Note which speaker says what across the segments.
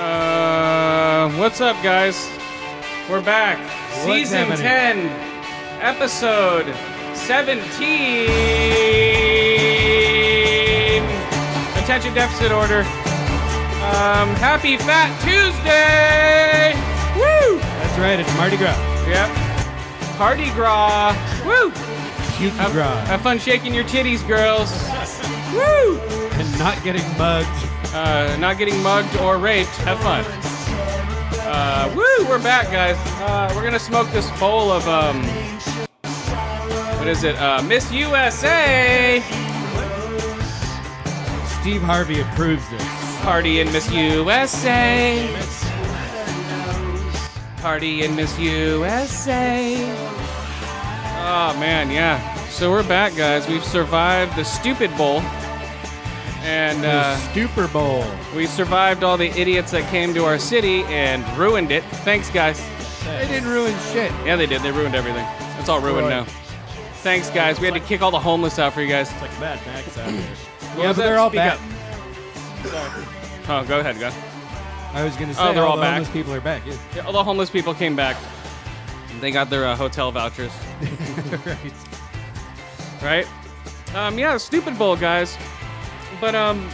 Speaker 1: Uh, what's up, guys? We're back. Season
Speaker 2: happening?
Speaker 1: 10, episode 17. Attention deficit order. Um, happy Fat Tuesday! Woo!
Speaker 2: That's right, it's Mardi Gras.
Speaker 1: Yep. Party gras. Woo!
Speaker 2: Cute
Speaker 1: Have,
Speaker 2: Gras.
Speaker 1: have fun shaking your titties, girls. Woo!
Speaker 2: And not getting mugged.
Speaker 1: uh, not getting mugged or raped. Have fun. Uh, woo, we're back, guys. Uh, we're gonna smoke this bowl of um, what is it? Uh, Miss USA
Speaker 2: Steve Harvey approves this.
Speaker 1: party in Miss USA. Party in Miss USA. Oh man, yeah. So we're back, guys. We've survived the stupid bowl, and
Speaker 2: The
Speaker 1: uh,
Speaker 2: Super Bowl.
Speaker 1: We survived all the idiots that came to our city and ruined it. Thanks, guys.
Speaker 2: They didn't ruin shit.
Speaker 1: Yeah, they did. They ruined everything. It's all ruined now.
Speaker 2: Ruined.
Speaker 1: Thanks, guys. We had to kick all the homeless out for you guys.
Speaker 3: Like bad backs out here.
Speaker 2: yeah,
Speaker 1: was
Speaker 2: but
Speaker 1: that?
Speaker 2: they're all
Speaker 1: Speak
Speaker 2: back.
Speaker 1: up. Oh, go ahead, guys.
Speaker 2: I was gonna say
Speaker 1: Oh, they're all
Speaker 2: the
Speaker 1: back.
Speaker 2: homeless people are back. Yeah.
Speaker 1: Yeah, all the homeless people came back. They got their uh, hotel vouchers,
Speaker 2: right.
Speaker 1: right? Um, yeah, stupid bowl, guys. But um,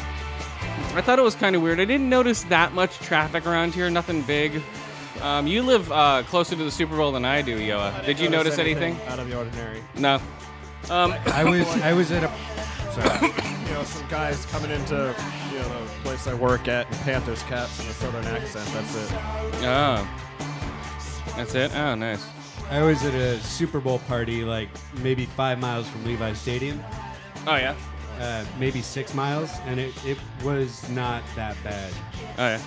Speaker 1: I thought it was kind of weird. I didn't notice that much traffic around here. Nothing big. Um, you live uh, closer to the Super Bowl than I do, Yoa. Did you notice anything?
Speaker 3: out of the ordinary?
Speaker 1: No. Um,
Speaker 2: I was I was at a sorry.
Speaker 3: You know, some guys coming into you know the place I work at, Panthers caps and a southern accent. That's it.
Speaker 1: Oh. That's it? Oh, nice.
Speaker 2: I was at a Super Bowl party like maybe five miles from Levi's Stadium.
Speaker 1: Oh, yeah.
Speaker 2: Uh, maybe six miles, and it, it was not that bad.
Speaker 1: Oh, yeah.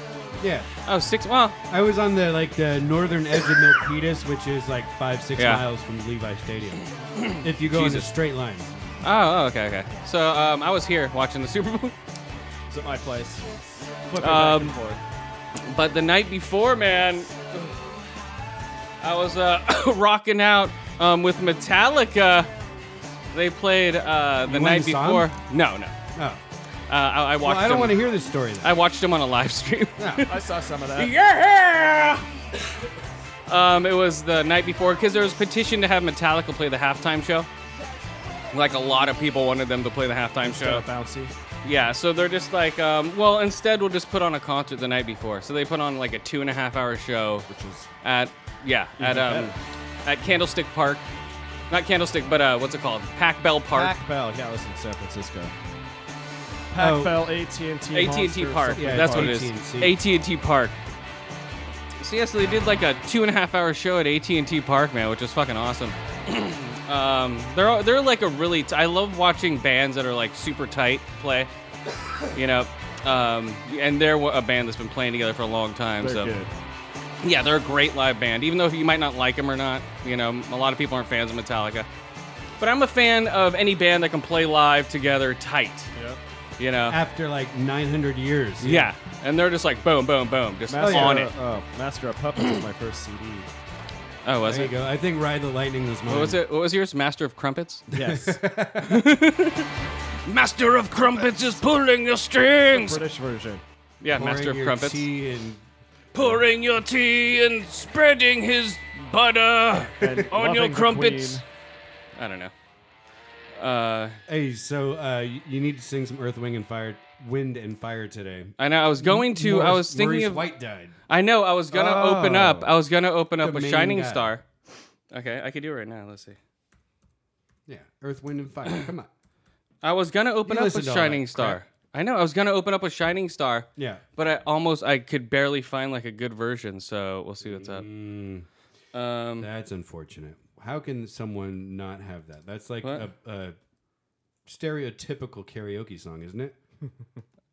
Speaker 2: Yeah.
Speaker 1: Oh, six. Well,
Speaker 2: I was on the like the northern edge of Milpitas, which is like five, six
Speaker 1: Yeah.
Speaker 2: miles from Levi Stadium. If you go in a
Speaker 1: Jesus.
Speaker 2: straight line.
Speaker 1: oh, oh, okay, okay. So um, I was here watching the Super Bowl.
Speaker 3: It's at my place. Flipping
Speaker 1: Um,
Speaker 3: back and forth.
Speaker 1: But the night before, man, I was uh, rocking out um, with Metallica. They played uh,
Speaker 2: You
Speaker 1: the
Speaker 2: went
Speaker 1: night
Speaker 2: and saw
Speaker 1: before. No, no.
Speaker 2: Oh.
Speaker 1: Uh, I, I watched
Speaker 2: Well, I don't want to
Speaker 1: them.
Speaker 2: hear this story then.
Speaker 1: I watched them on a live stream.
Speaker 3: I saw some of that.
Speaker 1: Yeah! Um, it was the night before because there was petition to have Metallica play the halftime show. Like a lot of people wanted them to play the halftime
Speaker 3: Kinda
Speaker 1: show.
Speaker 3: bouncy.
Speaker 1: Yeah, so they're just like, um, well, instead we'll just put on a concert the night before. So they put on like a two and a half hour show, which
Speaker 3: is-
Speaker 1: at yeah at um,
Speaker 3: better.
Speaker 1: at Candlestick Park, not Candlestick, but uh, what's it called? Pac Bell Park.
Speaker 3: Pac Bell. Yeah, I was in San Francisco. Pac
Speaker 2: Oh,
Speaker 3: Bell, AT and T,
Speaker 1: AT&T Park.
Speaker 2: Yeah,
Speaker 1: that's
Speaker 2: it's
Speaker 1: what it is.
Speaker 2: AT&T.
Speaker 1: AT&T Park. So yeah, so they did like a two and a half hour show at AT&T Park, man, which was fucking awesome. um, they're all- they're like a really. T- I love watching bands that are like super tight play. You know, um, and they're a band that's been playing together for a long time.
Speaker 3: They're
Speaker 1: so
Speaker 3: good.
Speaker 1: yeah, they're a great live band. Even though you might not like them or not, you know, a lot of people aren't fans of Metallica. But I'm a fan of any band that can play live together tight.
Speaker 3: Yeah.
Speaker 1: You know,
Speaker 2: After like 900 years.
Speaker 1: yeah, and they're just like boom, boom, boom, just
Speaker 3: Master,
Speaker 1: on it.
Speaker 3: Oh, Master of Puppets was my first CD.
Speaker 1: Oh, was
Speaker 2: There you
Speaker 1: it?
Speaker 2: go. I think Ride the Lightning was mine.
Speaker 1: What was it? What was yours? Master of Crumpets.
Speaker 3: Yes,
Speaker 1: Master of Crumpets is pulling your strings.
Speaker 3: British version.
Speaker 1: Yeah,
Speaker 2: Pouring
Speaker 1: Master of
Speaker 2: your
Speaker 1: Crumpets.
Speaker 2: tea and
Speaker 1: Pouring your tea and spreading his butter
Speaker 3: And
Speaker 1: on your
Speaker 3: Loving
Speaker 1: Oh,
Speaker 3: the
Speaker 1: crumpets.
Speaker 3: Queen.
Speaker 1: I don't know. Uh,
Speaker 2: Hey, so uh, y- you need to sing some Earth, Wind, and Fire, Wind and Fire today.
Speaker 1: I know. I was going to. I
Speaker 2: Morris-
Speaker 1: was thinking
Speaker 2: Maurice
Speaker 1: of.
Speaker 2: White died.
Speaker 1: I know. I was gonna open up. I was gonna open up
Speaker 2: The
Speaker 1: with
Speaker 2: main
Speaker 1: Shining
Speaker 2: guy.
Speaker 1: Star. Okay, I could do it right now. Let's see.
Speaker 2: Yeah, Earth, Wind, and Fire. Come on.
Speaker 1: I was gonna open
Speaker 2: You
Speaker 1: up
Speaker 2: listened
Speaker 1: with
Speaker 2: to all that
Speaker 1: Shining Star. I know. I was gonna open up with Shining Star.
Speaker 2: Yeah.
Speaker 1: But I almost I could barely find like a good version, so we'll see what's up. Mm. Um,
Speaker 2: That's unfortunate. How can someone not have that? That's like a,
Speaker 1: What?
Speaker 2: a stereotypical karaoke song, isn't it?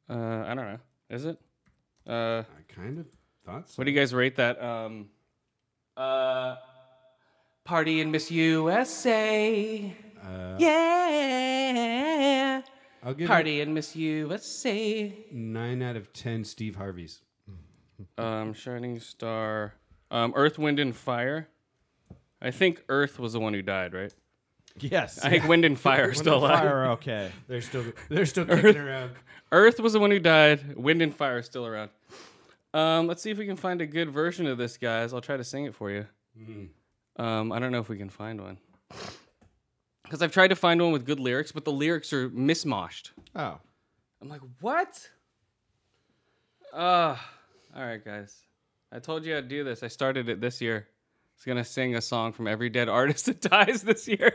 Speaker 1: uh, I don't know. Is it? Uh,
Speaker 2: I kind of thought so.
Speaker 1: what do you guys rate that? Um, uh, Party in Miss USA. Uh. yeah.
Speaker 2: I'll give
Speaker 1: Party in Miss USA.
Speaker 2: it nine out of ten. Steve Harvey's.
Speaker 1: Um, Shining Star. Um, Earth, Wind, and Fire. I think Earth was the one who died, right?
Speaker 3: Yes.
Speaker 1: I think Wind and Fire are still alive.
Speaker 3: Fire, okay.
Speaker 2: They're still they're still kicking around.
Speaker 1: Earth was the one who died. Wind and Fire is still around. Um, let's see if we can find a good version of this, guys. I'll try to sing it for you. Um, I don't know if we can find one. Because I've tried to find one with good lyrics, but the lyrics are mismoshed.
Speaker 3: Oh.
Speaker 1: I'm like, what? Uh, all right, guys. I told you I'd do this. I started it this year. I was going to sing a song from every dead artist that dies this year.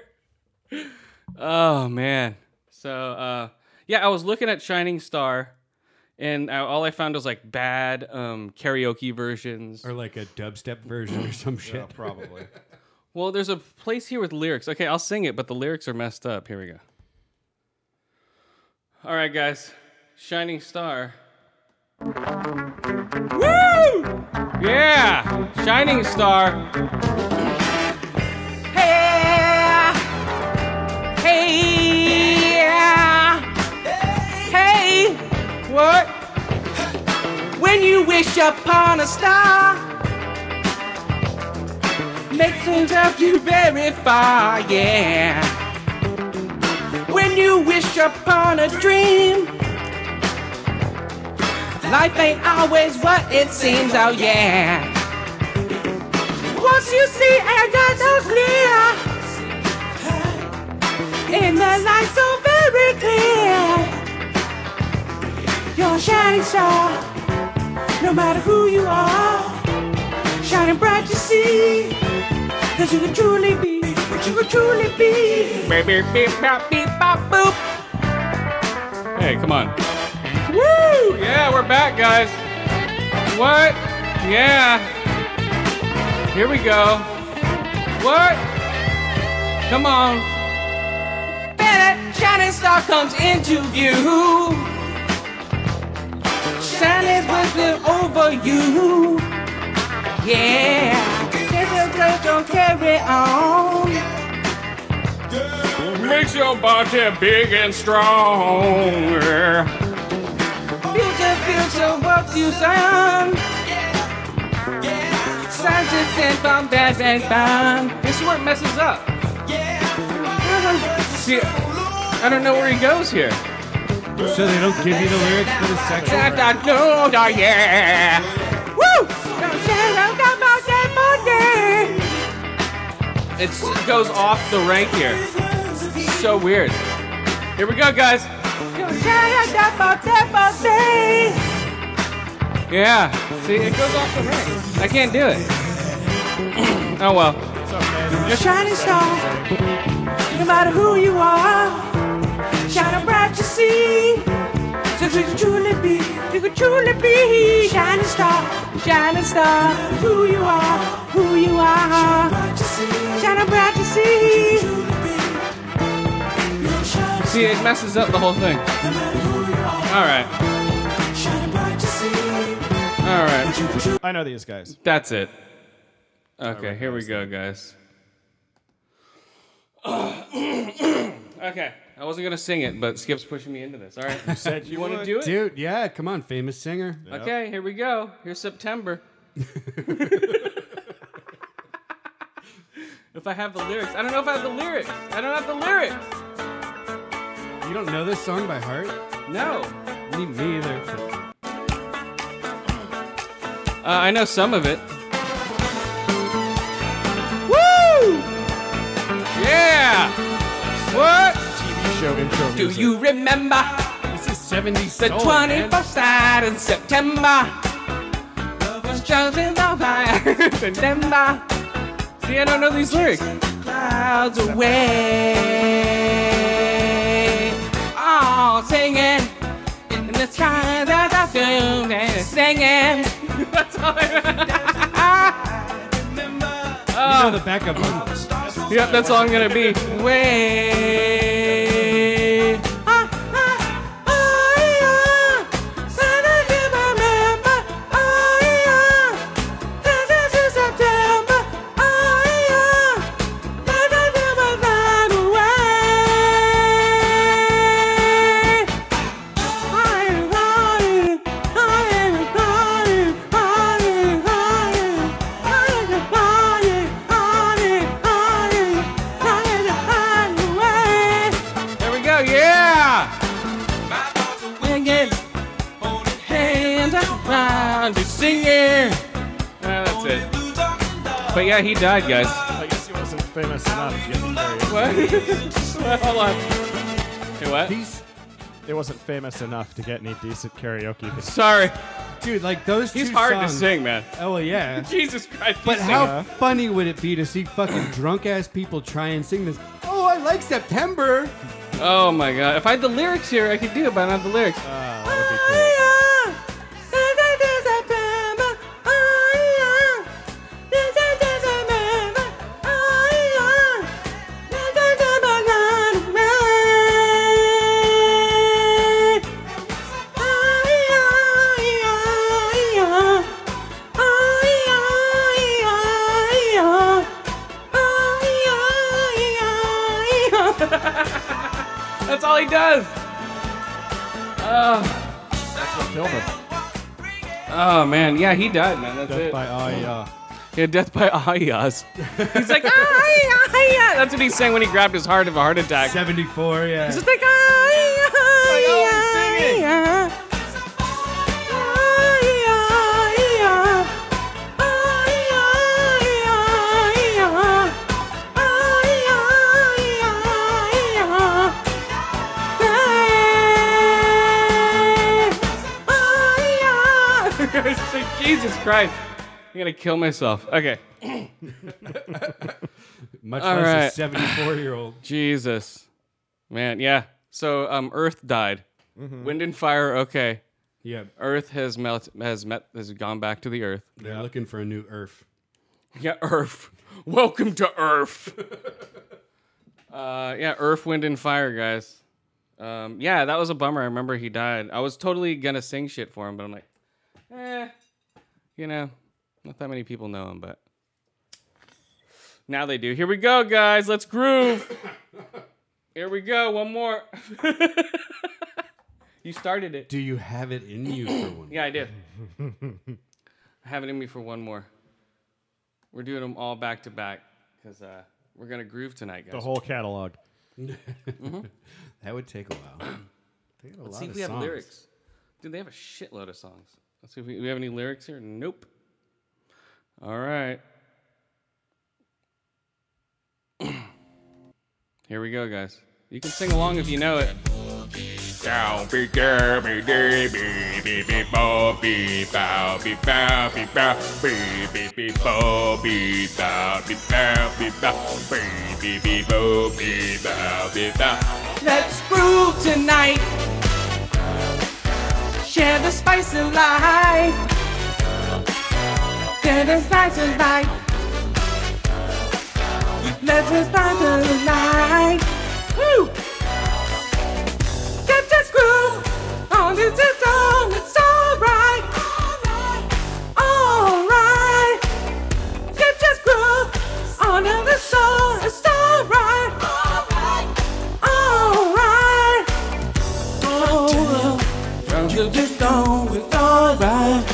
Speaker 1: oh, man. So, uh, yeah, I was looking at Shining Star, and I, all I found was like bad um, karaoke versions.
Speaker 2: Or like a dubstep version or some shit.
Speaker 3: Yeah, probably.
Speaker 1: Well, there's a place here with lyrics. Okay, I'll sing it, but the lyrics are messed up. Here we go. All right, guys. Shining Star. Woo! Yeah! Shining Star. Hey! Hey! Hey! What? When you wish upon a star make things up you very far, yeah. When you wish upon a dream, life ain't always what it seems, oh yeah. Once you see and got so clear, in the light so very clear, you're a shining star, no matter who you are shining bright to see. Cause you can truly be what you can truly be. Beep, beep, beep, bop, beep, bop, boop. Hey, come on. Woo! Yeah, we're back, guys. What? Yeah. Here we go. What? Come on. Better shining star comes into view. Shining wisdom over you. Yeah, this is don't carry on. Makes your body big and strong. Future, future, what you sound? Scientists and bomb that and bomb. This is where it messes up. See, I don't know where he goes here.
Speaker 2: So they don't give you the lyrics for the section.
Speaker 1: Da, da, do, da, yeah. Woo! It goes off the rank here. So weird. Here we go, guys. Yeah. See, it goes off the rank. I can't do it. oh well.
Speaker 4: A shining star, no matter who you are, shine bright you see. So you can truly be, you can truly be. Shining star, shining star, who you are, who you are. Shine bright you see.
Speaker 1: See, it messes up the whole thing. All right. All right.
Speaker 3: I know these guys.
Speaker 1: That's it. Okay, here we go, guys. okay, I wasn't gonna sing it, but Skip's pushing me into this. All right,
Speaker 3: Said
Speaker 1: you want to do it?
Speaker 2: Dude, yeah, come on, famous singer.
Speaker 1: Okay, here we go. Here's September. if I have the lyrics, I don't know if I have the lyrics. I don't have the lyrics.
Speaker 2: You don't know this song by heart?
Speaker 1: No,
Speaker 2: Me, me either.
Speaker 1: uh, I know some of it. Woo! Yeah. What?
Speaker 3: TV show intro music.
Speaker 1: Do you remember
Speaker 2: This is 70s
Speaker 1: the
Speaker 2: soul, man.
Speaker 1: 21st night in September? Love was chosen by fire. September. See, I don't know these lyrics. Clouds away. All singing in the sky that I feel and singing. That's all I
Speaker 2: You know the backup vocals.
Speaker 1: Yep, that's all I'm gonna be. Way. Ah, ah, ah, yeah. Said I did remember on to singing. Nah, Ah, that's it. But yeah, he died, guys.
Speaker 3: I guess he wasn't famous enough to get buried.
Speaker 1: What? Hold on. Hey, what?
Speaker 3: He's, it wasn't famous enough to get any decent karaoke.
Speaker 1: Sorry,
Speaker 2: Dude, like those
Speaker 1: he's
Speaker 2: two
Speaker 1: hard to
Speaker 2: songs-
Speaker 1: sing, man.
Speaker 2: Oh, well, yeah.
Speaker 1: Jesus Christ.
Speaker 2: But
Speaker 1: he's
Speaker 2: how
Speaker 1: singing.
Speaker 2: funny would it be to see fucking drunk ass people try and sing this? Oh, I like September.
Speaker 1: Oh my God! If I had the lyrics here, I could do it, but I don't have the lyrics. That's all he does. Oh,
Speaker 3: Killed him.
Speaker 1: oh man, yeah, he died, man. That's it.
Speaker 3: By, oh, yeah.
Speaker 1: yeah, death by ayas. he's like "Ah, yeah, yeah." That's what he sang when he grabbed his heart of a heart attack.
Speaker 2: 74, yeah.
Speaker 1: It's like
Speaker 4: oh,
Speaker 1: "Ah, yeah, yeah." It's like, Jesus Christ. I'm gonna kill myself. Okay.
Speaker 2: Much
Speaker 1: All
Speaker 2: less a
Speaker 1: right.
Speaker 2: 74 year old.
Speaker 1: Jesus. Man, yeah. So um Earth died. Wind and fire, okay.
Speaker 2: Yeah,
Speaker 1: Earth has melt has met has gone back to the earth.
Speaker 2: they're looking for a new Earth.
Speaker 1: Yeah, Earth. Welcome to Earth. uh, yeah, Earth, Wind, and Fire, guys. Um, yeah, that was a bummer. I remember he died. I was totally gonna sing shit for him, but I'm like, eh, you know, not that many people know him, but now they do. Here we go, guys. Let's groove. Here we go. One more. you started it.
Speaker 2: Do you have it in you for one?
Speaker 1: Yeah, I do. I have it in me for one more. We're doing them all back to back because uh, we're gonna groove tonight, guys.
Speaker 3: The whole catalog.
Speaker 2: That would take a while. They got a
Speaker 1: Let's
Speaker 2: lot
Speaker 1: see if
Speaker 2: of
Speaker 1: we have
Speaker 2: songs.
Speaker 1: lyrics. Dude, they have a shitload of songs. Let's see if we, do we have any lyrics here. Nope. All right. here we go, guys. You can sing along if you know it.
Speaker 5: Down, be down, be dee, be be be bo, be bow, be bow, be bow, be be be bo, be bow, be bow, be bow, be be be bo, be bow, be bow.
Speaker 4: Let's groove tonight. Share the spice of life. Share the spice of life. Let's just spice of life. Woo! Get this groove on this is on. It's alright. Alright. Get this groove on the soul. It's alright. Alright. Alright. Oh, you just know it's alright.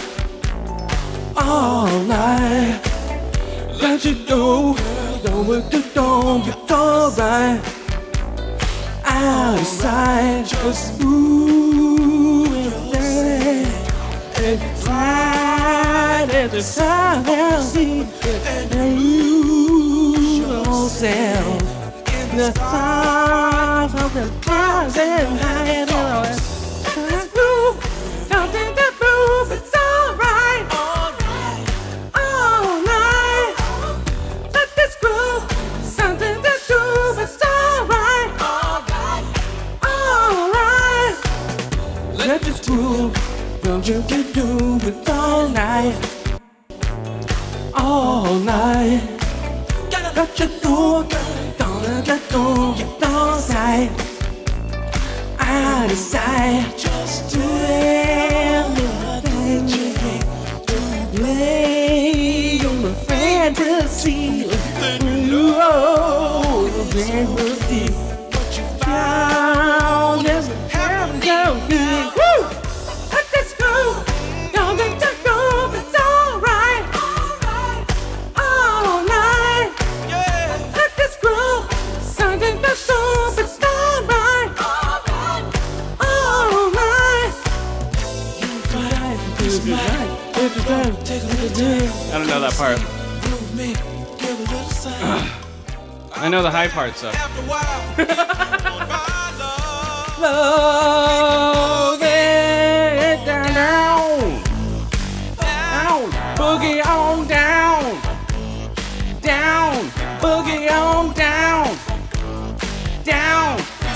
Speaker 4: Alright. Let you know, know what you know, it's alright. Outside, just move and dance. And fly, and the sun will see, and lose yourself the stars of the rising high and low. Let's move, don't think the proof, it's alright. Alright. Let this groove, something that's true, it's alright. Alright. Let this groove, don't you get do it all night. All night. Let your door gonna get through your dark side. I decide just to everything. Lay on the fantasy. Whoa, the fantasy. What you found is heaven to me. Woo! Let this go. Don't let that go. It's alright. All night. Let this grow. Something that's so it's alright. Alright. Alright. It's mine. It's mine. If
Speaker 6: the time, take a look at them.
Speaker 1: I don't know that part.
Speaker 6: Move me, give a little sign.
Speaker 1: I know the high part, so.
Speaker 6: After a while, my love.
Speaker 1: Slow it down, down, down, boogie on down, down, boogie on down, down,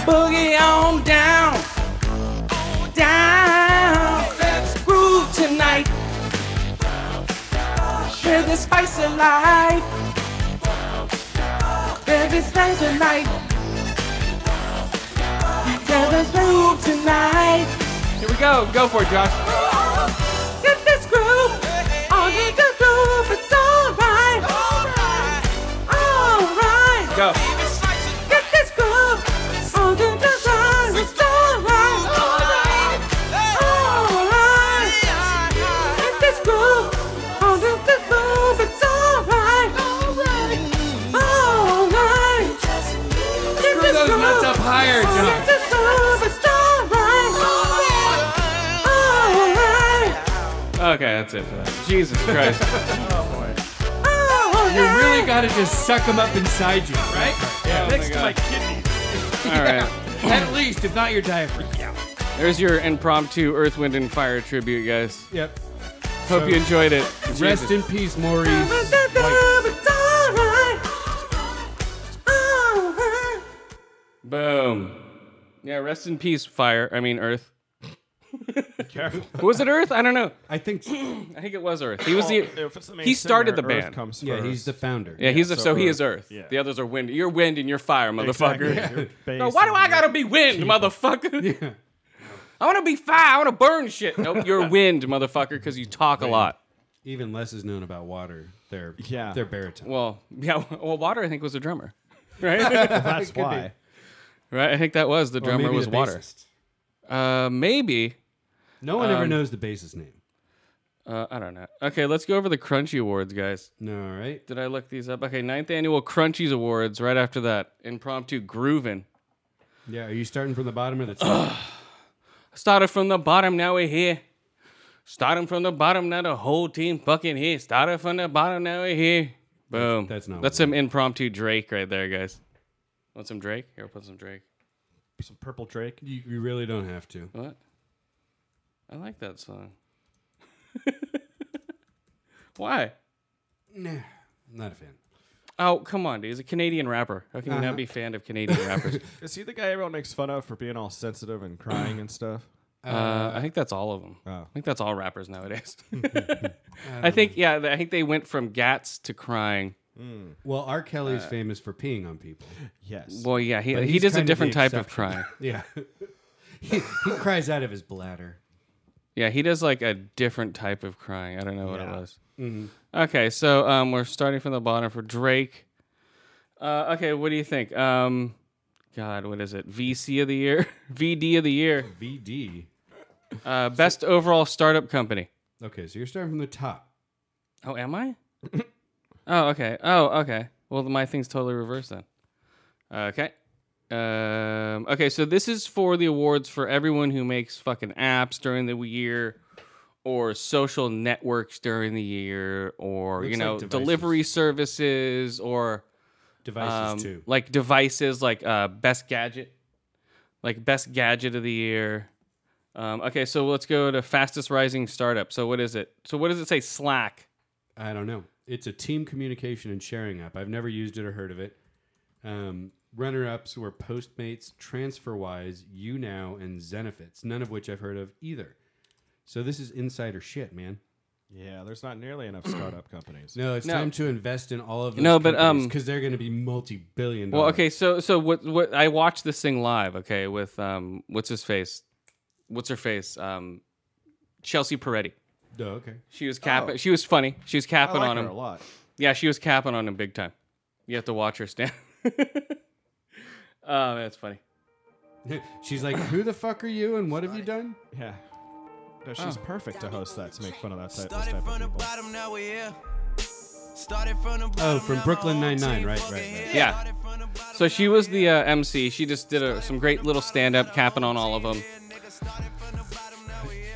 Speaker 1: boogie on down, down. Let's groove tonight.
Speaker 4: Feel the spice of life. Feel the spice of life. Feel the groove tonight.
Speaker 1: Here we go. Go for it, Josh.
Speaker 4: Oh, Get this groove. I'll get the groove. It's alright. Alright.
Speaker 1: Go.
Speaker 4: Get this groove. I'll get the groove. It's alright. Alright. Get this groove. I'll get the groove. It's alright. Alright. Get
Speaker 1: Screw
Speaker 4: this
Speaker 1: those
Speaker 4: groove.
Speaker 1: nuts up higher,
Speaker 4: I'll
Speaker 1: Josh.
Speaker 4: get the groove. It's alright. Alright.
Speaker 1: Okay, that's it for that. Jesus Christ.
Speaker 4: Oh,
Speaker 2: You really gotta just suck them up inside you, right?
Speaker 1: Oh my
Speaker 3: Next to
Speaker 1: God.
Speaker 3: my kidneys.
Speaker 1: All right.
Speaker 2: At least, if not your diaphragm.
Speaker 1: There's your impromptu Earth, Wind, and Fire tribute, guys.
Speaker 2: Yep.
Speaker 1: Hope you enjoyed it.
Speaker 2: Rest in
Speaker 1: Jesus.
Speaker 2: peace, Maurice.
Speaker 1: Boom. Yeah, rest in peace, Fire. I mean, Earth. was it Earth? I don't know.
Speaker 2: I think.
Speaker 1: I think it was Earth. He was
Speaker 3: Well,
Speaker 1: the.
Speaker 3: if it's the main
Speaker 1: he started
Speaker 3: singer,
Speaker 1: the
Speaker 3: Earth
Speaker 1: band.
Speaker 3: comes
Speaker 2: Yeah,
Speaker 3: first.
Speaker 2: he's the founder.
Speaker 1: yeah, he's a, so,
Speaker 3: so
Speaker 1: he
Speaker 3: Earth.
Speaker 1: is Earth.
Speaker 3: Yeah.
Speaker 1: The others are wind. You're wind and you're fire, motherfucker.
Speaker 3: Exactly. Your bass
Speaker 1: No, why do I
Speaker 3: and-
Speaker 1: gotta be wind, motherfucker? I wanna be fire. I wanna burn shit. Nope, you're wind, motherfucker, because you talk a lot.
Speaker 2: Even less is known about water. They're
Speaker 3: Yeah.
Speaker 2: They're baritone.
Speaker 1: Well, yeah. Well, Water, I think, was a drummer, right?
Speaker 3: That's why.
Speaker 1: right. I think that was the
Speaker 2: Or
Speaker 1: drummer
Speaker 2: maybe
Speaker 1: was
Speaker 2: the
Speaker 1: Water.
Speaker 2: bassist.
Speaker 1: Uh, maybe.
Speaker 2: No one ever
Speaker 1: Um,
Speaker 2: knows the bassist name.
Speaker 1: Uh, I don't know. Okay, let's go over the Crunchy Awards, guys.
Speaker 2: No, all right.
Speaker 1: Did I look these up? Okay, ninth annual Crunchies Awards. Right after that, impromptu groovin'.
Speaker 2: Yeah, are you starting from the bottom or the top?
Speaker 1: Started from the bottom, now we're here. Starting from the bottom, now the whole team fucking here. Started from the bottom, now we're here. Boom.
Speaker 2: That's- that's not
Speaker 1: That's
Speaker 2: what
Speaker 1: some impromptu Drake right there, guys. Want some Drake? Here, put some Drake.
Speaker 3: Some purple Drake.
Speaker 2: you, you really don't have to.
Speaker 1: What? I like that song. Why?
Speaker 2: Nah, not a fan.
Speaker 1: Oh, come on, dude. He's a Canadian rapper. How can you not be a
Speaker 2: Uh-huh.
Speaker 1: fan of Canadian rappers?
Speaker 3: Is he the guy everyone makes fun of for being all sensitive and crying and stuff?
Speaker 2: Um,
Speaker 1: Uh, I think that's all of them.
Speaker 3: Oh.
Speaker 1: I think that's all rappers nowadays. I think yeah, I think they went from gats to crying.
Speaker 2: Well, R. Kelly's
Speaker 1: Uh,
Speaker 2: famous for peeing on people.
Speaker 3: Yes.
Speaker 1: Well, yeah, he,
Speaker 2: But
Speaker 1: he
Speaker 2: he's
Speaker 1: does a
Speaker 2: kind of the
Speaker 1: different type of
Speaker 2: exception.
Speaker 1: crying.
Speaker 2: Yeah. he, he cries out of his bladder.
Speaker 1: Yeah, he does like a different type of crying. I don't know what it
Speaker 3: Yeah.
Speaker 1: was.
Speaker 2: Mm-hmm.
Speaker 1: Okay, so um, we're starting from the bottom for Drake. Uh, okay, what do you think? Um, God, what is it? VC of the year, VD of the year,
Speaker 2: VD.
Speaker 1: uh, best overall startup company.
Speaker 2: Okay, so you're starting from the top.
Speaker 1: Oh, am I? oh, okay. Oh, okay. Well, my thing's totally reversed then. Okay. Um, okay, so this is for the awards for everyone who makes fucking apps during the year or social networks during the year or, you
Speaker 2: Looks like
Speaker 1: know,
Speaker 2: devices.
Speaker 1: delivery services or
Speaker 2: Devices
Speaker 1: um,
Speaker 2: too.
Speaker 1: like devices like uh, best gadget, like best gadget of the year. Um, okay, so let's go to fastest rising startup. So what is it? So what does it say? Slack.
Speaker 2: I don't know. It's a team communication and sharing app. I've never used it or heard of it. Um, runner ups were Postmates, TransferWise, YouNow, and Zenefits, none of which I've heard of either. So this is insider shit, man.
Speaker 3: yeah, there's not nearly enough startup companies.
Speaker 2: No, it's
Speaker 1: No.
Speaker 2: time to invest in all of those
Speaker 1: No, but, um,
Speaker 2: because they're going to be multi-billion.
Speaker 1: Well,
Speaker 3: Um,
Speaker 2: dollar.
Speaker 1: okay, so so what what I watched this thing live, okay, with um what's his face? What's her face? Um Chelsea Peretti.
Speaker 2: Oh, okay.
Speaker 1: She was capping she was funny. She was capping
Speaker 3: Oh. I
Speaker 1: on
Speaker 3: like her
Speaker 1: him.
Speaker 3: a lot.
Speaker 1: Yeah, she was capping on him big time. You have to watch her stand. oh, that's funny.
Speaker 2: She's like, "Who the fuck are you? And what have you done?"
Speaker 3: Yeah. No, she's perfect to host that to make fun of that type, this
Speaker 6: Started
Speaker 3: type
Speaker 6: from the
Speaker 3: of people.
Speaker 6: bottom, now we're here. Started from the bottom.
Speaker 2: Oh, from
Speaker 6: now
Speaker 2: Brooklyn
Speaker 6: my whole
Speaker 2: Nine Nine,
Speaker 6: team
Speaker 2: right, right,
Speaker 6: fucking
Speaker 2: right.
Speaker 6: here.
Speaker 1: Yeah.
Speaker 6: Started from the bottom,
Speaker 1: So she was the uh, MC. She just did a, some great little stand up capping on all of them.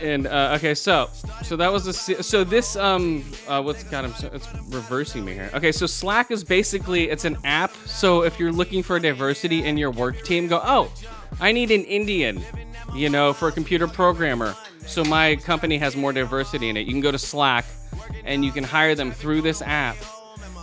Speaker 1: And uh, okay, so so that was the se- so this um uh, what's God I'm so, it's reversing me here. Okay, so Slack is basically it's an app. So if you're looking for diversity in your work team, go oh, I need an Indian, you know, for a computer programmer. So my company has more diversity in it. You can go to Slack, and you can hire them through this app.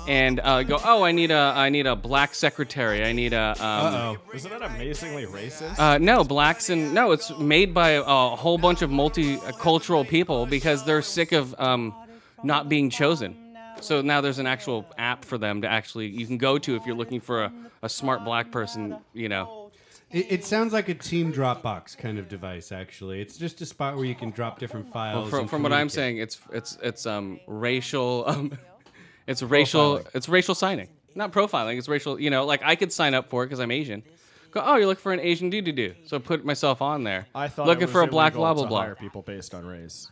Speaker 1: And uh, go. Oh, I need a I need a black secretary. I need a um,
Speaker 3: Oh, isn't that amazingly racist?
Speaker 1: uh, no, blacks and no, it's made by a whole bunch of multicultural people because they're sick of um, not being chosen. So now there's an actual app for them to actually you can go to if you're looking for a, a smart black person. You know,
Speaker 2: It, it sounds like a team Dropbox kind of device. Actually, it's just a spot where you can drop different files.
Speaker 1: from,
Speaker 2: and
Speaker 1: from what I'm
Speaker 2: communicate.
Speaker 1: saying, it's it's it's um racial, um, it's racial, it's racial signing, not profiling. It's racial. You know, like I could sign up for it because I'm Asian. Go, oh, you're looking for an Asian dude to do. So put myself on there.
Speaker 3: I thought
Speaker 1: looking
Speaker 3: it was
Speaker 1: for a black blah
Speaker 3: illegal
Speaker 1: blah
Speaker 3: to
Speaker 1: blah.
Speaker 3: Hire people based on race.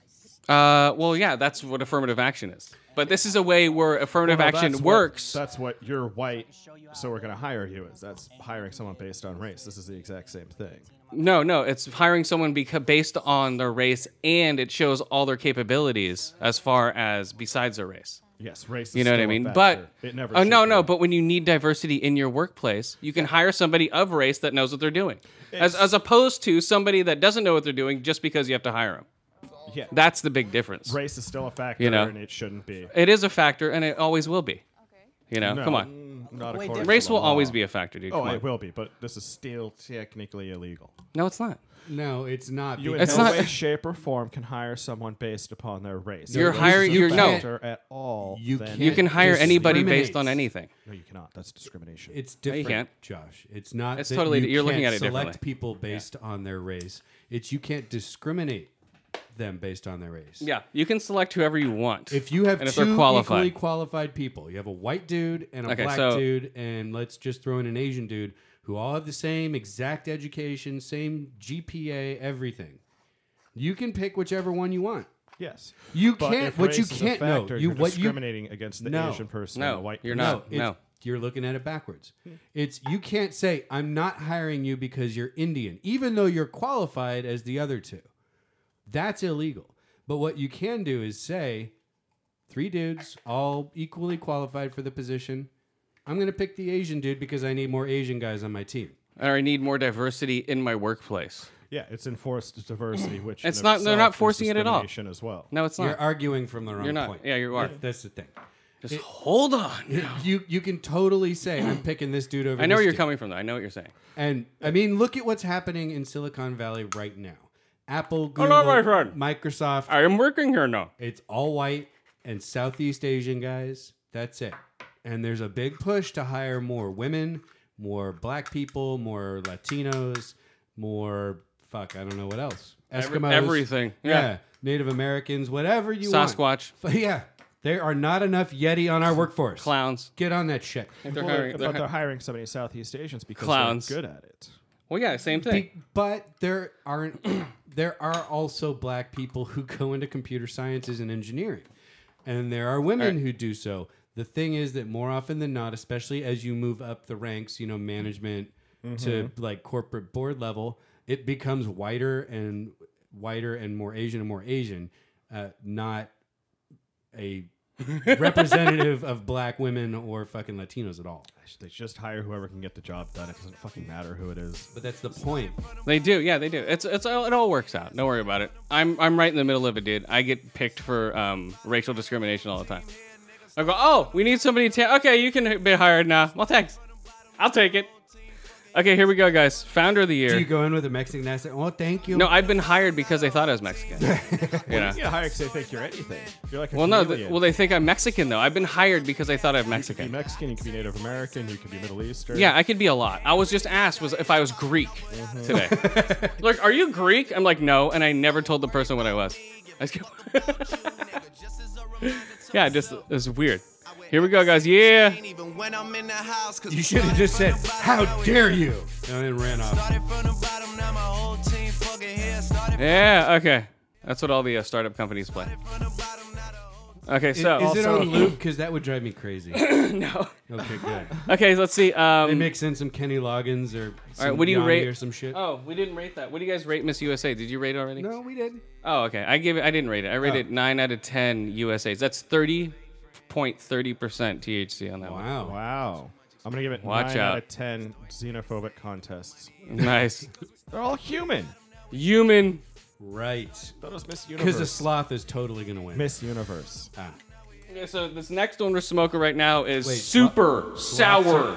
Speaker 1: Uh, well, yeah, that's what affirmative action is. But this is a way where affirmative
Speaker 3: Well, no,
Speaker 1: action
Speaker 3: that's what-
Speaker 1: works.
Speaker 3: that's what you're white, so we're gonna hire you. Is that's hiring someone based on race? This is the exact same thing.
Speaker 1: no, no, it's hiring someone beca- based on their race, and it shows all their capabilities as far as besides their race.
Speaker 3: Yes, race. Is
Speaker 1: You know what
Speaker 3: still
Speaker 1: I
Speaker 3: a
Speaker 1: mean?
Speaker 3: factor.
Speaker 1: But
Speaker 3: it never.
Speaker 1: Oh no,
Speaker 3: should
Speaker 1: no.
Speaker 3: be.
Speaker 1: But when you need diversity in your workplace, you can hire somebody of race that knows what they're doing, as as opposed to somebody that doesn't know what they're doing just because you have to hire them.
Speaker 3: yeah,
Speaker 1: That's the big difference.
Speaker 3: race is still a factor,
Speaker 1: You know.
Speaker 3: and it shouldn't be.
Speaker 1: It is a factor, and it always will be. You know,
Speaker 3: No, Mm,
Speaker 1: come on.
Speaker 3: Not according to
Speaker 1: Race
Speaker 3: the
Speaker 1: will
Speaker 3: law.
Speaker 1: always be a factor, dude.
Speaker 3: Oh,
Speaker 1: Come on.
Speaker 3: it will be, but this is still technically illegal.
Speaker 1: No, it's not.
Speaker 2: no, it's not.
Speaker 3: You in
Speaker 2: because-
Speaker 1: It's
Speaker 3: no
Speaker 1: not-
Speaker 3: way, shape, or form can hire someone based upon their race.
Speaker 1: You're
Speaker 3: Race
Speaker 1: hiring-
Speaker 3: is a
Speaker 1: you're- no.
Speaker 3: factor at all.
Speaker 2: You
Speaker 3: then-
Speaker 2: can't-
Speaker 1: You can hire anybody based
Speaker 2: discriminates.
Speaker 1: on anything.
Speaker 3: No, you cannot. That's discrimination.
Speaker 2: It's different,
Speaker 1: can't.
Speaker 2: Josh. It's not.
Speaker 1: It's
Speaker 2: that
Speaker 1: totally-
Speaker 2: You
Speaker 1: you're looking
Speaker 2: can't
Speaker 1: at it
Speaker 2: Select
Speaker 1: differently.
Speaker 2: people based on their race. It's you can't discriminate them based on their race.
Speaker 1: Yeah, you can select whoever you want.
Speaker 2: If you have
Speaker 1: and if
Speaker 2: two
Speaker 1: they're qualified,
Speaker 2: equally qualified people, you have a white dude and a
Speaker 1: Okay,
Speaker 2: black
Speaker 1: so-
Speaker 2: dude, and let's just throw in an Asian dude who all have the same exact education, same GPA, everything. You can pick whichever one you want.
Speaker 3: yes.
Speaker 2: You
Speaker 3: But
Speaker 2: can't.
Speaker 3: if
Speaker 2: What
Speaker 3: race
Speaker 2: you
Speaker 3: is a
Speaker 2: can't know.
Speaker 3: factor,
Speaker 2: You
Speaker 3: you're
Speaker 2: what you
Speaker 3: discriminating against the
Speaker 2: No.
Speaker 3: Asian person.
Speaker 1: No,
Speaker 3: and the white.
Speaker 1: you're
Speaker 3: person.
Speaker 1: not.
Speaker 2: No, it's,
Speaker 1: no.
Speaker 2: You're looking at it backwards. It's you can't say I'm not hiring you because you're Indian, even though you're qualified as the other two. That's illegal. But what you can do is say, three dudes, all equally qualified for the position. I'm going to pick the Asian dude because I need more Asian guys on my team.
Speaker 1: or I need more diversity in my workplace.
Speaker 3: Yeah, it's enforced diversity, which
Speaker 1: It's
Speaker 3: in
Speaker 1: not- they're
Speaker 3: itself
Speaker 1: not
Speaker 3: is
Speaker 1: forcing it at all.
Speaker 3: discrimination As well.
Speaker 1: No, it's
Speaker 2: You're
Speaker 1: not.
Speaker 2: arguing from the wrong
Speaker 1: You're not.
Speaker 2: point.
Speaker 1: Yeah, you are.
Speaker 2: That's the thing.
Speaker 1: Just hold on.
Speaker 2: You you can totally say I'm picking this dude over.
Speaker 1: I know where
Speaker 2: this
Speaker 1: you're
Speaker 2: dude."
Speaker 1: coming from. Though I know what you're saying.
Speaker 2: And I mean, look at what's happening in Silicon Valley right now. Apple, Google,
Speaker 1: Hello, my friend.
Speaker 2: Microsoft.
Speaker 1: I am working here now.
Speaker 2: It's all white and Southeast Asian guys. That's it. And there's a big push to hire more women, more black people, more Latinos, more fuck, I don't know what else.
Speaker 1: Every-
Speaker 2: Eskimos.
Speaker 1: everything. Yeah.
Speaker 2: Native Americans, whatever you want.
Speaker 1: Sasquatch,
Speaker 2: Sasquatch. Yeah. There are not enough Yeti on our workforce.
Speaker 1: clowns.
Speaker 2: Get on that shit.
Speaker 1: They're
Speaker 3: Well,
Speaker 1: hiring.
Speaker 3: but
Speaker 1: They're
Speaker 3: they're,
Speaker 1: hi-
Speaker 3: hiring so many Southeast Asians because
Speaker 1: Clowns.
Speaker 3: they're good at it.
Speaker 1: well, yeah, same thing.
Speaker 2: Be- but there aren't there are also black people who go into computer sciences and engineering and there are women
Speaker 1: Alright.
Speaker 2: who do so the thing is that more often than not especially as you move up the ranks you know management to
Speaker 1: Mm-hmm.
Speaker 2: like corporate board level it becomes whiter and whiter and more asian and more asian uh, not a representative of black women or fucking latinos at all
Speaker 3: They just hire whoever can get the job done. It doesn't fucking matter who it is.
Speaker 2: but that's the point
Speaker 1: They do. Yeah, they do. It's it's all- it all works out. Don't worry about it. I'm I'm right in the middle of it, dude. I get picked for um, racial discrimination all the time. I go, oh, we need somebody to. okay, you can be hired now. Well, thanks. I'll take it. Okay, here we go, guys. Founder of the year.
Speaker 2: do you go in with a mexican accent oh thank you
Speaker 1: No, I've been hired because they thought I was Mexican. you know.
Speaker 3: You get hired because they think you're anything. You're like a
Speaker 1: Well, no.
Speaker 3: chameleon.
Speaker 1: Th- well, they think I'm Mexican though. I've been hired because they thought I'm
Speaker 3: you could be
Speaker 1: Mexican.
Speaker 3: Mexican, you could be Native American, you could be Middle Eastern.
Speaker 1: Yeah, I could be a lot. I was just asked was if I was Greek
Speaker 2: Mm-hmm.
Speaker 1: today. like, are you Greek? I'm like, no, and I never told the person what I was. I just yeah, just it's weird. Here we go, guys. Yeah.
Speaker 6: Even when I'm in the house, 'cause
Speaker 2: You
Speaker 6: we
Speaker 2: should have
Speaker 6: started
Speaker 2: just
Speaker 6: from
Speaker 2: said,
Speaker 6: the bottom,
Speaker 2: "How
Speaker 6: now we
Speaker 2: dare you!" And then ran off.
Speaker 6: Started from the bottom, now my whole team fucking here. Started
Speaker 1: Yeah. Okay. That's what all the uh, startup companies play.
Speaker 6: from the bottom, now the whole
Speaker 1: Okay,
Speaker 2: Is,
Speaker 1: so
Speaker 2: is it on loop? Because that would drive me crazy. no. Okay, good.
Speaker 1: okay, let's see.
Speaker 2: They
Speaker 1: Um,
Speaker 2: mix in some Kenny Loggins or some
Speaker 1: what do you
Speaker 2: Yanni
Speaker 1: rate-
Speaker 2: or some shit.
Speaker 1: oh, we didn't rate that. What do you guys rate Miss USA? Did you rate it already?
Speaker 2: No, we did.
Speaker 1: Oh, okay. I gave it. I didn't rate it. I rated it nine out of ten USA's. That's thirty point thirty percent THC on that one.
Speaker 2: Wow.
Speaker 3: Wow. I'm gonna give it
Speaker 1: Watch
Speaker 3: nine
Speaker 1: out.
Speaker 3: out of ten xenophobic contests.
Speaker 1: Nice.
Speaker 3: They're all human.
Speaker 1: Human.
Speaker 2: Right.
Speaker 3: That was Miss
Speaker 2: Because the
Speaker 3: Universe.
Speaker 2: sloth is totally gonna win.
Speaker 3: Miss Universe.
Speaker 2: Ah.
Speaker 1: Okay, so this next one we're smoking right now is
Speaker 2: Wait,
Speaker 1: super sour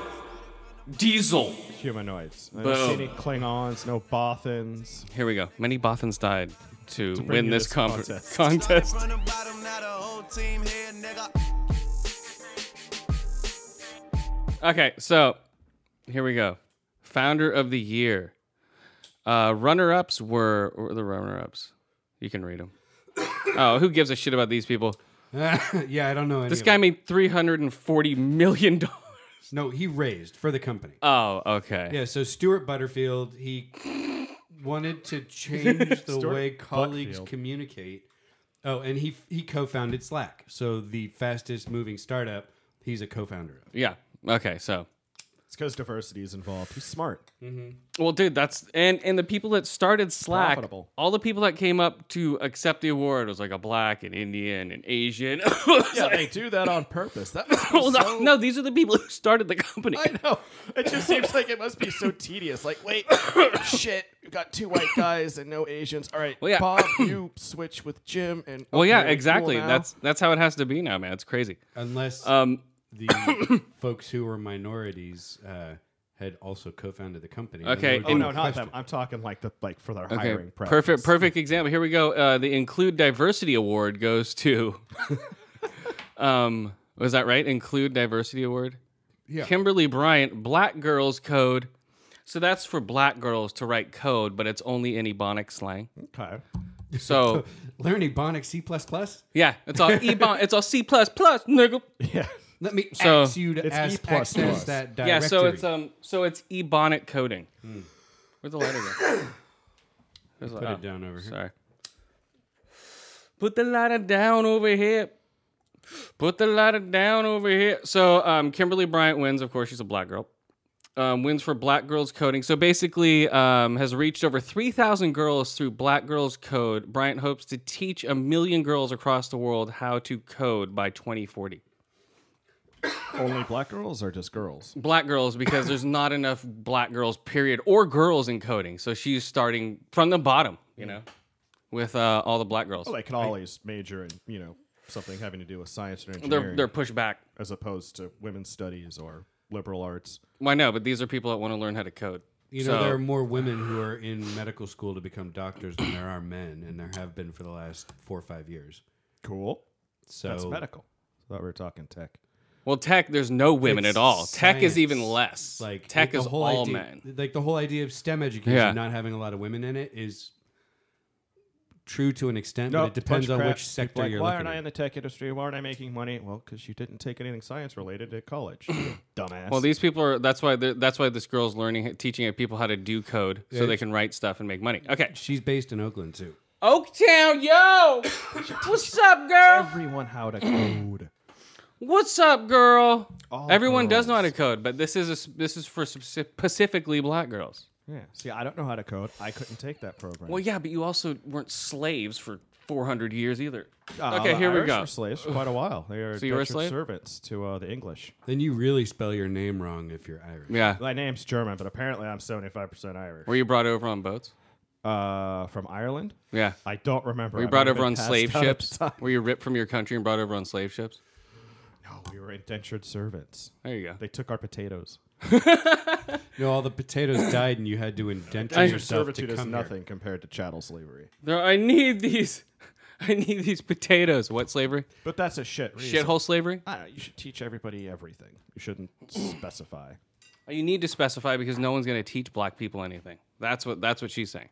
Speaker 1: diesel.
Speaker 3: Humanoids. I
Speaker 1: Boom.
Speaker 3: don't see any Klingons, no Bothans.
Speaker 1: Here we go. Many Bothans died to,
Speaker 3: bring
Speaker 1: win
Speaker 3: you
Speaker 1: this,
Speaker 3: this
Speaker 1: com- contest.
Speaker 3: contest.
Speaker 6: From the bottom, now the whole team here, nigga.
Speaker 1: Okay, so here we go. Founder of the year. Uh, runner ups were, were the runner ups. You can read them. oh, who gives a shit about these people?
Speaker 2: yeah, I don't know any.
Speaker 1: This
Speaker 2: of
Speaker 1: guy
Speaker 2: it.
Speaker 1: made three hundred and forty million dollars.
Speaker 2: No, he raised for the company.
Speaker 1: Oh, okay.
Speaker 2: Yeah, so Stuart Butterfield, he wanted to change the
Speaker 3: Stuart
Speaker 2: way colleagues
Speaker 3: Buttfield.
Speaker 2: communicate. Oh, and he he co-founded Slack, so the fastest moving startup. He's a co-founder of.
Speaker 1: Yeah. Okay. So,
Speaker 3: It's because diversity is involved. He's smart.
Speaker 1: well, dude, that's and and the people that started Slack,
Speaker 3: Profitable.
Speaker 1: all the people that came up to accept the award was like a black, an Indian, an Asian.
Speaker 3: Yeah, they do that on purpose. That must be
Speaker 1: Well, no,
Speaker 3: so-
Speaker 1: no, these are the people who started the company.
Speaker 3: I know. It just seems like it must be so tedious. Like, wait, shit, we got two white guys and no Asians. All right,
Speaker 1: yeah.
Speaker 3: Bob, you switch with Jim and.
Speaker 1: Well, yeah,
Speaker 3: okay, cool
Speaker 1: exactly.
Speaker 3: now.
Speaker 1: that's that's how it has to be now, man. It's crazy.
Speaker 2: Unless
Speaker 1: Um,
Speaker 2: the folks who were minorities uh, had also co-founded the company. and
Speaker 1: Okay,
Speaker 2: were
Speaker 3: Oh
Speaker 2: doing
Speaker 3: no, not
Speaker 2: question-
Speaker 3: them. I'm talking like the like for their
Speaker 1: okay,
Speaker 3: hiring. practice.
Speaker 1: perfect, perfect example. Here we go. Uh, the Include Diversity Award goes to. um, was that right? Include Diversity Award.
Speaker 2: Yeah.
Speaker 1: Kimberly Bryant, Black Girls Code. So that's for black girls to write code, but it's only in Ebonic slang.
Speaker 3: Okay.
Speaker 1: So
Speaker 2: Learn Ebonic C plus plus.
Speaker 1: yeah, it's all Ebon, it's all C plus plus, nigga.
Speaker 3: Yeah.
Speaker 2: Let me
Speaker 1: So-
Speaker 2: ask you to
Speaker 3: It's
Speaker 2: ask,
Speaker 3: E plus
Speaker 2: access
Speaker 3: plus.
Speaker 2: that directory.
Speaker 1: Yeah,
Speaker 2: Hmm.
Speaker 1: so it's um, so it's Ebonic coding. Where'd the lighter go? There's a-
Speaker 2: put
Speaker 1: oh.
Speaker 2: it down over here.
Speaker 1: Sorry. Put the lighter down over here. Put the lighter down over here. So, um, Kimberly Bryant wins. Of course, she's a black girl. Um, wins for Black Girls Coding. So basically, um, has reached over 3,000 girls through Black Girls Code. Bryant hopes to teach a million girls across the world how to code by 2040.
Speaker 3: Only black girls or just girls?
Speaker 1: Black girls, because there's not enough black girls, period, or girls in coding. So she's starting from the bottom, you know, with uh, all the black girls.
Speaker 3: Well, they can always major in you know something having to do with science or
Speaker 1: they're
Speaker 3: engineering,
Speaker 1: they're pushed back.
Speaker 3: as opposed to women's studies or liberal arts.
Speaker 1: Why no? But these are people that want to learn how to code.
Speaker 2: You know,
Speaker 1: So-
Speaker 2: there are more women who are in medical school to become doctors than there are men, and there have been for the last four or five years.
Speaker 3: Cool.
Speaker 2: So
Speaker 1: Oh.
Speaker 3: That's medical. I thought we were talking tech.
Speaker 1: well, tech. There's no women
Speaker 2: It's
Speaker 1: at all. Tech is
Speaker 2: science.
Speaker 1: even less.
Speaker 2: Like
Speaker 1: tech
Speaker 2: the
Speaker 1: is
Speaker 2: whole
Speaker 1: all
Speaker 2: idea,
Speaker 1: men.
Speaker 2: Like the whole idea of STEM education
Speaker 1: Yeah.
Speaker 2: not having a lot of women in it is true to an extent, but
Speaker 3: Nope,
Speaker 2: it depends
Speaker 3: bunch
Speaker 2: on
Speaker 3: crap.
Speaker 2: which sector
Speaker 3: Like,
Speaker 2: you're
Speaker 3: why
Speaker 2: looking
Speaker 3: aren't I
Speaker 2: at.
Speaker 3: in the tech industry? Why aren't I making money? Well, because you didn't take anything science related at college, dumbass.
Speaker 1: Well, these people are. That's why. they're- That's why this girl's learning, teaching people how to do code, so they can write stuff and make money. Okay.
Speaker 2: She's based in Oakland too.
Speaker 1: Oaktown, yo. What's up, girl?
Speaker 3: everyone how to code.
Speaker 1: What's up, girl?
Speaker 3: All
Speaker 1: Everyone does know how to
Speaker 3: girls.
Speaker 1: code, but this is a, s- this is for speci- specifically black girls.
Speaker 3: yeah. See, I don't know how to code. I couldn't take that program.
Speaker 1: Well, yeah, but you also weren't slaves for 400 years either.
Speaker 2: Ah,
Speaker 3: Uh,
Speaker 1: okay,
Speaker 3: the
Speaker 1: here we
Speaker 3: Irish
Speaker 1: go.
Speaker 3: Were slaves for quite a while. They are
Speaker 1: So you were a
Speaker 3: indentured
Speaker 1: slave?
Speaker 3: servants to uh, the English.
Speaker 2: Then you really spell your name wrong if you're Irish.
Speaker 1: Yeah.
Speaker 3: My name's German, but apparently I'm 75% Irish.
Speaker 1: Were you brought over on boats?
Speaker 3: Uh, from Ireland?
Speaker 1: Yeah.
Speaker 3: I don't remember.
Speaker 1: Were you
Speaker 3: I
Speaker 1: brought
Speaker 3: might have
Speaker 1: over
Speaker 3: been
Speaker 1: on
Speaker 3: passed
Speaker 1: slave
Speaker 3: out at the
Speaker 1: ships?
Speaker 3: time.
Speaker 1: Were you ripped from your country and brought over on slave ships?
Speaker 3: No, we were indentured servants.
Speaker 1: There you go.
Speaker 3: They took our potatoes.
Speaker 2: You know, all the potatoes died, and you had to indenture yourself to
Speaker 3: Servitude
Speaker 2: come
Speaker 3: is
Speaker 2: here.
Speaker 3: nothing compared to chattel slavery.
Speaker 1: There, I need these. I need these potatoes. What slavery?
Speaker 3: But that's a shit reason.
Speaker 1: Shithole slavery?
Speaker 3: I don't know, you should teach everybody everything. You shouldn't specify.
Speaker 1: Oh, You need to specify because no one's going to teach black people anything. That's what that's what she's saying.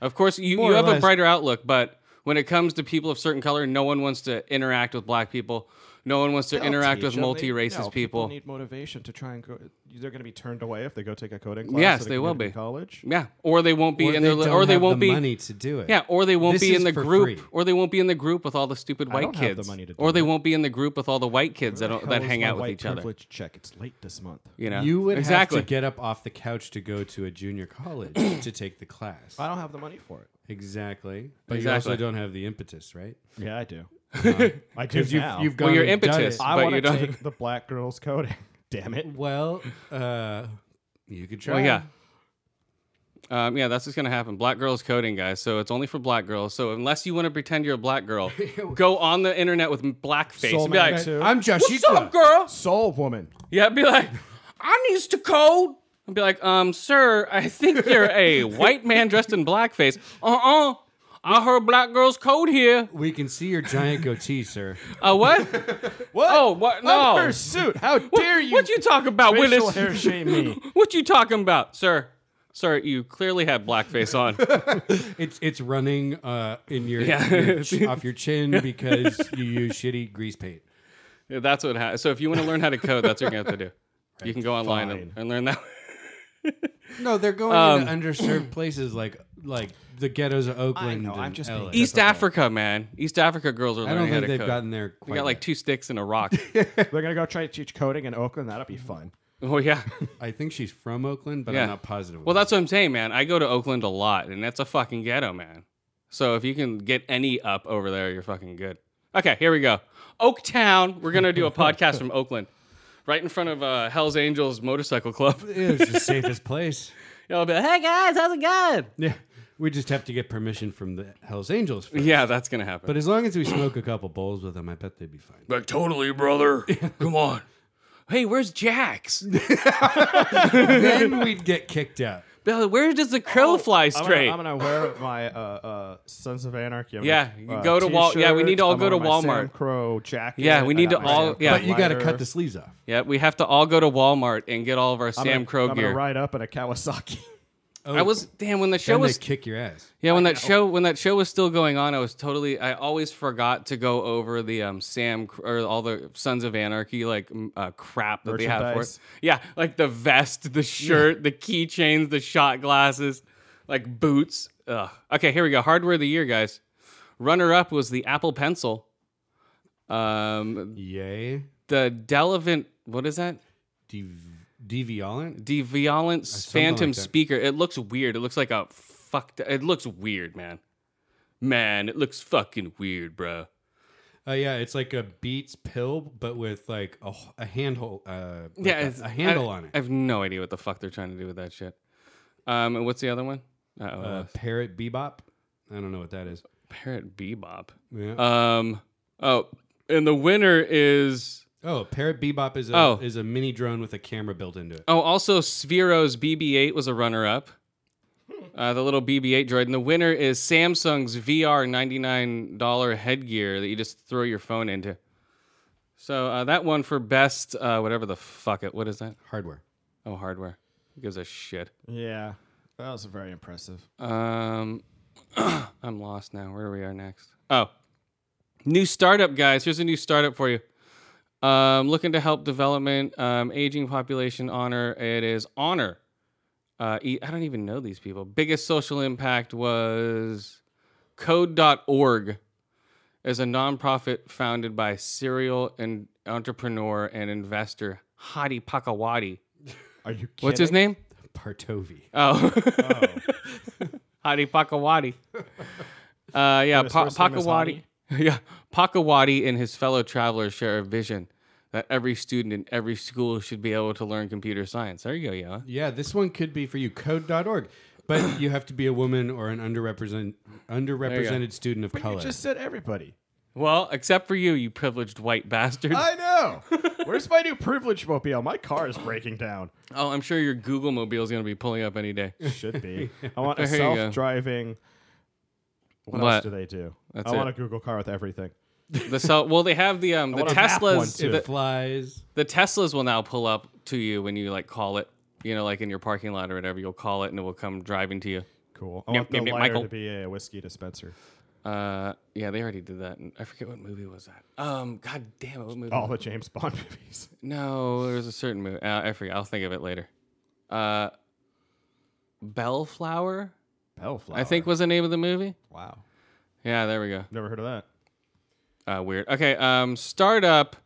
Speaker 1: Of course, you,
Speaker 2: More
Speaker 1: you
Speaker 2: or
Speaker 1: have a
Speaker 2: less.
Speaker 1: brighter outlook, but when it comes to people of certain color, no one wants to interact with black people. No one wants to
Speaker 3: They'll
Speaker 1: interact
Speaker 3: teach
Speaker 1: with
Speaker 3: them. They-
Speaker 1: multi racist
Speaker 3: no,
Speaker 1: people.
Speaker 3: Need motivation to try and go. They're going to be turned away if they go take a coding class.
Speaker 1: Yes,
Speaker 3: at a
Speaker 1: they will
Speaker 3: community
Speaker 1: be.
Speaker 3: College.
Speaker 1: yeah, or they won't be
Speaker 2: or
Speaker 1: in
Speaker 2: they
Speaker 1: their li-
Speaker 2: don't
Speaker 1: or they
Speaker 2: have
Speaker 1: won't
Speaker 2: the
Speaker 1: be
Speaker 2: money to do it.
Speaker 1: Yeah, or they won't
Speaker 2: This
Speaker 1: be in
Speaker 2: is
Speaker 1: the
Speaker 2: for
Speaker 1: group,
Speaker 2: free.
Speaker 1: or they won't be in the group with all the stupid white
Speaker 3: don't have the
Speaker 1: kids,
Speaker 3: money to do
Speaker 1: or they
Speaker 3: it.
Speaker 1: won't be in the group with all the white kids that
Speaker 3: Where the
Speaker 1: don't, that
Speaker 3: hell
Speaker 1: hang
Speaker 3: is my
Speaker 1: out with
Speaker 3: white
Speaker 1: each other.
Speaker 3: privilege Check. It's late this month.
Speaker 1: You know,
Speaker 2: You would
Speaker 1: exactly.
Speaker 2: have to get up off the couch to go to a junior college to take the class.
Speaker 3: I don't have the money for it.
Speaker 2: Exactly. But
Speaker 1: Exactly.
Speaker 2: you also don't have the impetus, right?
Speaker 3: Yeah, I do. I do
Speaker 2: Because you've,
Speaker 3: now.
Speaker 2: you've gone
Speaker 1: Well, your
Speaker 2: and done
Speaker 1: impetus,
Speaker 2: it.
Speaker 3: I
Speaker 1: but
Speaker 3: want
Speaker 1: you
Speaker 3: to
Speaker 1: don't-
Speaker 3: take the black girls coding. Damn it!
Speaker 2: Well, uh, you could try.
Speaker 1: Well, Oh, yeah. Um, yeah, that's what's gonna happen. Black girls coding, guys. So it's only for black girls. So unless you want to pretend you're a black girl, go on the internet with blackface.
Speaker 3: Soul
Speaker 1: and be
Speaker 3: Man
Speaker 1: like,
Speaker 3: too.
Speaker 2: I'm Josh.
Speaker 1: "What's up, girl?"
Speaker 3: Soul woman.
Speaker 1: Yeah, be like, "I needs to code." And be like, "Um, sir, I think you're a white man dressed in blackface." Uh-uh. I heard black girls code here.
Speaker 2: We can see your giant goatee, sir.
Speaker 1: Uh, what?
Speaker 3: What?
Speaker 1: Oh, what? No.
Speaker 3: Her suit. How
Speaker 1: What-
Speaker 3: dare you?
Speaker 1: What you talk about,
Speaker 3: racial
Speaker 1: Willis?
Speaker 3: hair shame me.
Speaker 1: What you talking about, sir? Sir, you clearly have blackface on.
Speaker 2: It's it's running uh, in your,
Speaker 1: Yeah.
Speaker 2: your ch- off your chin because you use shitty grease paint.
Speaker 1: Yeah, that's what. Ha- so if you want to learn how to code, that's what you're gonna have to do. You can go online and,
Speaker 3: Fine.
Speaker 1: and learn that.
Speaker 2: No, they're going
Speaker 1: Um,
Speaker 2: into underserved places like like the ghettos of Oakland.
Speaker 3: know,
Speaker 2: and
Speaker 3: I'm just
Speaker 2: LA.
Speaker 3: being-
Speaker 1: East Africa, man. East Africa girls are
Speaker 2: I
Speaker 1: learning
Speaker 2: don't
Speaker 1: how
Speaker 2: think
Speaker 1: to
Speaker 2: they've
Speaker 1: code.
Speaker 2: gotten there.
Speaker 1: they
Speaker 2: Quite
Speaker 1: got like
Speaker 2: yet.
Speaker 1: two sticks and a rock.
Speaker 3: They're gonna go try to teach coding in Oakland. That'll be fun.
Speaker 1: oh yeah.
Speaker 2: I think she's from Oakland, but
Speaker 1: Yeah.
Speaker 2: I'm not positive.
Speaker 1: Well, that's what I'm saying, man. I go to Oakland a lot, and that's a fucking ghetto, man. So if you can get any up over there, you're fucking good. Okay, here we go. Oaktown. We're gonna do a podcast from Oakland, right in front of uh, Hell's Angels Motorcycle Club.
Speaker 2: it's the safest place.
Speaker 1: Y'all be like, "Hey guys, how's it going?"
Speaker 2: Yeah, we just have to get permission from the Hell's Angels. first.
Speaker 1: Yeah, that's gonna happen.
Speaker 2: But as long as we smoke a couple bowls with them, I bet they'd be fine.
Speaker 1: Like, totally, brother. Come on. Hey, where's Jax?
Speaker 2: then we'd get kicked out.
Speaker 1: Bill, where does the crow fly
Speaker 3: I'm
Speaker 1: straight?
Speaker 3: gonna, I'm gonna wear my uh, uh, Sons of Anarchy. I'm
Speaker 1: Yeah,
Speaker 3: gonna,
Speaker 1: you
Speaker 3: uh,
Speaker 1: go to Wal- yeah, we need to all
Speaker 3: I'm
Speaker 1: go to
Speaker 3: gonna wear my Sam
Speaker 1: Walmart.
Speaker 3: Crow jacket.
Speaker 1: Yeah, we
Speaker 3: I
Speaker 1: need
Speaker 3: got
Speaker 1: to
Speaker 3: my
Speaker 1: all-
Speaker 3: Sam
Speaker 1: yeah.
Speaker 3: Crow
Speaker 2: But you got to
Speaker 3: lighter.
Speaker 2: cut the sleeves off.
Speaker 1: yeah, we have to all go to Walmart and get all of our
Speaker 3: I'm
Speaker 1: Sam
Speaker 3: gonna-
Speaker 1: Crow
Speaker 3: I'm
Speaker 1: gear.
Speaker 3: gonna ride up in a Kawasaki.
Speaker 1: I was damn when the show
Speaker 2: Then they
Speaker 1: was
Speaker 2: kick your ass.
Speaker 1: yeah when that show when that show was still going on. I was totally I always forgot to go over the um Sam Cr- or all the Sons of Anarchy like m- uh, crap that they have for it.
Speaker 3: Merchandise.
Speaker 1: Yeah, like the vest, the shirt, the keychains, the shot glasses, like boots. Ugh. Okay, here we go. Hardware of the year, guys. Runner up was the Apple Pencil. Um,
Speaker 2: Yay.
Speaker 1: the Delevant, what is that?
Speaker 2: Dev- deviolent?
Speaker 1: Deviolent
Speaker 2: something
Speaker 1: Phantom
Speaker 2: like that.
Speaker 1: Speaker. It looks weird. It looks like a fucked. It looks weird, man. Man, it looks fucking weird, bro.
Speaker 2: Uh, yeah, it's like a Beats pill, but with like a, h- a handle. Uh, like
Speaker 1: Yeah,
Speaker 2: a-
Speaker 1: it's,
Speaker 2: a, handle
Speaker 1: I,
Speaker 2: on it.
Speaker 1: I have no idea what the fuck they're trying to do with that shit. Um, and what's the other one? Uh-oh,
Speaker 2: uh, parrot bebop. I don't know what that is.
Speaker 1: Parrot Bebop.
Speaker 2: Yeah.
Speaker 1: Um, oh, and the winner is
Speaker 2: oh, parrot bebop is a
Speaker 1: oh.
Speaker 2: is a mini drone with a camera built into it.
Speaker 1: oh, also Sphero's BB-8 was a runner-up. Uh, the little BB-8 droid, and the winner is Samsung's VR ninety-nine dollar headgear that you just throw your phone into. So uh, that one for best, uh, whatever the fuck it. What is that?
Speaker 2: Hardware.
Speaker 1: Oh, hardware. Who gives a shit?
Speaker 3: yeah, that was very impressive.
Speaker 1: Um, I'm lost now. Where we are next? Oh, new startup, guys. Here's a new startup for you. Um, looking to help development, um, aging population honor. It is honor. Uh, e- I don't even know these people. Biggest social impact was code.org is a nonprofit founded by serial and entrepreneur and investor Hadi Pakawadi.
Speaker 3: Are you? Kidding?
Speaker 1: What's his name?
Speaker 2: Partovi.
Speaker 1: Oh. Hadi Pakawadi. Uh, yeah,
Speaker 3: his
Speaker 1: pa-
Speaker 3: first name is
Speaker 1: Pakawadi. Yeah, Pakawadi and his fellow travelers share a vision that every student in every school should be able to learn computer science. There you go, yeah.
Speaker 2: Yeah, this one could be for you. Code.org. But you have to be a woman or an underrepresent, underrepresented student of
Speaker 3: But
Speaker 2: color.
Speaker 3: you just said everybody.
Speaker 1: Well, except for you, you privileged white bastard.
Speaker 3: I know. Where's my new privilege mobile? My car is breaking down.
Speaker 1: oh, I'm sure your Google mobile is going to be pulling up any day.
Speaker 3: Should be. I want a
Speaker 1: There you go.
Speaker 3: self-driving. What,
Speaker 1: What?
Speaker 3: else do they do?
Speaker 1: That's
Speaker 3: I want
Speaker 1: it.
Speaker 3: a Google car with everything.
Speaker 1: The cell, well, they have the um, the
Speaker 3: want a map one,
Speaker 1: Teslas.
Speaker 3: too.
Speaker 1: The,
Speaker 2: it flies.
Speaker 1: the Teslas will now pull up to you when you like call it. You know, like in your parking lot or whatever, you'll call it and it will come driving to you.
Speaker 3: Cool. I
Speaker 1: Yep,
Speaker 3: want the
Speaker 1: yep, yep,
Speaker 3: lighter
Speaker 1: Michael.
Speaker 3: to be a whiskey dispenser.
Speaker 1: Uh, yeah, they already did that. in- I forget what movie was that. Um, god damn it, what movie?
Speaker 3: All
Speaker 1: was
Speaker 3: the James Bond movies.
Speaker 1: it? No, there was a certain movie. Uh, I forget. I'll think of it later. Uh, Bellflower,
Speaker 3: Bellflower.
Speaker 1: I think was the name of the movie.
Speaker 3: Wow.
Speaker 1: Yeah, there we go.
Speaker 3: Never heard of that.
Speaker 1: Uh, weird. Okay. Um, startup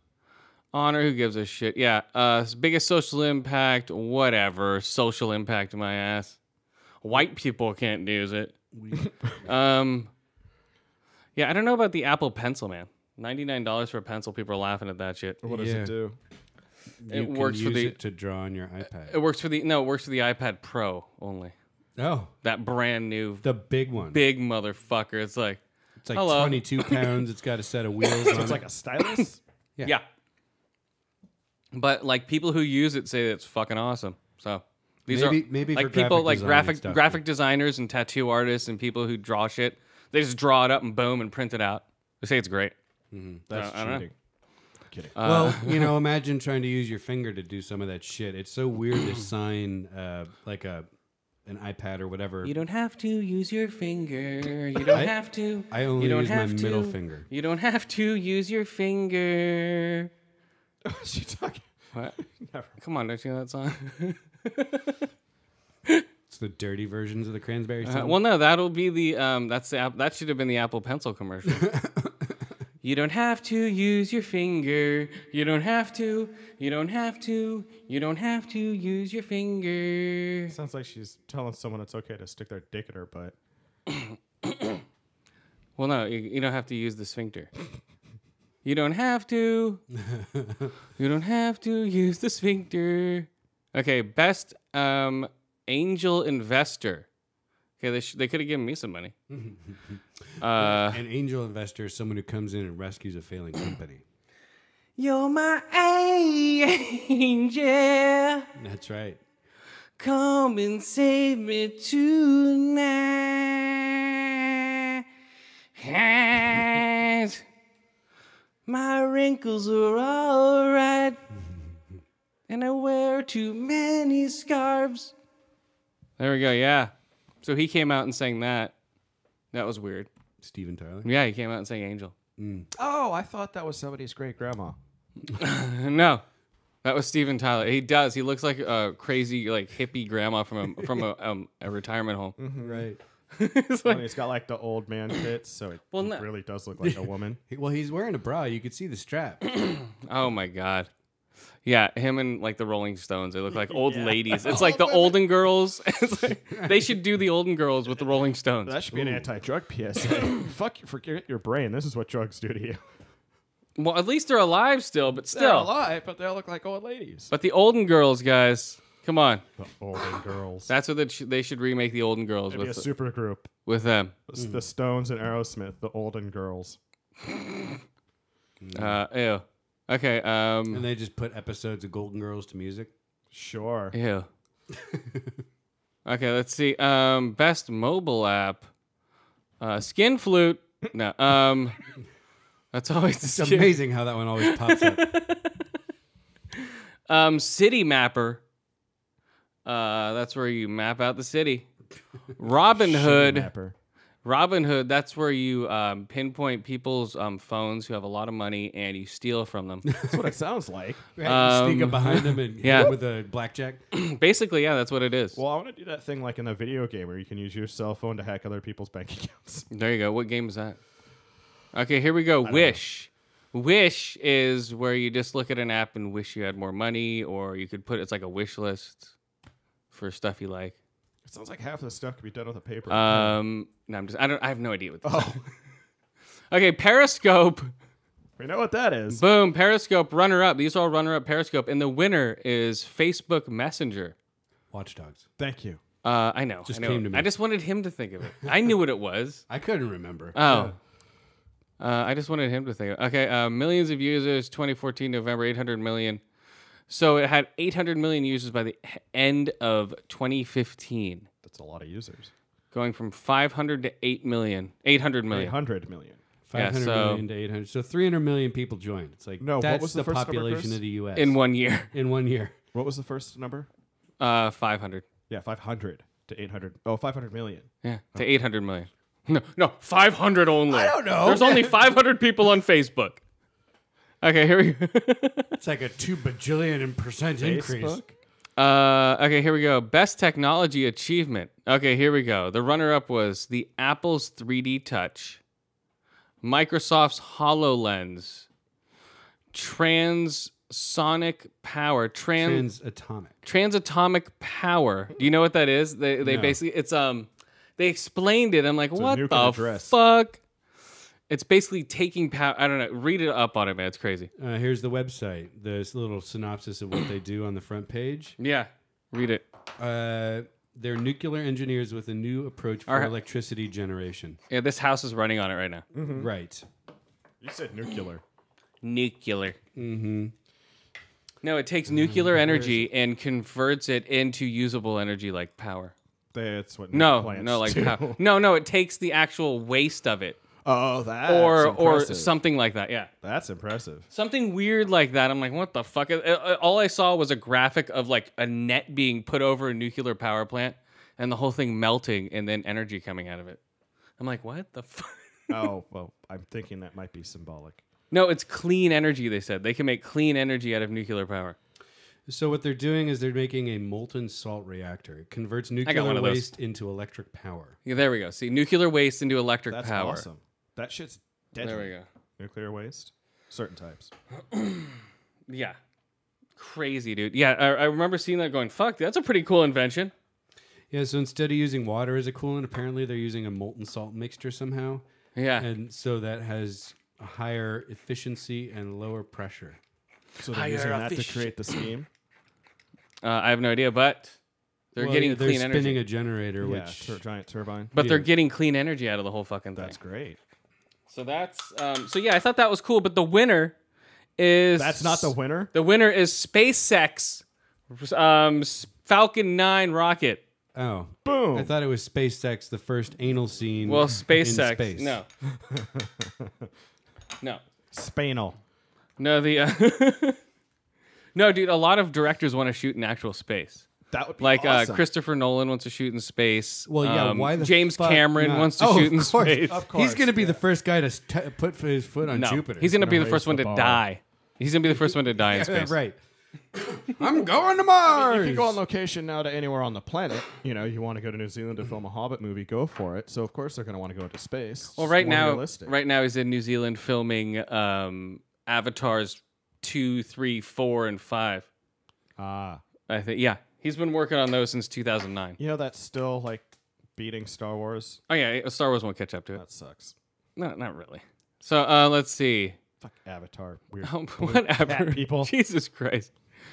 Speaker 1: honor. Who gives a shit? Yeah. Uh, biggest social impact. Whatever. Social impact. My ass. White people can't use it. um. Yeah, I don't know about the Apple Pencil, man. Ninety-nine dollars for a pencil. People are laughing at that shit.
Speaker 3: What does
Speaker 2: Yeah.
Speaker 3: it do?
Speaker 1: It works for
Speaker 2: use
Speaker 1: the- Uh,
Speaker 2: it to draw on your iPad.
Speaker 1: It works for the no. It works for the iPad Pro only.
Speaker 2: oh,
Speaker 1: That brand new
Speaker 2: the big one.
Speaker 1: big motherfucker. It's like
Speaker 2: It's like
Speaker 1: Hello.
Speaker 2: 22 pounds. It's got a set of wheels on it.
Speaker 3: It's like a stylus.
Speaker 1: yeah. But like people who use it say it's fucking awesome. So these
Speaker 2: Maybe-
Speaker 1: are
Speaker 2: maybe for
Speaker 1: like people
Speaker 2: graphic
Speaker 1: like
Speaker 2: design
Speaker 1: graphic
Speaker 2: and stuff.
Speaker 1: graphic designers and tattoo artists and people who draw shit. They just draw it up and boom and print it out. They say it's great.
Speaker 3: That's
Speaker 1: I Uh, don't know.
Speaker 3: cheating. Kidding.
Speaker 2: well, you know, imagine trying to use your finger to do some of that shit. It's so weird to sign uh, like a an iPad or whatever.
Speaker 1: You don't have to use your finger. You don't
Speaker 2: I-
Speaker 1: have to.
Speaker 2: I only
Speaker 1: you don't
Speaker 2: use my
Speaker 1: have to.
Speaker 2: middle finger.
Speaker 1: You don't have to use your finger.
Speaker 3: What's she talking?
Speaker 1: What? Come on, don't you know that song?
Speaker 2: It's the dirty versions of the cranberry.
Speaker 1: Uh,
Speaker 2: song.
Speaker 1: well, no, that'll be the um. That's the app. That should have been the Apple Pencil commercial. you don't have to use your finger. You don't have to. You don't have to. You don't have to use your finger.
Speaker 3: Sounds like she's telling someone it's okay to stick their dick in her butt.
Speaker 1: Well, no, you, you don't have to use the sphincter. You don't have to. you don't have to use the sphincter. Okay, best um angel investor. Okay, they sh- they could have given me some money. uh.
Speaker 2: An angel investor is someone who comes in and rescues a failing company.
Speaker 4: You're my angel.
Speaker 2: That's right.
Speaker 4: Come and save me tonight. My wrinkles are alright. And I wear too many scarves.
Speaker 1: There we go. Yeah. So he came out and sang that. That was weird.
Speaker 2: Steven Tyler.
Speaker 1: Yeah, he came out and sang Angel.
Speaker 3: Oh, I thought that was somebody's great grandma.
Speaker 1: No, that was Steven Tyler. He does. He looks like a crazy, like hippie grandma from a from a, um, a retirement home.
Speaker 3: Mm-hmm.
Speaker 2: Right.
Speaker 1: It's
Speaker 3: And
Speaker 1: like-
Speaker 3: he's got like the old man tits, so it
Speaker 1: Well, no.
Speaker 3: really does look like a woman.
Speaker 2: He- Well, he's wearing a bra. You could see the strap.
Speaker 1: oh my god. Yeah, him and like the Rolling Stones. They look like old ladies. It's like the Olden Girls. It's like, they should do the Olden Girls with the Rolling Stones.
Speaker 3: That should be an anti-drug PSA. Fuck, you- forget your brain. This is what drugs do to you.
Speaker 1: well, at least they're alive still, but
Speaker 3: They're
Speaker 1: still.
Speaker 3: alive, but they all look like old ladies.
Speaker 1: But the Olden Girls, guys, come on.
Speaker 3: The olden girls.
Speaker 1: That's what they should- they should remake the Olden Girls
Speaker 3: That'd be a
Speaker 1: with
Speaker 3: super group.
Speaker 1: with them.
Speaker 3: The Stones and Aerosmith, the olden girls.
Speaker 1: Uh,
Speaker 3: Mm-hmm.
Speaker 1: ew. Okay.
Speaker 2: and
Speaker 1: Um.
Speaker 2: they just put episodes of Golden Girls to music.
Speaker 3: Sure.
Speaker 1: Ew. okay. Let's see. Um. Best mobile app. Uh. Skin flute. No. Um. That's always the
Speaker 2: It's
Speaker 1: skin.
Speaker 2: amazing how that one always pops up.
Speaker 1: Um. City mapper. Uh. That's where you map out the city. Robin Hood.
Speaker 3: Napper.
Speaker 1: Robin Hood. That's where you um, pinpoint people's um, phones who have a lot of money and you steal from them.
Speaker 3: That's what it sounds like.
Speaker 2: Right? Sneak
Speaker 1: Um,
Speaker 2: up behind him and hit
Speaker 1: yeah.
Speaker 2: him with a blackjack.
Speaker 1: Basically, yeah. That's what it is.
Speaker 3: Well, I want to do that thing like in a video game where you can use your cell phone to hack other people's bank accounts.
Speaker 1: There you go. What game is that? Okay, here we go. Wish. Wish is where you just look at an app and wish you had more money, or you could put it's like a wish list for stuff you like.
Speaker 3: It sounds like half of the stuff could be done with a paper.
Speaker 2: Oh.
Speaker 1: Um, no, I'm just I don't I have no idea what. This is. okay, Periscope.
Speaker 3: we know what that is.
Speaker 1: Boom, Periscope. Runner up. These are all runner up. Periscope, and the winner is Facebook Messenger.
Speaker 2: Watch Dogs.
Speaker 3: Thank you.
Speaker 1: Uh, I know.
Speaker 2: Just
Speaker 1: I know.
Speaker 2: came to me.
Speaker 1: I just wanted him to think of it. I knew what it was.
Speaker 2: I couldn't remember.
Speaker 1: Oh. Uh, I just wanted him to think. Okay, uh, millions of users, 2014 November, 800 million. So it had 800 million users by the h- end of 2015,
Speaker 3: That's a lot of users.
Speaker 1: going from 500 to 8 million. 800 million.
Speaker 3: 800 million.
Speaker 1: yeah,
Speaker 2: 500 million
Speaker 1: so-
Speaker 2: to 800. So 300 million people joined. It's like,
Speaker 3: No, what
Speaker 2: that's
Speaker 3: was
Speaker 2: the,
Speaker 3: the first number,
Speaker 2: population
Speaker 3: Chris?
Speaker 2: of the U.S.
Speaker 1: In one year,
Speaker 2: in one year.
Speaker 3: What was the first number?
Speaker 1: uh, 500.
Speaker 3: Yeah, 500 to 800. Oh, 500 million.
Speaker 1: Yeah, to 800 million. No, no, 500 only. I
Speaker 3: don't know.
Speaker 1: There's only 500 people on Facebook. Okay, here we
Speaker 2: It's like a two bajillion and percent increase.
Speaker 1: Uh, okay, here we go. Best technology achievement. Okay, here we go. The runner-up was the Apple's 3D Touch, Microsoft's HoloLens, transonic power, trans
Speaker 2: Transatomic.
Speaker 1: transatomic power. Do you know what that is? They they
Speaker 2: No.
Speaker 1: basically it's um they explained it. I'm like, what
Speaker 3: nuke
Speaker 1: the
Speaker 3: on a dress."
Speaker 1: fuck? It's basically taking power. I don't know. Read it up on it, man. It's crazy.
Speaker 2: Uh, here's the website. This little synopsis of what they do on the front page.
Speaker 1: Yeah, read it.
Speaker 2: Uh, they're nuclear engineers with a new approach for
Speaker 1: Our-
Speaker 2: electricity generation.
Speaker 1: Yeah, this house is running on it right now.
Speaker 2: Right.
Speaker 3: You said nuclear.
Speaker 1: Nuclear. Mm-hmm. No, it takes nuclear energy and converts it into usable energy like power.
Speaker 3: That's what
Speaker 1: No,
Speaker 3: plants
Speaker 1: no, like
Speaker 3: do.
Speaker 1: pow- no, no. It takes the actual waste of it,
Speaker 3: Oh, that
Speaker 1: or or something like that. Yeah.
Speaker 3: That's impressive.
Speaker 1: something weird like that. I'm like, what the fuck? Uh, uh, All I saw was a graphic of like a net being put over a nuclear power plant and the whole thing melting and then energy coming out of it. I'm like, what the fuck?
Speaker 3: oh well, I'm thinking that might be symbolic.
Speaker 1: No, it's clean energy. They said they can make clean energy out of nuclear power.
Speaker 2: So what they're doing is they're making a molten salt reactor. It converts
Speaker 1: one
Speaker 2: nuclear
Speaker 1: of those.
Speaker 2: waste into electric power.
Speaker 1: Yeah, there we go. See, nuclear waste into electric
Speaker 3: That's
Speaker 1: power.
Speaker 3: awesome. That shit's deadly.
Speaker 1: There we go.
Speaker 3: Nuclear waste, certain types.
Speaker 1: Yeah, crazy dude. Yeah, I, I remember seeing that going, fuck, that's a pretty cool invention.
Speaker 2: Yeah, so instead of using water as a coolant, apparently they're using a molten salt mixture somehow.
Speaker 1: Yeah.
Speaker 2: And so that has a higher efficiency and lower pressure.
Speaker 3: So they're using that to create the steam.
Speaker 1: uh, I have no idea, but they're
Speaker 2: Well,
Speaker 1: getting
Speaker 2: yeah,
Speaker 1: clean
Speaker 2: they're
Speaker 1: energy.
Speaker 2: spinning a generator,
Speaker 3: yeah,
Speaker 2: which
Speaker 3: tur- giant turbine.
Speaker 1: but they're
Speaker 2: yeah.
Speaker 1: getting clean energy out of the whole fucking thing.
Speaker 3: That's great.
Speaker 1: So that's um, so yeah, I thought that was cool, but the winner is
Speaker 3: That's not the winner.
Speaker 1: the winner is SpaceX um, s- Falcon 9 rocket.
Speaker 2: oh,
Speaker 3: Boom.
Speaker 2: I thought it was SpaceX, the first anal scene.
Speaker 1: Well,
Speaker 2: in
Speaker 1: SpaceX.
Speaker 2: space.
Speaker 1: No. no.
Speaker 3: Spanel.
Speaker 1: No, the uh, No, dude, a lot of directors want to shoot in actual space.
Speaker 3: That would be
Speaker 1: Like
Speaker 3: awesome.
Speaker 1: uh, Christopher Nolan wants to shoot in space.
Speaker 2: Well, yeah.
Speaker 1: Um,
Speaker 2: why the
Speaker 1: James
Speaker 2: fuck
Speaker 1: Cameron
Speaker 2: not?
Speaker 1: wants to
Speaker 2: Oh,
Speaker 1: shoot in
Speaker 2: of course,
Speaker 1: space?
Speaker 2: Of course, he's gonna be the first guy to st- put f- his foot on
Speaker 1: no,
Speaker 2: Jupiter.
Speaker 1: he's gonna be the
Speaker 3: raise
Speaker 1: first one
Speaker 3: the
Speaker 1: to
Speaker 3: bar.
Speaker 1: die. He's gonna be the first one to die in
Speaker 2: Yeah,
Speaker 1: space.
Speaker 2: right. I'm going to Mars.
Speaker 3: You can go on location now to anywhere on the planet. You know, you want to go to New Zealand to film a Hobbit movie, go for it. So of course they're going to want to go into space.
Speaker 1: Well,
Speaker 3: It's
Speaker 1: right
Speaker 3: more
Speaker 1: now,
Speaker 3: realistic.
Speaker 1: right now he's in New Zealand filming um, Avatars two, three, four, and five.
Speaker 3: Ah,
Speaker 1: I think. Yeah, he's been working on those since 2009.
Speaker 3: you know that's still like beating Star Wars.
Speaker 1: Oh yeah, Star Wars won't catch up to it.
Speaker 2: Uh.
Speaker 3: That sucks.
Speaker 1: No, not really. So uh, let's see.
Speaker 3: Fuck Avatar. Weird.
Speaker 1: Um, Whatever.
Speaker 3: cat people.
Speaker 1: Jesus Christ.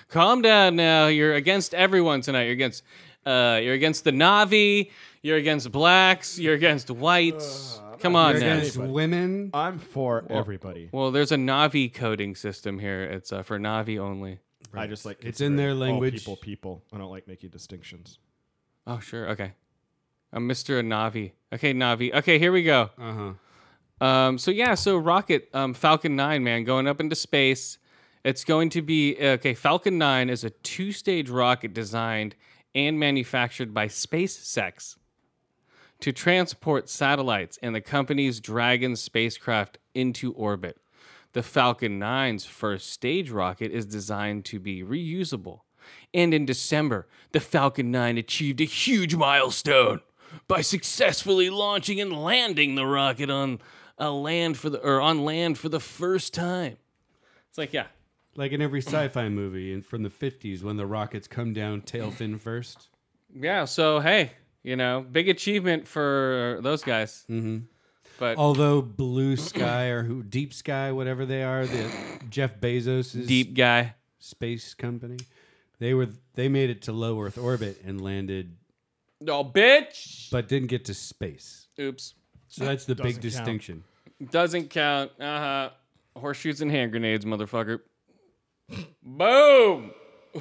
Speaker 1: Calm down now. You're against everyone tonight. You're against. Uh, you're against the Navi. You're against blacks. You're against whites. Come on
Speaker 2: You're
Speaker 1: now.
Speaker 2: against women.
Speaker 3: I'm for everybody.
Speaker 1: Well, there's a Navi coding system here. It's uh, for Navi only.
Speaker 3: I just like
Speaker 2: It's in their
Speaker 3: consider
Speaker 2: language.
Speaker 3: All people, people. I don't like making distinctions.
Speaker 1: Oh, sure. Okay. I'm Mr. Navi. Okay, Navi. Okay, here we go.
Speaker 2: Uh huh.
Speaker 1: Um, so yeah, so rocket um, Falcon 9, man, going up into space. It's going to be okay. Falcon 9 is a two-stage rocket designed and manufactured by SpaceX to transport satellites and the company's Dragon spacecraft into orbit. The Falcon 9's first stage rocket is designed to be reusable. And in December, the Falcon 9 achieved a huge milestone by successfully launching and landing the rocket on a land for the or on land for the first time. It's like, yeah.
Speaker 2: Like in every sci-fi movie, and from the '50s when the rockets come down tail fin first.
Speaker 1: Yeah, so hey, you know, big achievement for those guys.
Speaker 2: Although Blue Sky or who Deep Sky, whatever they are, the Jeff Bezos'
Speaker 1: Deep guy.
Speaker 2: space company, they were they made it to low Earth orbit and landed,
Speaker 1: No, Oh, bitch.
Speaker 2: but didn't get to space.
Speaker 1: Oops.
Speaker 2: So that's the big
Speaker 3: Doesn't count.
Speaker 2: distinction.
Speaker 1: Doesn't count. Uh huh. Horseshoes and hand grenades, motherfucker. Boom.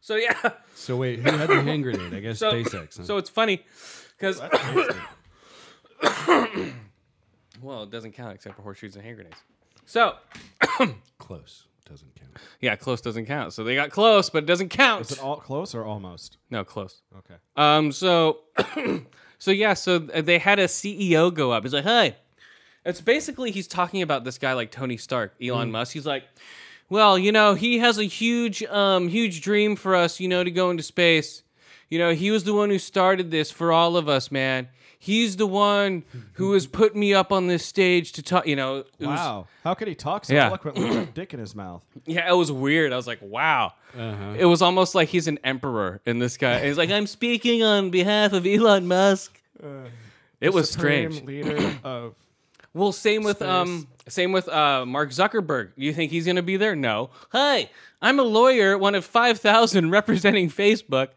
Speaker 1: so yeah,
Speaker 2: So wait, who had the hand grenade? I guess
Speaker 1: So-
Speaker 2: SpaceX. huh?
Speaker 1: so it's funny because well, it doesn't count except for horseshoes and hand grenades. So
Speaker 2: close. doesn't count.
Speaker 1: Yeah, close doesn't count. So they got close, but it doesn't count.
Speaker 3: Is it all close or almost?
Speaker 1: no, close.
Speaker 3: Okay.
Speaker 1: Um, so, so yeah, so they had a CEO go up. He's like, "Hey," it's basically he's talking about this guy like Tony Stark, Elon Musk. He's like, "Well, you know, he has a huge, um, huge dream for us, you know, to go into space. You know, he was the one who started this for all of us, man. He's the one who has put me up on this stage to talk. You know, it was-
Speaker 3: Wow. How could he talk so
Speaker 1: Yeah.
Speaker 3: eloquently with a dick in his mouth?
Speaker 1: yeah, it was weird. I was like, wow.
Speaker 3: Uh-huh.
Speaker 1: It was almost like he's an emperor in this guy. And he's like, I'm speaking on behalf of Elon Musk. it was
Speaker 3: Uh, Supreme
Speaker 1: strange.
Speaker 3: leader of
Speaker 1: Well, same with
Speaker 3: Space.
Speaker 1: um, same with uh, Mark Zuckerberg. You think he's gonna be there? No. Hey, I'm a lawyer, one of five thousand representing Facebook.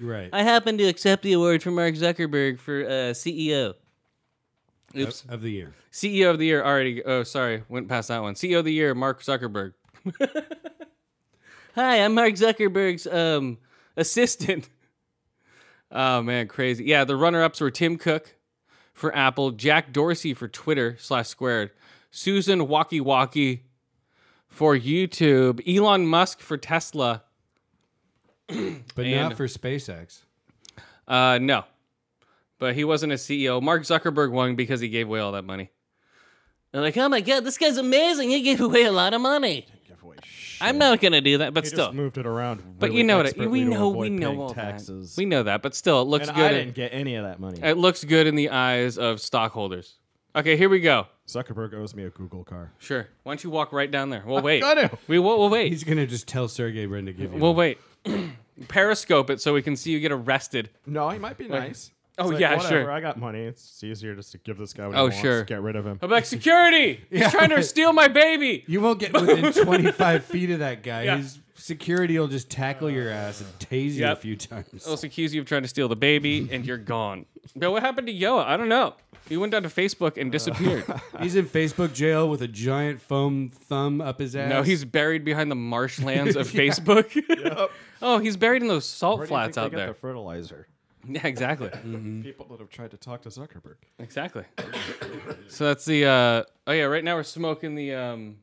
Speaker 2: Right.
Speaker 1: I happen to accept the award from Mark Zuckerberg for uh, CEO. Oops,
Speaker 2: Of, of the year.
Speaker 1: CEO E of the year already. Oh, sorry, went past that one. CEO of the year, Mark Zuckerberg. Hi, I'm Mark Zuckerberg's um assistant. Oh man, crazy. Yeah, the runner-ups were Tim Cook for Apple, Jack Dorsey for Twitter slash Squared, Susan Walkie Walkie for YouTube, Elon Musk for Tesla.
Speaker 2: But
Speaker 1: And-
Speaker 2: not for SpaceX.
Speaker 1: Uh, no, but he wasn't a CEO. Mark Zuckerberg won because he gave away all that money. They're like, oh my god, this guy's amazing. He gave away a lot of money.
Speaker 3: giveaway.
Speaker 1: I'm not gonna do that, but
Speaker 3: He
Speaker 1: still.
Speaker 3: just moved it around.
Speaker 1: But
Speaker 3: really
Speaker 1: you know what?
Speaker 3: expertly
Speaker 1: We
Speaker 3: to
Speaker 1: know.
Speaker 3: avoid
Speaker 1: We know
Speaker 3: paying
Speaker 1: all
Speaker 3: taxes.
Speaker 1: that. We know that, but still, it looks
Speaker 3: and
Speaker 1: good. Uh,
Speaker 3: I
Speaker 1: in-
Speaker 3: didn't get any of that money.
Speaker 1: it looks good in the eyes of stockholders. Okay, here we go.
Speaker 3: Zuckerberg owes me a Google car.
Speaker 1: Sure. Why don't you walk right down there? We'll wait.
Speaker 3: gotta.
Speaker 1: We will. We'll wait.
Speaker 2: He's gonna just tell Sergey Brin to give you.
Speaker 1: We'll wait. Periscope it so we can see you get arrested.
Speaker 3: No, he might be nice.
Speaker 1: Oh,
Speaker 3: It's like,
Speaker 1: yeah,
Speaker 3: whatever,
Speaker 1: sure.
Speaker 3: I got money. It's easier just to give this guy what
Speaker 1: Oh,
Speaker 3: he wants.
Speaker 1: sure.
Speaker 3: Get rid of him.
Speaker 1: I'm like security. He's trying to steal my baby.
Speaker 2: you won't get within 25 feet of that guy.
Speaker 1: Yeah.
Speaker 2: His security will just tackle your ass and tase you a
Speaker 1: Yep.
Speaker 2: few times.
Speaker 1: They'll accuse you of trying to steal the baby, and you're gone. But what happened to Yoa? I don't know. He went down to Facebook and disappeared.
Speaker 2: He's in Facebook jail with a giant foam thumb up his ass.
Speaker 1: no, he's buried behind the marshlands of Facebook. oh, he's buried in those salt
Speaker 3: Where do you
Speaker 1: flats
Speaker 3: think
Speaker 1: out
Speaker 3: they get
Speaker 1: there.
Speaker 3: the fertilizer?
Speaker 1: yeah, exactly. Mm,
Speaker 3: People that have tried to talk to Zuckerberg.
Speaker 1: Exactly. so that's the. Uh, oh yeah, right now we're smoking the um,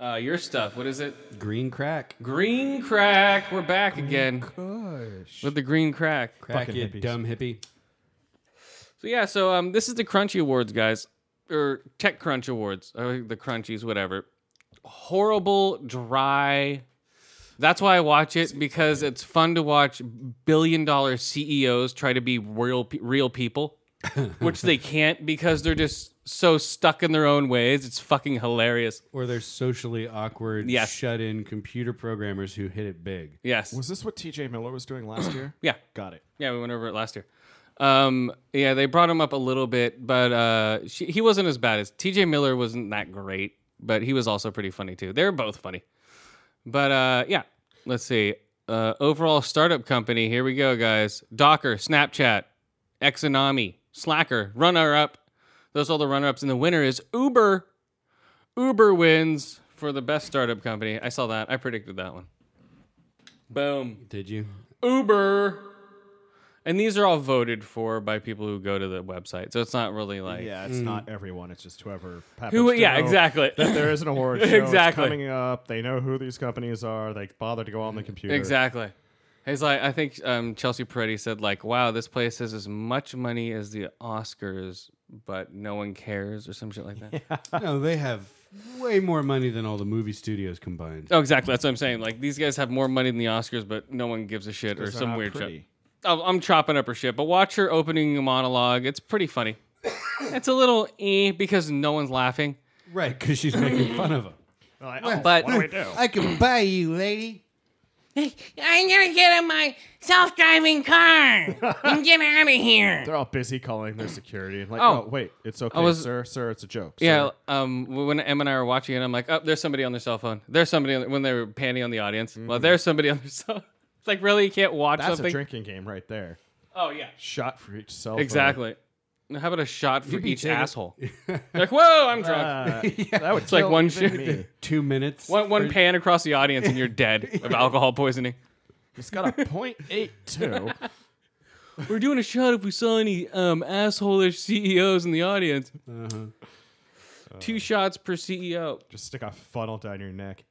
Speaker 1: uh, your stuff. What is it?
Speaker 2: green crack.
Speaker 1: Green crack. We're back again
Speaker 3: Gosh.
Speaker 1: with the green crack.
Speaker 2: Crack,
Speaker 3: Fucking
Speaker 2: you
Speaker 3: hippies.
Speaker 2: dumb hippie.
Speaker 1: So yeah, so um, this is the Crunchy Awards, guys, or Tech Crunch Awards, or the Crunchies, whatever. Horrible, dry. That's why I watch it because it's fun to watch billion-dollar CEOs try to be real, pe- real people, which they can't because they're just so stuck in their own ways. It's fucking hilarious.
Speaker 2: Or they're socially awkward,
Speaker 1: Yes.
Speaker 2: shut in computer programmers who hit it big.
Speaker 1: Yes.
Speaker 3: Was this what TJ Miller was doing last year?
Speaker 1: yeah.
Speaker 3: Got it.
Speaker 1: Yeah, we went over it last year. Um, yeah, they brought him up a little bit, but uh, she, he wasn't as bad as TJ Miller wasn't that great, but he was also pretty funny too. They're both funny. But uh, yeah, let's see. Uh, overall startup company, here we go, guys. Docker, Snapchat, Exonami, Slacker, runner up. Those are all the runner ups. And the winner is Uber. Uber wins for the best startup company. I saw that. I predicted that one. Boom.
Speaker 2: Did you?
Speaker 1: Uber. And these are all voted for by people who go to the website. So it's not really like
Speaker 3: Yeah,
Speaker 2: Hmm.
Speaker 3: it's not everyone. It's just whoever. Happens
Speaker 1: who
Speaker 3: to
Speaker 1: yeah,
Speaker 3: know
Speaker 1: exactly.
Speaker 3: That there is an award show it's
Speaker 1: Exactly.
Speaker 3: coming up. They know who these companies are. They bother to go on the computer.
Speaker 1: exactly. He's like I think um, Chelsea Peretti said like, "Wow, this place has as much money as the Oscars, but no one cares" or some shit like that.
Speaker 2: No, they have way more money than all the movie studios combined.
Speaker 1: Oh, exactly. That's what I'm saying. Like these guys have more money than the Oscars, but no one gives a shit or
Speaker 3: They're
Speaker 1: some
Speaker 3: not
Speaker 1: weird shit.
Speaker 3: pretty.
Speaker 1: Oh, I'm chopping up her shit, but watch her opening monologue. It's pretty funny. it's a little eh because no one's laughing.
Speaker 2: Right, because she's making fun of him.
Speaker 3: They're like, oh,
Speaker 1: But-
Speaker 3: what do we do?
Speaker 2: I can buy you, lady.
Speaker 4: I'm gonna get in my self-driving car and get out of here.
Speaker 3: They're all busy calling their security and like,
Speaker 1: Oh.
Speaker 3: oh, wait, it's okay,
Speaker 1: was-
Speaker 3: sir, sir, it's a joke.
Speaker 1: Yeah,
Speaker 3: sir."
Speaker 1: um, w- when Em and I were watching it, I'm like, oh, there's somebody on their cell phone. There's somebody on when they were panning on the audience. Well, there's somebody on their cell. It's like really, you can't watch
Speaker 3: Mm-hmm. that's
Speaker 1: something.
Speaker 3: a drinking game right there.
Speaker 1: Oh yeah,
Speaker 3: Shot for each cell. phone.
Speaker 1: exactly. Now, How about a shot for
Speaker 2: be
Speaker 1: each
Speaker 2: taking-
Speaker 1: asshole? like, whoa, I'm drunk.
Speaker 3: Uh, That would
Speaker 1: It's like
Speaker 3: kill
Speaker 1: one
Speaker 3: even
Speaker 1: shit-
Speaker 3: me.
Speaker 2: Two minutes.
Speaker 1: one one pan across the audience, and you're dead of alcohol poisoning.
Speaker 3: It's got a point eight two.
Speaker 1: We're doing a shot if we saw any um, asshole-ish CEOs in the audience.
Speaker 3: Uh-huh.
Speaker 1: Two shots per E CEO.
Speaker 3: Uh. Just stick a funnel down your neck.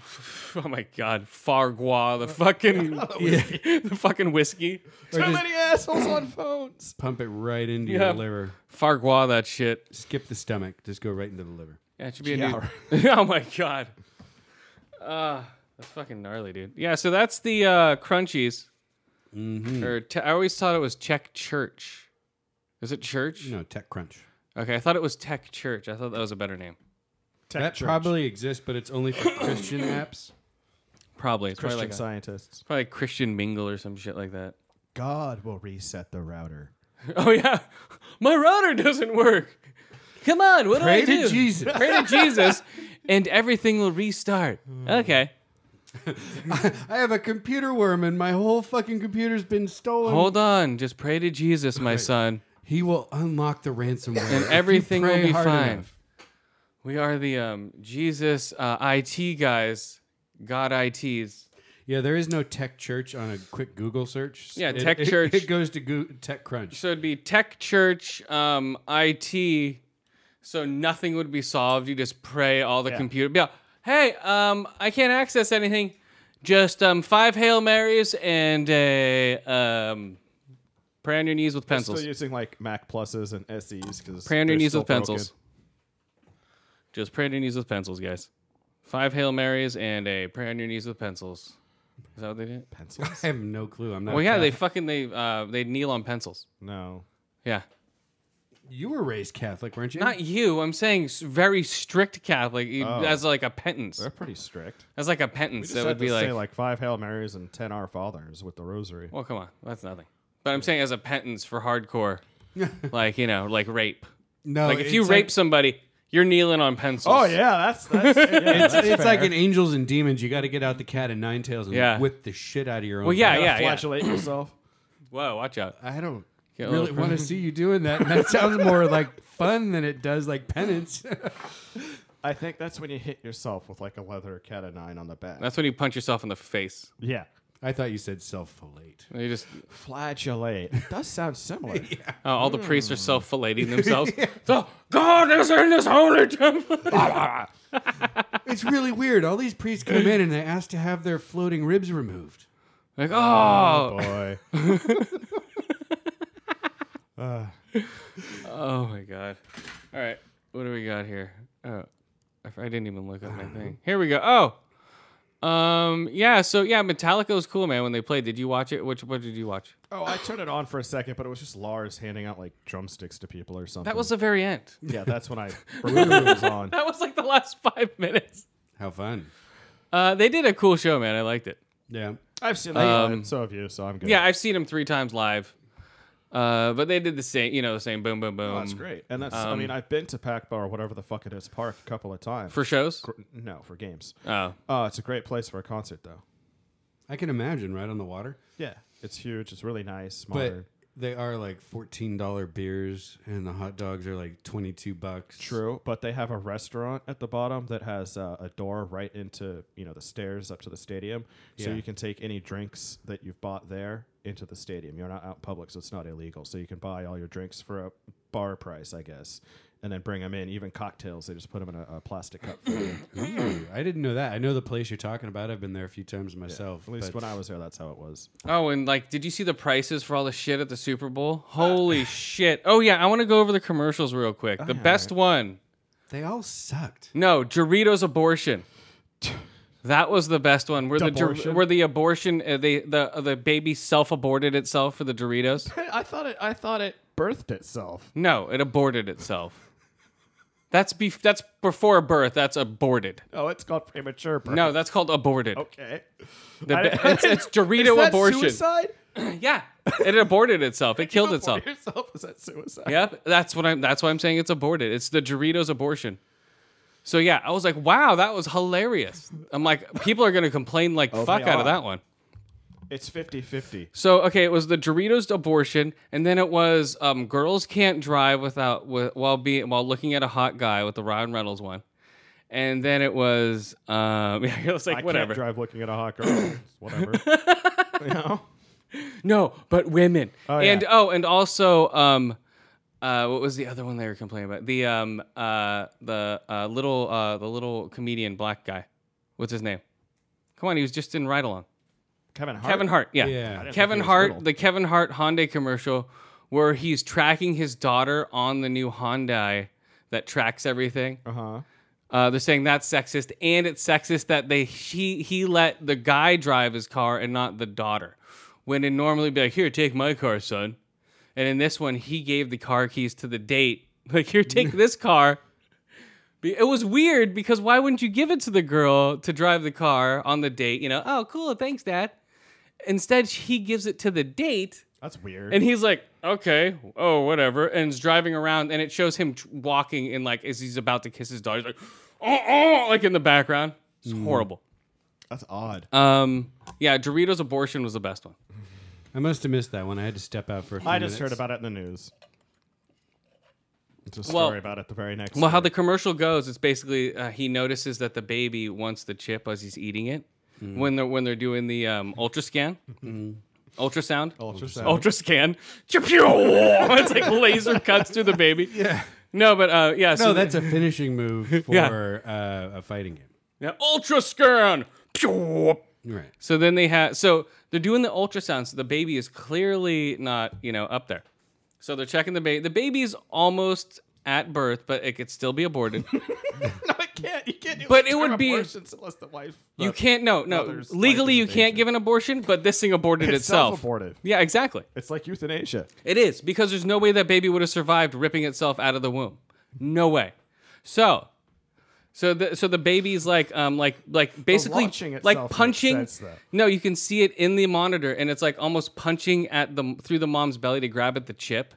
Speaker 1: Oh my god, Fargua, the fucking the fucking whiskey.
Speaker 2: Or
Speaker 3: Too
Speaker 2: just
Speaker 3: many assholes on phones.
Speaker 2: pump it right into
Speaker 1: Yeah.
Speaker 2: your liver.
Speaker 1: Fargua that shit.
Speaker 2: Skip the stomach. Just go right into the liver.
Speaker 1: Yeah, it should be a
Speaker 3: Yeah,
Speaker 1: new. oh my god. Uh, that's fucking gnarly, dude. Yeah, so that's the uh, crunchies.
Speaker 2: Mm-hmm.
Speaker 1: Or te- I always thought it was Czech Church. Is it church?
Speaker 2: No, tech crunch.
Speaker 1: Okay, I thought it was Tech Church. I thought that was a better name.
Speaker 3: Tech
Speaker 2: that
Speaker 3: church.
Speaker 2: probably exists, but it's only for Christian apps.
Speaker 1: Probably. It's
Speaker 3: Christian
Speaker 1: probably like a-
Speaker 3: scientists.
Speaker 1: probably Christian Mingle or some shit like that.
Speaker 3: God will reset the router.
Speaker 1: Oh yeah, my router doesn't work. Come on, what
Speaker 2: Pray
Speaker 1: do I do?
Speaker 2: to Jesus.
Speaker 1: Pray to Jesus, and everything will restart.
Speaker 2: Hmm.
Speaker 1: Okay,
Speaker 2: I have a computer worm, and my whole fucking computer's been stolen.
Speaker 1: hold on. Just pray to Jesus, my son.
Speaker 2: He will unlock the ransomware,
Speaker 1: And
Speaker 2: if you
Speaker 1: everything will
Speaker 2: pray
Speaker 1: be
Speaker 2: hard
Speaker 1: fine.
Speaker 2: enough.
Speaker 1: We are the um, Jesus uh, IT guys, God ITs.
Speaker 2: Yeah, there is no tech church on a quick Google search.
Speaker 1: Yeah,
Speaker 2: It-
Speaker 1: tech
Speaker 2: it-
Speaker 1: church.
Speaker 2: It goes to Goo tech crunch.
Speaker 1: So it'd be tech church, um, IT. So nothing would be solved. You just pray all the computer. Yeah. Hey, um, I can't access anything. Just um, five hail marys and a um, pray on your knees with
Speaker 3: Still
Speaker 1: pencils.
Speaker 3: using like Mac pluses and SEs because
Speaker 1: Pray on your knees with pencils. Just pray on your knees with pencils, guys. Five hail marys and a pray on your knees with pencils. Is that what they did?
Speaker 2: I have no clue. I'm not.
Speaker 1: Well,
Speaker 2: a
Speaker 1: yeah, they
Speaker 2: Catholic.
Speaker 1: fucking they uh, they kneel on pencils.
Speaker 3: No.
Speaker 1: Yeah.
Speaker 2: You were raised Catholic, weren't you?
Speaker 1: Not you. I'm saying s- very strict Catholic you-
Speaker 3: Oh.
Speaker 1: as like a penance.
Speaker 3: They're pretty strict.
Speaker 1: As like a penance. That would be
Speaker 3: to
Speaker 1: like,
Speaker 3: say like five Hail Marys and ten Our Fathers with the rosary.
Speaker 1: well, come on, that's nothing. But I'm saying as a penance for hardcore, like you know, like rape.
Speaker 2: no,
Speaker 1: Like if
Speaker 2: it's
Speaker 1: you rape somebody, you're kneeling on pencils.
Speaker 3: Oh yeah, that's that's, yeah,
Speaker 2: it's,
Speaker 3: that's
Speaker 2: it's like in Angels and Demons. You got to get out the cat and nine tails and
Speaker 1: Yeah.
Speaker 2: whip the shit out of your own.
Speaker 1: Well, yeah,
Speaker 2: back.
Speaker 1: yeah, yeah.
Speaker 3: flagellate yourself.
Speaker 1: Whoa, watch out.
Speaker 2: I don't
Speaker 1: Get a
Speaker 2: really
Speaker 1: little-
Speaker 2: want to see you doing that. And that sounds more like fun than it does like penance.
Speaker 3: I think that's when you hit yourself with like a leather cat o' nine on the back.
Speaker 1: That's when you punch yourself in the face.
Speaker 3: yeah.
Speaker 2: I thought you said self folate.
Speaker 1: You just
Speaker 3: Flagellate. It does sound similar.
Speaker 1: oh, all
Speaker 3: Hmm.
Speaker 1: the priests are self filleting themselves. So, God is in this holy temple.
Speaker 2: It's really weird. All these priests come in and they ask to have their floating ribs removed.
Speaker 1: like oh,
Speaker 3: Boy.
Speaker 1: Oh my god. All right. What do we got here? Oh, I f- I didn't even look up my thing. Here we go. Oh. Um yeah, so yeah, Metallica was cool, man, when they played. Did you watch it? Which what did you watch?
Speaker 3: Oh, I turned it on for a second, but it was just Lars handing out like drumsticks to people or something.
Speaker 1: That was the very end.
Speaker 3: yeah. That's when I remember it was on.
Speaker 1: That was like the last 5 minutes.
Speaker 2: How fun.
Speaker 1: Uh they did a cool show, man. I liked it.
Speaker 2: Yeah.
Speaker 3: I've seen that.
Speaker 1: Um,
Speaker 3: so have you. So I'm good.
Speaker 1: Yeah, I've seen them 3 times live. Uh but they did the same, you know, the same boom boom boom.
Speaker 3: Oh, that's great. And that's. I mean, I've been to Pac Bar or whatever the fuck it is Park a couple of times.
Speaker 1: For shows?
Speaker 3: no, for games.
Speaker 1: Oh.
Speaker 3: Uh, it's a great place for a concert though.
Speaker 2: I can imagine, right? On the water.
Speaker 3: Yeah, it's huge. It's really nice.
Speaker 2: But
Speaker 3: Modern.
Speaker 2: they are like $14 beers and the hot dogs are like 22 bucks.
Speaker 3: True, but they have a restaurant at the bottom that has uh, a door right into you know the stairs up to the stadium, so
Speaker 2: Yeah.
Speaker 3: you can take any drinks that you've bought there into the stadium. You're not out in public, so it's not illegal. So you can buy all your drinks for a bar price, I guess, and then bring them in. Even cocktails, they just put them in a, a plastic cup. For you.
Speaker 2: Ooh, I didn't know that. I know the place you're talking about. I've been there a few times myself.
Speaker 3: At least
Speaker 2: but
Speaker 3: when I was there, that's how it was.
Speaker 1: Oh, and like, did you see the prices for all the shit at the Super Bowl? Holy shit! Oh yeah, I want to go over the commercials real quick.
Speaker 3: Oh,
Speaker 1: the best one,
Speaker 2: they all sucked.
Speaker 1: no, Doritos abortion. That was the best one. Where the
Speaker 3: Dabortion?
Speaker 1: where the abortion, uh, the the uh, the baby self aborted itself for the Doritos.
Speaker 3: I thought it. I thought it birthed itself.
Speaker 1: No, it aborted itself. That's bef- That's before birth. That's aborted.
Speaker 3: Oh, it's called premature birth.
Speaker 1: No, that's called aborted.
Speaker 3: Okay.
Speaker 1: The ba- it's, it's Dorito
Speaker 3: Oh. Is that
Speaker 1: abortion.
Speaker 3: Suicide?
Speaker 1: Yeah, it aborted itself. It killed itself.
Speaker 3: Abort yourself? Is that suicide?
Speaker 1: Yep, that's what I'm. That's why I'm saying it's aborted. It's the Doritos abortion. So yeah, I was like, wow, that was hilarious. I'm like, people are gonna complain like fuck
Speaker 3: Oh, they
Speaker 1: out
Speaker 3: are.
Speaker 1: of that one.
Speaker 3: It's 50-50.
Speaker 1: So okay, it was the Doritos abortion, and then it was um, girls can't drive without wi- while being while looking at a hot guy with the Ryan Reynolds one, and then it was um, yeah, it was like
Speaker 3: I
Speaker 1: whatever.
Speaker 3: can't drive looking at a hot girl. whatever. you know?
Speaker 1: No, but women.
Speaker 3: yeah.
Speaker 1: and oh, and also, um, uh, what was the other one they were complaining about? The um, uh, the uh, little uh, the little comedian black guy. What's his name? Come on, he was just in Ride Along.
Speaker 3: Kevin Hart.
Speaker 1: Kevin Hart, yeah.
Speaker 2: Yeah.
Speaker 1: Kevin
Speaker 3: was
Speaker 1: Hart,
Speaker 3: little.
Speaker 1: the Kevin Hart Hyundai commercial where he's tracking his daughter on the new Hyundai that tracks everything.
Speaker 3: Uh huh.
Speaker 1: Uh, they're saying that's sexist, and it's sexist that they he he let the guy drive his car and not the daughter, when it normally be like, here, take my car, son. And in this one, he gave the car keys to the date, like, here, take this car. Be- It was weird because why wouldn't you give it to the girl to drive the car on the date? You know, oh, cool, thanks, dad. Instead, he gives it to the date.
Speaker 3: That's weird.
Speaker 1: And he's like, okay, oh, whatever. And is driving around, and it shows him tr- walking, and like, as he's about to kiss his daughter, he's like, oh, oh, like in the background. It's horrible.
Speaker 3: That's odd.
Speaker 1: Um, yeah, Doritos abortion was the best one.
Speaker 2: I must have missed that one. I had to step out for a few
Speaker 3: I just heard
Speaker 2: minutes.
Speaker 3: about it in the news. It's a story
Speaker 1: Well-
Speaker 3: about it the very next.
Speaker 1: Well, how
Speaker 3: day.
Speaker 1: the commercial goes, it's basically uh, he notices that the baby wants the chip as he's eating it when they're when they're doing the um, ultra scan, ultrasound,
Speaker 3: ultrasound.
Speaker 1: ultra scan. it's like laser cuts through the baby. Yeah. No, but uh, yeah.
Speaker 2: No, that's a finishing move for
Speaker 1: Yeah.
Speaker 2: uh, a fighting game.
Speaker 1: Yeah, ultra scan.
Speaker 2: Right.
Speaker 1: So then they have so they're doing the ultrasound. So the baby is clearly not you know up there. So they're checking the baby. The baby's almost at birth, but it could still be aborted.
Speaker 3: no, I can't. You can't do
Speaker 1: But it would be-
Speaker 3: abortions unless the wife.
Speaker 1: you can't. No, no.
Speaker 3: mother's
Speaker 1: Legally,
Speaker 3: life
Speaker 1: you can't
Speaker 3: invasion.
Speaker 1: give an abortion, but this thing aborted
Speaker 3: It's
Speaker 1: itself.
Speaker 3: self-abortive.
Speaker 1: Yeah, exactly.
Speaker 3: It's like euthanasia.
Speaker 1: It is because there's no way that baby would have survived ripping itself out of the womb. No way. So, so the so the baby's like um like like basically
Speaker 3: launching itself
Speaker 1: like
Speaker 3: makes
Speaker 1: punching.
Speaker 3: sense, though.
Speaker 1: no, you can see it in the monitor, and it's like almost punching at the through the mom's belly to grab at the chip,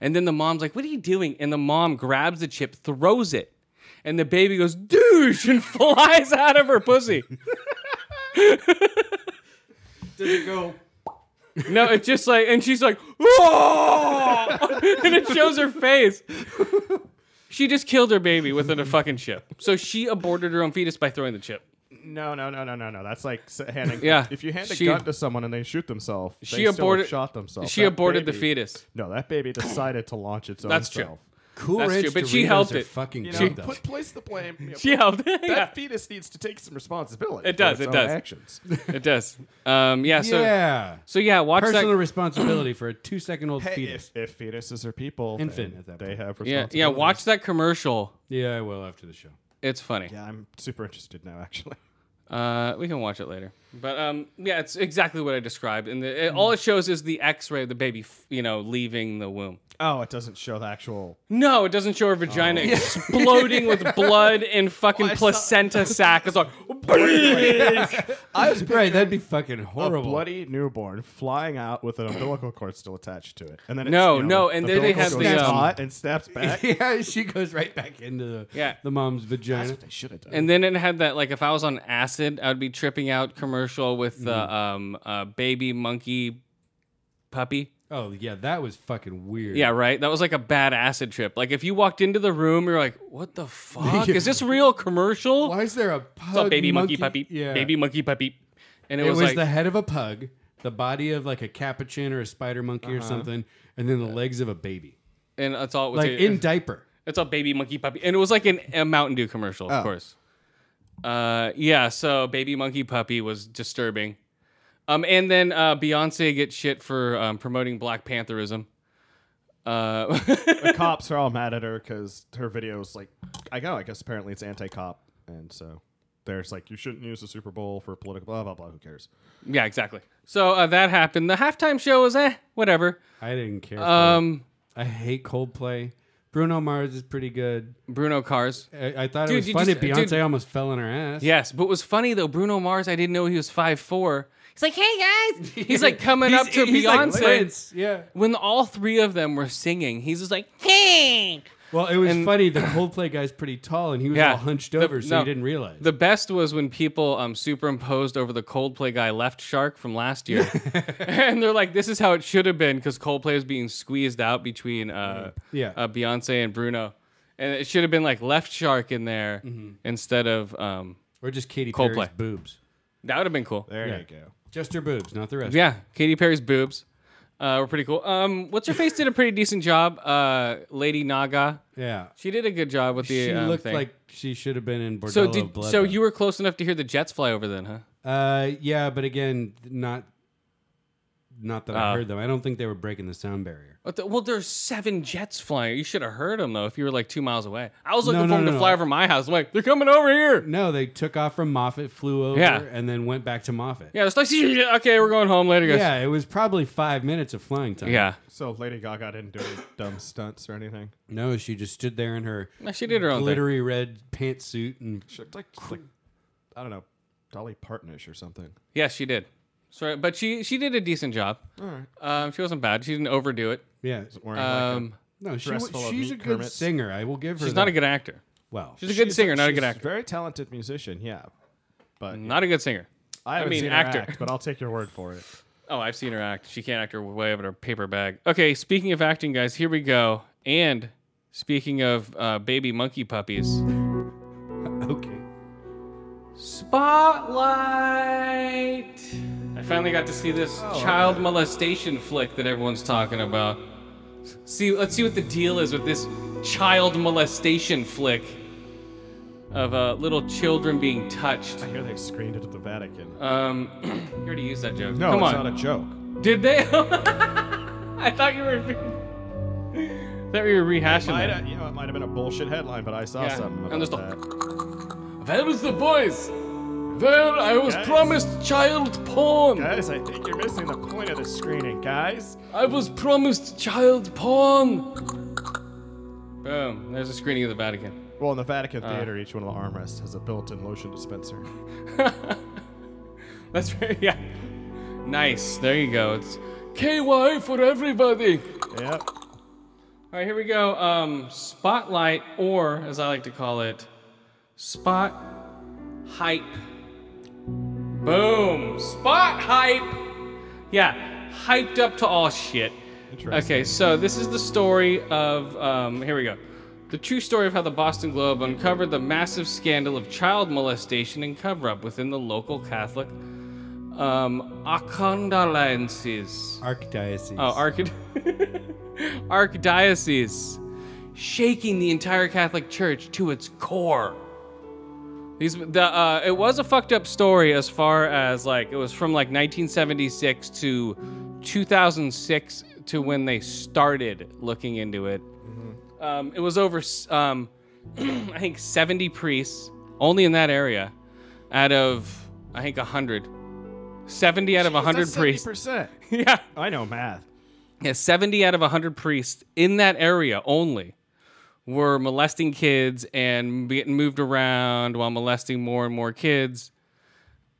Speaker 1: and then the mom's like, "What are you doing?" And the mom grabs the chip, throws it, and the baby goes douche and flies out of her pussy.
Speaker 2: Does it go?
Speaker 1: No, it's just like, and she's like, "Whoa!" and it shows her face. She just killed her baby within a fucking chip. So she aborted her own fetus by throwing the chip.
Speaker 3: No, no, no, no, no, no. That's like s- handing.
Speaker 1: Yeah,
Speaker 3: If you hand a
Speaker 1: she-
Speaker 3: gun to someone and they shoot themselves, they
Speaker 1: She
Speaker 3: still have
Speaker 1: aborted-
Speaker 3: shot themselves.
Speaker 1: she
Speaker 3: Oh, That
Speaker 1: aborted the
Speaker 3: baby-
Speaker 1: fetus.
Speaker 3: No, that baby decided to launch its own.
Speaker 1: That's true.
Speaker 3: self.
Speaker 2: Cool
Speaker 1: That's
Speaker 2: Ranch
Speaker 1: true, but she
Speaker 2: Doritos
Speaker 1: helped
Speaker 2: are
Speaker 1: it.
Speaker 2: Fucking
Speaker 3: You
Speaker 2: good,
Speaker 3: know,
Speaker 2: though.
Speaker 3: put, place the blame. you know,
Speaker 1: She helped.
Speaker 3: That
Speaker 1: yeah,
Speaker 3: fetus needs to take some responsibility.
Speaker 1: It
Speaker 3: for
Speaker 1: does,
Speaker 3: its
Speaker 1: it
Speaker 3: own
Speaker 1: does.
Speaker 3: Actions.
Speaker 1: it does. Um, yeah. So
Speaker 2: yeah.
Speaker 1: so yeah. Watch
Speaker 2: Personal
Speaker 1: that.
Speaker 2: responsibility for a two-second-old
Speaker 3: Hey,
Speaker 2: fetus.
Speaker 3: if, if fetuses are people,
Speaker 2: Infant
Speaker 3: then
Speaker 2: at that
Speaker 3: they
Speaker 2: point.
Speaker 3: have
Speaker 1: Yeah,
Speaker 3: responsibility.
Speaker 1: yeah. Watch that commercial.
Speaker 2: Yeah, I will after the show.
Speaker 1: It's funny.
Speaker 3: Yeah, I'm super interested now. Actually,
Speaker 1: Uh, we can watch it later. But um, yeah, it's exactly what I described. And the, it, all it shows is the X-ray of the baby, f- you know, leaving the womb.
Speaker 3: oh, it doesn't show the actual.
Speaker 1: No, it doesn't show her vagina
Speaker 2: Oh.
Speaker 1: exploding with blood and fucking placenta sac. It's like,
Speaker 3: I was
Speaker 2: Right, that'd be fucking
Speaker 3: a
Speaker 2: horrible.
Speaker 3: bloody newborn flying out with an umbilical cord still attached to it, and then it's,
Speaker 1: No,
Speaker 3: you know,
Speaker 1: no, and
Speaker 3: the
Speaker 1: then they
Speaker 3: umbilical
Speaker 1: have
Speaker 3: cord
Speaker 1: the,
Speaker 3: gets
Speaker 1: um,
Speaker 3: hot and snaps back.
Speaker 2: yeah, she goes right back into the
Speaker 1: Yeah.
Speaker 2: the mom's vagina.
Speaker 3: They should have done.
Speaker 1: and then it had that like if I was on acid, I'd be tripping out commercial with the
Speaker 2: Mm-hmm.
Speaker 1: um uh, baby monkey puppy.
Speaker 2: Oh yeah, that was fucking weird.
Speaker 1: Yeah, right. That was like a bad acid trip. Like if you walked into the room, you're like, "What the fuck? Is this real commercial?"
Speaker 2: Why is there a pug?
Speaker 1: It's a baby monkey, puppy.
Speaker 2: Yeah.
Speaker 1: Baby monkey puppy. And it,
Speaker 2: It
Speaker 1: was,
Speaker 2: was
Speaker 1: like,
Speaker 2: the head of a pug, the body of like a capuchin or a spider monkey
Speaker 1: Uh-huh.
Speaker 2: or something, and then the legs of a baby,
Speaker 1: and that's all. It was
Speaker 2: like
Speaker 1: it-
Speaker 2: in diaper.
Speaker 1: It's a baby monkey puppy, and it was like an, a Mountain Dew commercial,
Speaker 2: Oh.
Speaker 1: of course. Uh, yeah. So baby monkey puppy was disturbing. Um, and then uh, Beyonce gets shit for um, promoting Black Pantherism. Uh,
Speaker 3: the cops are all mad at her because her videos, like, I go, I guess apparently it's anti-cop, and so there's like, you shouldn't use the Super Bowl for political blah blah blah. Who cares?
Speaker 1: yeah, exactly. So uh, that happened. The halftime show was eh, whatever.
Speaker 2: I didn't care. Um,
Speaker 1: Um,
Speaker 2: I hate Coldplay. Bruno Mars is pretty good.
Speaker 1: Bruno Cars.
Speaker 2: I, I thought
Speaker 1: Dude,
Speaker 2: it was
Speaker 1: you
Speaker 2: funny.
Speaker 1: just- uh,
Speaker 2: Beyonce
Speaker 1: dude-
Speaker 2: almost fell on her ass.
Speaker 1: Yes, but what was funny though. Bruno Mars, I didn't know he was five four. He's like, hey guys. He's like coming
Speaker 2: He's-
Speaker 1: up to
Speaker 2: he's like
Speaker 1: Beyonce.
Speaker 2: Prince, yeah.
Speaker 1: when all three of them were singing, he's just like, hey.
Speaker 2: Well, it was
Speaker 1: And-
Speaker 2: funny. The Coldplay guy's pretty tall, and he was
Speaker 1: Yeah.
Speaker 2: all hunched
Speaker 1: The-
Speaker 2: over, so
Speaker 1: no.
Speaker 2: you didn't realize.
Speaker 1: The best was when people um, superimposed over the Coldplay guy Left Shark from last year, and they're like, "This is how it should have been," because Coldplay is being squeezed out between uh,
Speaker 2: Yeah.
Speaker 1: uh, Beyonce and Bruno, and it should have been like Left Shark in there
Speaker 2: Mm-hmm.
Speaker 1: instead of um,
Speaker 2: or just Katy Perry's
Speaker 1: Coldplay.
Speaker 2: boobs.
Speaker 1: that would have been cool.
Speaker 3: There
Speaker 2: Yeah.
Speaker 3: you go.
Speaker 2: Just her boobs, not the rest.
Speaker 1: Yeah, Katy Perry's boobs. Uh, we're pretty cool. Um, what's her face did a pretty decent job. Uh, Lady Naga,
Speaker 2: Yeah.
Speaker 1: she did a good job with the.
Speaker 2: she
Speaker 1: um,
Speaker 2: looked
Speaker 1: thing.
Speaker 2: like she should have been in Bordello
Speaker 1: So
Speaker 2: of
Speaker 1: did
Speaker 2: Blood.
Speaker 1: so
Speaker 2: though.
Speaker 1: you were close enough to hear the jets fly over then, huh?
Speaker 2: Uh, yeah, but again, not not that I
Speaker 1: Ah.
Speaker 2: heard them. I don't think they were breaking the sound barrier.
Speaker 1: What the, well, there's seven jets flying. You should have heard them though if you were like two miles away. I was looking
Speaker 2: No,
Speaker 1: for
Speaker 2: no,
Speaker 1: them
Speaker 2: no,
Speaker 1: to
Speaker 2: no.
Speaker 1: fly over my house. I'm like, they're coming over here.
Speaker 2: No, they took off from Moffat, flew over,
Speaker 1: Yeah.
Speaker 2: and then went back to Moffat.
Speaker 1: Yeah, it's like, okay, we're going home later, guys.
Speaker 2: Yeah, it was probably five minutes of flying time.
Speaker 1: yeah.
Speaker 3: So Lady Gaga didn't do any dumb stunts or anything.
Speaker 2: No, she just stood there in her
Speaker 1: No, she did her own thing.
Speaker 2: glittery red pantsuit and
Speaker 3: She looked like, like I don't know, Dolly Partonish or something.
Speaker 1: Yes, she did. Sorry, but she she did a decent job.
Speaker 3: All right.
Speaker 1: Um, she wasn't bad. She didn't overdo it.
Speaker 2: yeah.
Speaker 3: Wearing
Speaker 1: Um,
Speaker 2: No, she,
Speaker 3: dress
Speaker 2: wa-
Speaker 3: full of
Speaker 2: she's
Speaker 3: meat
Speaker 2: a good
Speaker 3: hermits.
Speaker 2: singer. I will give her.
Speaker 1: she's
Speaker 2: that.
Speaker 1: not a good actor.
Speaker 2: Well,
Speaker 1: She's a good singer, not a good
Speaker 3: she's
Speaker 1: actor.
Speaker 3: Very talented musician, yeah. But
Speaker 1: Not a good singer.
Speaker 3: I, haven't
Speaker 1: mean,
Speaker 3: seen her
Speaker 1: actor.
Speaker 3: act, but I'll take your word for it.
Speaker 1: Oh, I've seen her act. She can't act her way out of her paper bag. Okay, speaking of acting, guys, here we go. And speaking of uh, baby monkey puppies,
Speaker 2: okay.
Speaker 1: Spotlight. I finally got to see this
Speaker 3: Oh,
Speaker 1: child molestation flick that everyone's talking about. See, let's see what the deal is with this child molestation flick of uh, little children being touched.
Speaker 3: I hear they screened it at the Vatican.
Speaker 1: Um, you already used that joke.
Speaker 3: no,
Speaker 1: Come
Speaker 3: it's
Speaker 1: on.
Speaker 3: not a joke.
Speaker 1: Did they? I thought you were. I thought we were rehashing
Speaker 3: Might
Speaker 1: that.
Speaker 3: have, you know, it might have been a bullshit headline, but I saw
Speaker 1: Yeah.
Speaker 3: something about
Speaker 1: And there's
Speaker 3: that.
Speaker 1: There was the voice. There, I was
Speaker 3: Guys.
Speaker 1: promised child porn.
Speaker 3: Guys, I think you're missing the point of the screening, guys.
Speaker 1: I was promised child porn. Boom. There's a screening of the Vatican.
Speaker 3: Well, in the Vatican
Speaker 1: Uh.
Speaker 3: theater, each one of the armrests has a built-in lotion dispenser.
Speaker 1: That's right. Yeah. Nice. There you go. It's KY for everybody.
Speaker 3: yep.
Speaker 1: All right, here we go. Um, spotlight, or as I like to call it, spot hype. Boom! Spot hype. Yeah, hyped up to all shit. Okay, so this is the story of. Um, here we go. The true story of how the Boston Globe uncovered the massive scandal of child molestation and cover-up within the local Catholic um, Acondolenses.
Speaker 2: Archdiocese.
Speaker 1: Oh, archid- archdiocese, shaking the entire Catholic Church to its core. These the uh, it was a fucked up story as far as like it was from like 1976 to 2006 to when they started looking into it. Um, it was over s- um, I think 70 priests only in that area out of I think 100. 70 out of 100 priests.
Speaker 3: percent.
Speaker 1: Yeah.
Speaker 3: I know math.
Speaker 1: Yeah, 70 out of 100 priests in that area only were molesting kids and getting moved around while molesting more and more kids.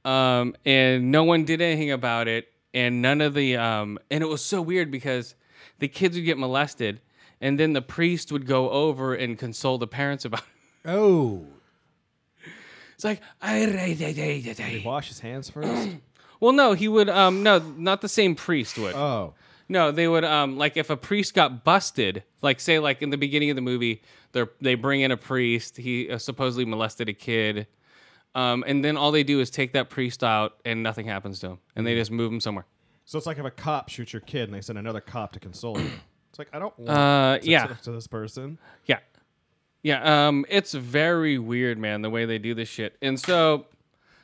Speaker 1: Um, and no one did anything about it. And none of the, um, and it was so weird because the kids would get molested and then the priest would go over and console the parents about it.
Speaker 2: Oh,
Speaker 1: It's like, I.
Speaker 3: Wash his hands first.
Speaker 1: Well, no, he would, um, no, not the same priest would.
Speaker 3: oh,
Speaker 1: No, they would um like if a priest got busted, like say like in the beginning of the movie, they are they bring in a priest, he uh, supposedly molested a kid. Um, and then all they do is take that priest out and nothing happens to him and they just move him somewhere.
Speaker 3: so it's like if a cop shoots your kid and they send another cop to console you. It's like I don't want
Speaker 1: Uh,
Speaker 3: to
Speaker 1: yeah.
Speaker 3: talk to this person.
Speaker 1: Yeah. Yeah, um, it's very weird, man, the way they do this shit. And so,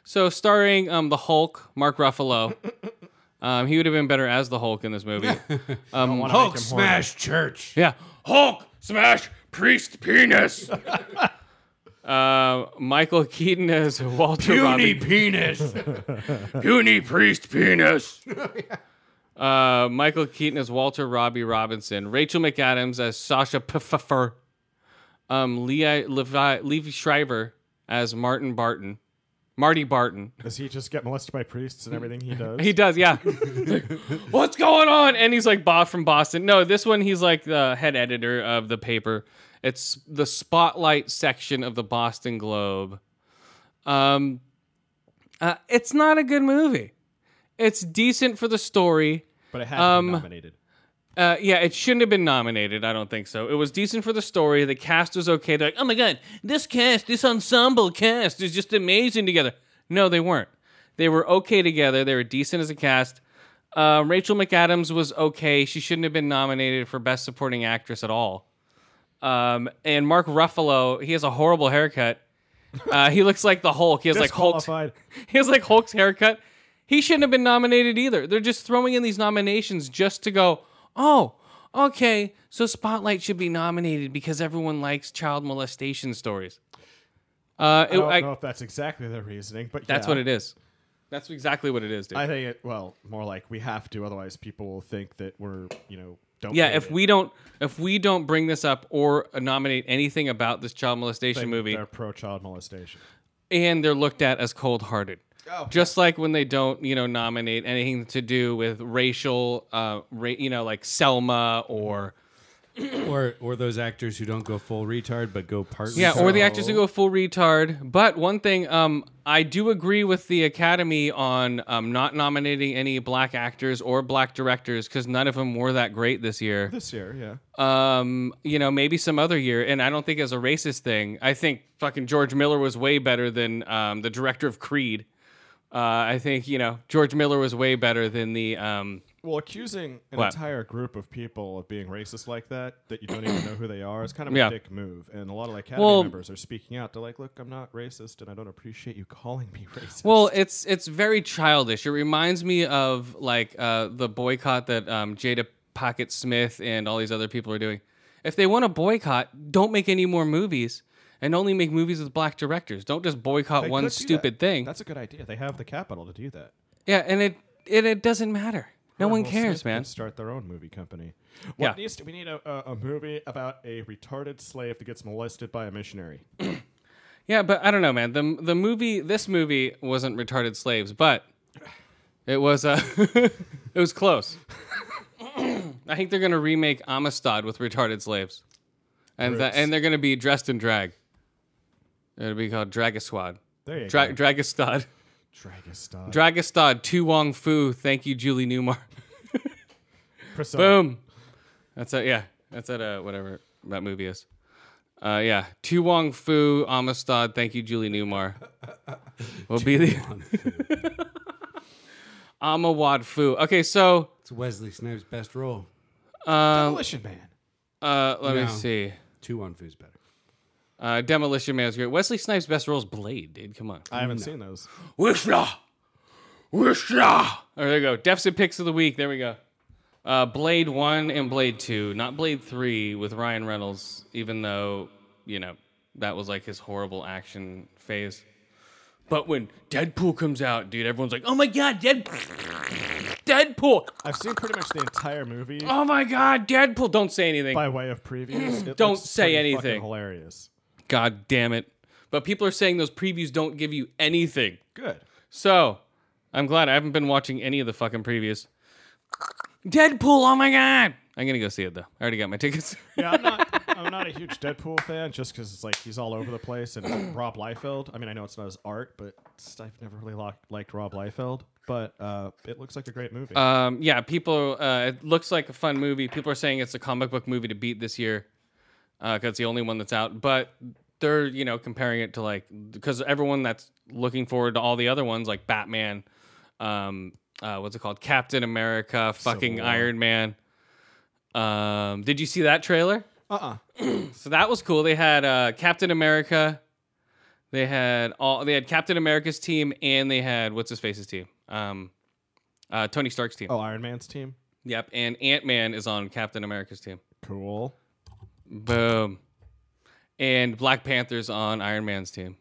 Speaker 1: so starring um, the Hulk, Mark Ruffalo, um, he would have been better as the Hulk in this movie.
Speaker 3: I wanna
Speaker 2: Hulk
Speaker 3: make him horny.
Speaker 2: smash church.
Speaker 1: Yeah. Hulk smash priest penis. uh, Michael Keaton as Walter Robbie.
Speaker 2: penis.
Speaker 1: Puny priest penis. uh, Michael Keaton as Walter Robbie Robinson. Rachel McAdams as Sasha Pfeffer. Um, Levi, Levi, Levi Shriver as Martin Barton. Marty Barton.
Speaker 3: Does he just get molested by priests and everything he does?
Speaker 1: He does, yeah. Like, What's going on? And he's like Bob from Boston. No, this one he's like the head editor of the paper. It's the spotlight section of the Boston Globe. Um, uh, it's not a good movie. It's decent for the story.
Speaker 3: but it had to
Speaker 1: Um,
Speaker 3: be nominated.
Speaker 1: Uh, yeah, it shouldn't have been nominated. I don't think so. It was decent for the story. The cast was okay. They're like, oh my god, this cast, this ensemble cast is just amazing together. No, they weren't. They were okay together. They were decent as a cast. Uh, Rachel McAdams was okay. She shouldn't have been nominated for Best Supporting Actress at all. Um, and Mark Ruffalo, he has a horrible haircut. Uh, he looks like the Hulk. He has like Hulk's,
Speaker 3: Disqualified.
Speaker 1: he has like Hulk's haircut. He shouldn't have been nominated either. They're just throwing in these nominations just to go, oh, okay, so Spotlight should be nominated because everyone likes child molestation stories. Uh,
Speaker 3: I
Speaker 1: it,
Speaker 3: don't
Speaker 1: I-
Speaker 3: know if that's exactly the reasoning, but
Speaker 1: that's
Speaker 3: yeah.
Speaker 1: what it is. That's exactly what it is, dude.
Speaker 3: I think it. Well, more like we have to, otherwise people will think that we're you know don't.
Speaker 1: yeah,
Speaker 3: get
Speaker 1: if
Speaker 3: it.
Speaker 1: we don't if we don't bring this up or nominate anything about this child molestation
Speaker 3: Think
Speaker 1: movie,
Speaker 3: they're pro child molestation.
Speaker 1: and they're looked at as cold-hearted. Just like when they don't, you know, nominate anything to do with racial, uh, ra- you know, like Selma or
Speaker 2: or or those actors who don't go full retard but go part.
Speaker 1: yeah, or the
Speaker 2: retard.
Speaker 1: actors who go full retard. But one thing, um, I do agree with the Academy on um, not nominating any black actors or black directors because none of them were that great this year.
Speaker 3: This year, yeah.
Speaker 1: um, you know, maybe some other year. And I don't think as a racist thing. I think fucking George Miller was way better than um, the director of Creed. Uh, I think you know George Miller was way better than the. Um,
Speaker 3: Well, accusing an
Speaker 1: What?
Speaker 3: entire group of people of being racist like that, that you don't even know who they are, is kind of
Speaker 1: Yeah.
Speaker 3: a dick move. And a lot of the Academy
Speaker 1: Well-
Speaker 3: members are speaking out. They're like, look, I'm not racist, and I don't appreciate you calling me racist.
Speaker 1: well, it's it's very childish. It reminds me of like uh, the boycott that um, Jada Pocket Smith and all these other people are doing. If they want to boycott, don't make any more movies and only make movies with black directors. Don't just boycott
Speaker 3: They
Speaker 1: one
Speaker 3: could do
Speaker 1: stupid
Speaker 3: that.
Speaker 1: thing.
Speaker 3: That's a good idea. They have the capital to do that.
Speaker 1: yeah, and it, it it doesn't matter. No one
Speaker 3: Will
Speaker 1: cares,
Speaker 3: Smith
Speaker 1: man.
Speaker 3: Can start their own movie company. What
Speaker 1: Yeah.
Speaker 3: needs to, we need a, a, a movie about a retarded slave that gets molested by a missionary.
Speaker 1: Yeah, but I don't know, man. The the movie, this movie wasn't retarded slaves, but it was uh, it was close. I think they're gonna remake Amistad with retarded slaves, and that,
Speaker 3: Roots.
Speaker 1: and they're gonna be dressed in drag. It'll be called Dragaswad,
Speaker 3: There you
Speaker 1: Dra-
Speaker 3: go.
Speaker 1: Dragastad,
Speaker 3: Dragastad.
Speaker 1: Dragastad, Tu Wong Fu. Thank you, Julie Newmar.
Speaker 3: Persona.
Speaker 1: Boom. That's it. Yeah, that's it. Uh, whatever that movie is. Uh, yeah, Tu Wong Fu, Amistad. Thank you, Julie Newmar. Will be the Amawad Fu. Okay, so
Speaker 2: It's Wesley Snipes' best role.
Speaker 3: Demolition Man.
Speaker 1: uh, let me
Speaker 2: No.
Speaker 1: see.
Speaker 2: Two on Foo's better.
Speaker 1: Uh, Demolition Man's great. Wesley Snipes' best role is Blade, dude. Come on.
Speaker 3: I haven't seen those.
Speaker 1: Wishla! Wishla! Oh, there you go. Deficit picks of the week. There we go. Uh, Blade 1 and Blade 2, not Blade 3 with Ryan Reynolds, even though, you know, that was like his horrible action phase. But when Deadpool comes out, dude, everyone's like, oh my god, Deadpool! Deadpool!
Speaker 3: I've seen pretty much the entire movie
Speaker 1: Oh my god, Deadpool! Don't say anything.
Speaker 3: by way of previews. It
Speaker 1: Don't
Speaker 3: looks
Speaker 1: say
Speaker 3: pretty fucking
Speaker 1: anything.
Speaker 3: Hilarious.
Speaker 1: God damn it. But people are saying those previews don't give you anything.
Speaker 3: Good.
Speaker 1: So, I'm glad I haven't been watching any of the fucking previews. Deadpool, oh my god! I'm gonna go see it though. I already got my tickets.
Speaker 3: Yeah, I'm not. I'm not a huge Deadpool fan, just because it's like he's all over the place and it's Rob Liefeld. I mean, I know it's not his art, but it's- I've never really lo- liked Rob Liefeld. But uh, it looks like a great movie.
Speaker 1: um, yeah, people, uh, it looks like a fun movie. People are saying it's a comic book movie to beat this year because it's the only one that's out. But they're, you know, comparing it to like, because everyone that's looking forward to all the other ones, like Batman, um, uh, what's it called? Captain America, fucking Iron Man. Um, did you see that trailer?
Speaker 3: Uh-uh.
Speaker 1: So that was cool. They had uh, Captain America. They had all. They had Captain America's team, and they had what's his face's team. Um, uh, Tony Stark's team.
Speaker 3: oh, Iron Man's team.
Speaker 1: Yep, and Ant Man is on Captain America's team.
Speaker 3: Cool.
Speaker 1: Boom. And Black Panther's on Iron Man's team.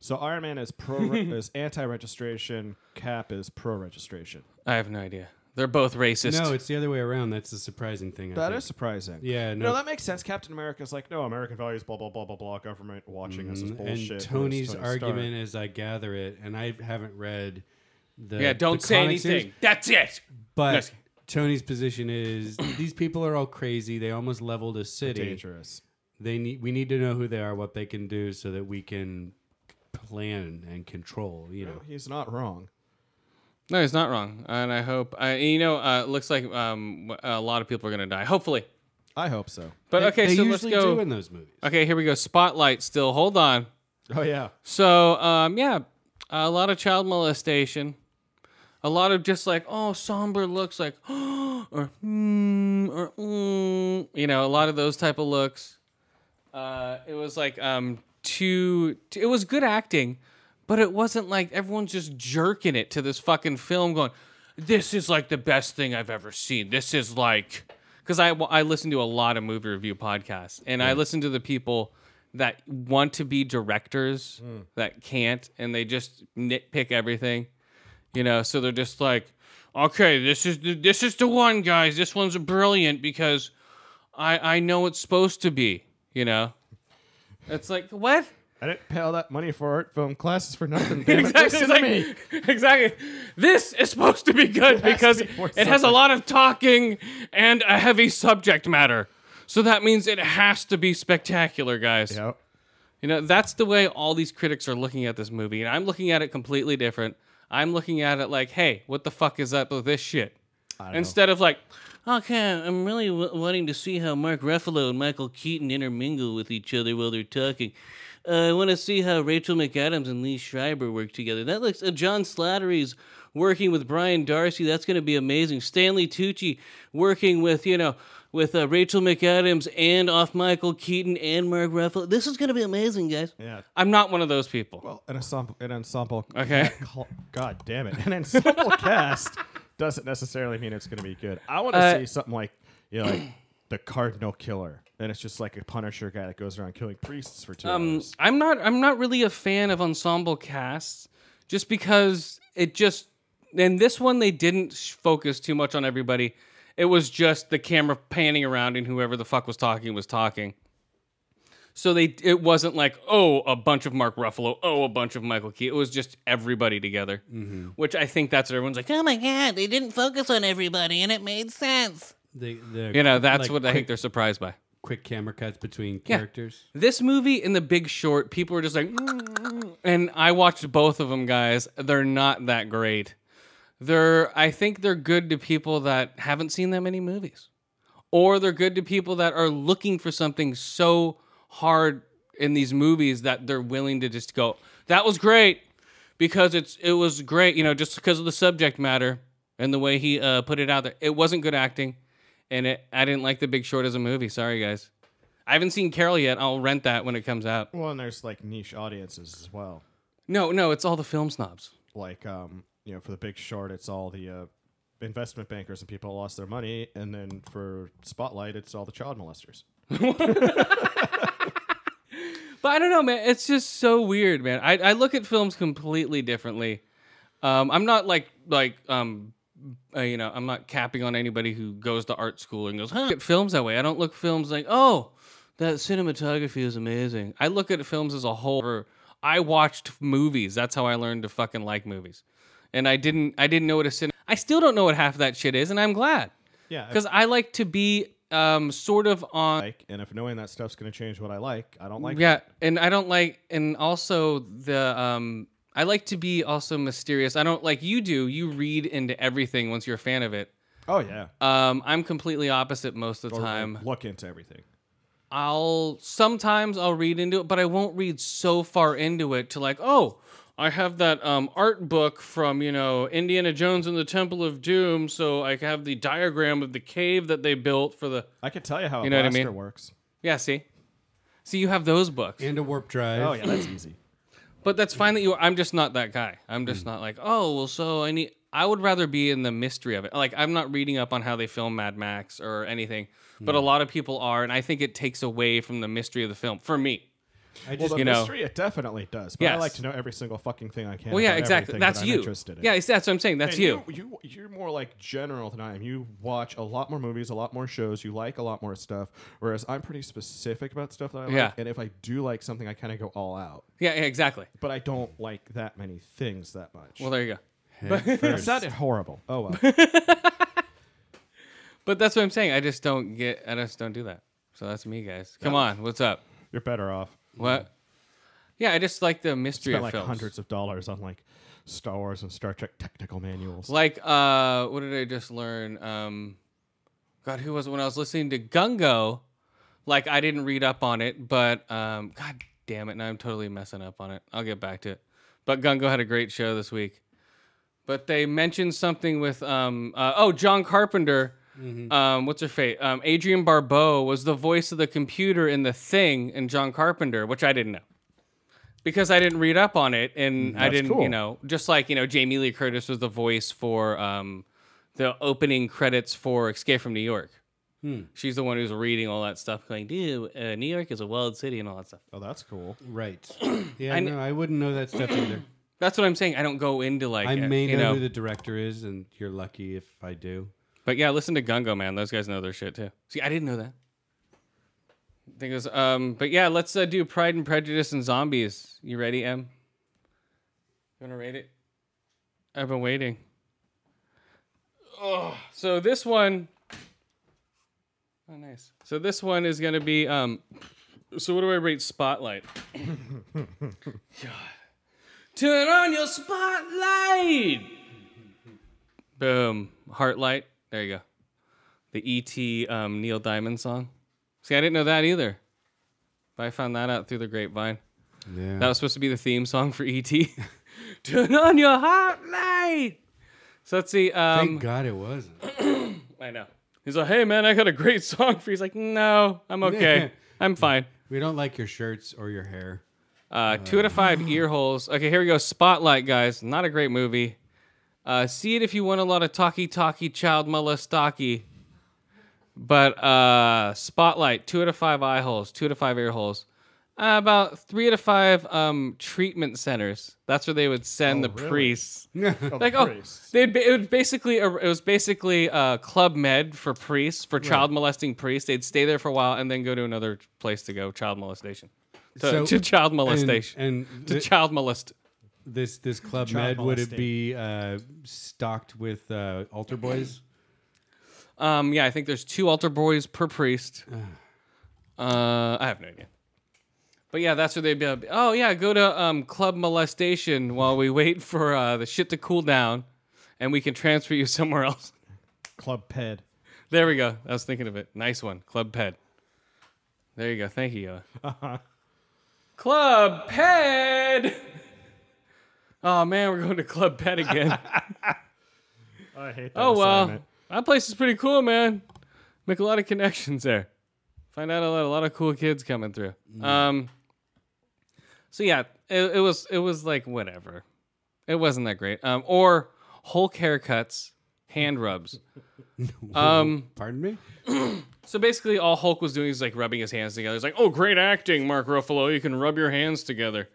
Speaker 3: So Iron Man is pro is anti-registration. Cap is pro-registration.
Speaker 1: I have no idea. They're both racist.
Speaker 2: No, it's the other way around. That's the surprising thing. I
Speaker 3: That
Speaker 2: think.
Speaker 3: is surprising.
Speaker 2: Yeah,
Speaker 3: No,
Speaker 2: no.
Speaker 3: that makes sense. Captain America's like, no, American values, blah blah blah blah blah. Government watching us is bullshit.
Speaker 2: Mm, and
Speaker 3: Whereas
Speaker 2: Tony's
Speaker 3: Tony Stark-
Speaker 2: argument, as I gather it, and I haven't read the
Speaker 1: yeah, don't
Speaker 2: the
Speaker 1: say
Speaker 2: comic
Speaker 1: anything.
Speaker 2: series,
Speaker 1: That's it.
Speaker 2: but
Speaker 1: Yes.
Speaker 2: Tony's position is these people are all crazy. They almost leveled a city.
Speaker 3: dangerous.
Speaker 2: They need we need to know who they are, what they can do, so that we can plan and control. You know,
Speaker 3: He's not wrong.
Speaker 1: No, he's not wrong, and I hope. I, you know, uh, it looks like um, a lot of people are gonna die. Hopefully,
Speaker 3: I hope so.
Speaker 1: but
Speaker 2: They-
Speaker 1: okay.
Speaker 2: they
Speaker 1: so let's
Speaker 2: usually
Speaker 1: go.
Speaker 2: do in those movies.
Speaker 1: okay, here we go. Spotlight. Still, hold on.
Speaker 3: Oh yeah.
Speaker 1: So, um, yeah, a lot of child molestation. a lot of just like oh somber looks like or hmm or mm, you know a lot of those type of looks uh, it was like um too, t- it was good acting but it wasn't like everyone's just jerking it to this fucking film going this is like the best thing i've ever seen this is like because I, I listen to a lot of movie review podcasts and i listen to the people that want to be directors
Speaker 3: Hmm.
Speaker 1: that can't and they just nitpick everything you know so they're just like okay this is the, this is the one guys this one's brilliant because i i know it's supposed to be you know it's like what
Speaker 3: I didn't pay all that money for art film classes for nothing. damn it. Listen to me.
Speaker 1: it's like- exactly. This is supposed to be good because
Speaker 3: be more
Speaker 1: it has a
Speaker 3: subject.
Speaker 1: lot of talking and a heavy subject matter. So that means it has to be spectacular, guys.
Speaker 3: Yep.
Speaker 1: You know, that's the way all these critics are looking at this movie, and I'm looking at it completely different. I'm looking at it like, hey, what the fuck is up with this shit? Instead of like, okay, I'm really w- wanting to see how Mark Ruffalo and Michael Keaton intermingle with each other while they're talking. Uh, I want to see how Rachel McAdams and Lee Schreiber work together. That looks. Uh, John Slattery's working with Brian Darcy. That's going to be amazing. Stanley Tucci working with you know with uh, Rachel McAdams and off Michael Keaton and Mark Ruffalo. This is going to be amazing, guys.
Speaker 3: Yeah.
Speaker 1: I'm not one of those people.
Speaker 3: Well, an ensemble, an ensemble.
Speaker 1: Okay.
Speaker 3: col- God damn it, an ensemble cast doesn't necessarily mean it's going to be good. I want to
Speaker 1: Uh,
Speaker 3: see something like, you know, like the Cardinal Killer, and it's just like a Punisher guy that goes around killing priests for two
Speaker 1: um,
Speaker 3: hours.
Speaker 1: I'm not I'm not really a fan of ensemble casts just because it just and this one they didn't sh- focus too much on everybody. It was just the camera panning around and whoever the fuck was talking was talking. So they it wasn't like oh a bunch of Mark Ruffalo oh a bunch of Michael Keaton it was just everybody together, which I think that's what everyone's like.
Speaker 7: Oh my god, they didn't focus on everybody and it made sense.
Speaker 2: They, the,
Speaker 1: You know that's
Speaker 2: like,
Speaker 1: what I
Speaker 2: quick,
Speaker 1: think they're surprised by.
Speaker 2: quick camera cuts between characters.
Speaker 1: This movie and The Big Short, people are just like, "Mm." and I watched both of them, guys. They're not that great. They're, I think they're good to people that haven't seen that many movies, or they're good to people that are looking for something so hard in these movies that they're willing to just go, that was great because it's it was great, you know, just because of the subject matter and the way he uh, put it out there. It wasn't good acting, and it I didn't like The Big Short as a movie. Sorry, guys. I haven't seen Carol yet. I'll rent that when it comes out.
Speaker 3: well, and there's like niche audiences as well.
Speaker 1: No, no, it's all the film snobs.
Speaker 3: Like, um, you know, for The Big Short, it's all the uh, investment bankers and people who lost their money, and then for Spotlight, it's all the child molesters.
Speaker 1: But I don't know, man. It's just so weird, man. I, I look at films completely differently. Um, I'm not like like um, uh, you know, I'm not capping on anybody who goes to art school and goes huh, look at films that way. I don't look films like oh, that cinematography is amazing. I look at films as a whole. Or I watched movies. That's how I learned to fucking like movies. And I didn't I didn't know what a cinema. I still don't know what half that shit is, and I'm glad
Speaker 3: Yeah,
Speaker 1: because I like to be um, sort of on
Speaker 3: like, and if knowing that stuff's going to change what I like, I don't like.
Speaker 1: yeah, and I don't like, and also the um, I like to be also mysterious. I don't like you do. You read into everything once you're a fan of it.
Speaker 3: Oh yeah,
Speaker 1: Um, I'm completely opposite most of the
Speaker 3: Or, like,
Speaker 1: time.
Speaker 3: Look into everything.
Speaker 1: I'll sometimes I'll read into it, but I won't read so far into it to like, oh, I have that um, art book from you know Indiana Jones and the Temple of Doom, so I have the diagram of the cave that they built for the.
Speaker 3: I can tell you how
Speaker 1: You
Speaker 3: a
Speaker 1: know what I
Speaker 3: blaster
Speaker 1: mean?
Speaker 3: works.
Speaker 1: Yeah, see, see, you have those books.
Speaker 2: And a warp drive.
Speaker 3: Oh yeah, that's easy.
Speaker 1: But that's fine that you. I'm just not that guy. I'm
Speaker 3: Hmm.
Speaker 1: just not like, oh, well, so I need. I would rather be in the mystery of it. Like, I'm not reading up on how they film Mad Max or anything, but a
Speaker 3: Hmm.
Speaker 1: lot of people are, and I think it takes away from the mystery of the film for me.
Speaker 2: I
Speaker 3: Well,
Speaker 2: just
Speaker 3: the
Speaker 1: you know-
Speaker 3: mystery it definitely does. But I
Speaker 1: Yes.
Speaker 3: like to know every single fucking thing I can.
Speaker 1: Well, yeah,
Speaker 3: about
Speaker 1: exactly.
Speaker 3: everything
Speaker 1: That's
Speaker 3: that I'm
Speaker 1: you.
Speaker 3: Interested in.
Speaker 1: Yeah, it's- that's what I'm saying. That's
Speaker 3: And
Speaker 1: you.
Speaker 3: you. You are more like general than I am. You watch a lot more movies, a lot more shows. You like a lot more stuff. Whereas I'm pretty specific about stuff that I like.
Speaker 1: Yeah.
Speaker 3: And if I do like something, I kind of go all out.
Speaker 1: Yeah, yeah, exactly.
Speaker 3: But I don't like that many things that much.
Speaker 1: Well, there you go.
Speaker 3: that sounded horrible. Oh well.
Speaker 1: But that's what I'm saying. I just don't get. I just don't do that. So that's me, guys. Come on, what's up?
Speaker 3: You're better off.
Speaker 1: What? Yeah, I just like the mystery
Speaker 3: Spent
Speaker 1: of
Speaker 3: like
Speaker 1: films.
Speaker 3: hundreds of dollars on like Star Wars and Star Trek technical manuals.
Speaker 1: Like, uh, what did I just learn? Um, God, who was it when I was listening to Gungo? Like, I didn't read up on it, but um, God damn it, now I'm totally messing up on it. I'll get back to it. But Gungo had a great show this week. but they mentioned something with um uh, oh John Carpenter.
Speaker 2: Mm-hmm.
Speaker 1: Um, what's her fate? Um, Adrian Barbeau was the voice of the computer in The Thing in John Carpenter, which I didn't know because I didn't read up on it,
Speaker 2: Mm,
Speaker 1: and I
Speaker 3: that's
Speaker 1: didn't, you
Speaker 3: cool.
Speaker 1: know, just like you know, Jamie Lee Curtis was the voice for um, the opening credits for Escape from New York.
Speaker 2: Hmm.
Speaker 1: She's the one who's reading all that stuff, going, "Dude, uh, New York is a wild city," and all that stuff.
Speaker 3: Oh, that's cool.
Speaker 2: Right. Yeah,
Speaker 1: I kn-
Speaker 2: no, I wouldn't know that stuff either.
Speaker 1: That's what I'm saying. I don't go into like
Speaker 2: I
Speaker 1: uh,
Speaker 2: may
Speaker 1: you
Speaker 2: know,
Speaker 1: know,
Speaker 2: who the director is, and you're lucky if I do.
Speaker 1: But yeah, listen to Gungo Man. Those guys know their shit too. See, I didn't know that. I think it was, um, but yeah, let's uh, do Pride and Prejudice and Zombies. You ready, Em? You wanna rate it? I've been waiting. Oh, so this one. Oh, nice. So this one is gonna be. Um, so what do I rate Spotlight? God, turn on your spotlight. Boom. Heartlight. There you go. The E.T. Um, Neil Diamond song. See, I didn't know that either. But I found that out through the grapevine.
Speaker 2: Yeah.
Speaker 1: That was supposed to be the theme song for E.T. Turn on your heartlight. So let's see. Um,
Speaker 2: Thank God it wasn't.
Speaker 1: I know. He's like, hey, man, I got a great song for you. He's like, no, I'm okay. I'm fine.
Speaker 2: We don't like your shirts or your hair.
Speaker 1: Uh, two out of five ear holes. Okay, here we go. Spotlight, guys. Not a great movie. Uh, see it if you want a lot of talky talky child molestaki. But uh, Spotlight, two out of five eye holes, two out of five ear holes. Uh, about three out of five um, treatment centers. That's where they would send the priests. like, oh, they'd ba- it was basically a, it was basically uh club med for priests for child molesting priests. They'd stay there for a while and then go to another place to go child molestation. To,
Speaker 2: So-
Speaker 1: to child
Speaker 2: And-
Speaker 1: molestation
Speaker 2: And,
Speaker 1: to
Speaker 2: thi-
Speaker 1: child molest.
Speaker 2: this this club med would it be uh, stocked with uh, altar boys?
Speaker 1: Um, yeah, I think there's two altar boys per priest. Uh, I have no idea. But yeah, that's where they'd be. like, Oh yeah, go to um, club molestation while we wait for uh, the shit to cool down, and we can transfer you somewhere else.
Speaker 3: Club Ped.
Speaker 1: There we go. I was thinking of it. Nice one, club ped. There you go. Thank you, Yoa.
Speaker 2: Uh-huh.
Speaker 1: Club ped. Oh man, we're going to club ped again.
Speaker 3: I hate that.
Speaker 1: Oh well, that place is pretty cool, man. Make a lot of connections there. Find out a lot, a lot of cool kids coming through. Um, so yeah, it, it was it was like whatever. It wasn't that great. Um, or Hulk haircuts, hand rubs. um,
Speaker 2: Pardon me.
Speaker 1: so basically, all Hulk was doing is like rubbing his hands together. He's like, "Oh, great acting, Mark Ruffalo. You can rub your hands together.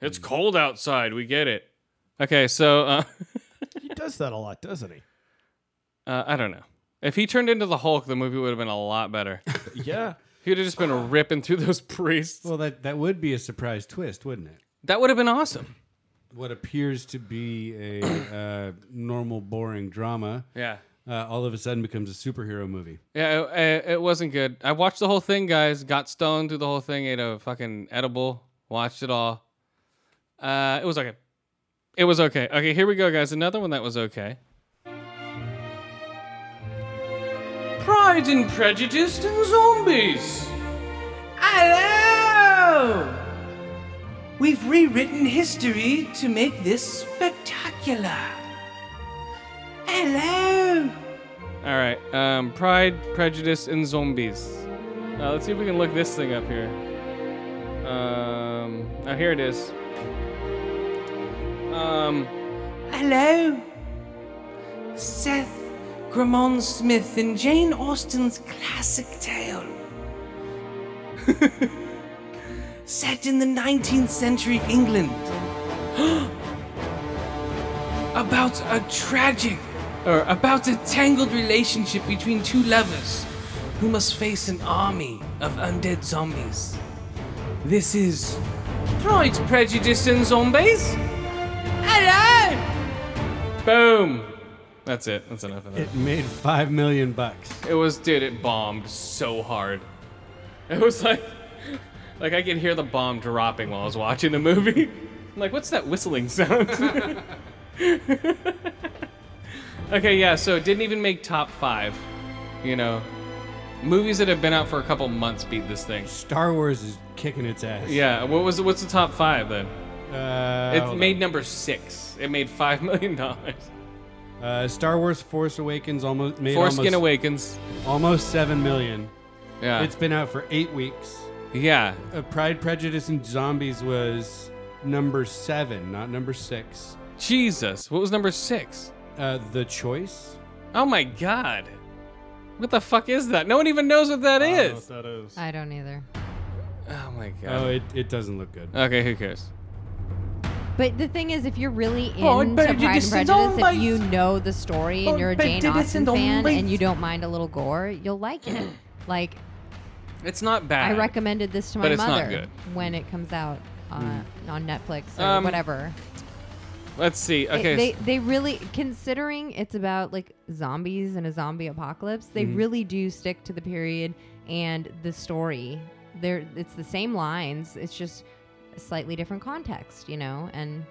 Speaker 1: It's cold outside. We get it." Okay, so. Uh,
Speaker 3: He does that a lot, doesn't he?
Speaker 1: Uh, I don't know. If he turned into the Hulk, the movie would have been a lot better.
Speaker 3: Yeah.
Speaker 1: He would have just been ripping through those priests.
Speaker 2: Well, that that would be a surprise twist, wouldn't it?
Speaker 1: That would have been awesome.
Speaker 2: What appears to be a uh, normal, boring drama,
Speaker 1: Yeah.
Speaker 2: uh, all of a sudden becomes a superhero movie.
Speaker 1: Yeah, it, it- it wasn't good. I watched the whole thing, guys. Got stoned through the whole thing. Ate a fucking edible. Watched it all. Uh, it was okay. It was okay. Okay, here we go, guys. Another one that was okay. Pride and Prejudice and Zombies.
Speaker 4: Hello! We've rewritten history to make this spectacular. Hello!
Speaker 1: All right. Um, Pride, Prejudice, and Zombies. Uh, let's see if we can look this thing up here. Um, oh, here it is. Um,
Speaker 4: Hello! Seth Gramont Smith in Jane Austen's classic tale. Set in the 19th century England. about a tragic, or about a tangled relationship between two lovers who must face an army of undead zombies. This is Pride, Prejudice, and Zombies. Hello!
Speaker 1: boom. That's it. That's enough of that.
Speaker 2: It made five million bucks.
Speaker 1: It was, dude. It bombed so hard. It was like, like I could hear the bomb dropping while I was watching the movie. I'm like, what's that whistling sound? okay, yeah. So it didn't even make top five. You know, movies that have been out for a couple months beat this thing.
Speaker 2: Star Wars is kicking its ass.
Speaker 1: Yeah. What was what's the top five then?
Speaker 2: Uh,
Speaker 1: It
Speaker 2: hold
Speaker 1: made
Speaker 2: on.
Speaker 1: number six. It made five million dollars.
Speaker 2: Uh, Star Wars Force Awakens almost made
Speaker 1: Foreskin
Speaker 2: almost,
Speaker 1: Awakens.
Speaker 2: almost seven million.
Speaker 1: Yeah.
Speaker 2: It's been out for eight weeks.
Speaker 1: yeah.
Speaker 2: Uh, Pride, Prejudice, and Zombies was number seven, not number six.
Speaker 1: Jesus. What was number six?
Speaker 2: Uh, the Choice.
Speaker 1: Oh my god. What the fuck is that? No one even knows what that is.
Speaker 8: that is.
Speaker 9: I don't either.
Speaker 1: Oh my
Speaker 2: Oh,
Speaker 1: god.
Speaker 2: it, it doesn't look good.
Speaker 1: okay, who cares?
Speaker 9: But the thing is, if you're really into
Speaker 4: Oh,
Speaker 9: Pride
Speaker 4: but
Speaker 9: and
Speaker 4: you
Speaker 9: Prejudice,
Speaker 4: just don't
Speaker 9: if
Speaker 4: like-
Speaker 9: you know the story and
Speaker 4: Oh,
Speaker 9: you're a
Speaker 4: but
Speaker 9: Jane
Speaker 4: this
Speaker 9: Austen
Speaker 4: don't
Speaker 9: fan
Speaker 4: like-
Speaker 9: and you don't mind a little gore, you'll like it. like
Speaker 1: It's not bad.
Speaker 9: I recommended this to my
Speaker 1: But it's not
Speaker 9: mother
Speaker 1: good. Hmm.
Speaker 9: when it comes out on, on Netflix or
Speaker 1: Um,
Speaker 9: whatever.
Speaker 1: Let's see.
Speaker 9: They-
Speaker 1: Okay.
Speaker 9: they,
Speaker 1: s-
Speaker 9: they really considering it's about like zombies and a zombie apocalypse. They
Speaker 1: Mm-hmm.
Speaker 9: really do stick to the period and the story. They're it's the same lines. It's just a slightly different context, you know. And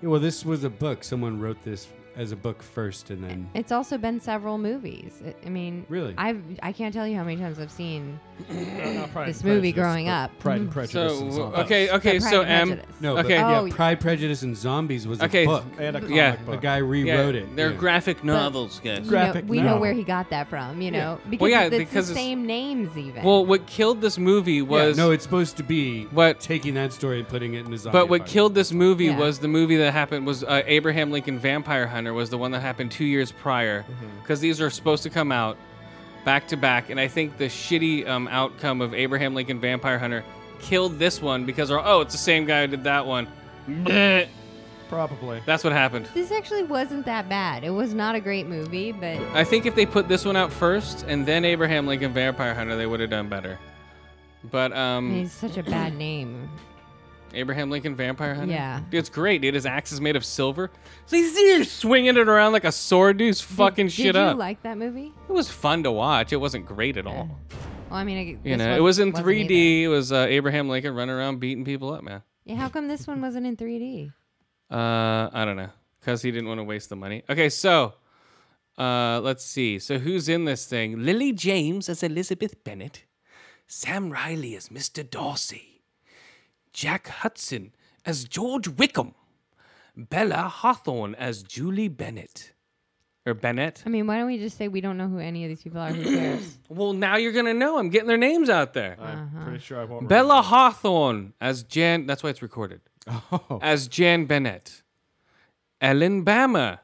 Speaker 2: Yeah, well, this was a book. Someone wrote this as a book first, and then
Speaker 9: it's also been several movies. I, I mean,
Speaker 2: Really?
Speaker 9: I've I can't tell you how many times I've seen
Speaker 8: This
Speaker 9: this movie growing up. Mm-hmm.
Speaker 3: Pride
Speaker 2: Mm.
Speaker 3: and Prejudice. and
Speaker 1: so
Speaker 3: Zombies.
Speaker 1: okay, okay,
Speaker 9: Pride
Speaker 1: so
Speaker 9: and
Speaker 1: M.
Speaker 9: Prejudice.
Speaker 2: no,
Speaker 1: Okay.
Speaker 2: but, yeah,
Speaker 9: Oh, y-
Speaker 2: Pride, Prejudice, and Zombies was
Speaker 1: Okay,
Speaker 2: a book.
Speaker 3: And a comic
Speaker 1: Yeah,
Speaker 2: The
Speaker 3: book.
Speaker 2: guy
Speaker 1: yeah,
Speaker 2: rewrote it.
Speaker 1: They're
Speaker 2: yeah.
Speaker 1: graphic novels, guys.
Speaker 9: You know,
Speaker 3: graphic
Speaker 9: we know
Speaker 3: novel.
Speaker 9: where he got that from, you know, because
Speaker 1: yeah,
Speaker 9: it's
Speaker 1: because
Speaker 9: the
Speaker 1: it's-
Speaker 9: same names even.
Speaker 1: Well, what killed this movie
Speaker 2: Yeah,
Speaker 1: was
Speaker 2: no, it's supposed to be
Speaker 1: What-
Speaker 2: taking that story and putting it in a zombie.
Speaker 1: But what
Speaker 2: apocalypse.
Speaker 1: killed this movie
Speaker 9: Yeah.
Speaker 1: was the movie that happened was uh, Abraham Lincoln Vampire Hunter was the one that happened two years prior
Speaker 9: Mm-hmm.
Speaker 1: because these are supposed to come out back to back, and I think the shitty um, outcome of Abraham Lincoln Vampire Hunter killed this one because they're, oh it's the same guy who did that one. Bleh.
Speaker 3: Probably.
Speaker 1: That's what happened.
Speaker 9: this actually wasn't that bad. It was not a great movie, but
Speaker 1: I think if they put this one out first and then Abraham Lincoln Vampire Hunter, they would have done better. But
Speaker 9: I mean,
Speaker 1: um,
Speaker 9: it's such a bad name.
Speaker 1: Abraham Lincoln Vampire Hunter.
Speaker 9: Yeah.
Speaker 1: Dude, it's great, dude. His axe is made of silver. So he's here swinging it around like a sword, dude. He's fucking
Speaker 9: Did-
Speaker 1: shit
Speaker 9: Did
Speaker 1: up.
Speaker 9: you like that movie?
Speaker 1: it was fun to watch. It wasn't great at all.
Speaker 9: Well, I mean, I,
Speaker 1: You
Speaker 9: this
Speaker 1: know,
Speaker 9: one
Speaker 1: it was in
Speaker 9: wasn't
Speaker 1: 3D.
Speaker 9: either.
Speaker 1: It was uh, Abraham Lincoln running around beating people up, man.
Speaker 9: Yeah, how come this one wasn't in 3D?
Speaker 1: Uh, I don't know, cause he didn't want to waste the money. Okay, so. Uh, let's see. So who's in this thing? Lily James as Elizabeth Bennet, Sam Riley as Mr. Dorsey, Jack Hudson as George Wickham, Bella Hawthorne as Julie Bennett, or Bennett.
Speaker 9: I mean, why don't we just say we don't know who any of these people are? Who cares?
Speaker 1: Well, now you're gonna know. I'm getting their names out there.
Speaker 8: I'm pretty sure I won't.
Speaker 1: Bella Hawthorne as Jan. That's why it's recorded. As Jan Bennett, Ellen Bama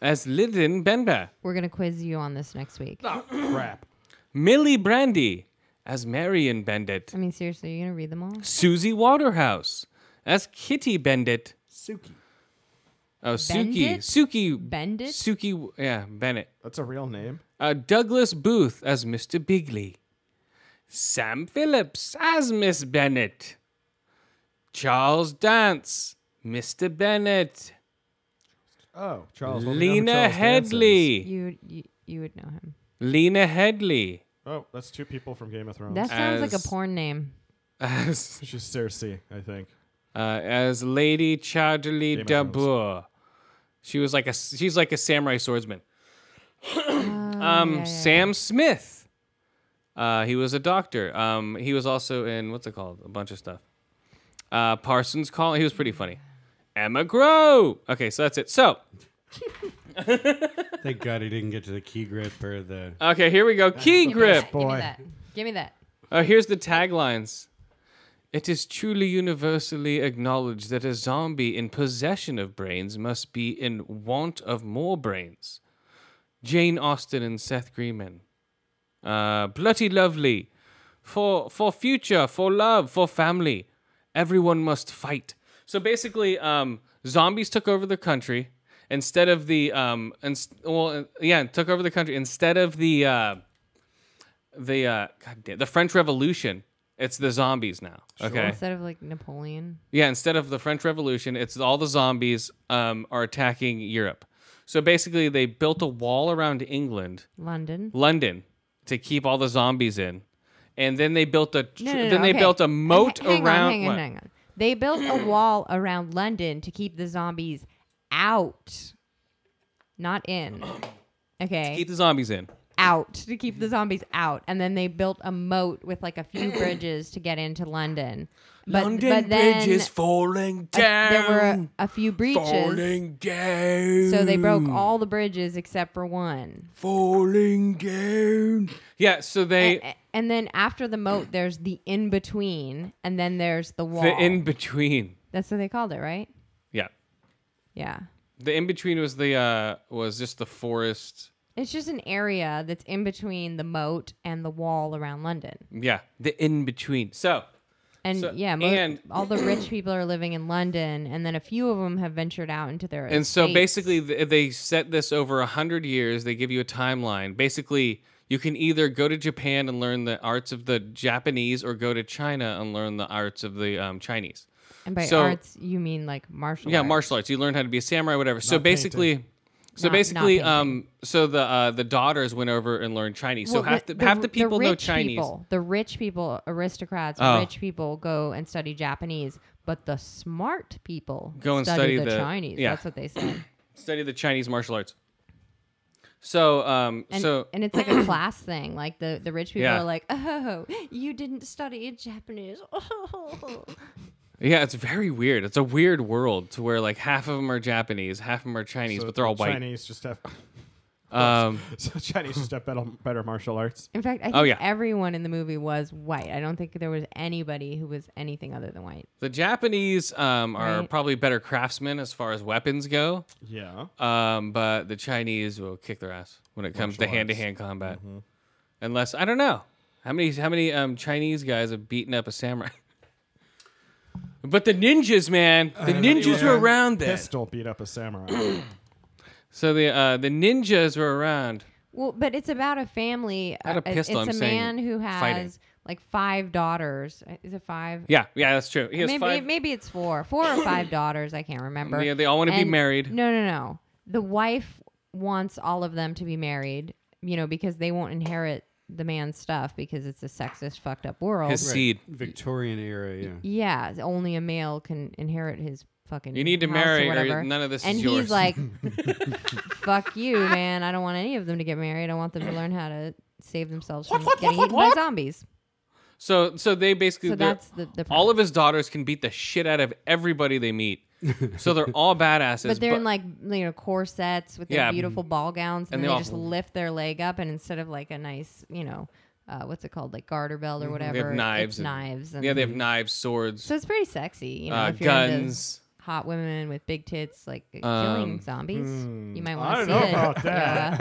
Speaker 1: as Lyndon Bender.
Speaker 9: We're gonna quiz you on this next week.
Speaker 1: Ah.
Speaker 3: Crap.
Speaker 1: Millie Brandy as Marion Bendit.
Speaker 9: I mean, seriously, are you gonna read them all?
Speaker 1: Susie Waterhouse as Kitty Bendit.
Speaker 3: Suki.
Speaker 1: Oh, Suki.
Speaker 9: Bendit?
Speaker 1: Suki.
Speaker 9: Bendit?
Speaker 1: Suki. Yeah, Bennett.
Speaker 3: That's a real name.
Speaker 1: Uh, Douglas Booth as Mr. Bigley. Sam Phillips as Miss Bennett. Charles Dance, Mr. Bennett.
Speaker 3: Oh, Charles. well, we know who
Speaker 1: Lena
Speaker 3: Charles Dance is.
Speaker 1: Headley.
Speaker 9: You, you you would know him.
Speaker 1: Lena Headley
Speaker 8: Oh, that's two people from Game of Thrones.
Speaker 9: That sounds like
Speaker 1: As-
Speaker 9: a porn name.
Speaker 1: as
Speaker 3: She's Cersei, I think.
Speaker 1: uh, as Lady Chardley
Speaker 3: of Thrones.
Speaker 1: Dabur. She was like a she's like a samurai swordsman.
Speaker 9: yeah,
Speaker 1: um,
Speaker 9: Oh, yeah,
Speaker 1: Sam Smith. Uh, he was a doctor. Um, he was also in what's it called? A bunch of stuff. Uh, Parsons Call. He was pretty funny. Emma Grow. Okay, so that's it. So
Speaker 2: Thank God he didn't get to the key grip or the.
Speaker 1: okay, here we go. Key grip.
Speaker 9: Give me
Speaker 3: Boy.
Speaker 9: that. Give me that.
Speaker 1: Uh, here's the taglines. It is truly universally acknowledged that a zombie in possession of brains must be in want of more brains. Jane Austen and Seth Greenman. Uh, Bloody lovely. For for future, for love, for family. Everyone must fight. So basically, um, zombies took over the country instead of the um, and well, uh, yeah, took over the country instead of the. Uh, the uh God damn, the French Revolution. It's the zombies now. Okay.
Speaker 9: Instead of like Napoleon.
Speaker 1: Yeah, instead of the French Revolution, it's all the zombies um, are attacking Europe. So basically they built a wall around England,
Speaker 9: London.
Speaker 1: London, to keep all the zombies in. And then they built a tr-
Speaker 9: No, no, no,
Speaker 1: then they
Speaker 9: okay.
Speaker 1: built a
Speaker 9: Hang-
Speaker 1: moat
Speaker 9: hang
Speaker 1: around
Speaker 9: On, hang on,
Speaker 1: what?
Speaker 9: hang on. They built a wall around London to keep the zombies out, not in. Okay.
Speaker 1: keep the zombies in.
Speaker 9: out to keep the zombies out, and then they built a moat with like a few bridges to get into London. But,
Speaker 1: London
Speaker 9: but then
Speaker 1: bridges falling
Speaker 9: a-
Speaker 1: down.
Speaker 9: there were a, a few breaches,
Speaker 1: falling down.
Speaker 9: so they broke all the bridges except for one.
Speaker 1: falling down. Yeah, so they
Speaker 9: A- and then after the moat, there's the in between, and then there's the wall.
Speaker 1: the in between.
Speaker 9: That's what they called it, right?
Speaker 1: Yeah,
Speaker 9: Yeah.
Speaker 1: the in between was the uh was just the forest.
Speaker 9: It's just an area that's in between the moat and the wall around London.
Speaker 1: Yeah, the in between. So
Speaker 9: And
Speaker 1: So-
Speaker 9: yeah, mo-
Speaker 1: and-
Speaker 9: all the rich people are living in London, and then a few of them have ventured out into their.
Speaker 1: and so
Speaker 9: estates.
Speaker 1: basically th- they set this over a hundred years. They give you a timeline. Basically, you can either go to Japan and learn the arts of the Japanese, or go to China and learn the arts of the um, Chinese.
Speaker 9: and by
Speaker 1: so-
Speaker 9: arts you mean like martial.
Speaker 1: yeah
Speaker 9: arts.
Speaker 1: martial arts you learn how to be a samurai whatever so basically so
Speaker 9: Not- not
Speaker 1: basically
Speaker 9: painting.
Speaker 1: um so the uh the daughters went over and learned chinese so
Speaker 9: Well,
Speaker 1: half the, half the people know
Speaker 9: rich
Speaker 1: chinese
Speaker 9: people- the rich people, aristocrats,
Speaker 1: Oh.
Speaker 9: rich people go and study Japanese, but the smart people
Speaker 1: Go and study
Speaker 9: the,
Speaker 1: the-
Speaker 9: Chinese.
Speaker 1: yeah.
Speaker 9: That's what they said.
Speaker 1: study the chinese martial arts so um
Speaker 9: And,
Speaker 1: so
Speaker 9: and it's like a class thing. Like the, the rich people
Speaker 1: Yeah.
Speaker 9: are like, oh, you didn't study Japanese. Oh.
Speaker 1: yeah it's very weird it's a weird world to where like half of them are japanese half of them are chinese but they're all white
Speaker 8: Chinese just have
Speaker 1: um
Speaker 8: so Chinese just have better, better martial arts.
Speaker 9: In fact, I think
Speaker 1: Oh, yeah.
Speaker 9: everyone in the movie was white. I don't think there was anybody who was anything other than white.
Speaker 1: the japanese um are
Speaker 9: Right.
Speaker 1: probably better craftsmen as far as weapons go
Speaker 8: Yeah.
Speaker 1: um but the chinese will kick their ass when it comes to hand-to-hand combat unless i don't know how many how many um chinese guys have beaten up a samurai but the ninjas man the ninjas were around then
Speaker 8: Pistol beat up a samurai.
Speaker 1: so the uh the ninjas were around
Speaker 9: Well, but it's about a family.
Speaker 1: Not a
Speaker 9: uh, it-
Speaker 1: pistol, I'm
Speaker 9: It's a
Speaker 1: saying
Speaker 9: man who has
Speaker 1: fighting.
Speaker 9: like five daughters. Uh, Is it five?
Speaker 1: yeah yeah that's true he has
Speaker 9: maybe,
Speaker 1: five
Speaker 9: maybe it's four, four or five daughters. I can't remember.
Speaker 1: Yeah, they all wanna be
Speaker 9: And-
Speaker 1: married.
Speaker 9: No, no, no. The wife wants all of them to be married, you know, because they won't inherit the man's stuff because it's a sexist, fucked up world.
Speaker 1: his seed
Speaker 2: Victorian era, yeah.
Speaker 9: Yeah, only a male can inherit his fucking.
Speaker 1: You need to
Speaker 9: house
Speaker 1: marry or
Speaker 9: or, whatever.
Speaker 1: none of this
Speaker 9: And
Speaker 1: is
Speaker 9: he's
Speaker 1: yours.
Speaker 9: like, "Fuck you, man! I don't want any of them to get married. I want them to learn how to save themselves from getting eaten by zombies."
Speaker 1: so so they basically
Speaker 9: So
Speaker 1: they're-
Speaker 9: that's the the.
Speaker 1: all of his daughters can beat the shit out of everybody they meet so they're all badasses
Speaker 9: But they're in like you know corsets with their
Speaker 1: Yeah.
Speaker 9: beautiful ball gowns, and,
Speaker 1: And
Speaker 9: then
Speaker 1: they
Speaker 9: they
Speaker 1: all-
Speaker 9: just lift their leg up, and instead of like a nice you know, uh, what's it called like garter belt or whatever,
Speaker 1: Mm-hmm. they have knives
Speaker 9: it's
Speaker 1: and-
Speaker 9: knives, and
Speaker 1: yeah they have knives swords
Speaker 9: so it's pretty sexy, you know,
Speaker 1: uh,
Speaker 9: if you're into
Speaker 1: guns.
Speaker 9: hot women with big tits like
Speaker 1: Um,
Speaker 9: killing zombies. you might
Speaker 8: hmm. I
Speaker 9: want to
Speaker 8: don't
Speaker 9: see
Speaker 8: know
Speaker 9: it.
Speaker 8: about that.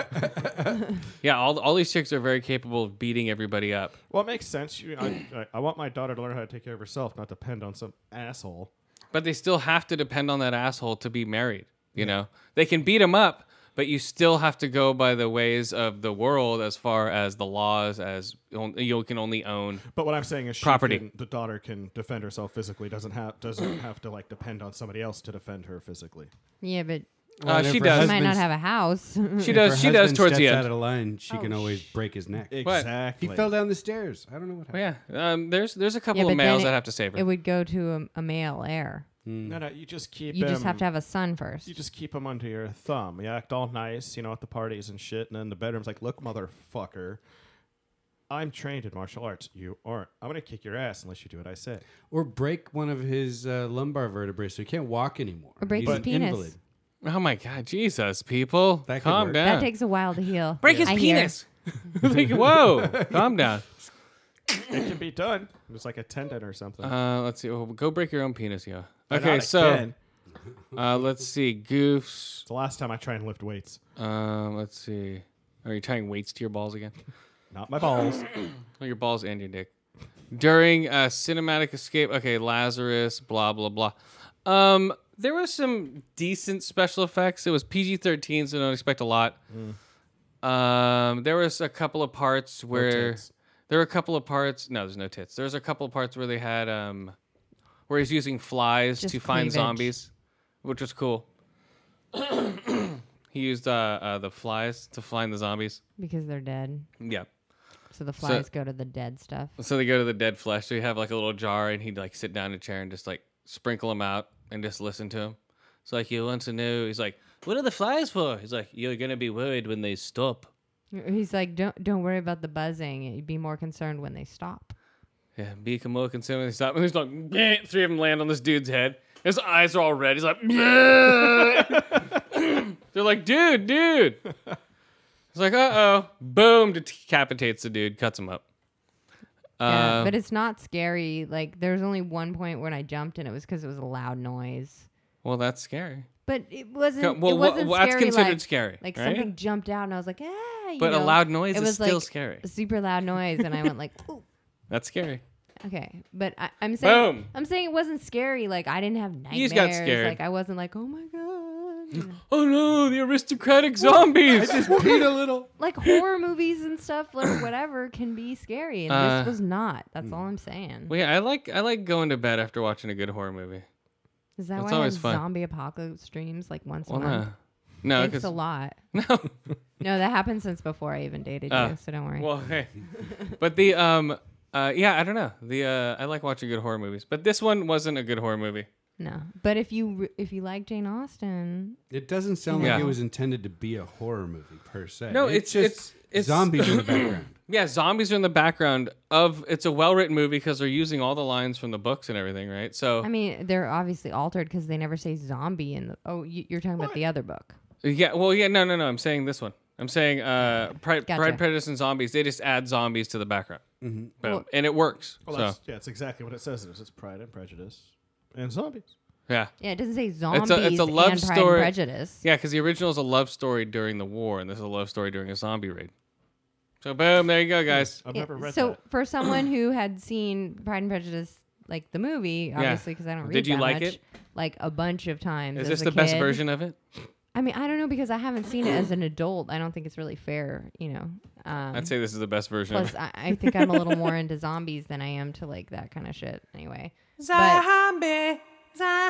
Speaker 9: Yeah.
Speaker 1: Yeah, all, all these chicks are very capable of beating everybody up.
Speaker 8: Well, it makes sense. You, I, I, I want my daughter to learn how to take care of herself, not depend on some asshole.
Speaker 1: But they still have to depend on that asshole to be married. You know, they can beat him up, but you still have to go by the ways of the world as far as the laws, as on- you can only own.
Speaker 8: But what I'm saying is, she
Speaker 1: Property.
Speaker 8: can- the daughter can defend herself physically. Doesn't have doesn't have to like depend on somebody else to defend her physically.
Speaker 9: yeah, but
Speaker 1: Uh,
Speaker 2: and if
Speaker 1: she
Speaker 2: her
Speaker 1: does.
Speaker 9: she might not
Speaker 2: husband's-
Speaker 9: have a house.
Speaker 1: She
Speaker 2: If her
Speaker 1: does. She does
Speaker 2: husband
Speaker 1: towards the
Speaker 2: steps
Speaker 1: end.
Speaker 2: out of line, she can
Speaker 9: Oh,
Speaker 2: always break his neck.
Speaker 8: Exactly.
Speaker 2: He fell down the stairs. I don't know what happened.
Speaker 1: yeah, um, there's there's a couple
Speaker 9: yeah,
Speaker 1: of
Speaker 9: but
Speaker 1: males
Speaker 9: then
Speaker 1: that
Speaker 9: it-
Speaker 1: have to save her.
Speaker 9: It would go to a, a male heir.
Speaker 8: No, no. You just keep.
Speaker 9: Mm. You just
Speaker 8: him-
Speaker 9: have to have a son first.
Speaker 8: You just keep him under your thumb. You act all nice, you know, at the parties and shit. And then the bedroom's like, look, motherfucker, I'm trained in martial arts. You aren't. I'm going to kick your ass unless you do what I say.
Speaker 2: Or break one of his uh, lumbar vertebrae so he can't walk anymore.
Speaker 9: Or break
Speaker 2: He's
Speaker 9: his
Speaker 2: an
Speaker 9: penis.
Speaker 2: invalid.
Speaker 1: oh my god, Jesus, people,
Speaker 2: That could
Speaker 1: calm
Speaker 2: work.
Speaker 1: down.
Speaker 9: that takes a while to heal.
Speaker 1: Break his
Speaker 9: I hear.
Speaker 1: penis. like, whoa, calm down.
Speaker 8: it can be done. It's like a tendon or something.
Speaker 1: Uh, let's see. Well, go break your own penis, yeah.
Speaker 8: But
Speaker 1: Okay,
Speaker 8: not
Speaker 1: so
Speaker 8: again.
Speaker 1: uh, let's see. Goofs.
Speaker 8: It's the last time I try and lift weights.
Speaker 1: Um, let's see. Are you tying weights to your balls again?
Speaker 8: Not my balls.
Speaker 1: Oh, your balls and your dick. During a cinematic escape, okay, Lazarus, blah blah blah. Um, there was some decent special effects. It was PG thirteen, so don't expect a lot. Um, there was a couple of parts where
Speaker 8: tits.
Speaker 1: there were a couple of parts. No, there's no tits. There's a couple of parts where they had um, where he's using flies
Speaker 9: Just
Speaker 1: to find
Speaker 9: cleavage.
Speaker 1: zombies, which was cool. he used uh, uh the flies to find the zombies.
Speaker 9: because they're dead.
Speaker 1: Yeah.
Speaker 9: So the flies go to the dead stuff.
Speaker 1: So they go to the dead flesh. So you have like a little jar, and he'd like sit down in a chair and just like sprinkle them out and just listen to him. It's like he wants to know. He's like, "What are the flies for?" He's like, "You're gonna be worried when they stop."
Speaker 9: He's like, don't don't worry about the buzzing. You'd be more concerned when they stop.
Speaker 1: Yeah, Beak and Mook and Simon they stop, and there's like "Bleh," three of them land on this dude's head. His eyes are all red. He's like, "Bleh." they're like, dude, dude. It's like, uh oh, boom, decapitates the dude, cuts him up.
Speaker 9: Yeah,
Speaker 1: Um,
Speaker 9: but it's not scary. Like there was only one point when I jumped, and it was because it was a loud noise.
Speaker 1: well, that's scary.
Speaker 9: But it wasn't.
Speaker 1: Co- well,
Speaker 9: it
Speaker 1: wha-
Speaker 9: wasn't
Speaker 1: well,
Speaker 9: scary.
Speaker 1: that's considered
Speaker 9: like,
Speaker 1: scary,
Speaker 9: Like
Speaker 1: right?
Speaker 9: something jumped out, and I was like, ah. You
Speaker 1: But a
Speaker 9: know,
Speaker 1: loud noise is
Speaker 9: it was
Speaker 1: still
Speaker 9: like
Speaker 1: scary.
Speaker 9: a super loud noise, and I went like, Ooh.
Speaker 1: That's scary.
Speaker 9: okay. But I, I'm saying,
Speaker 1: Boom.
Speaker 9: I'm saying it wasn't scary. Like I didn't have nightmares.
Speaker 1: You just got scared.
Speaker 9: Like I wasn't like, oh my god. you know.
Speaker 1: Oh no, the aristocratic zombies.
Speaker 2: Peed a little.
Speaker 9: like horror movies and stuff, like whatever, can be scary, and
Speaker 1: Uh, mm.
Speaker 9: this was not. That's all I'm saying.
Speaker 1: well, yeah, I like I like going to bed after watching a good horror movie.
Speaker 9: Is that
Speaker 1: That's
Speaker 9: why I have
Speaker 1: always fun.
Speaker 9: zombie apocalypse streams like once
Speaker 1: Well,
Speaker 9: a month?
Speaker 1: no, no,
Speaker 9: Thanks
Speaker 1: because
Speaker 9: a lot.
Speaker 1: no.
Speaker 9: No, that happened since before I even dated
Speaker 1: Uh,
Speaker 9: you, so don't worry.
Speaker 1: Well, hey, but the um, uh, yeah, I don't know. The uh, I like watching good horror movies, but this one wasn't a good horror movie.
Speaker 9: no, but if you re- if you like Jane Austen,
Speaker 2: It doesn't sound
Speaker 1: Yeah.
Speaker 2: like it was intended to be a horror movie per se.
Speaker 1: No, it's-
Speaker 2: just
Speaker 1: it's- it's-
Speaker 2: zombies in the background.
Speaker 1: Yeah, zombies are in the background of. It's a well-written movie because they're using all the lines from the books and everything, right? So
Speaker 9: I mean, they're obviously altered because they never say zombie in the. Oh, you, you're talking about the other book.
Speaker 1: yeah, well, yeah, no, no, no. I'm saying this one. I'm saying uh, Pride,
Speaker 9: Gotcha.
Speaker 1: Pride, Prejudice, and Zombies. They just add zombies to the background, mm-hmm.
Speaker 9: Well-
Speaker 1: and it works.
Speaker 8: Well,
Speaker 1: so
Speaker 8: that's, yeah, it's exactly what it says. It is. It's Pride and Prejudice and zombies.
Speaker 1: yeah,
Speaker 9: Yeah, it doesn't say zombies.
Speaker 1: It's a- it's a love
Speaker 9: and Pride
Speaker 1: story-
Speaker 9: And prejudice.
Speaker 1: yeah, because the original is a love story during the war, and this is a love story during a zombie raid. So boom, there you go, guys.
Speaker 8: I've
Speaker 9: Yeah,
Speaker 8: never read
Speaker 9: so
Speaker 8: that.
Speaker 9: for someone who had seen Pride and Prejudice, like the movie, obviously because I don't
Speaker 1: Did
Speaker 9: read.
Speaker 1: you
Speaker 9: that
Speaker 1: like
Speaker 9: much,
Speaker 1: it?
Speaker 9: Like a bunch of times.
Speaker 1: Is
Speaker 9: as
Speaker 1: this
Speaker 9: a
Speaker 1: the best
Speaker 9: kid.
Speaker 1: version of it?
Speaker 9: I mean, I don't know because I haven't seen it as an adult. I don't think it's really fair, you know. Um,
Speaker 1: I'd say this is the best version. of it.
Speaker 9: plus, I, I think I'm a little more into zombies than I am to like that kind of shit. Anyway, but
Speaker 4: Zombie,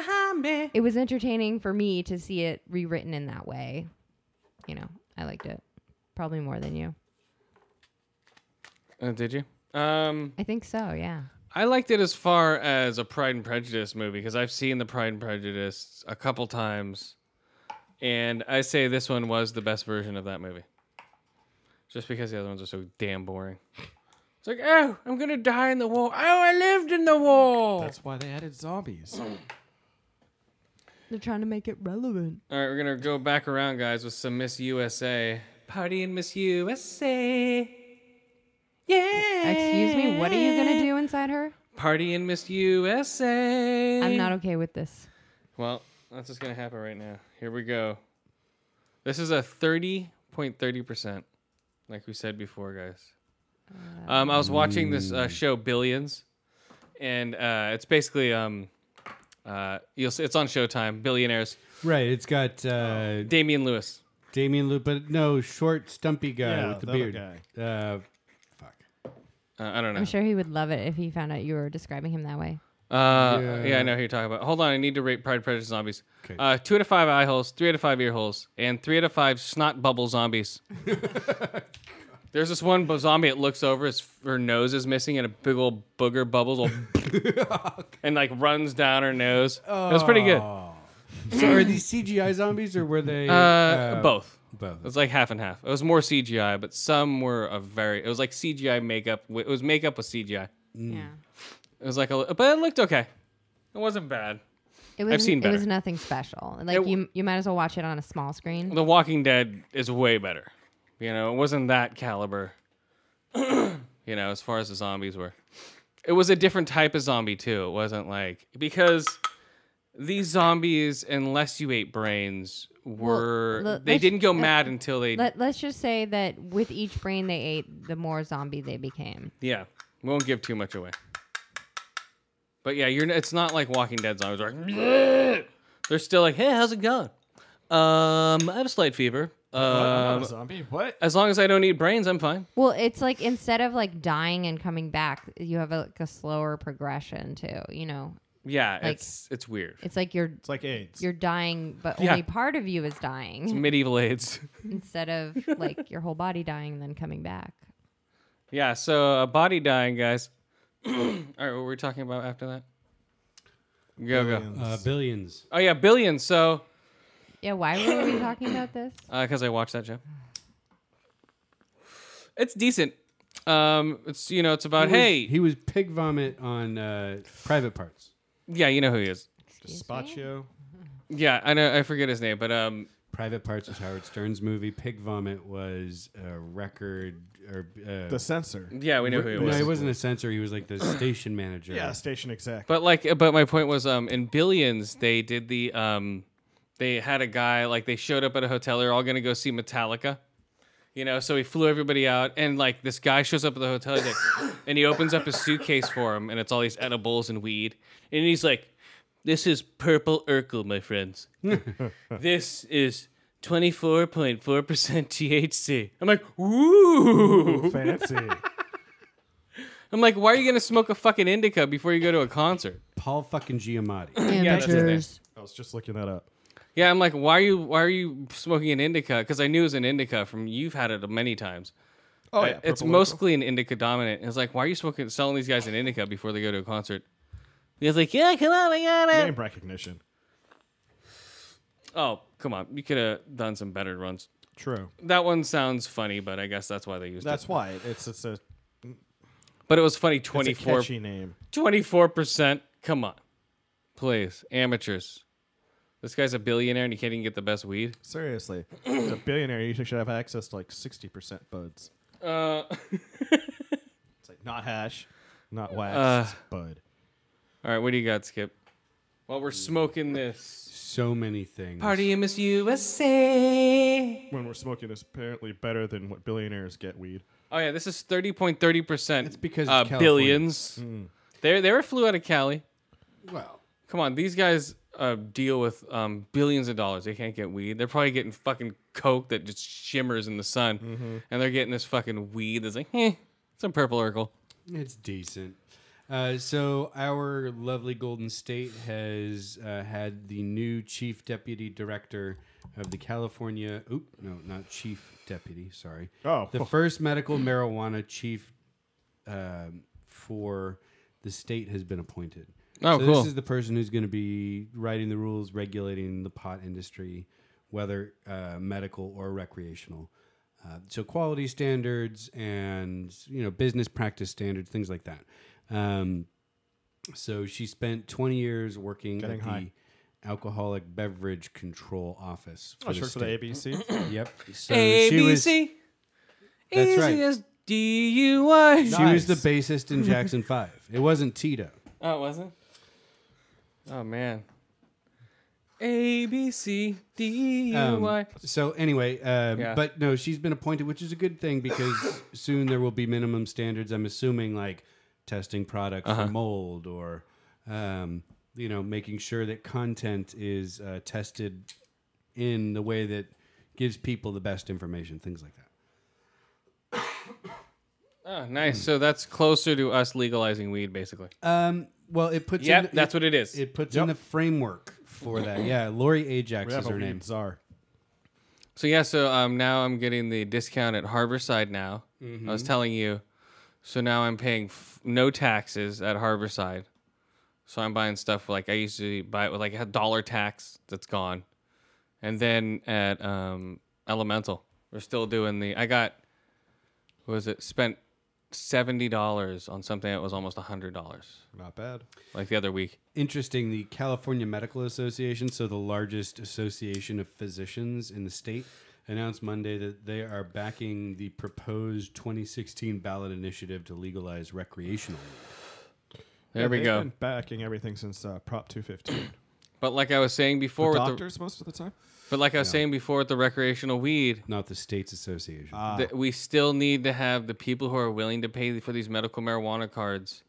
Speaker 4: zombie.
Speaker 9: it was entertaining for me to see it rewritten in that way. You know, I liked it probably more than you.
Speaker 1: Uh, did you? Um,
Speaker 9: I think so. Yeah.
Speaker 1: I liked it as far as a Pride and Prejudice movie because I've seen the Pride and Prejudice a couple times, and I say this one was the best version of that movie. Just because the other ones are so damn boring. It's like, oh, I'm gonna die in the war. Oh, I lived in the war.
Speaker 8: That's why they added zombies.
Speaker 1: Um,
Speaker 9: They're trying to make it relevant.
Speaker 1: All right, we're gonna go back around, guys, with some Miss USA party in Miss USA. Yeah.
Speaker 9: Excuse me. What are you gonna do inside her?
Speaker 1: Party in Miss USA.
Speaker 9: I'm not okay with this.
Speaker 1: Well, that's just gonna happen right now. Here we go. This is a thirty point thirty percent, like we said before, guys. Um, I was watching this uh, show Billions, and uh, it's basically um, uh, you'll see, it's on Showtime. Billionaires,
Speaker 2: Right. It's got uh,
Speaker 1: Damian Lewis.
Speaker 2: Damien Lu but no short, stumpy guy
Speaker 8: Yeah,
Speaker 2: with the
Speaker 8: the other
Speaker 2: beard.
Speaker 8: guy.
Speaker 2: Uh,
Speaker 1: Uh, I don't know.
Speaker 9: I'm sure he would love it if he found out you were describing him that way.
Speaker 1: Uh, yeah.
Speaker 2: Yeah.
Speaker 1: I know who you're talking about. Hold on, I need to rate Pride, Prejudice, Zombies.
Speaker 2: 'Kay.
Speaker 1: Uh, two out of five eye holes, three out of five ear holes, and three out of five snot bubble zombies. There's this one bu- zombie that looks over, his, her nose is missing, and a big old booger bubbles, all and like runs down her nose. It was pretty good.
Speaker 2: Oh,
Speaker 1: Uh,
Speaker 2: so are these CGI zombies or were they
Speaker 1: both. It
Speaker 2: Both.
Speaker 1: was like half and half. It was more CGI, but some were a very. It was like CGI makeup. wi- It was makeup with CGI.
Speaker 9: Yeah.
Speaker 1: It was like a, li- but it looked okay. It wasn't bad.
Speaker 9: It was
Speaker 1: seen
Speaker 9: it was
Speaker 1: better.
Speaker 9: nothing special. Like
Speaker 1: It-
Speaker 9: you you might as well watch it on a small screen.
Speaker 1: The Walking Dead is way better. You know, it wasn't that caliber. you know, as far as the zombies were. It was a different type of zombie too. It wasn't like because these zombies, unless you ate brains, were
Speaker 9: le-
Speaker 1: they
Speaker 9: let's-
Speaker 1: didn't go
Speaker 9: let-
Speaker 1: mad until they
Speaker 9: Let, let's just say that with each brain they ate, the more zombie they became.
Speaker 1: yeah. We won't give too much away. But yeah, you're. n- It's not like Walking Dead zombies. Like "Bleh." they're still like, hey, how's it going? Um, I have a slight fever.
Speaker 8: I'm not
Speaker 1: Um,
Speaker 8: a zombie. What?
Speaker 1: as long as I don't eat brains, I'm fine.
Speaker 9: Well, it's like instead of like dying and coming back, you have a, like a slower progression too. You know,
Speaker 1: Yeah,
Speaker 9: Like-
Speaker 1: it's it's weird.
Speaker 9: it's like you're
Speaker 8: It's like AIDS.
Speaker 9: you're dying, but
Speaker 1: Yeah.
Speaker 9: only part of you is dying
Speaker 1: Medieval AIDS.
Speaker 9: instead of like your whole body dying and then coming back.
Speaker 1: yeah, so uh, body dying, guys. All right, what were we talking about after that? Go go.
Speaker 2: Uh, billions.
Speaker 1: Oh yeah, billions. So uh,
Speaker 9: Yeah, why were we talking about this?
Speaker 1: because I watched that show. It's decent. Um, it's you know, it's about
Speaker 2: He was-
Speaker 1: hey,
Speaker 2: he was pig vomit on uh, private parts.
Speaker 1: yeah, you know who he is.
Speaker 9: Excuse me?
Speaker 8: Spaccio.
Speaker 1: Yeah, I know, I forget his name, but um,
Speaker 2: Private Parts was Howard Stern's movie. Pig Vomit was a record or uh,
Speaker 8: The censor.
Speaker 1: yeah, we know who he
Speaker 2: no,
Speaker 1: was.
Speaker 2: he wasn't a censor. He was like the station manager.
Speaker 8: Yeah, station exec.
Speaker 1: But like, uh, but my point was, um, in Billions, they did the um, they had a guy like they showed up at a hotel. They're all gonna go see Metallica, you know. So he flew everybody out, and like this guy shows up at the hotel, he's like, and he opens up his suitcase for him, and it's all these edibles and weed, and he's like, "This is purple Urkel, my friends. this is." 24.4% THC. I'm like, ooh.
Speaker 8: Fancy.
Speaker 1: I'm like, why are you going to smoke a fucking indica before you go to a concert?
Speaker 2: Paul fucking Giamatti.
Speaker 1: Yeah, that's his name.
Speaker 9: Amateurs.
Speaker 8: I was just looking that up.
Speaker 1: Yeah, I'm like, why are you why are you smoking an indica? Because I knew it was an indica from you've had it many times.
Speaker 8: Oh,
Speaker 1: I- it's mostly an indica dominant. And it's like, why are you smoking selling these guys an indica before they go to a concert? He's like, yeah, come on, I got it.
Speaker 8: name recognition.
Speaker 1: Oh, come on, you could have done some better runs.
Speaker 8: True.
Speaker 1: That one sounds funny, but I guess that's why they used
Speaker 8: That's
Speaker 1: it.
Speaker 8: why it's it's a, it's
Speaker 1: But it was funny.
Speaker 8: a
Speaker 1: 24
Speaker 8: catchy name.
Speaker 1: 24 percent. Come on, please, amateurs. This guy's a billionaire and he can't even get the best weed.
Speaker 8: Seriously, as a billionaire, you should have access to like sixty percent buds.
Speaker 1: Uh.
Speaker 8: It's like not hash, not wax,
Speaker 1: Uh.
Speaker 8: it's bud.
Speaker 1: All right, what do you got, Skip? While we're smoking this.
Speaker 2: So many things.
Speaker 1: Party in Miss USA.
Speaker 8: When we're smoking is apparently better than what billionaires get weed.
Speaker 1: Oh yeah, this is thirty point thirty percent.
Speaker 2: It's because
Speaker 1: uh,
Speaker 2: it's California. Mm.
Speaker 1: billions. They they were flew out of Cali.
Speaker 2: Well,
Speaker 1: Come on, these guys uh, deal with um, billions of dollars. They can't get weed. They're probably getting fucking coke that just shimmers in the sun,
Speaker 2: Mm-hmm.
Speaker 1: and they're getting this fucking weed that's like, eh, some purple Urkel.
Speaker 2: it's decent. Uh, so our lovely Golden State has uh, had the new chief deputy director of the California. Oop, no, not chief deputy. Sorry.
Speaker 8: Oh.
Speaker 2: the first medical marijuana chief um, for the state has been appointed.
Speaker 1: Oh,
Speaker 2: so
Speaker 1: cool.
Speaker 2: This is the person who's going to be writing the rules regulating the pot industry, whether uh, medical or recreational. Uh, so quality standards and you know business practice standards, things like that. Um, so she spent 20 years working
Speaker 8: Getting
Speaker 2: at
Speaker 8: high.
Speaker 2: the Alcoholic Beverage Control Office.
Speaker 8: I Oh, sure for the
Speaker 2: state.
Speaker 8: ABC.
Speaker 2: Yep. So
Speaker 1: A
Speaker 2: Uh, she
Speaker 1: B
Speaker 2: was-
Speaker 1: C.
Speaker 2: That's
Speaker 1: easy
Speaker 2: right.
Speaker 1: as DUI.
Speaker 2: She was the bassist in Jackson Five. It wasn't Tito.
Speaker 1: Oh, it wasn't? Oh, man. A, B, C, D,
Speaker 2: Um,
Speaker 1: Y.
Speaker 2: so anyway, um,
Speaker 1: Yeah.
Speaker 2: but no, she's been appointed, which is a good thing because soon there will be minimum standards. I'm assuming like testing products
Speaker 1: Uh-huh.
Speaker 2: for mold or um, you know making sure that content is uh, tested in the way that gives people the best information, things like that.
Speaker 1: Oh, nice. So that's closer to us legalizing weed, basically.
Speaker 2: Um, well, it puts
Speaker 1: Yep,
Speaker 2: in,
Speaker 1: that's what it is.
Speaker 2: It puts in the framework for that. Yeah, Lori Ajax
Speaker 8: we have
Speaker 2: is
Speaker 8: a
Speaker 2: her
Speaker 8: weed
Speaker 2: name.
Speaker 8: czar.
Speaker 1: So, yeah, so um, now I'm getting the discount at Harborside now. I
Speaker 2: Mm-hmm.
Speaker 1: was telling you. So now I'm paying f- no taxes at Harborside. So I'm buying stuff like I used to buy it with like a dollar tax that's gone. And then at um, Elemental, we're still doing the. I got, what was it? Spent $70 on something that was almost $100
Speaker 8: Not bad.
Speaker 1: like the other week.
Speaker 2: interesting the California Medical Association, so the largest association of physicians in the state, announced Monday that they are backing the proposed 2016 ballot initiative to legalize recreational. weed.
Speaker 1: There we
Speaker 8: They've
Speaker 1: go.
Speaker 8: Been backing everything since uh, Prop 215.
Speaker 1: But like I was saying before,
Speaker 8: For
Speaker 1: with the,
Speaker 8: doctors most of the time.
Speaker 1: but like I was saying before with the recreational weed,
Speaker 2: Not the state's association.
Speaker 8: Ah.
Speaker 1: that we still need to have the people who are willing to pay for these medical marijuana cards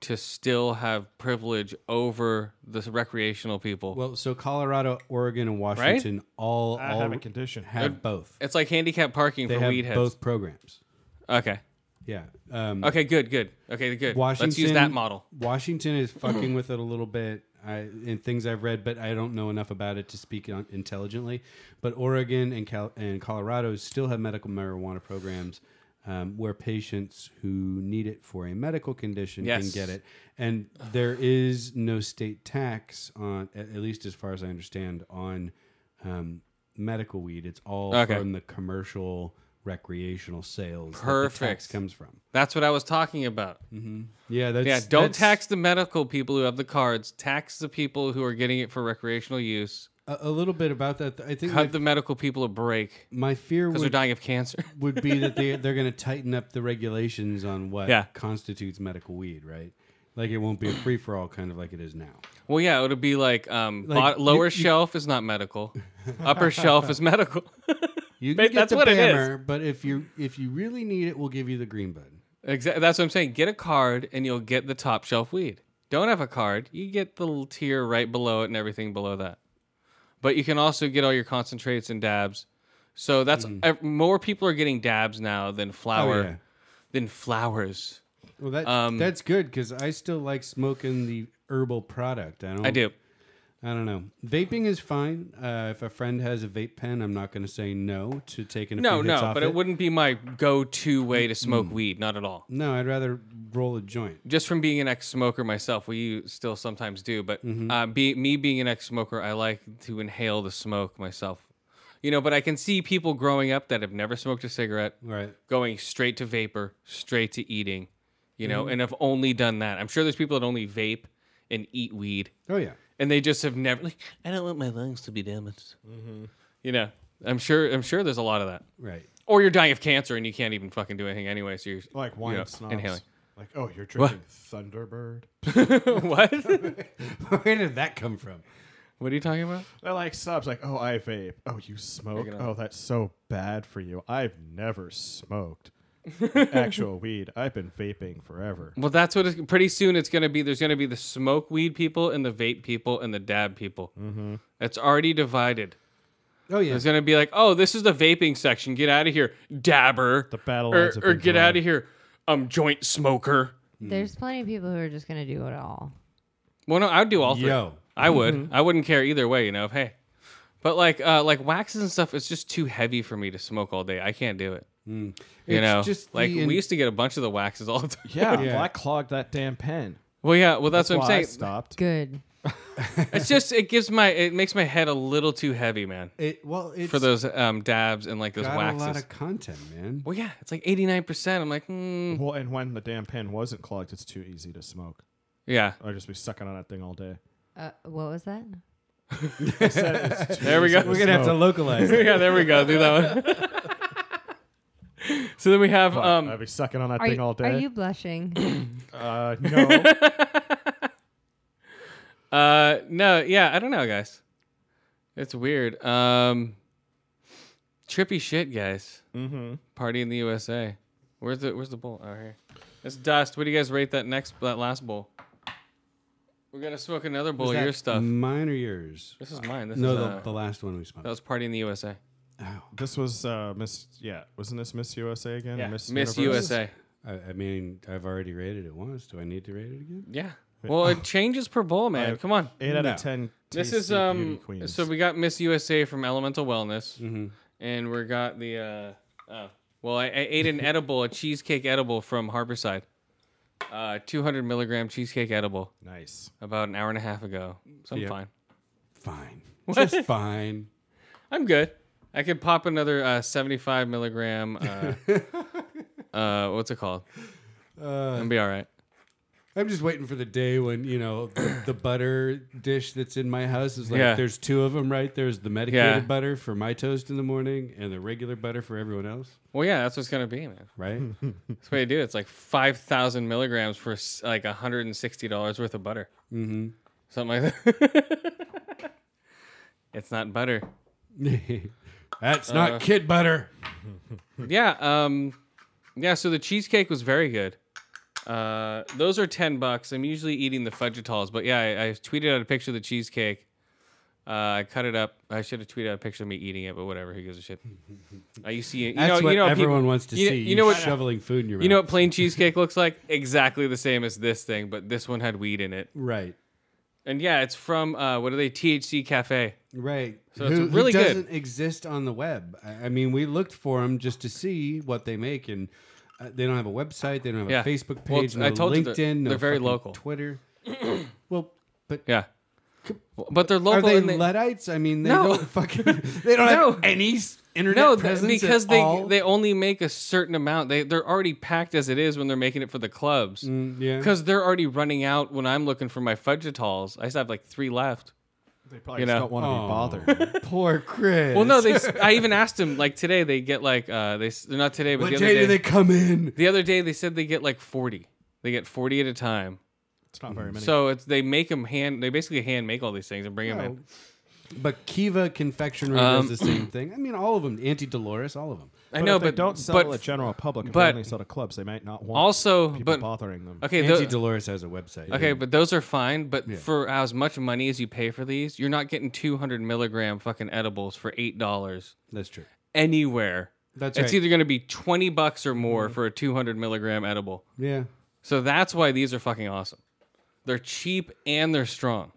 Speaker 1: to still have privilege over the recreational people.
Speaker 2: well, so Colorado, Oregon, and Washington all,
Speaker 8: I
Speaker 2: all
Speaker 8: have a condition.
Speaker 2: have both.
Speaker 1: it's like handicap parking
Speaker 2: They
Speaker 1: for weed
Speaker 2: have
Speaker 1: heads.
Speaker 2: both programs.
Speaker 1: Okay.
Speaker 2: Yeah. Um,
Speaker 1: Okay. Good. Good. Okay. Good.
Speaker 2: Washington,
Speaker 1: Let's use that model.
Speaker 2: Washington is fucking with it a little bit. I, in things I've read, but I don't know enough about it to speak on, intelligently. But Oregon and Cal- and Colorado still have medical marijuana programs um, where patients who need it for a medical condition can
Speaker 1: Yes.
Speaker 2: get it, and there is no state tax on, at, at least as far as I understand, on um, medical weed. It's all
Speaker 1: Okay.
Speaker 2: from the commercial recreational sales. that the tax
Speaker 1: Perfect.
Speaker 2: comes from.
Speaker 1: That's what I was talking about.
Speaker 2: Yeah, that's
Speaker 1: Yeah, don't
Speaker 2: that's-
Speaker 1: tax the medical people who have the cards. Tax the people who are getting it for recreational use.
Speaker 2: a, a little bit about that. I think my,
Speaker 1: Cut the medical people a break
Speaker 2: my fear
Speaker 1: because they're
Speaker 2: would,
Speaker 1: dying of cancer.
Speaker 2: would be that they they're going to tighten up the regulations on what
Speaker 1: Yeah.
Speaker 2: constitutes medical weed, right? Like it won't be a free for all kind of like it is now.
Speaker 1: Well, yeah, it would be like, um,
Speaker 2: Like,
Speaker 1: bot- lower
Speaker 2: you- you-
Speaker 1: shelf is not medical, upper shelf is medical.
Speaker 2: You
Speaker 1: Maybe
Speaker 2: can get
Speaker 1: that's
Speaker 2: the
Speaker 1: what it is.
Speaker 2: Bammer, but if you if you really need it, we'll give you the green bud.
Speaker 1: Exactly. That's what I'm saying. Get a card and you'll get the top shelf weed. Don't have a card, you get the little tier right below it and everything below that. But you can also get all your concentrates and dabs. So that's ev- more people are getting dabs now than flower
Speaker 2: Mm-hmm. Oh, yeah.
Speaker 1: than flowers.
Speaker 2: Well, that
Speaker 1: Um,
Speaker 2: that's good because I still like smoking the herbal product. I don't.
Speaker 1: I do.
Speaker 2: I don't know. Vaping is fine. Uh, if a friend has a vape pen, I'm not going to say no to taking a
Speaker 1: No,
Speaker 2: few hits
Speaker 1: no,
Speaker 2: off
Speaker 1: but
Speaker 2: it. Mm.
Speaker 1: it wouldn't be my go-to way to smoke weed. Not at all.
Speaker 2: No, I'd rather roll a joint.
Speaker 1: just from being an ex-smoker myself, we still sometimes do, but
Speaker 8: Mm-hmm.
Speaker 1: uh, be, me being an ex-smoker, I like to inhale the smoke myself. You know, but I can see people growing up that have never smoked a cigarette,
Speaker 2: Right.
Speaker 1: going straight to vapor, straight to eating, you know,
Speaker 8: Mm-hmm.
Speaker 1: and have only done that. I'm sure there's people that only vape and eat weed,
Speaker 2: Oh yeah.
Speaker 1: and they just have never, like,
Speaker 7: I don't want my lungs to be damaged.
Speaker 1: you know. I'm sure. I'm sure there's a lot of that.
Speaker 2: Right.
Speaker 1: Or you're dying of cancer and you can't even fucking do anything anyway. So you're
Speaker 8: Like wine
Speaker 1: you know,
Speaker 8: snobs.
Speaker 1: inhaling.
Speaker 8: Like, oh, you're drinking Thunderbird.
Speaker 1: what?
Speaker 2: Where did that come from?
Speaker 1: What are you talking about?
Speaker 8: They're like snobs. Like, oh, I vape. Oh, you smoke. Oh, that's so bad for you. I've never smoked actual weed. I've been vaping forever.
Speaker 1: Well, that's what. It's, pretty soon, it's gonna be. There's gonna be the smoke weed people and the vape people and the dab people. Mm-hmm. It's already divided.
Speaker 2: Oh yeah.
Speaker 1: There's gonna be like, oh, this is the vaping section. Get out of here, dabber.
Speaker 8: The battle
Speaker 1: or,
Speaker 8: lines have
Speaker 1: or
Speaker 8: been
Speaker 1: get
Speaker 8: drawn.
Speaker 1: out of here, um, joint smoker.
Speaker 9: There's plenty of people who are just gonna do it all.
Speaker 1: Well, no, I would do all three.
Speaker 2: Yo.
Speaker 1: I would. I wouldn't care either way. You know, if, hey, but like, uh, like waxes and stuff, it's just too heavy for me to smoke all day. I can't do it. You
Speaker 2: It's
Speaker 1: know,
Speaker 2: just
Speaker 1: like
Speaker 2: the in-
Speaker 1: we used to get a bunch of the waxes all the time.
Speaker 8: Yeah,
Speaker 2: Yeah.
Speaker 8: Well, I clogged that damn pen.
Speaker 1: Well, yeah. Well, that's, what
Speaker 8: Why
Speaker 1: I'm
Speaker 8: I
Speaker 1: saying.
Speaker 8: stopped.
Speaker 9: Good.
Speaker 1: It's just it gives my it makes my head a little too heavy, man.
Speaker 2: It well, it's
Speaker 1: for those um, dabs and like those
Speaker 2: got
Speaker 1: waxes.
Speaker 2: a lot of content, man.
Speaker 1: well, yeah, it's like eighty nine percent. I'm like, mm,
Speaker 8: Well, and when the damn pen wasn't clogged, it's too easy to smoke.
Speaker 1: yeah.
Speaker 8: I'd just be sucking on that thing all day.
Speaker 9: Uh, what was that?
Speaker 1: There we go.
Speaker 2: We're gonna have to localize. it.
Speaker 1: yeah, there we go. Do that one. so then we have
Speaker 8: I'd
Speaker 1: um,
Speaker 8: be sucking on that
Speaker 9: Are
Speaker 8: thing
Speaker 9: you,
Speaker 8: all day.
Speaker 9: are you blushing?
Speaker 8: Uh, no.
Speaker 1: uh, no, yeah, I don't know, guys. It's weird. Um, trippy shit, guys. Mm-hmm. Party in the USA. Where's the Where's the bowl? Oh, here. It's dust. What do you guys rate that next that last bowl? We're gonna smoke another bowl
Speaker 2: Was
Speaker 1: of
Speaker 2: that
Speaker 1: your stuff.
Speaker 2: Mine or yours?
Speaker 1: This is mine. This
Speaker 2: No,
Speaker 1: is
Speaker 2: the,
Speaker 1: uh,
Speaker 2: the last one we smoked.
Speaker 1: that was Party in the USA.
Speaker 2: Ow.
Speaker 8: this was uh, Miss. Yeah, wasn't this Miss USA again? or Miss,
Speaker 1: Miss
Speaker 8: Universe?
Speaker 1: USA.
Speaker 2: I, I mean, I've already rated it once. Do I need to rate it again?
Speaker 1: Yeah. Well, it changes per bowl, man. Come on.
Speaker 8: Eight out
Speaker 2: No.
Speaker 8: of ten.
Speaker 1: This
Speaker 8: tasty
Speaker 1: is
Speaker 8: beauty
Speaker 1: um.
Speaker 8: queens.
Speaker 1: So we got Miss USA from Elemental Wellness, and we got the uh. Oh, well, I, I ate an edible, a cheesecake edible from Harborside. Uh, 200 milligram cheesecake edible
Speaker 8: nice.
Speaker 1: about an hour and a half ago. So I'm
Speaker 2: Yep.
Speaker 1: fine.
Speaker 2: Fine. Just fine.
Speaker 1: I'm good. I could pop another uh, 75 milligram. Uh, uh, what's it called? Uh, and be all right.
Speaker 2: I'm just waiting for the day when you know the, the butter dish that's in my house is like
Speaker 1: Yeah.
Speaker 2: there's two of them right. There's the medicated
Speaker 1: Yeah.
Speaker 2: butter for my toast in the morning and the regular butter for everyone else.
Speaker 1: Well, yeah, that's what's gonna be, man.
Speaker 2: Right?
Speaker 1: That's what you do. It's like five thousand milligrams for s- like hundred and sixty dollars worth of butter. Mm-hmm. Something like that. it's not butter.
Speaker 2: that's
Speaker 1: Uh.
Speaker 2: not kid butter.
Speaker 1: Yeah. Um. Yeah. So the cheesecake was very good. Uh, those are ten bucks. I'm usually eating the fudgetals, but yeah, I, I tweeted out a picture of the cheesecake. Uh, I cut it up. I should have tweeted out a picture of me eating it, but whatever. Who gives a shit? I you see, you
Speaker 2: That's
Speaker 1: know,
Speaker 2: what
Speaker 1: you know, people-
Speaker 2: everyone wants to
Speaker 1: you-
Speaker 2: see.
Speaker 1: You, know what?
Speaker 2: Shoveling food in your mouth.
Speaker 1: You know what plain cheesecake looks like? Exactly the same as this thing, but this one had weed in it.
Speaker 2: Right.
Speaker 1: And yeah, it's from uh, what are they? THC Cafe.
Speaker 2: Right.
Speaker 1: So it's really good.
Speaker 2: doesn't exist on the web. I I mean, we looked for them just to see what they make, and uh, they don't have a website. They don't have
Speaker 1: Yeah.
Speaker 2: a Facebook
Speaker 1: Well,
Speaker 2: page.
Speaker 1: I
Speaker 2: no
Speaker 1: told you
Speaker 2: LinkedIn.
Speaker 1: they're-
Speaker 2: no
Speaker 1: they're very
Speaker 2: fucking
Speaker 1: local.
Speaker 2: Twitter. well, but
Speaker 1: Yeah, But they're local.
Speaker 2: Are they
Speaker 1: and they,
Speaker 2: Luddites? I mean, they
Speaker 1: No.
Speaker 2: don't fucking. They don't
Speaker 1: No.
Speaker 2: have any s- internet
Speaker 1: no, th-
Speaker 2: presence at
Speaker 1: because they
Speaker 2: all?
Speaker 1: they only make a certain amount. They they're already packed as it is when they're making it for the clubs.
Speaker 2: Mm, yeah.
Speaker 1: Because they're already running out when I'm looking for my fudgetals. I still have like three left.
Speaker 3: They probably
Speaker 1: You
Speaker 3: just
Speaker 1: know.
Speaker 3: don't want to
Speaker 2: Aw.
Speaker 3: be bothered.
Speaker 2: poor Chris.
Speaker 1: Well, no, they. s- I even asked him like today. They get like uh they s- they're not today, but
Speaker 2: What
Speaker 1: the
Speaker 2: day,
Speaker 1: other day.
Speaker 2: do they come in?
Speaker 1: the other day they said they get like forty. They get forty at a time.
Speaker 3: It's not very many.
Speaker 1: So it's they make them hand. They basically hand make all these things and bring them in.
Speaker 2: But Kiva Confectionery
Speaker 1: Um,
Speaker 2: does the same thing. I mean, all of them. Auntie Dolores, all of them.
Speaker 1: I know,
Speaker 3: if they
Speaker 1: but
Speaker 3: don't sell
Speaker 1: but
Speaker 3: to the general public. If
Speaker 1: but-
Speaker 3: they only sell to clubs, they might not want
Speaker 1: also,
Speaker 3: people
Speaker 1: but
Speaker 3: bothering them.
Speaker 1: okay,
Speaker 2: Auntie
Speaker 1: tho-
Speaker 2: Dolores has a website.
Speaker 1: Okay, but those are fine. But for as much money as you pay for these, you're not getting 200 milligram fucking edibles for eight dollars
Speaker 2: that's true.
Speaker 1: anywhere.
Speaker 2: That's
Speaker 1: it's
Speaker 2: right.
Speaker 1: either going to be 20 bucks or more
Speaker 3: Mm-hmm.
Speaker 1: for a 200 milligram edible.
Speaker 2: Yeah.
Speaker 1: So that's why these are fucking awesome. They're cheap and they're strong.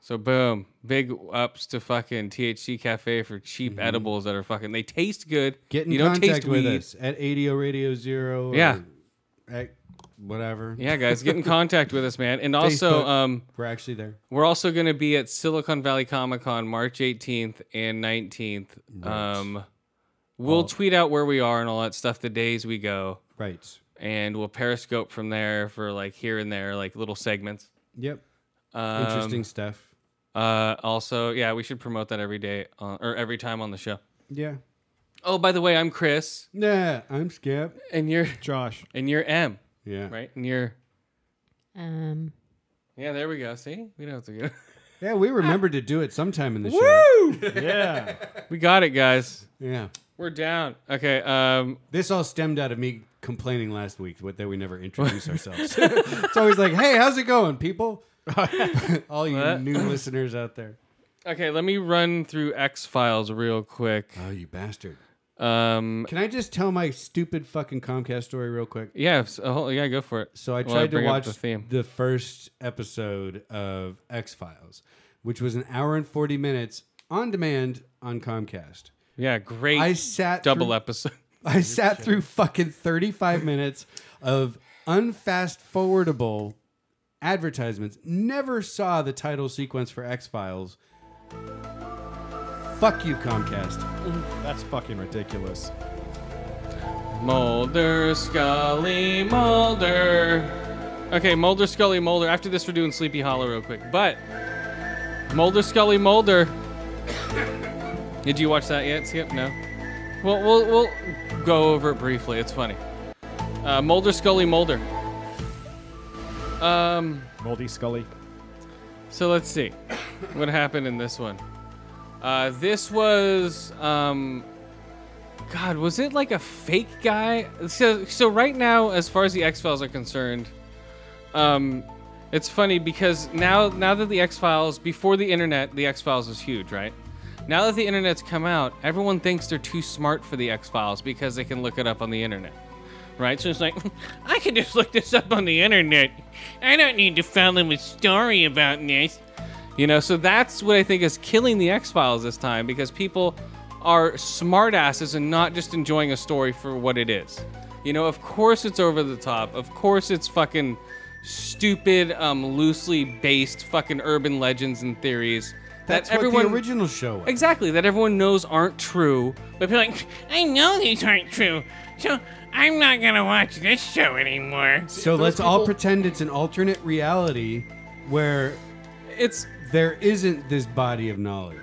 Speaker 1: So boom, big ups to fucking THC Cafe for cheap edibles that are fucking. They taste good.
Speaker 2: Mm-hmm. Get in
Speaker 1: you don't
Speaker 2: contact
Speaker 1: taste
Speaker 2: with
Speaker 1: weed.
Speaker 2: us at ADO Radio Zero. or
Speaker 1: Yeah.
Speaker 2: At whatever.
Speaker 1: Yeah, guys, get in contact with us, man. And also,
Speaker 2: Facebook.
Speaker 1: um,
Speaker 2: We're actually there.
Speaker 1: We're also going to be at Silicon Valley Comic Con March 18th and 19th. Um, we'll tweet out where we are and all that stuff the days we go,
Speaker 2: Right.
Speaker 1: and we'll periscope from there for like here and there, like little segments.
Speaker 2: Yep.
Speaker 1: Um,
Speaker 2: Interesting stuff.
Speaker 1: Uh, also, yeah, we should promote that every day uh, or every time on the show.
Speaker 2: Yeah.
Speaker 1: Oh, by the way, I'm Chris,
Speaker 2: Nah, I'm Skip.
Speaker 1: and you're
Speaker 3: Josh,
Speaker 1: and you're M,
Speaker 2: Yeah.
Speaker 1: right? And you're
Speaker 9: Um,
Speaker 1: yeah. There we go. See, we don't have to go.
Speaker 2: Yeah, we remembered to do it sometime in the show.
Speaker 3: yeah,
Speaker 1: we got it, guys.
Speaker 2: Yeah.
Speaker 1: We're down. Okay. Um,
Speaker 2: This all stemmed out of me complaining last week what- that we never introduced ourselves. it's always like, hey, how's it going, people? all you
Speaker 1: What?
Speaker 2: new listeners out there.
Speaker 1: Okay, let me run through X Files real quick.
Speaker 2: Oh, you bastard.
Speaker 1: Um,
Speaker 2: Can I just tell my stupid fucking Comcast story real quick?
Speaker 1: yeah, so, oh, yeah, go for it.
Speaker 2: So I
Speaker 1: While
Speaker 2: tried to
Speaker 1: bring up
Speaker 2: watch
Speaker 1: the theme.
Speaker 2: the first episode of X Files, which was an hour and 40 minutes on demand on Comcast.
Speaker 1: yeah, great
Speaker 2: I sat
Speaker 1: double
Speaker 2: through-
Speaker 1: episode.
Speaker 2: I sat through fucking 35 minutes of unfast forwardable advertisements. Never saw the title sequence for X Files. Fuck you, Comcast.
Speaker 3: that's fucking ridiculous.
Speaker 1: Mulder, Scully, Mulder. Okay, Mulder, Scully, Mulder. After this, we're doing Sleepy Hollow real quick. But Mulder, Scully, Mulder. Did you watch that yet, Skip? No. Well, we'll we'll go over it briefly. It's funny. Uh, Mulder, Scully, Mulder. Um.
Speaker 3: Moldy Scully.
Speaker 1: So let's see what happened in this one. Uh, this was, um, God, was it like a fake guy? So, so right now, as far as the X Files are concerned, um, it's funny because now, now that the X Files, before the internet, the X Files was huge, right? Now that the internet's come out, everyone thinks they're too smart for the X Files because they can look it up on the internet right? So it's like, I can just look this up on the internet. I don't need to follow a story about this. You know, so that's what I think is killing the X Files this time because people are smartasses and not just enjoying a story for what it is. You know, of course it's over the top. Of course it's fucking stupid, um, loosely based fucking urban legends and theories
Speaker 2: That's
Speaker 1: that everyone
Speaker 2: what the original show was.
Speaker 1: Exactly, that everyone knows aren't true. But people are like, I know these aren't true, so I'm not gonna watch this show anymore.
Speaker 2: So let's all pretend it's an alternate reality where
Speaker 1: It's
Speaker 2: there isn't this body of knowledge.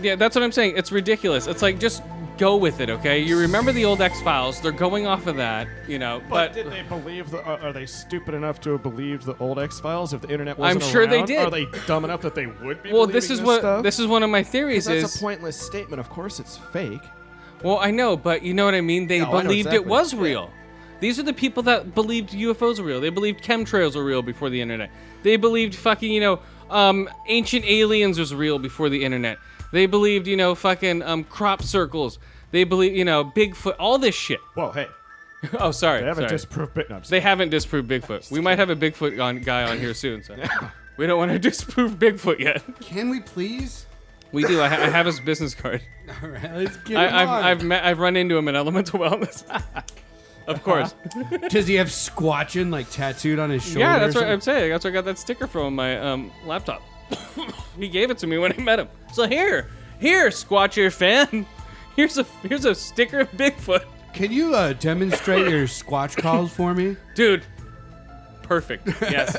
Speaker 1: yeah, that's what I'm saying. It's ridiculous. It's like just go with it, okay? You remember the old X Files? They're going off of that, you know.
Speaker 3: But
Speaker 1: But,
Speaker 3: did they believe? The, are, are they stupid enough to have believed the old X Files if the internet
Speaker 1: I'm
Speaker 3: wasn't
Speaker 1: sure they
Speaker 3: around?
Speaker 1: did.
Speaker 3: Are they dumb enough that they would be?
Speaker 1: well,
Speaker 3: believing
Speaker 1: this is what
Speaker 3: stuff?
Speaker 1: this is one of my theories
Speaker 3: That's
Speaker 1: is.
Speaker 3: a pointless statement. Of course, it's fake.
Speaker 1: Well, I know, but you know what I mean? They
Speaker 3: No, I know
Speaker 1: believed it
Speaker 3: exactly.
Speaker 1: was real. These are the people that believed UFOs were real. They believed chemtrails were real before the internet. They believed fucking, you know, um, ancient aliens was real before the internet. They believed, you know, fucking um, crop circles. They believe, you know, Bigfoot, all this shit.
Speaker 3: Well, hey,
Speaker 1: Oh, sorry.
Speaker 3: they haven't
Speaker 1: sorry.
Speaker 3: disproved it. No, I'm just
Speaker 1: They haven't disproved Bigfoot. We might have a Bigfoot on, guy on here soon, so we don't want to disprove Bigfoot yet.
Speaker 2: Can we please?
Speaker 1: We do. I, ha- I have his business card.
Speaker 2: All right, let's get him
Speaker 1: I, I've
Speaker 2: on.
Speaker 1: I've, met, I've run into him at Elemental Wellness. of course.
Speaker 2: Does he have squatchin like tattooed on his shoulder?
Speaker 1: Yeah, that's
Speaker 2: or
Speaker 1: what I'm
Speaker 2: something?
Speaker 1: saying. That's where I got that sticker from on my um, laptop. he gave it to me when I met him. So here, here, Squatcher fan, here's a here's a sticker of Bigfoot,
Speaker 2: Can you uh, demonstrate your squatch calls for me?
Speaker 1: dude. Perfect. Yes.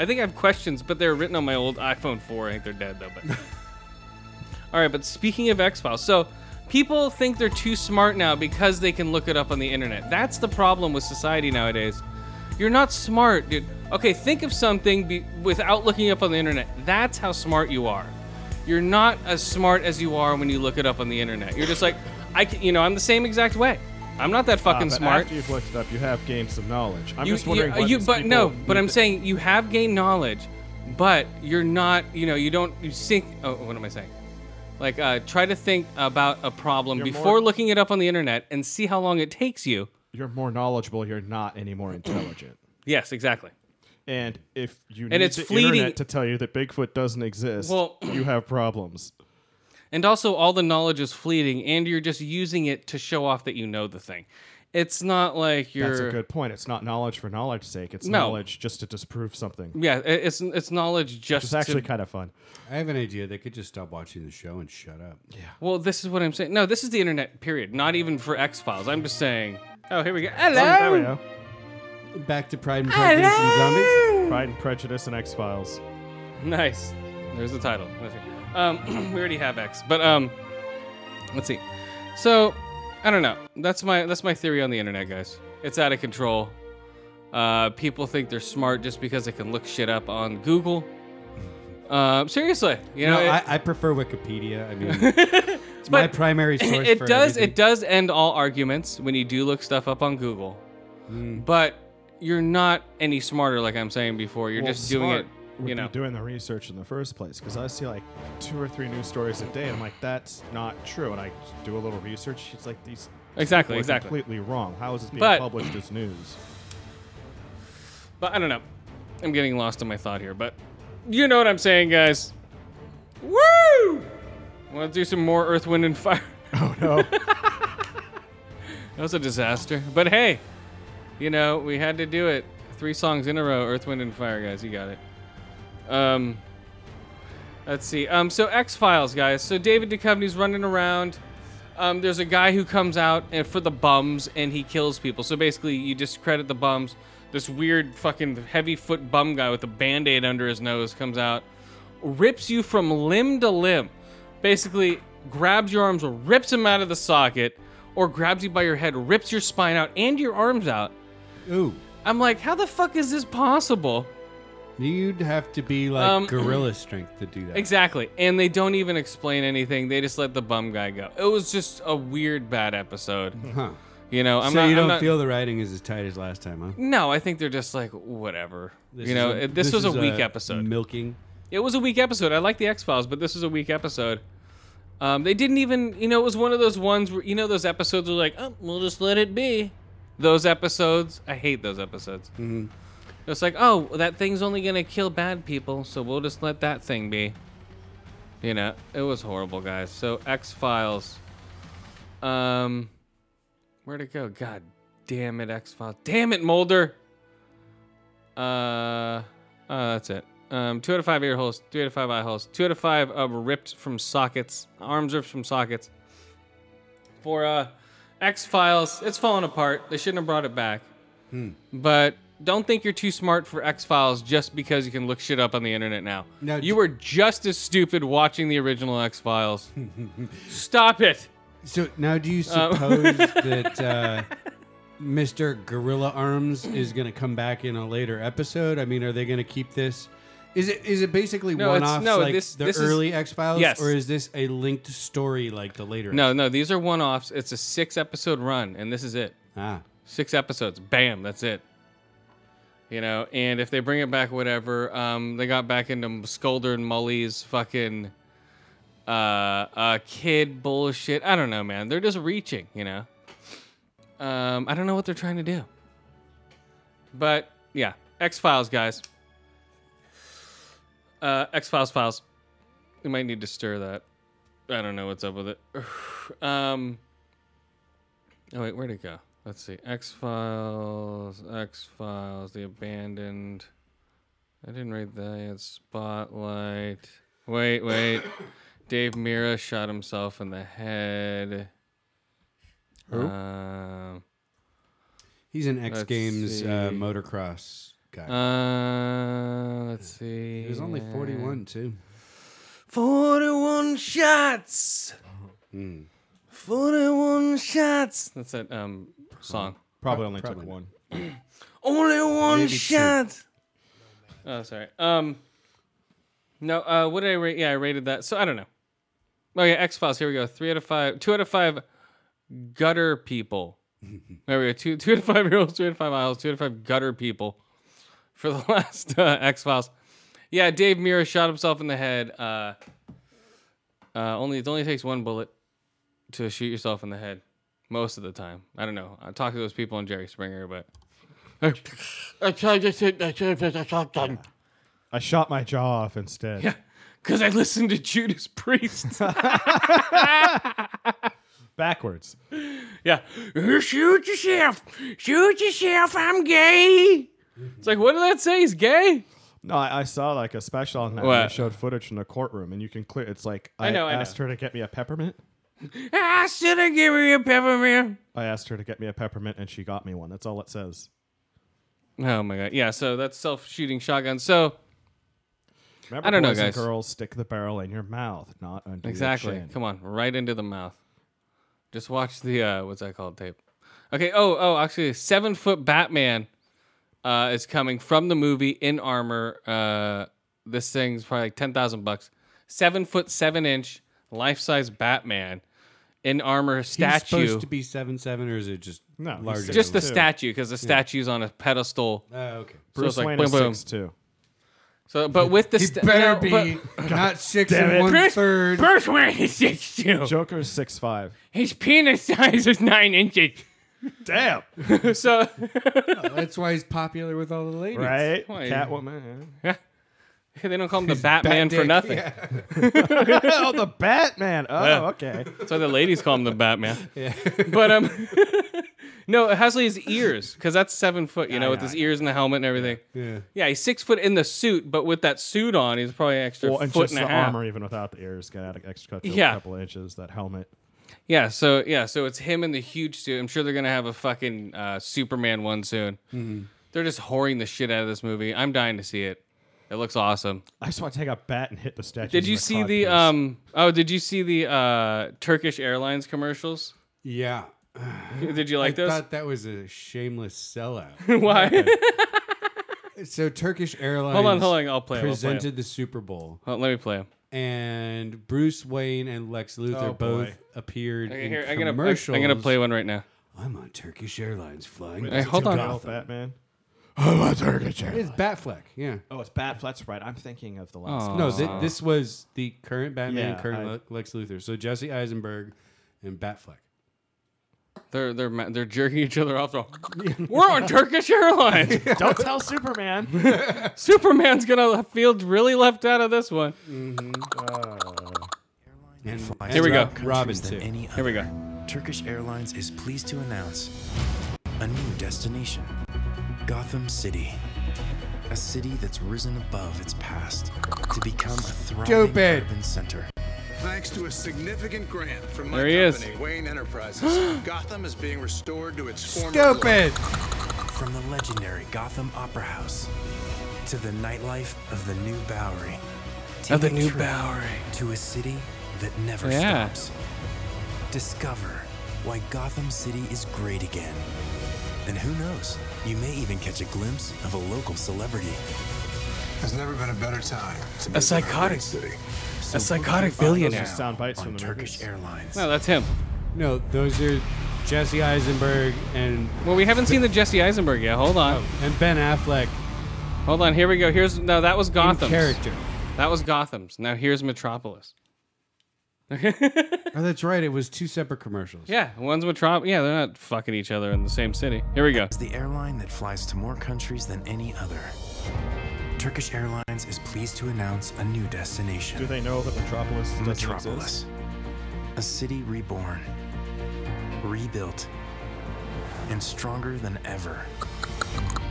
Speaker 1: I think I have questions, but they're written on my old iPhone 4. I think they're dead though. But all right. But speaking of X Files, so people think they're too smart now because they can look it up on the internet. That's the problem with society nowadays. You're not smart, dude. Okay, think of something be- without looking up on the internet. That's how smart you are. You're not as smart as you are when you look it up on the internet. You're just like, I, can, you know, I'm the same exact way. I'm not that
Speaker 8: Ah,
Speaker 3: Uh,
Speaker 1: fucking
Speaker 8: but
Speaker 1: smart.
Speaker 8: After you've looked it up, you have gained some knowledge. I'm
Speaker 1: You-
Speaker 8: just wondering
Speaker 1: you,
Speaker 8: what
Speaker 1: you-
Speaker 8: these
Speaker 1: but no,
Speaker 8: people-
Speaker 1: but I'm saying you have gained knowledge, but you're not, you know, you don't you think oh, what am I saying? Like uh, try to think about a problem
Speaker 8: You're
Speaker 1: before
Speaker 8: more-
Speaker 1: looking it up on the internet and see how long it takes you.
Speaker 8: you're more knowledgeable. You're not any more intelligent.
Speaker 1: Yes, exactly.
Speaker 8: And if you
Speaker 1: And
Speaker 8: need
Speaker 1: it's
Speaker 8: the
Speaker 1: fleeting-
Speaker 8: internet to tell you that Bigfoot doesn't exist,
Speaker 1: Well-
Speaker 8: you have problems.
Speaker 1: And also all the knowledge is fleeting and you're just using it to show off that you know the thing. It's not like you're
Speaker 8: That's a good point. It's not knowledge for knowledge's sake. It's
Speaker 1: No.
Speaker 8: knowledge just to disprove something.
Speaker 1: Yeah, it- it's it's knowledge just
Speaker 8: It's
Speaker 1: to-
Speaker 8: actually kind of fun.
Speaker 2: I have an idea. They could just stop watching the show and shut up.
Speaker 1: Well, this is what I'm saying. No, this is the internet period, not even for X-Files. I'm just saying. Oh, here we go.
Speaker 8: There we
Speaker 1: Hello.
Speaker 8: go.
Speaker 2: Back to Pride and Prejudice and Zombies.
Speaker 8: Pride and Prejudice and X Files.
Speaker 1: Nice. There's the title. Let's see. Um, we already have X, but um, let's see. So, I don't know. That's my that's my theory on the internet, guys. It's out of control. Uh, people think they're smart just because they can look shit up on Google. Um, seriously, you
Speaker 2: You
Speaker 1: know,
Speaker 2: know,
Speaker 1: it,
Speaker 2: I, I prefer Wikipedia. I mean, it's my
Speaker 1: But
Speaker 2: primary source.
Speaker 1: it
Speaker 2: for
Speaker 1: does
Speaker 2: everything.
Speaker 1: it does end all arguments when you do look stuff up on Google.
Speaker 2: Hmm.
Speaker 1: But you're not any smarter, like I'm saying before. You're
Speaker 8: Well,
Speaker 1: just doing
Speaker 8: smart
Speaker 1: it.
Speaker 8: would
Speaker 1: You
Speaker 8: be
Speaker 1: know,
Speaker 8: doing the research in the first place because I see like two or three news stories a day. and I'm like, that's not true. And I do a little research. It's like these
Speaker 1: exactly,
Speaker 8: people are
Speaker 1: exactly.
Speaker 8: completely wrong. How is this being
Speaker 1: But-
Speaker 8: published as news?
Speaker 1: But I don't know. I'm getting lost in my thought here, but you know what I'm saying, guys. Woo! Want to do some more Earth, Wind, and Fire?
Speaker 8: Oh no!
Speaker 1: That was a disaster. But hey, you know, we had to do it. Three songs in a row Earth, Wind, and Fire, guys. You got it. Um, let's see. Um, so X Files, guys. So David Duchovny's running around. Um, there's a guy who comes out and for the bums and he kills people. So basically, you discredit the bums. This weird fucking heavy foot bum guy with a band aid under his nose comes out, rips you from limb to limb. Basically, grabs your arms, rips them out of the socket, or grabs you by your head, rips your spine out and your arms out.
Speaker 2: Ooh,
Speaker 1: I'm like, how the fuck is this possible?
Speaker 2: you'd have to be like
Speaker 1: Um,
Speaker 2: gorilla strength to do that.
Speaker 1: Exactly. And they don't even explain anything. They just let the bum guy go. It was just a weird bad episode.
Speaker 2: Huh.
Speaker 1: You know, I'm
Speaker 2: so
Speaker 1: not
Speaker 2: you
Speaker 1: I'm
Speaker 2: don't
Speaker 1: not-
Speaker 2: feel the writing is as tight as last time, huh?
Speaker 1: No, I think they're just like whatever.
Speaker 2: This
Speaker 1: you know,
Speaker 2: is a-
Speaker 1: it- this, was a
Speaker 2: is
Speaker 1: weak episode.
Speaker 2: Milking.
Speaker 1: it was a weak episode. I like the X Files, but this was a weak episode. Um, they didn't even, you know, it was one of those ones where you know those episodes were like, oh, we'll just let it be. Those episodes, I hate those episodes. Mm-hmm. It's like, oh, that thing's only gonna kill bad people, so we'll just let that thing be. You know, it was horrible, guys. So X Files, um, where'd it go? God damn it, X Files. Damn it, Mulder. Uh, uh, that's it. Um, two out of five ear holes, three out of five eye holes, two out of five uh, ripped from sockets, arms ripped from sockets. For uh, X Files, it's falling apart. They shouldn't have brought it back. But don't think you're too smart for X Files just because you can look shit up on the internet now.
Speaker 2: No,
Speaker 1: you
Speaker 2: j-
Speaker 1: were just as stupid watching the original X Files. Stop it.
Speaker 2: So now, do
Speaker 1: Um,
Speaker 2: you suppose that uh, Mr. Gorilla Arms is going to come back in a later episode? I mean, are they going to keep this? Is it is it basically
Speaker 1: No, it's-
Speaker 2: one offs
Speaker 1: no,
Speaker 2: like
Speaker 1: this-
Speaker 2: the
Speaker 1: this is-
Speaker 2: early X Files,
Speaker 1: Yes.
Speaker 2: or is this a linked story like the later?
Speaker 1: No, no, these are one offs. It's a six episode run, and this is it.
Speaker 2: Ah,
Speaker 1: six episodes bam that's it you know and if they bring it back whatever um they got back into scolder and mully's fucking uh uh kid bullshit i don't know man they're just reaching you know um i don't know what they're trying to do but yeah x files guys uh x files files we might need to stir that i don't know what's up with it um Oh wait, where'd it go? Let's see. X Files, X Files, the abandoned I didn't read that yet. Spotlight. Wait, wait. Dave Mira shot himself in the head.
Speaker 2: Who?
Speaker 1: Um,
Speaker 2: He's an X
Speaker 1: Let's
Speaker 2: Games uh,
Speaker 1: see. Um,
Speaker 2: motocross guy.
Speaker 1: uh, let's see.
Speaker 2: he was only 41 too.
Speaker 1: 41 shots.
Speaker 2: Hmm.
Speaker 1: 41 shots. That's that um song.
Speaker 3: Probably only
Speaker 2: Probably
Speaker 3: took
Speaker 2: not.
Speaker 3: one.
Speaker 1: Only one
Speaker 2: Maybe two.
Speaker 1: shot. Oh, sorry. Um, no. Uh, what did I rate? Yeah, I rated that. So I don't know. Oh yeah, X Files. Here we go. Three out of five. Two out of five. Gutter people. there we go. Two two out of five year olds. Two out of five miles. Two out of five gutter people. For the last uh, X Files. Yeah, Dave Mira shot himself in the head. Uh, uh, only it only takes one bullet to shoot yourself in the head. Most of the time, I don't know. I talk to those people on Jerry Springer, but
Speaker 3: I shot my jaw off instead.
Speaker 1: Because I listened to Judas Priest.
Speaker 3: Backwards.
Speaker 1: yeah. Shoot yourself. Shoot yourself. I'm gay. It's like, what did that say? He's gay?
Speaker 3: No, I, I saw like a special on that
Speaker 1: What?
Speaker 3: that showed footage from the courtroom, and you can clear. It's like I,
Speaker 1: know, I know.
Speaker 3: asked her to get me a peppermint.
Speaker 1: I Ah, should have given you a peppermint.
Speaker 3: I asked her to get me a peppermint, and she got me one. That's all it says.
Speaker 1: Oh my god. Yeah, so that's self shooting shotgun. So
Speaker 3: Remember,
Speaker 1: I don't know,
Speaker 3: boys and
Speaker 1: guys.
Speaker 3: girls, stick the barrel in your mouth, not under
Speaker 1: exactly.
Speaker 3: Your chin.
Speaker 1: Come on, right into the mouth. Just watch the uh what's that called tape. Okay, oh, oh, actually seven foot Batman uh is coming from the movie in armor. Uh this thing's probably like ten thousand bucks. Seven foot seven inch life size Batman in armor
Speaker 2: He's
Speaker 1: statue.
Speaker 2: supposed to be seven seven, or is it just
Speaker 3: No, he's
Speaker 2: larger?
Speaker 3: six
Speaker 1: just the
Speaker 3: too.
Speaker 1: statue, because the statue's on a pedestal.
Speaker 2: Oh, okay.
Speaker 3: Bruce
Speaker 1: so it's like
Speaker 3: Wayne
Speaker 1: boom
Speaker 3: is
Speaker 1: boom.
Speaker 3: six too.
Speaker 1: So but with the
Speaker 2: He
Speaker 1: sta-
Speaker 2: better
Speaker 1: no,
Speaker 2: be not six
Speaker 3: damn
Speaker 2: and
Speaker 3: it.
Speaker 2: one
Speaker 1: Bruce-
Speaker 2: third.
Speaker 1: but- Bruce Wayne is six two.
Speaker 3: Joker's six five.
Speaker 1: His penis size is nine inches.
Speaker 3: Damn.
Speaker 1: So
Speaker 2: That's why he's popular with all the ladies.
Speaker 3: Right.
Speaker 1: Why?
Speaker 3: Catwoman.
Speaker 1: they don't call him the Batman
Speaker 2: Bat
Speaker 1: for
Speaker 2: dick,
Speaker 1: nothing.
Speaker 2: yeah.
Speaker 3: oh, the Batman. Oh,
Speaker 1: Yeah.
Speaker 3: okay.
Speaker 1: So the ladies call him the Batman. But um, no, it has his ears because that's seven foot. You know, with his ears and the helmet and everything.
Speaker 2: Yeah.
Speaker 1: Yeah, he's six foot in the suit, but with that suit on, he's probably an extra
Speaker 3: Well, and
Speaker 1: foot
Speaker 3: just
Speaker 1: and
Speaker 3: the
Speaker 1: a half.
Speaker 3: armor, even without the ears, got out an extra couple,
Speaker 1: Yeah.
Speaker 3: couple inches. That helmet.
Speaker 1: Yeah, so yeah, so it's him in the huge suit. I'm sure they're gonna have a fucking uh, Superman one soon.
Speaker 2: Mm-hmm.
Speaker 1: They're just whoring the shit out of this movie. I'm dying to see it. It looks awesome.
Speaker 3: I just want to take a bat and hit the statue.
Speaker 1: Did you see the um? Oh, did you see the uh, Turkish Airlines commercials?
Speaker 2: Yeah.
Speaker 1: Did you like
Speaker 2: I
Speaker 1: those?
Speaker 2: thought that was a shameless sellout.
Speaker 1: Why?
Speaker 2: so Turkish Airlines.
Speaker 1: hold on, hold on. I'll play. it, I'll play it.
Speaker 2: Presented the Super Bowl,
Speaker 1: Hold on, let me play him.
Speaker 2: and Bruce Wayne and Lex Luthor
Speaker 3: Oh,
Speaker 2: both
Speaker 3: boy.
Speaker 2: appeared
Speaker 1: Okay,
Speaker 2: in
Speaker 1: here, I'm gonna, I'm
Speaker 2: commercials.
Speaker 1: gonna play one right now.
Speaker 2: I'm on Turkish Airlines flying. to
Speaker 1: Hey, hold on.
Speaker 2: Gotham.
Speaker 3: Batman?
Speaker 2: It's Batfleck. Yeah.
Speaker 3: Oh, it's Bat. That's right. I'm thinking of the last.
Speaker 1: Aw.
Speaker 2: No, thi- this was the current Batman,
Speaker 3: Yeah,
Speaker 2: current
Speaker 3: I-
Speaker 2: Le- Lex Luthor. So Jesse Eisenberg and Batfleck.
Speaker 1: They're they're ma- they're jerking each other off. They're all, We're on Turkish Airlines.
Speaker 3: Don't tell Superman.
Speaker 1: Superman's gonna feel really left out of this one.
Speaker 2: And
Speaker 1: Here we go.
Speaker 2: Robin too.
Speaker 10: Any
Speaker 1: Here we go.
Speaker 10: Turkish Airlines is pleased to announce a new destination Gotham City. A city that's risen above its past to become a thriving
Speaker 2: Stupid.
Speaker 10: urban center.
Speaker 5: Thanks to a significant grant from my
Speaker 1: There he is.
Speaker 5: company, Wayne Enterprises, Gotham is being restored to its former glory.
Speaker 2: Stupid.
Speaker 10: From the legendary Gotham Opera House to the nightlife of the New Bowery. Take
Speaker 1: the
Speaker 10: a
Speaker 1: New
Speaker 10: trip
Speaker 1: Bowery.
Speaker 10: To a city that never
Speaker 1: Yeah.
Speaker 10: stops. Discover why Gotham City is great again. And who knows, you may even catch a glimpse of a local celebrity.
Speaker 5: There's never been a better time. To be
Speaker 1: A psychotic,
Speaker 5: city.
Speaker 1: a psychotic
Speaker 3: Those are
Speaker 1: billionaire.
Speaker 3: sound bites
Speaker 10: on
Speaker 3: from the
Speaker 10: Turkish
Speaker 3: movies.
Speaker 10: Airlines.
Speaker 1: No, that's him.
Speaker 2: No, those are Jesse Eisenberg and
Speaker 1: Well, we haven't seen the Jesse Eisenberg yet. Hold on,
Speaker 2: and Ben Affleck
Speaker 1: hold on. Here we go. Here's no, that was
Speaker 2: in
Speaker 1: Gotham's.
Speaker 2: character.
Speaker 1: That was Gotham's. Now here's Metropolis.
Speaker 2: Oh, that's right. It was two separate commercials.
Speaker 1: Yeah, one's Metrop. Yeah, they're not fucking each other in the same city. Here we go.
Speaker 10: is the airline that flies to more countries than any other. Turkish Airlines is pleased to announce a new destination.
Speaker 3: Do they know that Metropolis doesn't exist?
Speaker 10: Metropolis. A city reborn, rebuilt, and stronger than ever.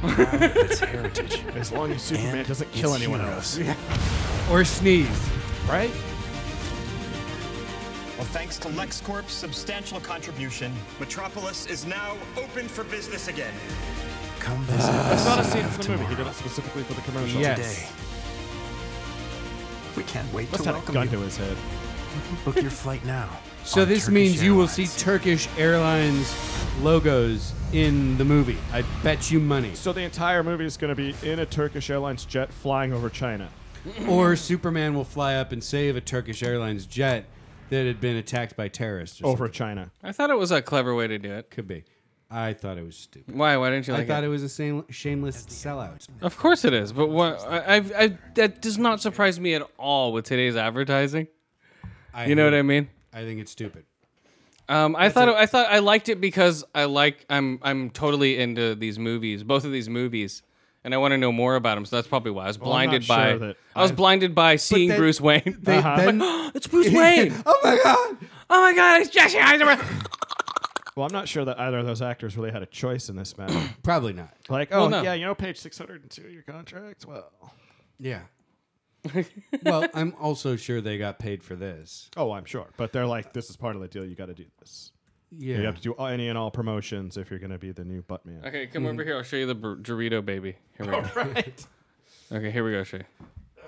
Speaker 10: proud of its heritage.
Speaker 3: As long as Superman
Speaker 10: and
Speaker 3: doesn't kill
Speaker 10: its
Speaker 3: anyone
Speaker 10: heroes.
Speaker 3: else.
Speaker 2: Or sneeze.
Speaker 5: Right? Well, thanks to LexCorp's substantial contribution, Metropolis is now open for business again.
Speaker 10: Come visit us.
Speaker 3: He did it specifically for the commercial.
Speaker 2: Ah,
Speaker 10: Yes.
Speaker 5: We can't wait
Speaker 3: Must have a gun to his head.
Speaker 10: Book your flight now.
Speaker 2: So this means you will see Turkish Airlines logos in the movie. I bet you money.
Speaker 3: So the entire movie is going to be in a Turkish Airlines jet flying over China.
Speaker 2: Or Superman will fly up and save a Turkish Airlines jet that had been attacked by terrorists or
Speaker 3: Over
Speaker 2: something.
Speaker 3: China.
Speaker 1: I thought it was a clever way to do it.
Speaker 2: Could be. I thought it was stupid.
Speaker 1: Why? Why didn't you like
Speaker 2: I thought it, was a same, shameless sellout.
Speaker 1: Of course it is, but what I, I've, I that does not surprise me at all with today's advertising.
Speaker 2: I
Speaker 1: you know
Speaker 2: hate
Speaker 1: what I
Speaker 2: it.
Speaker 1: mean?
Speaker 2: I think it's stupid.
Speaker 1: Um, I thought I thought I liked it because I like I'm I'm totally into these movies, both of these movies, and I want to know more about them. So that's probably why I was
Speaker 3: Well, I'm not
Speaker 1: blinded
Speaker 3: sure
Speaker 1: by
Speaker 3: that
Speaker 1: I was
Speaker 3: I-
Speaker 1: blinded by seeing
Speaker 2: then
Speaker 1: Bruce Wayne.
Speaker 2: they-
Speaker 1: I'm like,
Speaker 2: then-
Speaker 1: "Oh, it's Bruce Wayne!
Speaker 2: oh my god!
Speaker 1: Oh my god! It's Jesse Eisenberg!
Speaker 3: Well, I'm not sure that either of those actors really had a choice in this matter.
Speaker 2: Probably not.
Speaker 3: like, oh
Speaker 1: Well, no.
Speaker 3: yeah, you know, page 602 of your contract. Well,
Speaker 2: Yeah. well, I'm also sure they got paid for this.
Speaker 3: oh, I'm sure, but they're like, this is part of the deal. You got to do this. You have to do all- any and all promotions if you're going to be the new butt man.
Speaker 1: Okay, come over here. I'll show you the bur- Dorito baby. Here we go.
Speaker 2: Mm-hmm. right.
Speaker 1: Okay, here we go. Show you.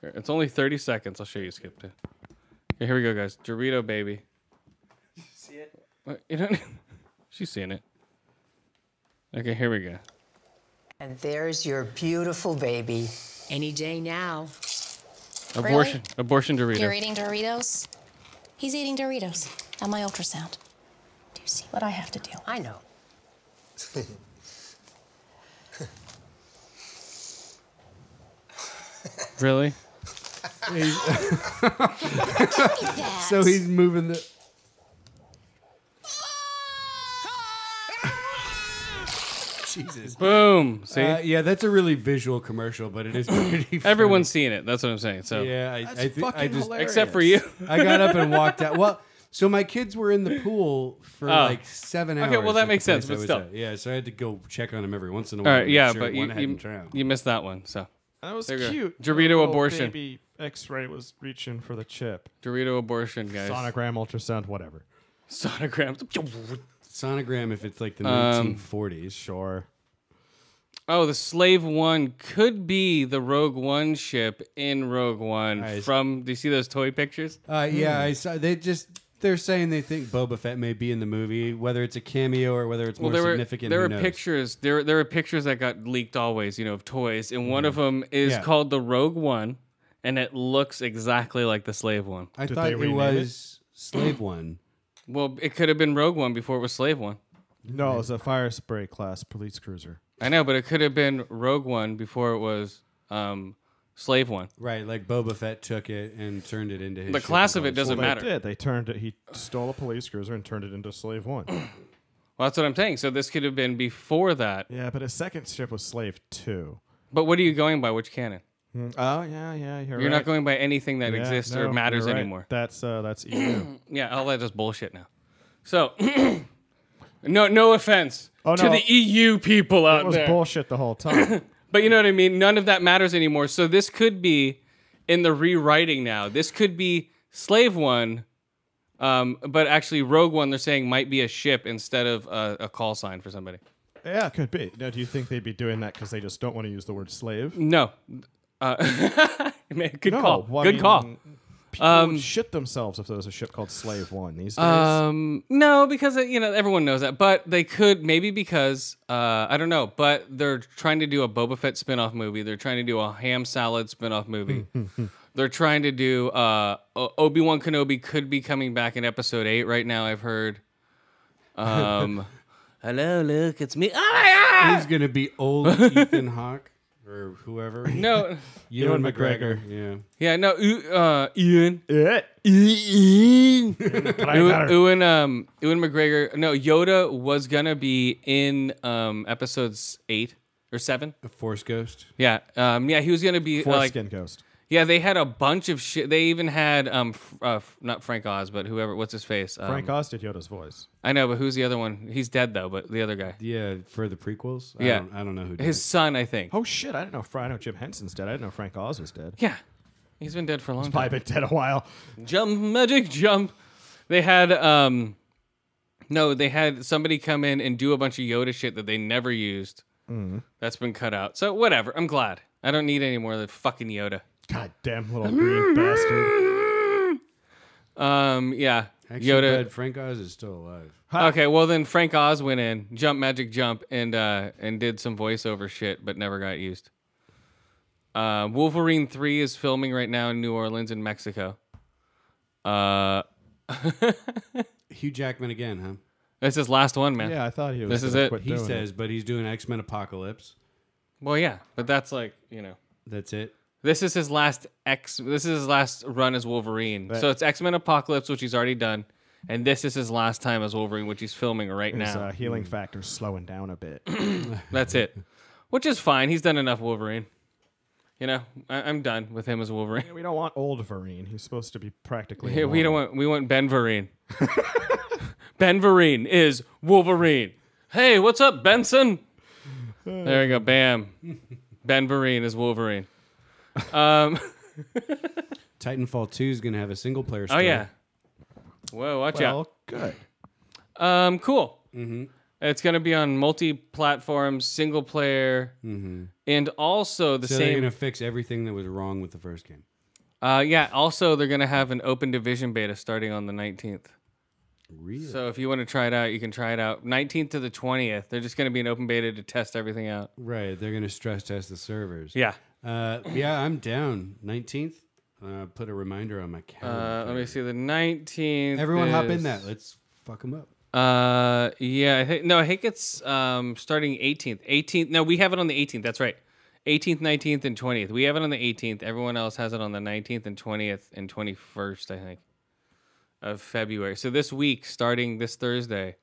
Speaker 1: Here, It's only 30 seconds. I'll show you. Skip to. Okay, here we go, guys. Dorito baby. What? You don't. She's seeing it. Okay, here we go.
Speaker 4: And there's your beautiful baby. Any day now.
Speaker 9: Really?
Speaker 1: Abortion. Abortion Dorito.
Speaker 9: You're eating Doritos? He's eating Doritos on my ultrasound. Do you see what I have to do? I know.
Speaker 1: Really?
Speaker 2: so he's moving the. Jesus.
Speaker 1: Boom. See?
Speaker 2: Uh, yeah, that's a really visual commercial, but it is pretty. funny.
Speaker 1: Everyone's seeing it. That's what I'm saying. So
Speaker 2: Yeah, I, I, thi- I just
Speaker 1: Except for you.
Speaker 2: I got up and walked out. Well, so my kids were in the pool for
Speaker 1: Oh.
Speaker 2: like seven hours.
Speaker 1: Okay, well, that
Speaker 2: at the
Speaker 1: makes sense,
Speaker 2: place I
Speaker 1: but
Speaker 2: was
Speaker 1: still.
Speaker 2: at. yeah. So I had to go check on them every once in a
Speaker 1: All
Speaker 2: while.
Speaker 1: right.
Speaker 2: to make
Speaker 1: Yeah,
Speaker 2: sure
Speaker 1: but
Speaker 2: one
Speaker 1: you,
Speaker 2: hadn't drowned.
Speaker 1: you you missed that one. So
Speaker 3: That was
Speaker 1: There you go.
Speaker 3: cute.
Speaker 1: Dorito
Speaker 3: Little
Speaker 1: abortion.
Speaker 3: Baby X-ray was reaching for the chip.
Speaker 1: Dorito abortion, guys.
Speaker 3: Sonogram, ultrasound, whatever.
Speaker 1: Sonogram.
Speaker 2: Sonogram, if it's like the
Speaker 1: Um,
Speaker 2: 1940s,
Speaker 3: sure.
Speaker 1: Oh, the Slave One could be the Rogue One ship in Rogue One. From do you see those toy pictures?
Speaker 2: Uh, yeah, I saw. They just they're saying they think Boba Fett may be in the movie, whether it's a cameo or whether it's
Speaker 1: Well,
Speaker 2: more
Speaker 1: there were
Speaker 2: significant.
Speaker 1: there
Speaker 2: who
Speaker 1: were
Speaker 2: knows.
Speaker 1: pictures there there were pictures that got leaked always, you know, of toys, and one of them is
Speaker 2: Mm-hmm. Yeah.
Speaker 1: called the Rogue One, and it looks exactly like the Slave One.
Speaker 2: I thought it was Slave One.
Speaker 1: Well, it could have been Rogue One before it was Slave One.
Speaker 3: No, it was a fire spray class police cruiser.
Speaker 1: I know, but it could have been Rogue One before it was um, Slave One.
Speaker 2: Right, like Boba Fett took it and turned it into his.
Speaker 1: The
Speaker 2: ship
Speaker 1: class
Speaker 2: and
Speaker 1: of it
Speaker 2: all that
Speaker 1: doesn't
Speaker 2: stuff.
Speaker 3: They
Speaker 1: matter.
Speaker 3: did. They turned it. He stole a police cruiser and turned it into Slave One.
Speaker 1: Well, that's what I'm saying. So this could have been before that.
Speaker 3: yeah, but his second ship was Slave Two.
Speaker 1: But what are you going by? Which canon?
Speaker 3: Oh yeah, yeah. You're,
Speaker 1: You're, not going by anything that
Speaker 3: Yeah,
Speaker 1: exists
Speaker 3: no,
Speaker 1: or
Speaker 3: you're
Speaker 1: matters
Speaker 3: right.
Speaker 1: anymore.
Speaker 3: That's uh, that's EU.
Speaker 1: Yeah, all that is bullshit now. So, no, no offense
Speaker 3: Oh,
Speaker 1: to
Speaker 3: no.
Speaker 1: the EU people out
Speaker 3: it was
Speaker 1: there,
Speaker 3: bullshit the whole time.
Speaker 1: but you know what I mean. None of that matters anymore. So this could be in the rewriting now. This could be Slave One, um, but actually Rogue One. They're saying might be a ship instead of a, a call sign for somebody.
Speaker 3: yeah, it could be. Now, do you think they'd be doing that because they just don't want to use the word slave?
Speaker 1: No, uh, man, good
Speaker 3: No,
Speaker 1: call.
Speaker 3: well, I
Speaker 1: good
Speaker 3: mean,
Speaker 1: call.
Speaker 3: People
Speaker 1: Um,
Speaker 3: would shit themselves if there was a ship called Slave One these days.
Speaker 1: Um, no, because uh, you know everyone knows that, but they could maybe because uh, I don't know, but they're trying to do a Boba Fett spin-off movie. They're trying to do a ham salad spin-off movie. they're trying to do uh, Obi Wan Kenobi could be coming back in Episode Eight right now. I've heard. Um, hello, Luke. It's me. Oh my God!
Speaker 2: He's gonna be old Ethan Hawke or whoever.
Speaker 1: No.
Speaker 2: Ewan
Speaker 3: Ewan
Speaker 2: McGregor. Yeah.
Speaker 1: Yeah, no, Ew- uh, Ian.
Speaker 8: Eh.
Speaker 3: Ian.
Speaker 1: Ian.
Speaker 3: I got
Speaker 1: Ewan,
Speaker 3: her.
Speaker 1: Ewan, um, Ewan McGregor. No, Yoda was gonna be in um episodes eight or seven.
Speaker 2: Force Ghost.
Speaker 1: Yeah, um, yeah, he was gonna be uh, like
Speaker 3: Foreskin Ghost.
Speaker 1: Yeah, they had a bunch of shit. They even had um, f- uh, f- not Frank Oz, but whoever. What's his face? Um,
Speaker 8: Frank Oz did Yoda's voice.
Speaker 1: I know, but who's the other one? He's dead though. But the other guy.
Speaker 2: Yeah, for the prequels. I
Speaker 1: yeah,
Speaker 2: don't- I don't know who did
Speaker 1: His
Speaker 2: it.
Speaker 1: son, I think.
Speaker 8: Oh shit! I didn't know. Fr- I know Jim Henson's dead. I didn't know Frank Oz was dead.
Speaker 1: Yeah, he's been dead for a long
Speaker 8: He's
Speaker 1: time.
Speaker 8: probably been dead a while.
Speaker 1: Jump, magic, jump. They had um, no, they had somebody come in and do a bunch of Yoda shit that they never used.
Speaker 8: Mhm.
Speaker 1: That's been cut out. So whatever. I'm glad. I don't need any more of the fucking Yoda.
Speaker 8: God damn little green bastard.
Speaker 1: Um, yeah.
Speaker 2: Actually,
Speaker 1: Yoda.
Speaker 2: bad, Frank Oz is still alive.
Speaker 1: Okay, well then Frank Oz went in, jump magic jump, and uh, and did some voiceover shit, but never got used. Uh, Wolverine three is filming right now in New Orleans in Mexico. Uh,
Speaker 2: Hugh Jackman again, huh?
Speaker 1: that's his last one, man. This is it.
Speaker 2: He says, but he's doing X Men Apocalypse.
Speaker 1: Well, yeah, but that's like you know.
Speaker 2: That's it.
Speaker 1: This is his last X. This is his last run as Wolverine.
Speaker 2: But-
Speaker 1: so it's X Men Apocalypse, which he's already done, and this is his last time as Wolverine, which he's filming right
Speaker 8: His
Speaker 1: now.
Speaker 8: uh, healing factor's slowing down a bit.
Speaker 1: That's it. Which is fine. He's done enough Wolverine. You know, I- I'm done with him as Wolverine.
Speaker 8: we don't want old Vereen. He's supposed to be practically.
Speaker 1: Yeah, we
Speaker 8: immortal.
Speaker 1: don't want we want Ben Vereen. ben Vereen is Wolverine. Hey, what's up, Benson? There you go, bam. Ben Vereen is Wolverine. Um,
Speaker 2: Titanfall Two is going to have a single player.
Speaker 1: oh
Speaker 2: Story.
Speaker 1: yeah. Whoa, watch out.
Speaker 8: Good.
Speaker 1: Um, cool.
Speaker 2: Mm-hmm.
Speaker 1: It's gonna be on multi platforms, single player,
Speaker 2: Mhm.
Speaker 1: and also the
Speaker 2: so they're
Speaker 1: same.
Speaker 2: going to fix everything that was wrong with the first game.
Speaker 1: Uh, yeah. Also, they're gonna have an open division beta starting on the nineteenth.
Speaker 2: Really?
Speaker 1: So if you want to try it out, you can try it out. Nineteenth to the twentieth, they're just gonna be an open beta to test everything out.
Speaker 2: Right. They're going to stress test the servers.
Speaker 1: Yeah.
Speaker 2: Uh, yeah, I'm down. Nineteenth. Uh, put a reminder on my
Speaker 1: Uh,
Speaker 2: calendar.
Speaker 1: let me see. The nineteenth.
Speaker 2: Everyone hop in
Speaker 1: is-
Speaker 2: that. Let's fuck them up.
Speaker 1: Uh, yeah. I think, no, I think it's um starting eighteenth. Eighteenth. No, we have it on the eighteenth. That's right. Eighteenth, nineteenth, and twentieth. We have it on the eighteenth. Everyone else has it on the nineteenth and twentieth and twenty-first. I think of February. So this week, starting this Thursday,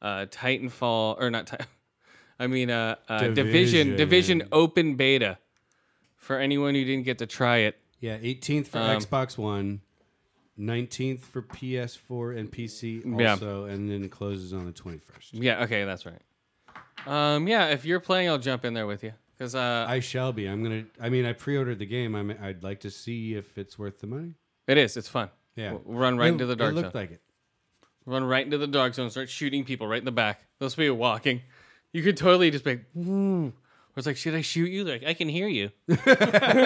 Speaker 1: uh, Titanfall or not? Ti- I mean, uh, uh Division Division Open Beta for anyone who didn't get to try it.
Speaker 2: Yeah, 18th for
Speaker 1: Um,
Speaker 2: Xbox One, 19th for PS4 and PC
Speaker 1: Yeah.
Speaker 2: also, and then it closes on the 21st.
Speaker 1: Yeah. Okay, that's right. Um, yeah. If you're playing, I'll jump in there with you. Cause uh,
Speaker 2: I shall be. I'm gonna. I mean, I pre-ordered the game. I'm, I'd like to see if it's worth the money.
Speaker 1: It is. It's fun.
Speaker 2: Yeah.
Speaker 1: W- Run right
Speaker 2: It-
Speaker 1: into the dark
Speaker 2: It
Speaker 1: zone.
Speaker 2: looked like it.
Speaker 1: Run right into the dark zone. Start shooting people right in the back. Those people walking. You could totally just be like, "Ooh." Or it's like, should I shoot you? Like, I can hear you.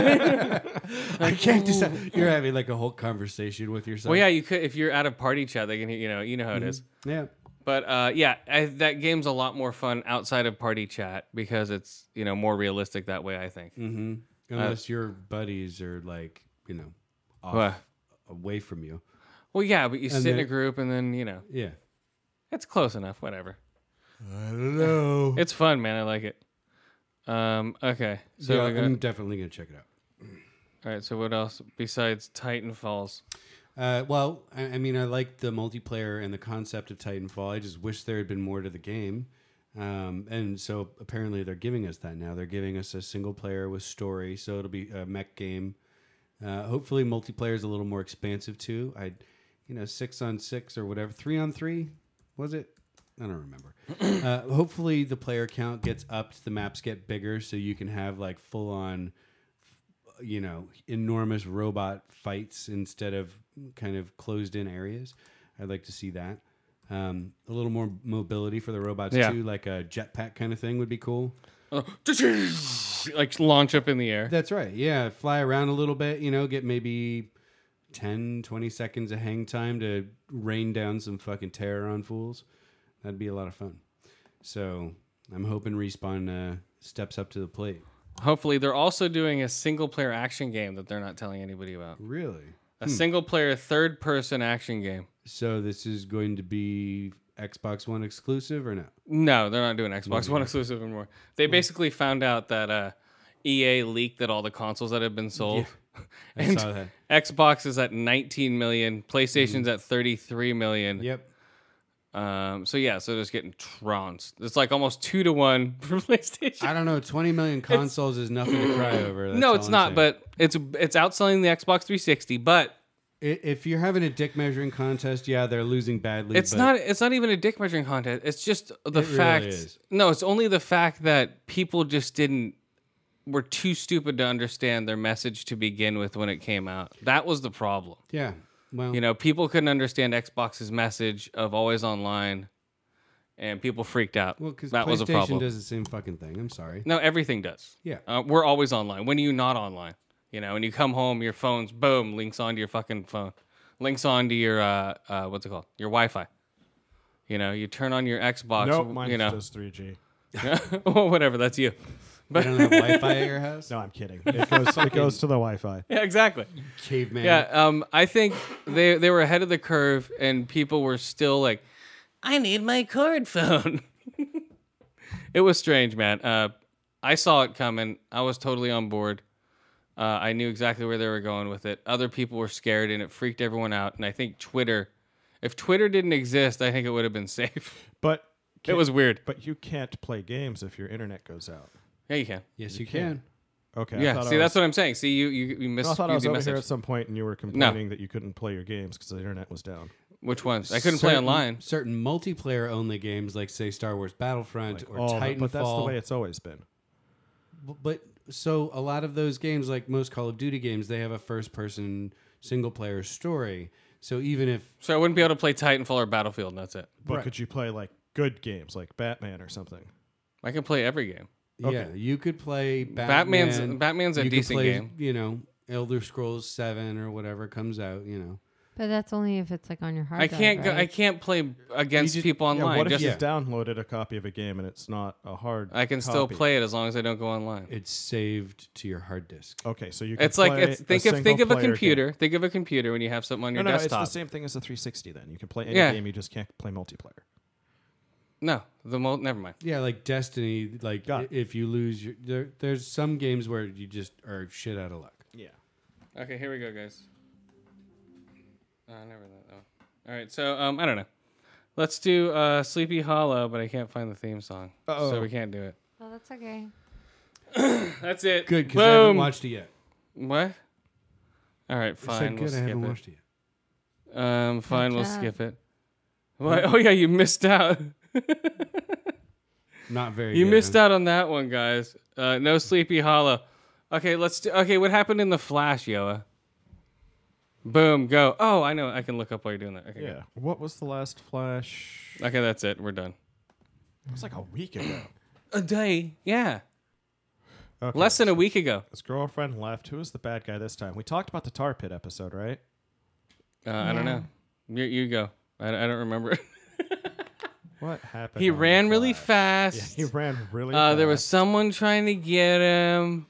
Speaker 2: I can't decide. You're having like a whole conversation with yourself.
Speaker 1: Well, yeah, you could if you're out of party chat. They can hear you know you know how it
Speaker 2: Mhm.
Speaker 1: is.
Speaker 2: Yeah.
Speaker 1: But uh, yeah, I, that game's a lot more fun outside of party chat because it's you know more realistic that way. I think.
Speaker 2: Mm-hmm.
Speaker 1: Uh,
Speaker 2: Unless your buddies are like, you know, off,
Speaker 1: What?
Speaker 2: away from you.
Speaker 1: Well, yeah, but you
Speaker 2: And
Speaker 1: sit in
Speaker 2: then-
Speaker 1: a group and then you know.
Speaker 2: Yeah.
Speaker 1: It's close enough. Whatever.
Speaker 2: I don't know.
Speaker 1: It's fun, man. I like it. Um. Okay. So
Speaker 2: Yeah,
Speaker 1: we got-
Speaker 2: I'm definitely gonna check it out.
Speaker 1: All right. So what else besides Titanfalls?
Speaker 2: Uh, well, I, I mean, I like the multiplayer and the concept of Titanfall. I just wish there had been more to the game. Um, and so apparently they're giving us that now. They're giving us a single player with story, so it'll be a mech game. Uh, hopefully, multiplayer is a little more expansive too. I, you know, six on six or whatever, three on three, was it? I don't remember. uh, hopefully, the player count gets upped, the maps get bigger, so you can have like full on you know enormous robot fights instead of kind of closed in areas. I'd like to see that. Um, a little more mobility for the robots
Speaker 1: Yeah.
Speaker 2: too, like a jetpack kind of thing would be cool.
Speaker 1: Uh, like launch up in the air.
Speaker 2: That's right. Yeah, fly around a little bit, you know, get maybe 10, 20 seconds of hang time to rain down some fucking terror on fools. That'd be a lot of fun. So, I'm hoping Respawn uh, steps up to the plate.
Speaker 1: Hopefully, they're also doing a single player action game that they're not telling anybody about.
Speaker 2: Really?
Speaker 1: A
Speaker 2: Hmm.
Speaker 1: single player third person action game.
Speaker 2: So this is going to be Xbox One exclusive or not?
Speaker 1: No, they're not doing Xbox
Speaker 2: Mhm.
Speaker 1: One exclusive anymore. They
Speaker 2: Hmm.
Speaker 1: basically found out that uh, EA leaked that all the consoles that have been sold.
Speaker 2: I saw that. Hmm.
Speaker 1: Xbox is at 19 million, PlayStation's at 33 million.
Speaker 2: Yep.
Speaker 1: Um, so yeah, so just getting trounced. It's like almost two to one for PlayStation.
Speaker 2: I don't know. 20 million consoles is nothing to cry over. That's
Speaker 1: no,
Speaker 2: all
Speaker 1: it's
Speaker 2: I'm
Speaker 1: not.
Speaker 2: saying.
Speaker 1: But it's it's outselling the Xbox 360. But
Speaker 2: I- if you're having a dick measuring contest, yeah, they're losing badly.
Speaker 1: it's
Speaker 2: but
Speaker 1: not. It's not even a dick measuring contest. It's just the
Speaker 2: It really
Speaker 1: fact.
Speaker 2: is.
Speaker 1: No, it's only the fact that people just didn't were too stupid to understand their message to begin with when it came out. That was the problem.
Speaker 2: Yeah. Well,
Speaker 1: you know, people couldn't understand Xbox's message of always online, and people freaked out.
Speaker 2: Well, because
Speaker 1: that was a problem.
Speaker 2: does the same fucking thing. I'm sorry.
Speaker 1: No, everything does.
Speaker 2: Yeah.
Speaker 1: Uh, we're always online. When are you not online? You know, when you come home, your phone's boom, links onto your fucking phone, links onto your, uh, uh, what's it called? Your Wi Fi. You know, you turn on your Xbox.
Speaker 8: nope,
Speaker 1: w-
Speaker 8: mine's
Speaker 1: you know.
Speaker 8: just 3G.
Speaker 1: well, whatever, that's you.
Speaker 2: don't have Wi-Fi at your house?
Speaker 8: No, I'm kidding. It goes, it goes to the Wi-Fi.
Speaker 1: Yeah, exactly.
Speaker 2: Caveman.
Speaker 1: Yeah, um, I think they, they were ahead of the curve and people were still like,
Speaker 7: I need my cord phone.
Speaker 1: Um, It was strange, man. Uh, I saw it coming. I was totally on board. Uh, I knew exactly where they were going with it. Other people were scared, and it freaked everyone out. And I think Twitter, if Twitter didn't exist, I think it would have been safe.
Speaker 8: But
Speaker 1: it was weird.
Speaker 8: But you can't play games if your internet goes out.
Speaker 1: Yeah, you can.
Speaker 2: Yes,
Speaker 8: you can. Okay. I
Speaker 1: Yeah.
Speaker 8: thought I
Speaker 1: See, that's
Speaker 8: was-
Speaker 1: what I'm saying. See, you you, you missed.
Speaker 8: No, I thought
Speaker 1: you
Speaker 8: I was
Speaker 1: the
Speaker 8: over
Speaker 1: message.
Speaker 8: here at some point and you were complaining that you couldn't play your games because the internet was down.
Speaker 1: Which ones? I couldn't play
Speaker 2: Certain-
Speaker 1: online.
Speaker 2: Certain multiplayer only games, like say Star Wars Battlefront or
Speaker 8: all of
Speaker 2: Titanfall.
Speaker 8: it, Oh, but that's the way it's always been.
Speaker 2: B- But so a lot of those games, like most Call of Duty games, they have a first person single player story. So even if
Speaker 1: So I wouldn't be able to play Titanfall or Battlefield, and that's it.
Speaker 8: But could you play like good games like Batman or something?
Speaker 1: I can play every game.
Speaker 2: yeah, you could play Batman,
Speaker 1: Batman's- Batman's a
Speaker 2: you could
Speaker 1: decent
Speaker 2: play,
Speaker 1: game.
Speaker 2: You know, Elder Scrolls Seven or whatever comes out. You know,
Speaker 9: But that's only if it's like on your hard
Speaker 1: I
Speaker 9: drive,
Speaker 1: can't go, I
Speaker 9: right?
Speaker 1: can't play against
Speaker 8: You just-
Speaker 1: people online.
Speaker 8: Yeah, what if
Speaker 1: just
Speaker 8: you've downloaded a copy of a game and it's not a hard?
Speaker 1: I can still
Speaker 8: copy?
Speaker 1: play it as long as I don't go online.
Speaker 2: it's saved to your hard disk.
Speaker 8: Okay, so you. Can
Speaker 1: It's like
Speaker 8: play
Speaker 1: it's
Speaker 8: a
Speaker 1: think of think of a
Speaker 8: single-player game.
Speaker 1: computer. Think of a computer when you have something on your
Speaker 8: no, no,
Speaker 1: desktop.
Speaker 8: it's the same thing as the 360. Then you can play any
Speaker 1: Yeah.
Speaker 8: game. You just can't play multiplayer.
Speaker 1: No, the mo- never mind.
Speaker 2: Yeah, like Destiny. Like i- if you lose, your, there, there's some games where you just are shit out of luck.
Speaker 8: Yeah.
Speaker 1: Okay, here we go, guys. Uh, never that. Oh. All right, so um, I don't know. Let's do uh, Sleepy Hollow, but I can't find the theme song, so
Speaker 2: Uh-oh.
Speaker 1: we can't do it.
Speaker 9: Oh, that's okay.
Speaker 1: That's it.
Speaker 2: Good, 'cause I haven't
Speaker 1: Boom.
Speaker 2: watched it yet.
Speaker 1: What? All right,
Speaker 2: said
Speaker 1: fine. we'll
Speaker 2: good, I
Speaker 1: skip
Speaker 2: haven't
Speaker 1: it.
Speaker 2: watched it
Speaker 1: Um, fine, we'll
Speaker 2: job.
Speaker 1: skip it. What? Oh yeah, you missed out.
Speaker 2: Not very.
Speaker 1: You
Speaker 2: good,
Speaker 1: missed
Speaker 2: huh?
Speaker 1: out on that one, guys. Uh, no Sleepy Hollow. Okay, let's do. Okay, what happened in the Flash, Yoa? Boom, go. Oh, I know. I can look up while you're doing that. Okay,
Speaker 8: Yeah. What was the last Flash?
Speaker 1: good. Okay, that's it. We're done.
Speaker 8: It was like a week ago.
Speaker 1: A day. Yeah.
Speaker 8: Okay.
Speaker 1: Less than a week ago.
Speaker 8: His girlfriend left. Who was the bad guy this time? We talked about the tar pit episode, right?
Speaker 1: Uh, I don't
Speaker 8: Yeah.
Speaker 1: know. You, you go. I, I don't remember.
Speaker 8: What happened?
Speaker 1: he
Speaker 8: on the
Speaker 1: ran really
Speaker 8: Flash?
Speaker 1: fast.
Speaker 8: Yeah, he ran really.
Speaker 1: uh, There was someone trying to get him.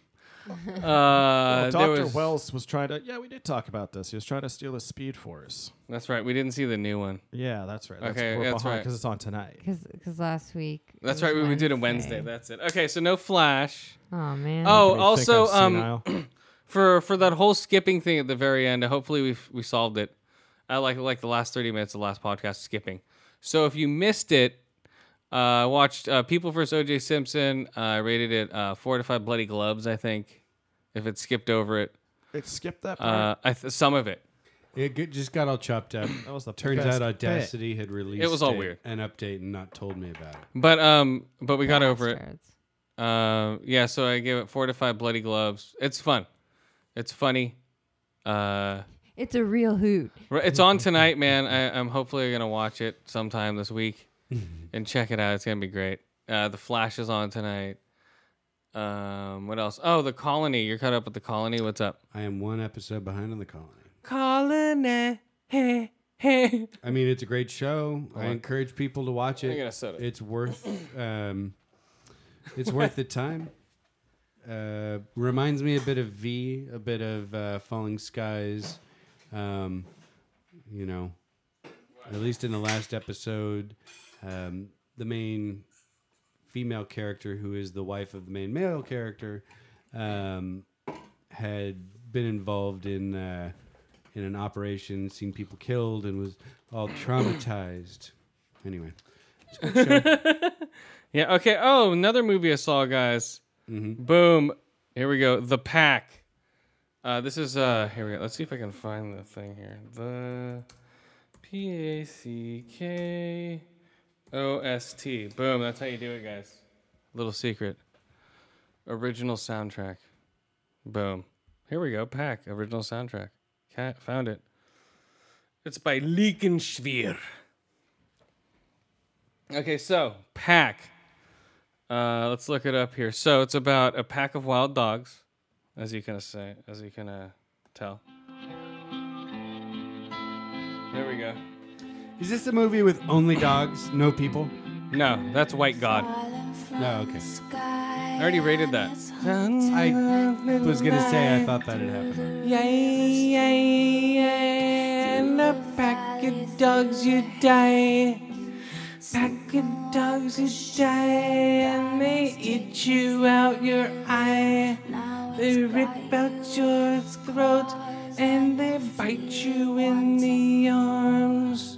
Speaker 1: Uh,
Speaker 8: Well,
Speaker 1: there
Speaker 8: Dr.
Speaker 1: was-
Speaker 8: Wells was trying to. Yeah, we did talk about this. He was trying to steal his speed force.
Speaker 1: That's right. We didn't see the new one.
Speaker 8: Yeah, that's right. That's-
Speaker 1: okay,
Speaker 8: we're
Speaker 1: that's
Speaker 8: behind
Speaker 1: right. Oh,
Speaker 8: 'cause it's on tonight.
Speaker 9: Because last week. it
Speaker 1: That's
Speaker 9: was
Speaker 1: right. We, we did it Wednesday. That's it. Okay, so no Flash.
Speaker 9: Aw, man.
Speaker 1: Oh,
Speaker 9: Making me think
Speaker 1: also,
Speaker 9: I'm
Speaker 1: um, for for that whole skipping thing at the very end. Hopefully, we we solved it. I like like the last thirty minutes of the last podcast skipping. So if you missed it, uh, watched uh, People vs. O.J. Simpson. I rated it uh, four to five bloody gloves. I think if it skipped over it,
Speaker 8: It skipped that
Speaker 1: uh,
Speaker 8: part?
Speaker 1: I th- some of it.
Speaker 2: It g- just got all chopped up.
Speaker 8: That was the
Speaker 2: Turns
Speaker 8: best
Speaker 2: out
Speaker 8: bit.
Speaker 2: Audacity had released.
Speaker 1: was all
Speaker 2: a-
Speaker 1: weird.
Speaker 2: An update and not told me about it.
Speaker 1: But um, but we got over it. Uh, yeah. So I gave it four to five bloody gloves. It's fun. It's funny. Uh,
Speaker 9: It's a real hoot.
Speaker 1: Right, It's on tonight, man. I, I'm hopefully gonna watch it sometime this week and check it out. It's gonna be great. Uh, the Flash is on tonight. Um, what else? Oh, the Colony. You're caught up with the Colony. What's up?
Speaker 2: I am one episode behind on the colony.
Speaker 1: Colony. Hey, hey.
Speaker 2: I mean, it's a great show. I
Speaker 1: Hold on.
Speaker 2: encourage people to watch
Speaker 1: I'm
Speaker 2: it.
Speaker 1: gonna set it.
Speaker 2: It's worth. Um, it's worth the time. Uh, reminds me a bit of V, a bit of uh, Falling Skies. Um, you know, at least in the last episode, um, the main female character, who is the wife of the main male character, um, had been involved in uh, in an operation, seen people killed, and was all traumatized. Anyway,
Speaker 1: yeah. Okay. Oh, another movie I saw, guys. Boom. Here we go. The Pack. Uh, this is uh. Here we go. Let's see if I can find the thing here. The P A C K O S T. Boom. That's how you do it, guys. Little secret. Original soundtrack. Boom. Here we go. Pack. Original soundtrack. Cat found it. It's by Leakenschwier. Okay, so pack. Uh, let's look it up here. So it's about a pack of wild dogs, as you can say, as you can uh, tell. There we go.
Speaker 2: is this a movie with only dogs, no people?
Speaker 1: No, that's White God.
Speaker 2: No, okay.
Speaker 1: I already rated that.
Speaker 2: I was gonna say I thought that had happened.
Speaker 4: Yay, yay, yay. And a pack of dogs you die. Pack of dogs you die. And they eat you out your eye. They rip out your throat. And they bite you in the arms.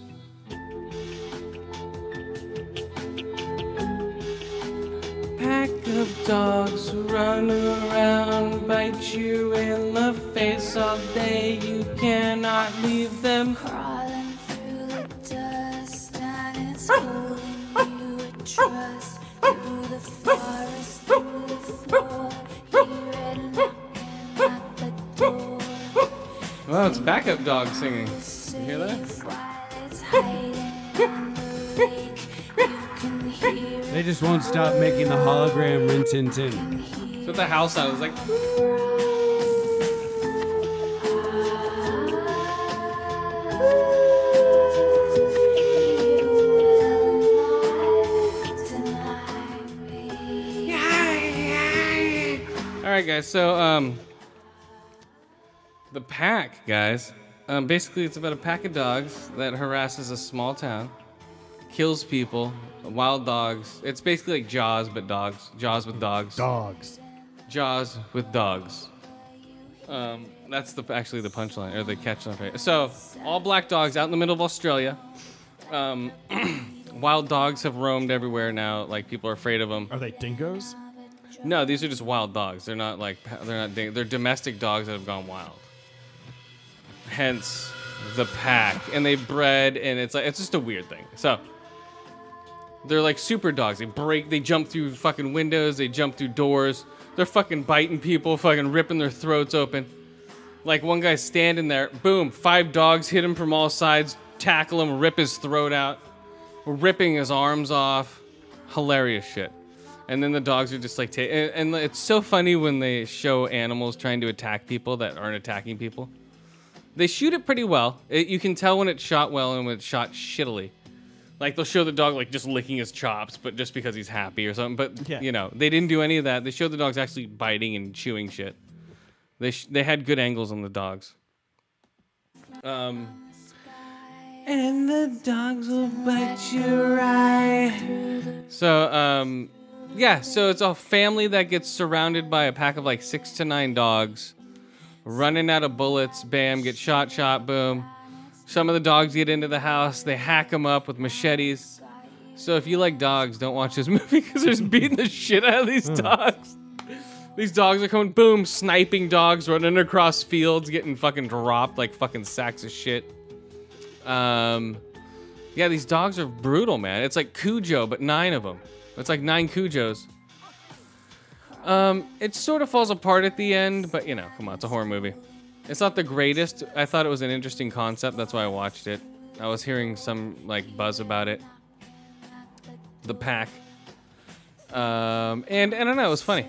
Speaker 4: pack of dogs run around, bite you in the face all day. You cannot leave them. Crawling through the dust, and it's holding you a trust. Through the forest, through the floor,
Speaker 1: Well, it's backup dog singing. You hear that?
Speaker 4: it's hiding on the lake. You can hear
Speaker 2: They just won't stop making the hologram Rin Tin Tin.
Speaker 1: That's what the house sound is like. All right, guys. So, um, the pack, guys. Um, basically, it's about a pack of dogs that harasses a small town, kills people, wild dogs. It's basically like Jaws, but dogs. Jaws with dogs.
Speaker 3: Dogs.
Speaker 1: Jaws with dogs. Um, that's the actually the punchline or the catchline. Right? So, all black dogs out in the middle of Australia. Um, wild dogs have roamed everywhere now. Like people are afraid of them.
Speaker 8: Are they dingoes?
Speaker 1: No, these are just wild dogs. They're not like pa- they're not ding- they're domestic dogs that have gone wild. Hence the pack, and they bred, and it's like it's just a weird thing. So they're like super dogs. They break, they jump through fucking windows, they jump through doors. They're fucking biting people, fucking ripping their throats open. Like one guy standing there, boom, five dogs hit him from all sides, tackle him, rip his throat out, ripping his arms off. Hilarious shit. And then the dogs are just like, ta- and, and it's so funny when they show animals trying to attack people that aren't attacking people. They shoot it pretty well. It, you can tell when it's shot well and when it's shot shittily. Like they'll show the dog like just licking his chops, but just because he's happy or something. But
Speaker 11: Yeah.
Speaker 1: you know they didn't do any of that. They showed the dogs actually biting and chewing shit. They sh- they had good angles on the dogs. Um,
Speaker 4: and the dogs will bite your eye.
Speaker 1: so um, yeah, so it's a family that gets surrounded by a pack of like six to nine dogs, running out of bullets. Bam, get shot, shot, boom. Some of the dogs get into the house. They hack them up with machetes. So if you like dogs, don't watch this movie because there's beating the shit out of these dogs. These dogs are coming, boom, sniping dogs running across fields, getting fucking dropped like fucking sacks of shit. Um, yeah, these dogs are brutal, man. It's like Cujo, but nine of them. It's like nine Cujos. Um, it sort of falls apart at the end, but you know, come on, it's a horror movie. It's not the greatest. I thought it was an interesting concept. That's why I watched it. I was hearing some like buzz about it. The pack. Um, and I don't know. It was funny.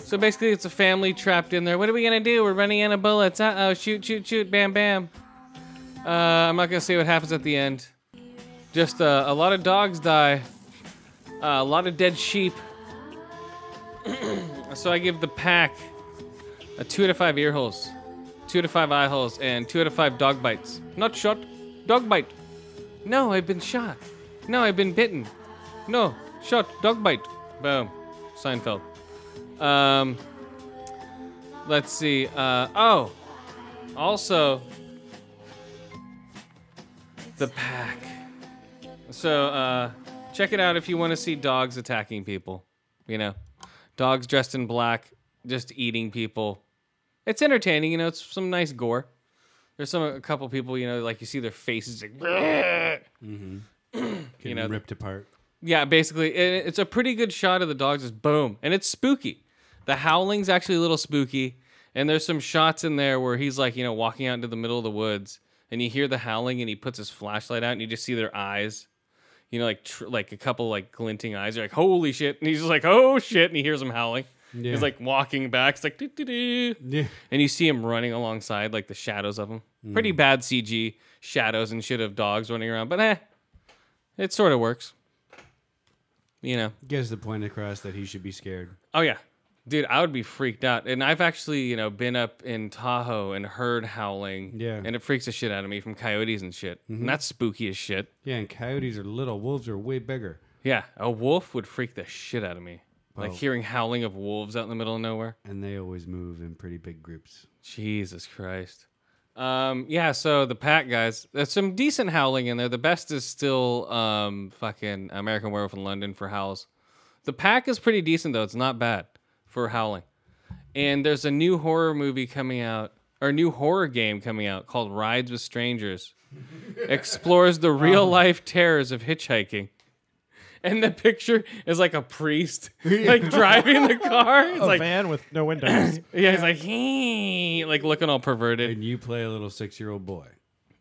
Speaker 1: So basically, it's a family trapped in there. What are we gonna do? We're running out of bullets. Uh oh! Shoot! Shoot! Shoot! Bam! Bam! Uh, I'm not gonna say what happens at the end. Just uh, a lot of dogs die. Uh, a lot of dead sheep. so I give the pack a two out of five ear holes, two out of five eye holes, and two out of five dog bites. Not shot, dog bite. No, I've been shot. No, I've been bitten. No, shot, dog bite. Boom. Seinfeld. Um, let's see. Uh, oh, also, the pack. So uh, check it out if you want to see dogs attacking people. You know, dogs dressed in black, just eating people. It's entertaining. You know, it's some nice gore. There's some a couple people. You know, like you see their faces like.
Speaker 2: Mm-hmm. Getting ripped apart.
Speaker 1: Yeah, basically, it, it's a pretty good shot of the dogs just boom, and it's spooky. The howling's actually a little spooky, and there's some shots in there where he's like, you know, walking out into the middle of the woods, and you hear the howling, and he puts his flashlight out, and you just see their eyes, you know, like tr- like a couple like glinting eyes. You're like, holy shit, and he's just like, oh shit, and he hears him howling.
Speaker 2: Yeah.
Speaker 1: He's like walking back. It's like, doo, doo, doo.
Speaker 2: Yeah.
Speaker 1: and you see him running alongside like the shadows of him.
Speaker 2: Mm.
Speaker 1: Pretty bad CG shadows and shit of dogs running around, but eh, it sort of works. You know,
Speaker 2: Gets the point across that he should be scared.
Speaker 1: Oh yeah, dude, I would be freaked out. And I've actually, you know, been up in Tahoe and heard howling.
Speaker 2: Yeah.
Speaker 1: and it freaks the shit out of me from coyotes and shit.
Speaker 2: Mhm.
Speaker 1: And that's spooky as shit.
Speaker 2: Yeah, and coyotes are little. Wolves are way bigger.
Speaker 1: Yeah, a wolf would freak the shit out of me. Like
Speaker 2: Oh.
Speaker 1: hearing howling of wolves out in the middle of nowhere.
Speaker 2: And they always move in pretty big groups.
Speaker 1: Jesus Christ. Um, yeah, so the pack guys, there's some decent howling in there. The best is still um, fucking American Werewolf in London for howls. The pack is pretty decent though. It's not bad for howling. And there's a new horror movie coming out, or a new horror game coming out called Rides with Strangers. Explores the real life terrors of hitchhiking. And the picture is like a priest like driving the car. It's
Speaker 8: a
Speaker 1: like
Speaker 8: van with no windows.
Speaker 1: yeah, he's like, "Hee," like looking all perverted. And
Speaker 2: you play a little six year old boy.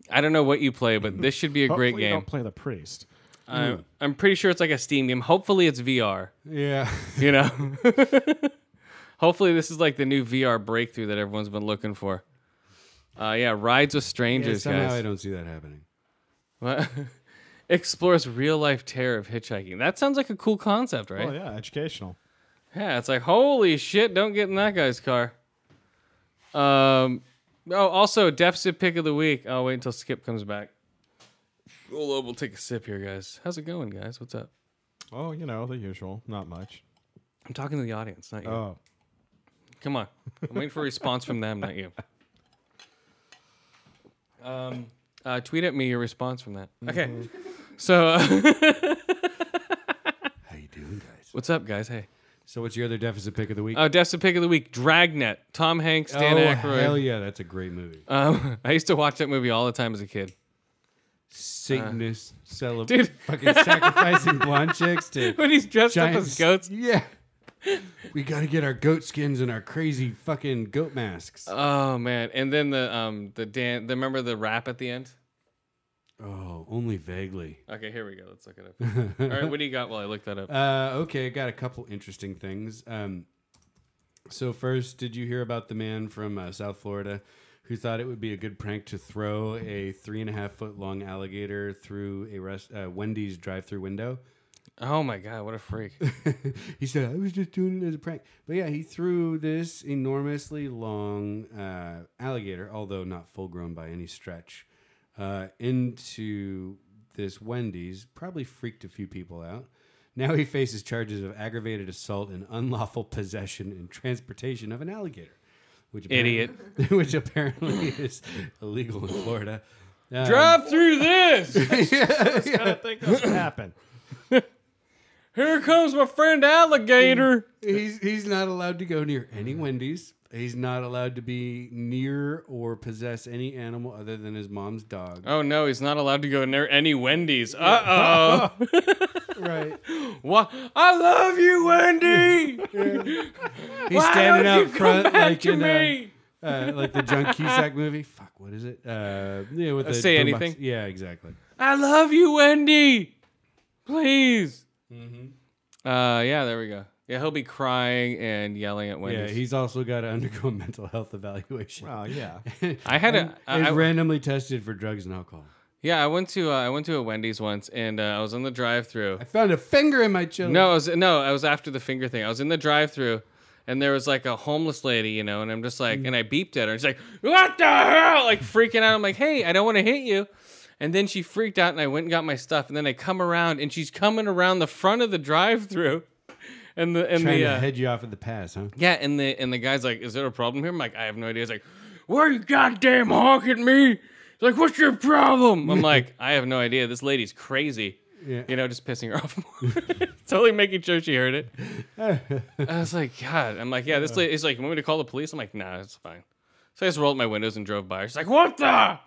Speaker 1: I don't know what you play, but this should be a great
Speaker 8: Hopefully you
Speaker 1: game.
Speaker 8: Don't play the priest.
Speaker 1: I'm, I'm pretty sure it's like a Steam game. Hopefully, it's VR.
Speaker 2: Yeah.
Speaker 1: You know? Hopefully, this is like the new VR breakthrough that everyone's been looking for. Uh, yeah, Rides with Strangers,
Speaker 2: Yeah, somehow
Speaker 1: guys.
Speaker 2: I don't see that happening.
Speaker 1: What? Explores real life terror of hitchhiking. That sounds like a cool concept, right?
Speaker 8: Oh yeah, educational.
Speaker 1: Yeah, it's like holy shit! Don't get in that guy's car. Um. Oh, also deficit pick of the week. I'll wait until Skip comes back. Roll up. We'll take a sip here, guys. How's it going, guys? What's up?
Speaker 8: Oh, you know the usual. Not much.
Speaker 1: I'm talking to the audience, not you.
Speaker 8: Oh.
Speaker 1: Come on. I'm waiting for a response from them, not you. Um. Uh, tweet at me your response from that. Okay.
Speaker 2: Mhm.
Speaker 1: So. Uh, How you doing, guys? What's up, guys? Hey.
Speaker 2: So, what's your other deficit pick of the week?
Speaker 1: Oh, deficit pick of the week: Dragnet. Tom Hanks, Dan
Speaker 2: Oh,
Speaker 1: Aykroyd.
Speaker 2: hell yeah, that's a great movie.
Speaker 1: Um, I used to watch that movie all the time as a kid.
Speaker 2: Cygnus
Speaker 1: Dude.
Speaker 2: celebrating fucking sacrificing blonde chicks to
Speaker 1: When he's dressed up
Speaker 2: giant
Speaker 1: as goats.
Speaker 2: Yeah. We got to get our goat skins and our crazy fucking goat masks.
Speaker 1: Oh man! And then the um the Dan. The, remember the rap at the end?
Speaker 2: Oh, only vaguely.
Speaker 1: Okay, here we go. Let's look it up. all right, what do you got while I look that up?
Speaker 2: Uh, okay, I got a couple interesting things. Um, so first, did you hear about the man from uh, South Florida who thought it would be a good prank to throw a three and a half foot long alligator through a rest, uh, Wendy's drive through window?
Speaker 1: oh my god, what a freak!
Speaker 2: he said, I was just doing it as a prank. But yeah, he threw this enormously long uh, alligator, although not full grown by any stretch, uh, into this Wendy's. Probably freaked a few people out. Now he faces charges of aggravated assault and unlawful possession and transportation of an alligator. Which
Speaker 1: Idiot.
Speaker 2: apparently- which apparently is illegal in Florida. Um,
Speaker 1: Drive through this.
Speaker 2: yeah.
Speaker 8: think this would happen.
Speaker 1: Here comes my friend alligator.
Speaker 2: He's he's not allowed to go near any Wendy's. He's not allowed to be near or possess any animal other than his mom's dog.
Speaker 1: Oh no, he's not allowed to go near any Wendy's. Uh oh.
Speaker 2: right.
Speaker 1: What? I love you, Wendy.
Speaker 2: He's
Speaker 1: Why
Speaker 2: standing
Speaker 1: don't
Speaker 2: out
Speaker 1: you come
Speaker 2: front
Speaker 1: back
Speaker 2: like
Speaker 1: to
Speaker 2: in
Speaker 1: me?
Speaker 2: uh uh, like the John Cusack movie. Fuck, what is it? Uh, yeah, with
Speaker 1: Uh,
Speaker 2: the
Speaker 1: Say
Speaker 2: boombox.
Speaker 1: Anything?
Speaker 2: Yeah, exactly.
Speaker 1: I love you, Wendy. Please.
Speaker 2: Mhm.
Speaker 1: Uh, yeah, there we go. Yeah, he'll be crying and yelling at Wendy.
Speaker 2: Yeah, he's also got to undergo a mental health evaluation.
Speaker 8: Well, yeah.
Speaker 1: I had a-
Speaker 2: And
Speaker 1: Uh, I-
Speaker 2: is
Speaker 1: I-
Speaker 2: randomly tested for drugs and alcohol.
Speaker 1: yeah. I went to uh, I went to a Wendy's once, and uh, I was in the drive-through.
Speaker 2: I found a finger in my chili.
Speaker 1: No, I was no, I was after the finger thing. I was in the drive-through, and there was like a homeless lady, you know, and I'm just
Speaker 2: Mm.
Speaker 1: like, and I beeped at her. And she's like, "What the hell?" Like freaking out. I'm like, "Hey, I don't want to hit you." And then she freaked out, and I went and got my stuff. And then I come around, and she's coming around the front of the drive-through, and the and
Speaker 2: trying
Speaker 1: the
Speaker 2: to
Speaker 1: uh,
Speaker 2: head you off at the pass, huh?
Speaker 1: yeah, and the and the guy's like, "Is there a problem here?" I'm like, "I have no idea." He's like, "Why are you goddamn honking at me?" He's like, "What's your problem?" I'm like, "I have no idea. This lady's crazy." Yeah. You know, just pissing her off more. totally making sure she heard it. I was like, God. I'm like, yeah, this lady is like, you want me to call the police? I'm like, nah, it's fine. So I just rolled up my windows and drove by. She's like, what the?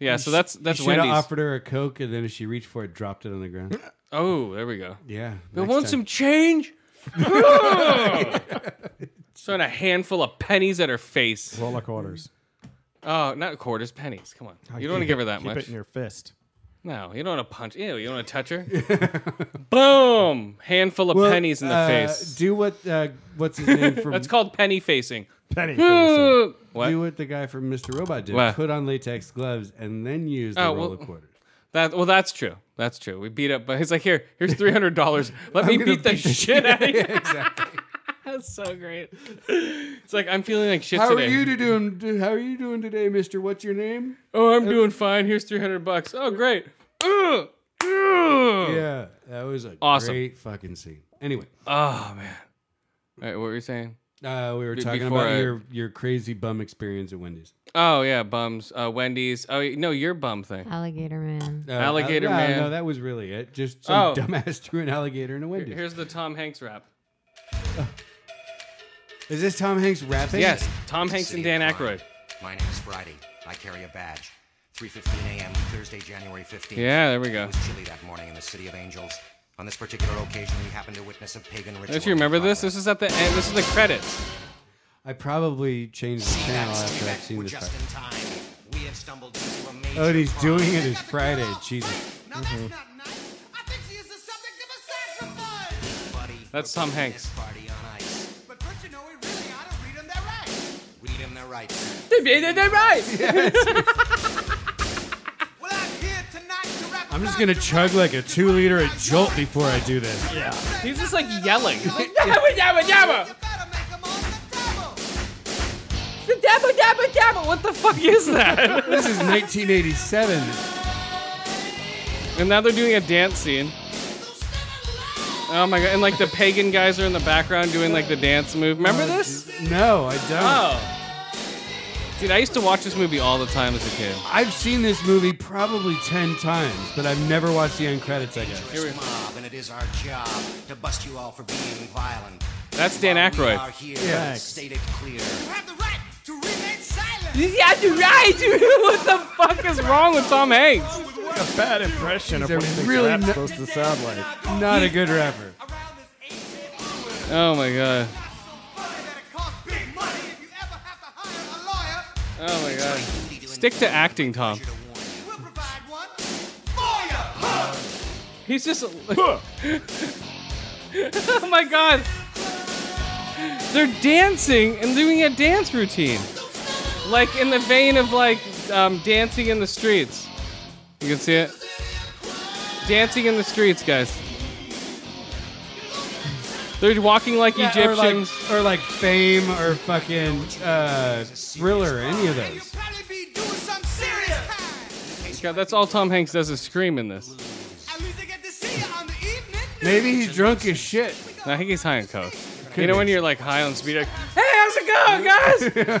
Speaker 1: Yeah, so that's that's
Speaker 2: you should have
Speaker 1: Wendy's.
Speaker 2: offered her a coke, and then as she reached for it, dropped it on the ground.
Speaker 1: Oh, there we go.
Speaker 2: Yeah,
Speaker 1: You
Speaker 2: next
Speaker 1: want
Speaker 2: time.
Speaker 1: some change? Throwing a handful of pennies at her face.
Speaker 8: Roll of quarters.
Speaker 1: Oh, not quarters, pennies. Come on.
Speaker 8: Oh,
Speaker 1: you don't want to
Speaker 8: keep
Speaker 1: give her
Speaker 8: it-
Speaker 1: that
Speaker 8: keep it
Speaker 1: much.
Speaker 8: in your fist.
Speaker 1: No, you don't want to punch. Ew, you don't want to touch her. Boom! Handful of
Speaker 2: Well,
Speaker 1: pennies in the
Speaker 2: uh,
Speaker 1: face.
Speaker 2: Do what? Uh, what's his name? From
Speaker 1: That's called penny facing.
Speaker 2: Penny
Speaker 1: facing. What?
Speaker 2: Do what the guy from Mr. Robot did.
Speaker 1: What?
Speaker 2: Put on latex gloves and then use the
Speaker 1: Oh,
Speaker 2: roll
Speaker 1: well,
Speaker 2: of quarters.
Speaker 1: That well, that's true. That's true. We beat up, but he's like, here, here's three hundred dollars. Let me
Speaker 2: I'm gonna
Speaker 1: beat the
Speaker 2: beat-
Speaker 1: shit out of you.
Speaker 2: Yeah, exactly.
Speaker 1: That's so great. It's like I'm feeling like shit
Speaker 2: how
Speaker 1: today.
Speaker 2: are you to doing? do- How are you doing today, Mister? What's your name?
Speaker 1: Oh, I'm doing fine. Here's three hundred bucks. Oh, great. Ugh. Ugh.
Speaker 2: Yeah, that was a
Speaker 1: Oh. Awesome.
Speaker 2: great fucking scene. Anyway,
Speaker 1: Oh man. All right, what were you saying?
Speaker 2: uh, we were
Speaker 1: Be-
Speaker 2: talking
Speaker 1: before
Speaker 2: about
Speaker 1: I-
Speaker 2: your your crazy bum experience at Wendy's.
Speaker 1: Oh yeah, bums. Uh, Wendy's. Oh no, your bum thing.
Speaker 9: Alligator man.
Speaker 2: Uh,
Speaker 1: Alligator
Speaker 2: uh, no,
Speaker 1: man.
Speaker 2: No, that was really it. Just some
Speaker 1: Oh.
Speaker 2: dumbass threw an alligator in a
Speaker 1: Here-
Speaker 2: Wendy's.
Speaker 1: Here's the Tom Hanks rap.
Speaker 2: Is this Tom Hanks rapping?
Speaker 1: Yes, Tom Hanks and Dan Aykroyd.
Speaker 11: My name is Friday. I carry a badge. 3:15 a.m. Thursday, January 15th.
Speaker 1: Yeah, there we go.
Speaker 11: It was chilly that morning in the city of angels. On this particular occasion, we happened to witness a pagan ritual.
Speaker 1: Don't you remember this? This is at the end. This is the credits.
Speaker 2: I probably changed the channel after I've seen this part. Oh, and he's doing it as Friday. Jesus. Mm-hmm.
Speaker 1: That's Tom Hanks.
Speaker 11: Party on ice. But don't you know we really ought to read them their rights. Read them their rights.
Speaker 1: They made it right.
Speaker 3: I'm just gonna chug like a two liter at Jolt before I do this.
Speaker 1: Yeah. He's just like yelling. Yabba yabba yabba. The dabba dabba dabba. What the fuck is that?
Speaker 2: this is 1987.
Speaker 1: And now they're doing a dance scene. Oh my god! And like the pagan guys are in the background doing like the dance move. Remember this?
Speaker 2: Uh, No, I don't.
Speaker 1: Oh. Dude, I used to watch this movie all the time as a kid.
Speaker 2: I've seen this movie probably 10 times, but I've never watched the end credits, I guess.
Speaker 11: Here we mob, and it is our job to bust you all for being violent.
Speaker 1: That's Dan
Speaker 11: While We
Speaker 1: Aykroyd.
Speaker 11: are here,
Speaker 1: Yeah.
Speaker 11: yeah. state it clear.
Speaker 1: You got to ride, dude. What the fuck is wrong with Tom Hanks?
Speaker 8: A bad impression
Speaker 2: He's
Speaker 8: of
Speaker 2: a
Speaker 8: what he thinks
Speaker 2: really
Speaker 8: rap's
Speaker 2: no-
Speaker 8: supposed to sound like.
Speaker 2: Not a good rapper.
Speaker 1: Oh my god. Oh my god. Stick to acting, Tom. He's just. oh my god. They're dancing and doing a dance routine. Like in the vein of like um, dancing in the streets. You can see it. Dancing in the streets, guys. They're walking like
Speaker 2: Yeah, or like-
Speaker 1: Egyptians.
Speaker 2: Or like Fame or fucking uh, Thriller, any of those.
Speaker 1: God, that's all Tom Hanks does is scream in this.
Speaker 2: Maybe he's drunk as shit.
Speaker 1: I think he's high on coke.
Speaker 2: Could
Speaker 1: You know
Speaker 2: be.
Speaker 1: when you're like high on speed, like, hey, how's it going, guys?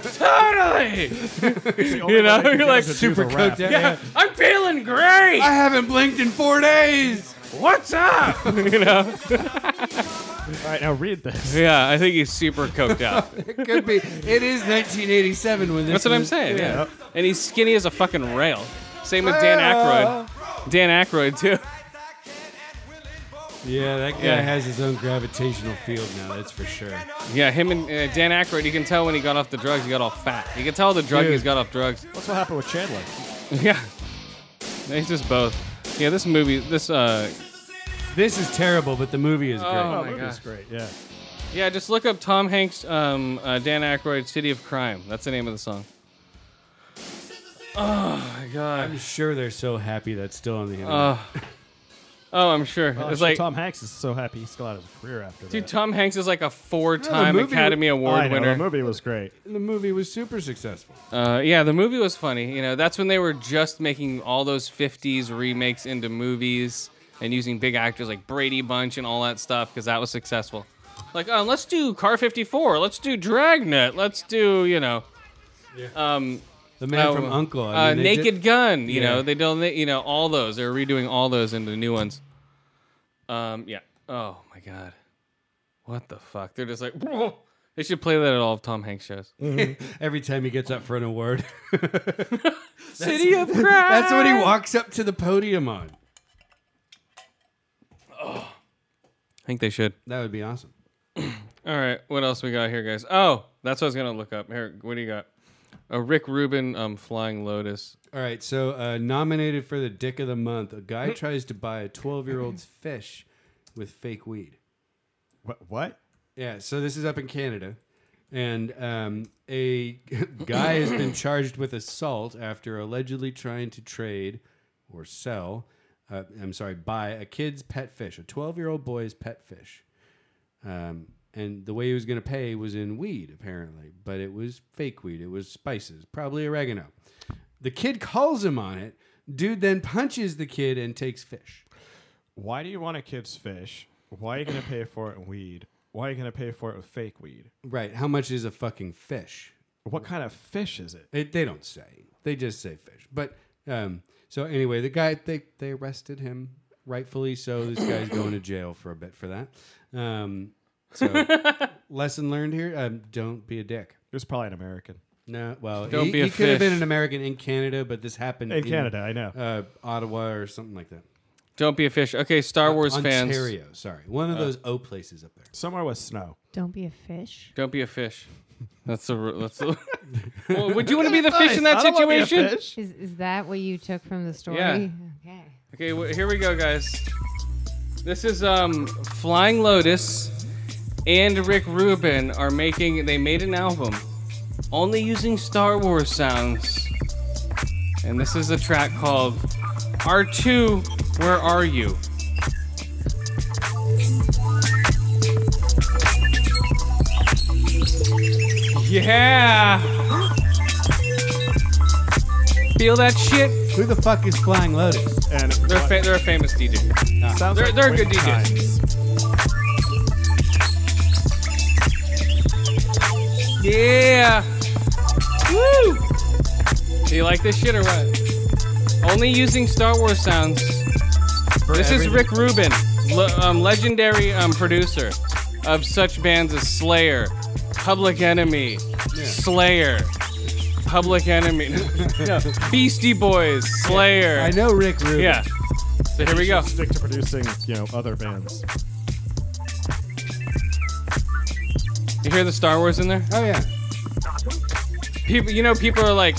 Speaker 1: totally.
Speaker 2: only
Speaker 1: You
Speaker 2: one
Speaker 1: know,
Speaker 2: that can
Speaker 1: you're like
Speaker 2: do the Super rap.
Speaker 1: coked.
Speaker 2: coked out,
Speaker 1: Yeah,
Speaker 2: yeah.
Speaker 1: I'm feeling great.
Speaker 2: I haven't blinked in four days.
Speaker 1: What's up? you know.
Speaker 8: All right, now read this.
Speaker 1: Yeah, I think he's super coked out.
Speaker 2: It could be. It is 1987 when this.
Speaker 1: That's what I'm
Speaker 2: was-
Speaker 1: saying. Yeah. And he's skinny as a fucking rail. Same with Dan Aykroyd. Dan Aykroyd too.
Speaker 2: Yeah, that guy
Speaker 1: Yeah.
Speaker 2: has his own gravitational field now. That's for sure.
Speaker 1: Yeah, him and uh, Dan Aykroyd. You can tell when he got off the drugs, he got all fat. You can tell the drug he's
Speaker 8: Dude.
Speaker 1: got off drugs.
Speaker 8: That's what happened with Chandler.
Speaker 1: Yeah. It's just both. Yeah, this movie, this uh
Speaker 2: This is terrible, but the movie is
Speaker 1: Oh
Speaker 2: great.
Speaker 1: my
Speaker 8: It was
Speaker 1: gosh.
Speaker 8: great. Yeah.
Speaker 1: yeah, just look up Tom Hanks, um, uh, Dan Aykroyd, City of Crime. That's the name of the song. Oh my god.
Speaker 2: I'm sure they're so happy that's still on the internet.
Speaker 1: Uh, oh, I'm sure.
Speaker 8: Well,
Speaker 1: it's
Speaker 8: I'm sure
Speaker 1: like,
Speaker 8: Tom Hanks is so happy he still had his career after
Speaker 1: dude,
Speaker 8: that.
Speaker 1: Tom Hanks is like a four-time
Speaker 8: Yeah, the movie
Speaker 1: Academy
Speaker 8: wa-
Speaker 1: Award
Speaker 8: I know,
Speaker 1: winner.
Speaker 8: The movie was great.
Speaker 2: the movie was super successful.
Speaker 1: Uh, yeah, the movie was funny. You know, that's when they were just making all those '50s remakes into movies and using big actors like Brady Bunch and all that stuff because that was successful. Like, uh, let's do Car 54. Let's do Dragnet. Let's do you know. Um,
Speaker 2: The man
Speaker 1: Oh,
Speaker 2: from Uncle. I
Speaker 1: uh,
Speaker 2: mean, they did-
Speaker 1: Naked Gun. You
Speaker 2: Yeah.
Speaker 1: know, they don't. You know, all those. They're redoing all those into new ones. Um. Yeah. Oh my God. What the fuck? They're just like. They should play that at all of Tom Hanks shows.
Speaker 2: Every time he gets up for an award,
Speaker 1: City of Crime.
Speaker 2: That's what he walks up to the podium on.
Speaker 1: I think they should.
Speaker 2: That would be awesome.
Speaker 1: All right, what else we got here, guys? Oh, that's what I was gonna look up. Here, what do you got? A Rick Rubin, um, Flying Lotus.
Speaker 2: All right, so uh, nominated for the Dick of the Month, a guy tries to buy a 12 year old's fish with fake weed. What? what? Yeah, so this is up in Canada. And um, a guy has been charged with assault after allegedly trying to trade or sell, uh, I'm sorry, buy a kid's pet fish, a 12 year old boy's pet fish. Um, and the way he was going to pay was in weed, apparently, but it was fake weed. It was spices, probably oregano. The kid calls him on it. Dude then punches the kid and takes fish.
Speaker 8: Why do you want a kid's fish? Why are you going to pay for it in weed? Why are you going to pay for it with fake weed?
Speaker 2: Right. How much is a fucking fish?
Speaker 8: What kind of fish is it?
Speaker 2: They, they don't say. They just say fish. But um, so anyway, the guy they they arrested him, rightfully so. This guy's going to jail for a bit for that. Um, so lesson learned here: um, don't be a dick.
Speaker 8: It was probably an American.
Speaker 2: No, well,
Speaker 8: Don't
Speaker 2: he,
Speaker 8: be a
Speaker 2: he could have been
Speaker 8: fish.
Speaker 2: an American in Canada, but this happened
Speaker 8: In Canada, I know.
Speaker 2: uh, Ottawa or something like that.
Speaker 1: Don't be a fish. Okay, Star Wars fans.
Speaker 2: Ontario, sorry, one of
Speaker 1: Uh,
Speaker 2: those O places up there,
Speaker 8: somewhere with snow.
Speaker 9: Don't be a fish.
Speaker 1: Don't be a fish. That's the. ru- That's the. Well, would you want to be the fish in that situation?
Speaker 9: Is, is that what you took from the story?
Speaker 1: Yeah. Okay, wh- here we go, guys. This is um, Flying Lotus and Rick Rubin are making. They made an album only using Star Wars sounds, and this is a track called "R2, Where Are You." Yeah. Feel that shit?
Speaker 2: Who the fuck is Flying Lotus?
Speaker 8: And
Speaker 1: They're fa- they're a famous DJ.
Speaker 8: Sounds
Speaker 1: They're,
Speaker 8: like
Speaker 1: they're a good
Speaker 8: wind
Speaker 1: DJ. Yeah. Woo. Do you like this shit or what? Only using Star Wars sounds. this is
Speaker 2: everything.
Speaker 1: Rick Rubin, le- um, legendary um, producer of such bands as Slayer, Public Enemy, Slayer, Public Enemy, No, Beastie Boys, Slayer.
Speaker 8: I know Rick Rubin.
Speaker 1: Yeah. So here we
Speaker 8: You
Speaker 1: go.
Speaker 8: should Stick to producing, you know, other bands.
Speaker 1: You hear the Star Wars in there?
Speaker 2: Oh yeah.
Speaker 1: People, you know, people are like,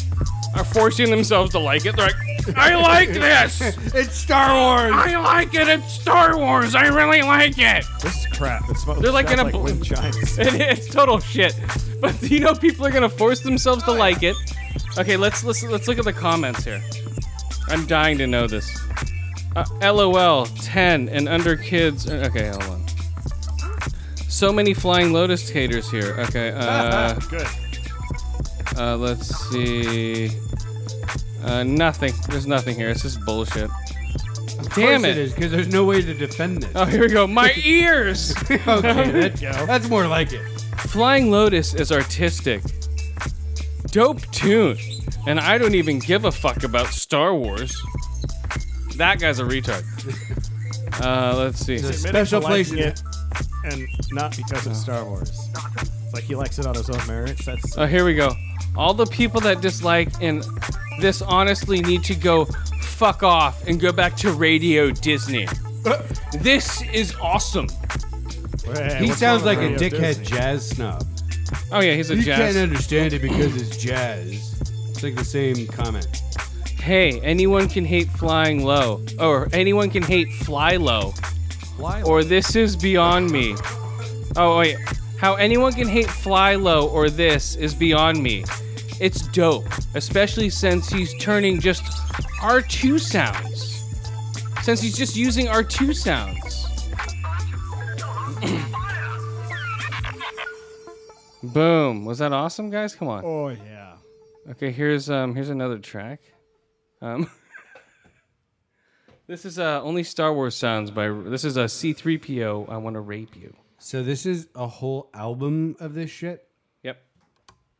Speaker 1: are forcing themselves to like it. They're like, I like this.
Speaker 2: it's Star Wars.
Speaker 1: I like it. It's Star Wars. I really like it.
Speaker 8: This is crap. It's
Speaker 1: They're like gonna.
Speaker 8: like wind chimes.
Speaker 1: it is total shit. But you know, people are gonna force themselves to like it. Okay, let's let's let's look at the comments here. I'm dying to know this. Uh, LOL, 10 and under kids. uh, Okay, hold on. So many flying lotus haters here. Okay. Uh,
Speaker 8: Good.
Speaker 1: Uh, let's see. Uh, nothing. There's nothing here. It's just bullshit.
Speaker 2: course
Speaker 1: Damn it.
Speaker 2: it is, 'cause there's no way to defend this.
Speaker 1: Oh, here we go. My ears. okay,
Speaker 2: that- that's more like it.
Speaker 1: Flying Lotus is artistic, dope tune, and I don't even give a fuck about Star Wars. That guy's a retard. Uh, let's see.
Speaker 8: He's admitted to liking it, and not because of Star Wars. Like he likes it on his own merits. That's
Speaker 1: Oh, here we go. All the people that dislike and this honestly need to go fuck off and go back to Radio Disney.
Speaker 2: Uh.
Speaker 1: This is awesome.
Speaker 2: he sounds like a
Speaker 1: Radio
Speaker 2: dickhead
Speaker 1: Disney?
Speaker 2: jazz snob.
Speaker 1: Oh yeah, he's a
Speaker 2: you
Speaker 1: jazz-
Speaker 2: can't understand it because it's jazz. It's like the same comment.
Speaker 1: Hey, anyone can hate flying low, Oh, or anyone can hate fly low,
Speaker 2: Fly
Speaker 1: or this is beyond me. Oh wait, how anyone can hate fly low or this is beyond me. It's dope, especially since he's turning just R2 sounds. Since he's just using R2 sounds. Boom. Was that awesome, guys? Come on.
Speaker 8: Oh yeah.
Speaker 1: Okay, here's um here's another track. Um This is uh only Star Wars sounds by this is a C3PO I want to rape you.
Speaker 2: So this is a whole album of this shit.
Speaker 1: Yep.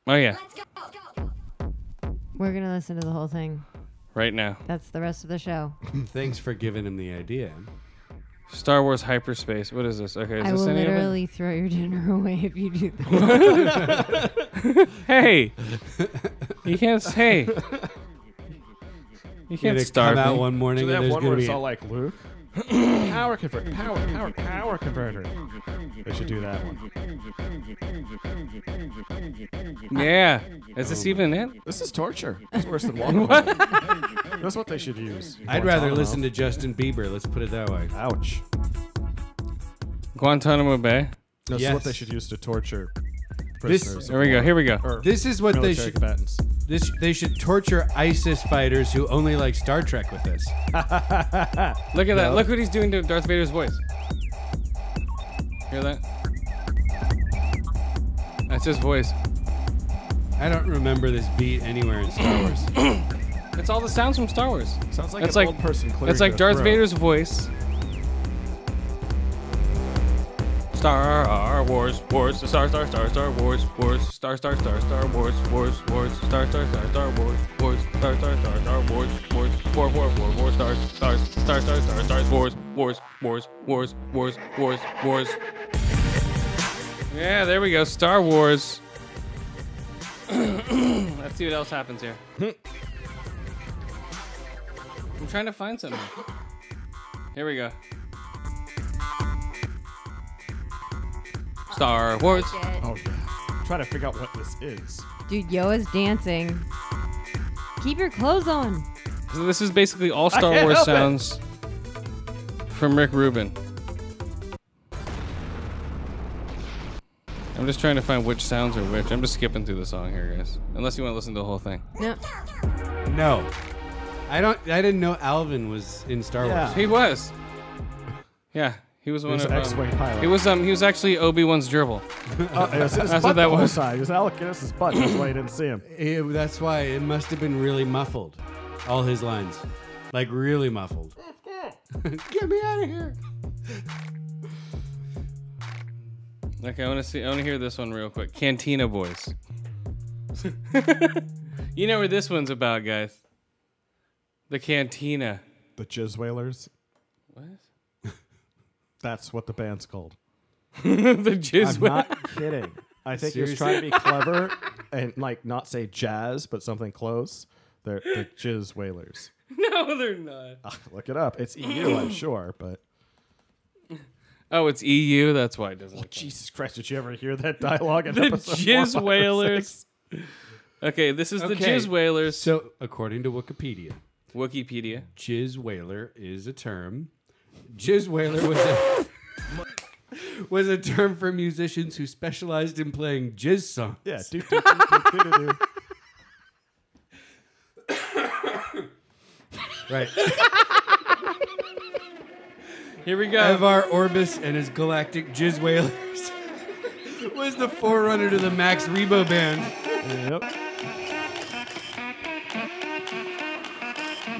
Speaker 1: Oh yeah.
Speaker 9: We're gonna listen to the whole thing.
Speaker 1: right now.
Speaker 9: That's the rest of the show.
Speaker 2: Thanks for giving him the idea.
Speaker 1: Star Wars hyperspace. What is this? Okay, is
Speaker 9: I
Speaker 1: this
Speaker 9: will
Speaker 1: any of it?
Speaker 9: literally throw your dinner away if you do that.
Speaker 1: hey, you can't. s- Hey, you can't
Speaker 2: It'd
Speaker 1: starve
Speaker 2: come out
Speaker 1: me.
Speaker 2: one morning
Speaker 3: So they
Speaker 2: and
Speaker 3: have
Speaker 2: there's
Speaker 3: one
Speaker 2: gonna
Speaker 3: where it's
Speaker 2: be
Speaker 3: all like Luke. power converter, power, power, power converter. They should do that one.
Speaker 1: Yeah. Is this even it?
Speaker 3: This is torture. It's worse than Walk
Speaker 1: What?
Speaker 3: Away. That's what they should use.
Speaker 2: I'd rather
Speaker 3: Guantanamo.
Speaker 2: listen to Justin Bieber. Let's put it that way.
Speaker 3: Ouch.
Speaker 1: Guantanamo Bay.
Speaker 3: This is
Speaker 2: Yes.
Speaker 3: what they should use to torture prisoners.
Speaker 1: This,
Speaker 3: of
Speaker 1: here we go.
Speaker 3: war
Speaker 1: Here we go.
Speaker 3: or
Speaker 2: This is what they
Speaker 3: military
Speaker 2: should.
Speaker 3: combatants.
Speaker 2: This they should torture ISIS fighters who only like Star Trek with this.
Speaker 1: Look at that.
Speaker 2: No.
Speaker 1: Look what he's doing to Darth Vader's voice. Hear that? That's his voice.
Speaker 2: I don't remember this beat anywhere in Star Wars.
Speaker 1: It's all the sounds from Star Wars.
Speaker 3: Sounds like
Speaker 1: That's
Speaker 3: an
Speaker 1: like
Speaker 3: old person clearing
Speaker 1: That's like
Speaker 3: their
Speaker 1: Darth
Speaker 3: throat.
Speaker 1: Vader's voice. Star Wars, Wars, Star, Star, Star, Star Wars, Wars, Star, Star, Star, Star Wars, Wars, Wars, Star, Star, Star, Star Wars, Wars, Star, Star, Star, Star Wars, Wars, War, War, War, War, Stars, Stars, Star, Star, Star, Stars, Wars, Wars, Wars, Wars, Wars, Wars, Wars. Yeah, there we go. Star Wars. Let's see what else happens here. I'm trying to find something. Here we go. Star Wars.
Speaker 3: Oh yeah. Try to figure out what this is.
Speaker 9: Dude, Yoa's dancing. Keep your clothes on.
Speaker 1: So this is basically all
Speaker 9: I
Speaker 1: Star
Speaker 9: can't
Speaker 1: Wars
Speaker 9: help it.
Speaker 1: sounds from Rick Rubin. I'm just trying to find which sounds are which. I'm just skipping through the song here, guys. Unless you want to listen to the whole thing.
Speaker 9: No.
Speaker 2: No, I don't. I didn't know Alvin was in Star
Speaker 1: Yeah.
Speaker 2: Wars.
Speaker 1: He was. Yeah, he was one
Speaker 3: was
Speaker 1: of
Speaker 3: an
Speaker 1: um,
Speaker 3: X-wing pilot.
Speaker 1: He was um he was actually Obi Wan's gerbil.
Speaker 3: Oh, it was in
Speaker 1: That's
Speaker 3: his
Speaker 1: what
Speaker 3: butt
Speaker 1: that
Speaker 3: the whole
Speaker 1: was.
Speaker 3: Time. It was Alec Guinness's butt. That's why you didn't see him.
Speaker 2: It- that's why it must have been really muffled, all his lines, like really muffled. Get me out of here.
Speaker 1: Okay, I want to see. I want to hear this one real quick. Cantina Boys. you know what this one's about, guys. The cantina.
Speaker 3: The Jizz Whalers.
Speaker 1: What?
Speaker 3: That's what the band's called.
Speaker 1: the Jizz
Speaker 3: I'm
Speaker 1: Whalers.
Speaker 3: not kidding. I think he was
Speaker 1: Seriously?
Speaker 3: trying to be clever and like not say jazz, but something close. They're the Jizz Whalers.
Speaker 1: No, they're not.
Speaker 3: Ah, Look it up. It's EU, I'm sure, but
Speaker 1: Oh, it's EU. That's why it doesn't. look
Speaker 3: Jesus Christ, did you ever hear that dialogue? In
Speaker 1: the
Speaker 3: episode
Speaker 1: Jizz
Speaker 3: four, five, or
Speaker 1: Whalers.
Speaker 3: six?
Speaker 1: Okay, this is the Jizz Whalers.
Speaker 2: So, according to Wikipedia,
Speaker 1: Wikipedia,
Speaker 2: jizz whaler is a term. Jizz whaler was a was a term for musicians who specialized in playing jizz songs.
Speaker 3: Yeah. Do, do, do, do, do, do, do.
Speaker 2: Right.
Speaker 1: Here we go.
Speaker 2: Evar Orbis and his galactic jizz whalers was the forerunner to the Max Rebo band.
Speaker 3: Yep.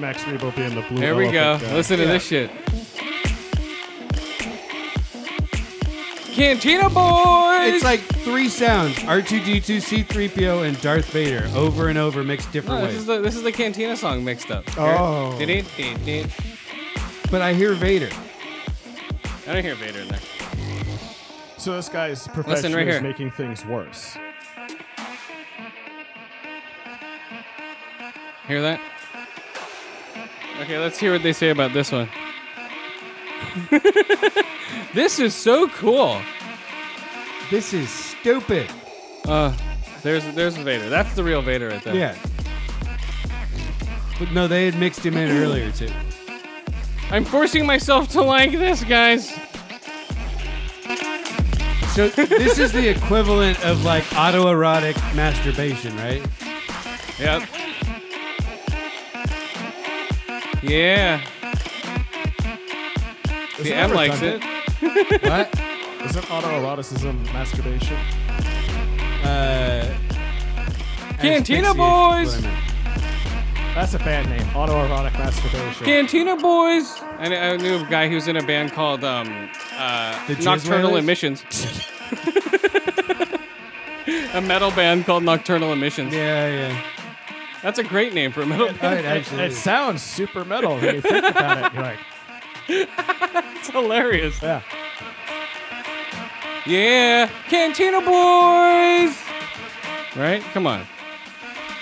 Speaker 3: Max Rebo being the blue.
Speaker 1: Here we go.
Speaker 3: elephant guy.
Speaker 1: Listen to this shit. Cantina boys.
Speaker 2: It's like three sounds: R2D2, C3PO, and Darth Vader, over and over, mixed different
Speaker 1: No, Oh, this
Speaker 2: ways.
Speaker 1: is the this is the Cantina song mixed up.
Speaker 2: Oh.
Speaker 1: Here. Dee-dee-dee-dee.
Speaker 2: but I hear Vader.
Speaker 1: I don't hear Vader in there.
Speaker 3: So this guy's profession
Speaker 1: right
Speaker 3: is
Speaker 1: here.
Speaker 3: making things worse.
Speaker 1: Hear that? Okay, let's hear what they say about this one. this is so cool.
Speaker 2: This is stupid.
Speaker 1: Uh, there's there's Vader. That's the real Vader right there.
Speaker 2: Yeah. But no, they had mixed him in earlier too.
Speaker 1: I'm forcing myself to like this, guys.
Speaker 2: So this is the equivalent of like autoerotic masturbation, right?
Speaker 1: Yep. Yeah.
Speaker 3: Is
Speaker 1: See, Em likes it.
Speaker 3: redundant?
Speaker 2: What?
Speaker 3: Isn't autoeroticism masturbation?
Speaker 2: Uh,
Speaker 1: Cantina
Speaker 3: asphyxiation
Speaker 1: boys.
Speaker 3: is what I meant. That's a bad name. Autoerotic masturbation.
Speaker 1: Cantina boys. I, kn- I knew a guy who's in a band called um, uh,
Speaker 2: The Jizz
Speaker 1: Nocturnal
Speaker 2: Wailers?
Speaker 1: Emissions. a metal band called Nocturnal Emissions.
Speaker 2: Yeah, yeah.
Speaker 1: That's a great name for a metal band.
Speaker 3: It, it sounds super metal when you think about it. You're like,
Speaker 1: it's hilarious. Yeah. Yeah, Cantina Boys. Right? Come on.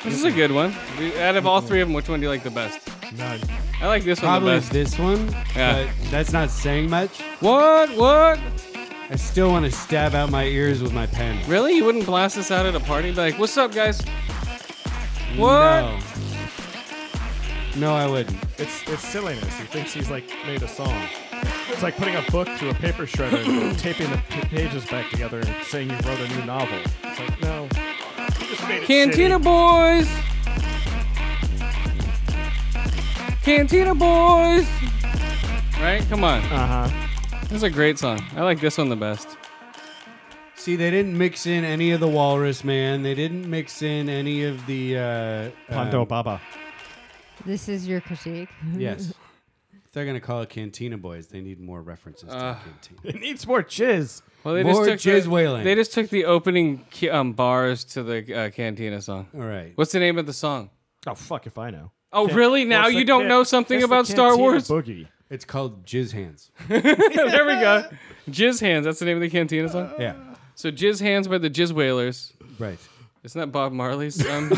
Speaker 1: This is a good one. We- Out of all three of them, which one do you like the best?
Speaker 2: None.
Speaker 1: I like this one the
Speaker 2: Probably
Speaker 1: best.
Speaker 2: this one.
Speaker 1: Yeah.
Speaker 2: But that's not saying much.
Speaker 1: What? What?
Speaker 2: I still want to stab out my ears with my pen.
Speaker 1: Really? You wouldn't blast this out at a party? Be like, what's up, guys? What?
Speaker 2: No. No, I wouldn't.
Speaker 8: It's it's silliness. He thinks he's like made a song. It's like putting a book through a paper shredder, and taping the p- pages back together, and saying you wrote a new novel. It's like no. You just made it
Speaker 1: Cantina
Speaker 8: shitty.
Speaker 1: Boys! Cantina Boys! Right? Come on. Uh
Speaker 8: Uh-huh.
Speaker 1: huh. This is a great song. I like this one the best.
Speaker 2: See, they didn't mix in any of the Walrus Man. They didn't mix in any of the uh,
Speaker 8: Ponto
Speaker 2: um,
Speaker 8: Baba.
Speaker 9: This is your critique.
Speaker 2: Yes. If they're gonna call it Cantina Boys, they need more references
Speaker 1: Uh,
Speaker 2: to Cantina.
Speaker 8: It needs more jizz.
Speaker 1: Well, they
Speaker 2: more
Speaker 1: just took
Speaker 2: jizz
Speaker 1: the,
Speaker 2: wailing.
Speaker 1: They just took the opening ki- um, bars to the uh, Cantina song.
Speaker 2: All right.
Speaker 1: What's the name of the song?
Speaker 8: Oh fuck if I know.
Speaker 1: Oh,
Speaker 8: Yeah.
Speaker 1: really? Now
Speaker 8: Well, it's
Speaker 1: you
Speaker 8: the
Speaker 1: don't
Speaker 8: can-
Speaker 1: know something
Speaker 8: it's the
Speaker 1: about Star
Speaker 8: Cantina
Speaker 1: Wars?
Speaker 8: Boogie.
Speaker 2: It's called Jizz Hands.
Speaker 1: there we go. Jizz Hands. That's the name of the Cantina song?
Speaker 2: Yeah.
Speaker 1: So Jizz Hands by the Jizz Whalers.
Speaker 2: Right.
Speaker 1: Isn't that Bob Marley's? Um,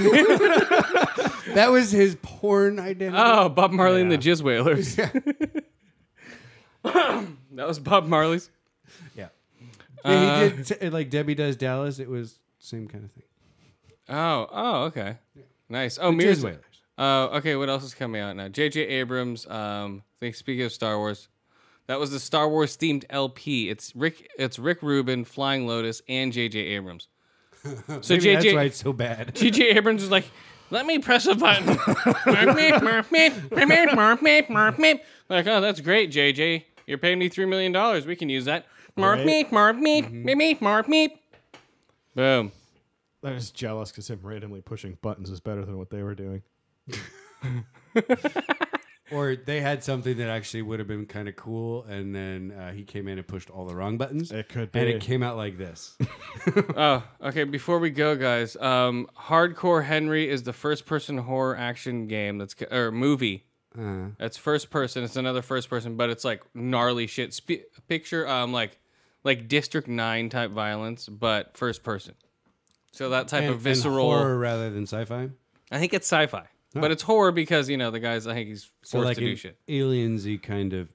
Speaker 2: That was his porn identity.
Speaker 1: oh, Bob Marley and the Jizz Whalers. that was Bob Marley's.
Speaker 2: Yeah. he
Speaker 1: Uh,
Speaker 2: did t- like Debbie Does Dallas. It was same kind of thing.
Speaker 1: Oh, oh, okay. Nice. Oh,
Speaker 2: The
Speaker 1: Mears.
Speaker 2: Jizz Whalers.
Speaker 1: Uh, okay, what else is coming out now? J.J. Abrams. Um, I think speaking of Star Wars, that was the Star Wars themed LP. It's Rick. It's Rick Rubin, Flying Lotus, and J.J. Abrams. So
Speaker 2: Maybe
Speaker 1: J.J.
Speaker 2: that's why it's so bad.
Speaker 1: J.J. Abrams is like, let me press a button. like, oh, that's great, J.J. You're paying me three million dollars. We can use that. Mark
Speaker 8: Right.
Speaker 1: meep, mark meep, meep, meep, mark meep. Boom.
Speaker 8: I'm just jealous because him randomly pushing buttons is better than what they were doing.
Speaker 2: Or they had something that actually would have been kind of cool, and then uh, he came in and pushed all the wrong buttons. It
Speaker 8: could
Speaker 2: and
Speaker 8: be.
Speaker 2: it came out like this.
Speaker 1: oh, okay. Before we go, guys, um, Hardcore Henry is the first-person horror action game that's co- or movie.
Speaker 2: Uh.
Speaker 1: That's first person. It's another first person, but it's like gnarly shit. Spe- picture um like like District Nine type violence, but first person. So that type
Speaker 2: And-
Speaker 1: of visceral.
Speaker 2: and horror rather than sci-fi.
Speaker 1: I think it's sci-fi,
Speaker 2: Oh.
Speaker 1: but it's horror because you know the guys. I think he's forced
Speaker 2: So like
Speaker 1: to do
Speaker 2: an
Speaker 1: shit.
Speaker 2: aliensy kind of.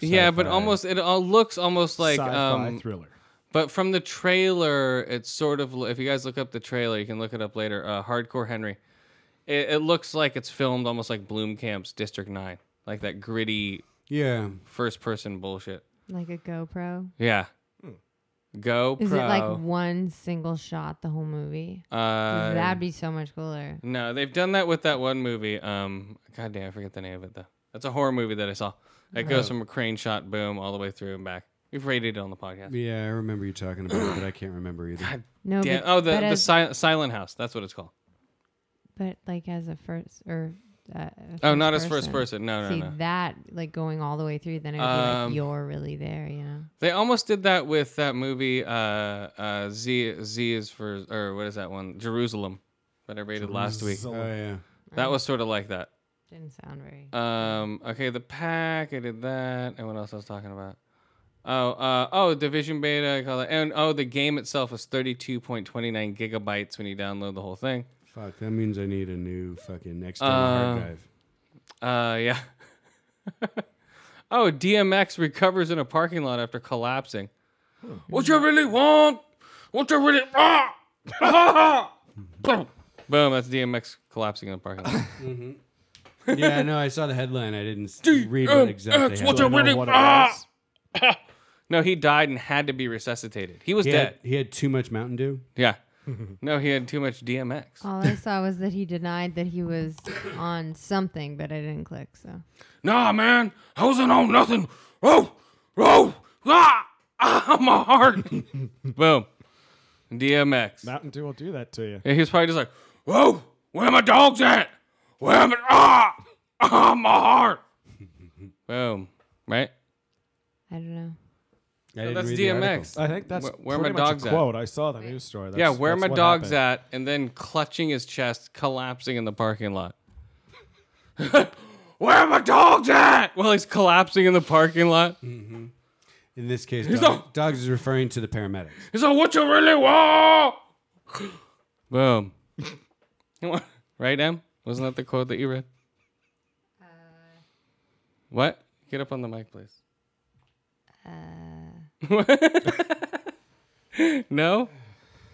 Speaker 1: Yeah, but
Speaker 2: sci-fi.
Speaker 1: almost it all looks almost like
Speaker 2: Sci-fi
Speaker 1: um,
Speaker 2: thriller.
Speaker 1: But from the trailer, it's sort of if you guys look up the trailer, you can look it up later. Uh, Hardcore Henry, it, it looks like it's filmed almost like Bloomcamp's District Nine, like that gritty,
Speaker 2: Yeah.
Speaker 1: first person bullshit.
Speaker 9: Like a GoPro.
Speaker 1: Yeah, Go
Speaker 9: Is it like
Speaker 1: Pro.
Speaker 9: one single shot the whole movie? 'Cause
Speaker 1: Uh,
Speaker 9: that'd be so much cooler.
Speaker 1: No, they've done that with that one movie. Um, God damn, I forget the name of it though. That's a horror movie that I saw. It goes
Speaker 2: Oh.
Speaker 1: from a crane shot, boom, all the way through and back. We've rated it on the podcast.
Speaker 2: Yeah, I remember you talking about it, but I can't remember either.
Speaker 9: No,
Speaker 1: Damn-
Speaker 9: but-
Speaker 1: oh, the,
Speaker 9: but
Speaker 1: the
Speaker 9: as-
Speaker 1: sil- Silent House. That's what it's called.
Speaker 9: But like as a first or uh,
Speaker 1: Oh, not as first person. No, no,
Speaker 9: See
Speaker 1: no.
Speaker 9: that like going all the way through. Then it would
Speaker 1: Um,
Speaker 9: be like you're really there. You know.
Speaker 1: They almost did that with that movie. Uh, uh, Z Z is for or what is that one? Jerusalem, that I rated last week.
Speaker 2: Oh yeah.
Speaker 1: That was sort of like that.
Speaker 9: Didn't sound very.
Speaker 1: Um, okay, the pack. I did that, and what else I was talking about? Oh, uh, oh, division beta. I call it, and oh, the game itself is thirty-two point twenty-nine gigabytes when you download the whole thing.
Speaker 2: Fuck. That means I need a new fucking external hard
Speaker 1: Uh,
Speaker 2: drive.
Speaker 1: Uh, yeah. oh, DMX recovers in a parking lot after collapsing. What you really want? What you really want? Boom! That's DMX collapsing in a parking lot.
Speaker 2: yeah, no, I saw the headline. I didn't s- read
Speaker 1: Uh,
Speaker 2: what exactly.
Speaker 1: What's Ah!
Speaker 2: happened.
Speaker 1: no, he died and had to be resuscitated. He was
Speaker 2: He
Speaker 1: dead.
Speaker 2: had, he had too much Mountain Dew.
Speaker 1: Yeah. no, he had too much DMX.
Speaker 9: All I saw was that he denied that he was on something, but I didn't click. So.
Speaker 1: Nah, man, I wasn't on nothing. Oh, oh, ah, ah my heart. Boom. DMX.
Speaker 8: Mountain Dew will do that to you.
Speaker 1: Yeah, he was probably just like, whoa, where my dogs at? Where my, ah, ah, my heart. Boom. Right?
Speaker 9: I don't know.
Speaker 1: No, that's DMX.
Speaker 3: I think that's
Speaker 1: Wh- where, my
Speaker 3: pretty much a
Speaker 1: dogs at.
Speaker 3: quote. I saw the news story.
Speaker 1: yeah,
Speaker 3: That's-
Speaker 1: where
Speaker 3: that's
Speaker 1: my
Speaker 3: what
Speaker 1: dogs
Speaker 3: happened.
Speaker 1: at, and then clutching his chest, collapsing in the parking lot. where are my dogs at? Well, he's collapsing in the parking lot.
Speaker 2: Mm-hmm. In this case,
Speaker 1: He's Oh,
Speaker 2: dog, dogs is referring to the paramedics.
Speaker 1: He's like, "What you really want?" Boom. right, Em? Wasn't that the quote that you read? What? Get up on the mic, please. no,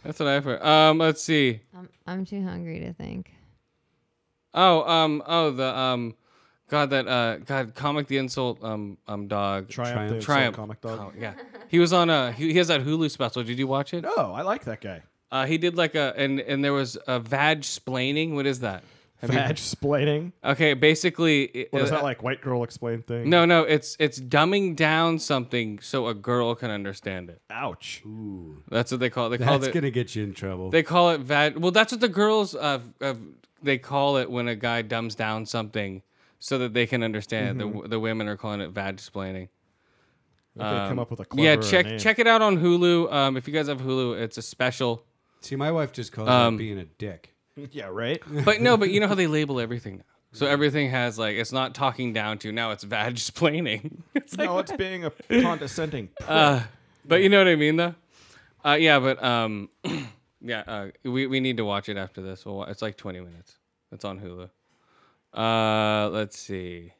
Speaker 1: that's what I've heard. Um, let's see.
Speaker 9: I'm, I'm too hungry to think.
Speaker 1: Oh, um, oh, the um, God, that uh, God, comic the insult, um, um, dog,
Speaker 3: Triumph the Insult Comic Dog.
Speaker 1: Oh, yeah, he was on a he, he has that Hulu special. Did you watch it?
Speaker 3: No, Oh, I like that guy.
Speaker 1: Uh, he did like a and and there was a vag splaining. What is that? Have you-
Speaker 3: Vag splaining.
Speaker 1: Okay, basically, it-
Speaker 3: What is that
Speaker 1: uh,
Speaker 3: like? White girl explain thing.
Speaker 1: No, no, it's it's dumbing down something so a girl can understand it.
Speaker 3: Ouch.
Speaker 2: Ooh.
Speaker 1: That's what they call it. They call
Speaker 2: That's
Speaker 1: it
Speaker 2: gonna get you in trouble.
Speaker 1: They call it vag. Well, that's what the girls uh, v- uh, v- they call it when a guy dumbs down something so that they can understand.
Speaker 3: Mm-hmm.
Speaker 1: it. The w The women are calling it vag explaining.
Speaker 3: They could come up with a
Speaker 1: Um, yeah,
Speaker 3: cleverer
Speaker 1: check
Speaker 3: name.
Speaker 1: check it out on Hulu. Um, if you guys have Hulu, it's a special.
Speaker 2: See, my wife just calls
Speaker 1: Um,
Speaker 2: it being a dick.
Speaker 3: Yeah, right.
Speaker 1: but no, but you know how they label everything now. So everything has like it's not talking down to now it's vag explaining.
Speaker 3: no, it's being a condescending. prick.
Speaker 1: Uh, but you know what I mean, though. Uh, yeah, but um, yeah, uh, we we need to watch it after this. We'll, wa- it's like twenty minutes. It's on Hulu. Uh, let's see.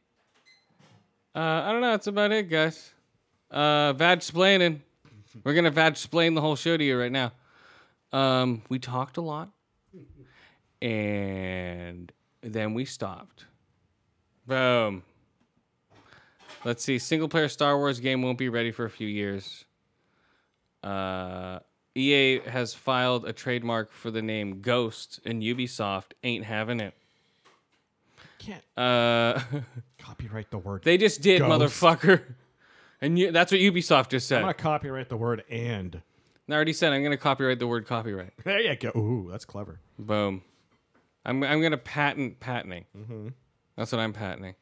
Speaker 1: Uh, I don't know. That's about it, guys. Uh, vag splaining. We're gonna vag splain the whole show to you right now. Um, we talked a lot, and then we stopped. Boom. Let's see. Single player Star Wars game won't be ready for a few years. Uh, EA has filed a trademark for the name Ghost, and Ubisoft ain't having it.
Speaker 3: Can't
Speaker 1: Uh,
Speaker 3: copyright the word.
Speaker 1: they just did,
Speaker 3: Ghost.
Speaker 1: motherfucker. And you, that's what Ubisoft just
Speaker 3: I'm
Speaker 1: said.
Speaker 3: gonna copyright the word and.
Speaker 1: And I already said I'm going to copyright the word copyright.
Speaker 3: There you go. Ooh, that's clever.
Speaker 1: Boom. I'm, I'm going to patent patenting.
Speaker 3: Mhm.
Speaker 1: That's what I'm patenting.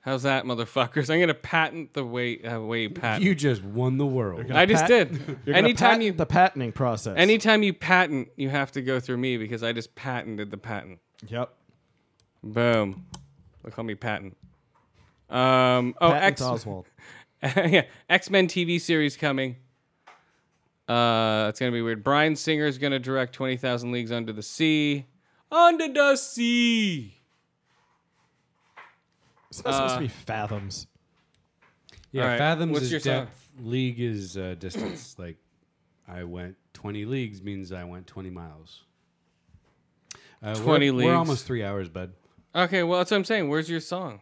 Speaker 1: How's that, motherfuckers? I'm going to patent the way, uh, way you patent.
Speaker 2: You just won the world.
Speaker 1: I just did.
Speaker 3: You're gonna
Speaker 1: Anytime
Speaker 3: patent
Speaker 1: you
Speaker 3: the patenting process.
Speaker 1: Anytime you patent, you have to go through me because I just patented the patent.
Speaker 3: Yep.
Speaker 1: Boom. They call me patent. Um. Oh,
Speaker 3: Patton
Speaker 1: X.
Speaker 3: Oswalt.
Speaker 1: yeah, X Men TV series coming. Uh, it's gonna be weird. Brian Singer's gonna direct Twenty Thousand Leagues Under the Sea. Under the sea.
Speaker 3: It's not supposed to be
Speaker 1: Uh,
Speaker 3: fathoms.
Speaker 2: Yeah,
Speaker 1: All right,
Speaker 2: fathoms
Speaker 1: what's
Speaker 2: is
Speaker 1: your song?
Speaker 2: depth. League is uh, distance. like, I went 20 leagues means I went 20 miles. Uh,
Speaker 1: 20
Speaker 2: we're,
Speaker 1: leagues.
Speaker 2: We're almost three hours, bud.
Speaker 1: Okay, well that's what I'm saying. Where's your song?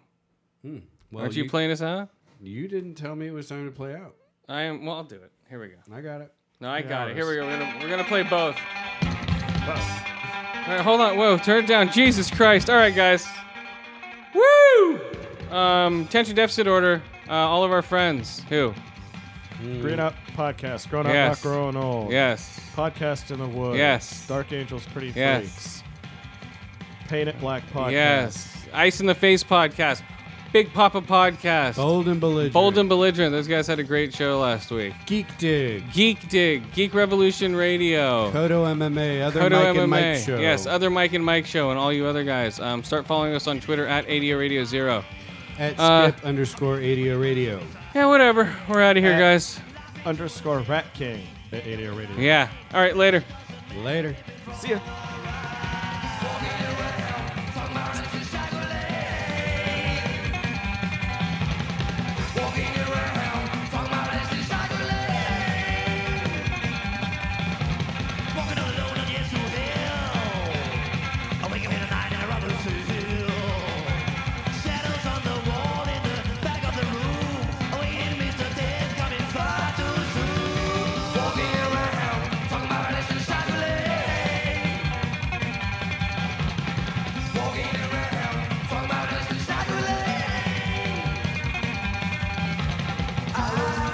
Speaker 2: Hmm. Well,
Speaker 1: Aren't you,
Speaker 2: you-
Speaker 1: playing us out?
Speaker 2: You didn't tell me it was time to play out.
Speaker 1: I am. Well, I'll do it. Here we go.
Speaker 2: I got it.
Speaker 1: No, I
Speaker 2: Three
Speaker 1: got it. Here
Speaker 2: hours.
Speaker 1: we go. We're gonna, we're gonna play both. All right, hold on. Whoa, turn it down. Jesus Christ. All right, guys. Woo! Um, attention deficit order. Uh, all of our friends. Who?
Speaker 3: Green Up Podcast. Grown Up
Speaker 1: Yes.
Speaker 3: Not Grown Old.
Speaker 1: Yes.
Speaker 3: Podcast in the Woods.
Speaker 1: Yes.
Speaker 3: Dark Angels Pretty
Speaker 1: Yes.
Speaker 3: Freaks. Paint It Black Podcast.
Speaker 1: Yes. Ice in the Face podcast. Big Papa podcast.
Speaker 2: Bold and belligerent.
Speaker 1: Bold and belligerent. Those guys had a great show last week.
Speaker 2: Geek Dig.
Speaker 1: Geek Dig. Geek Revolution Radio.
Speaker 2: Kodo MMA. Other
Speaker 1: Kodo
Speaker 2: Mike
Speaker 1: MMA.
Speaker 2: and Mike show.
Speaker 1: Yes, other Mike and Mike show, and all you other guys. Um, start following us on Twitter at ADO Radio Zero.
Speaker 2: At skip
Speaker 1: Uh,
Speaker 2: underscore ADO radio.
Speaker 1: Yeah, whatever. We're out of here,
Speaker 3: At-
Speaker 1: guys.
Speaker 3: Underscore Rat King at 80 Radio.
Speaker 1: Yeah. All right. Later.
Speaker 2: Later.
Speaker 3: See ya.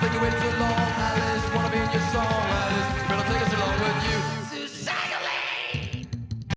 Speaker 10: Thinking way too long, I just wanna be in your song.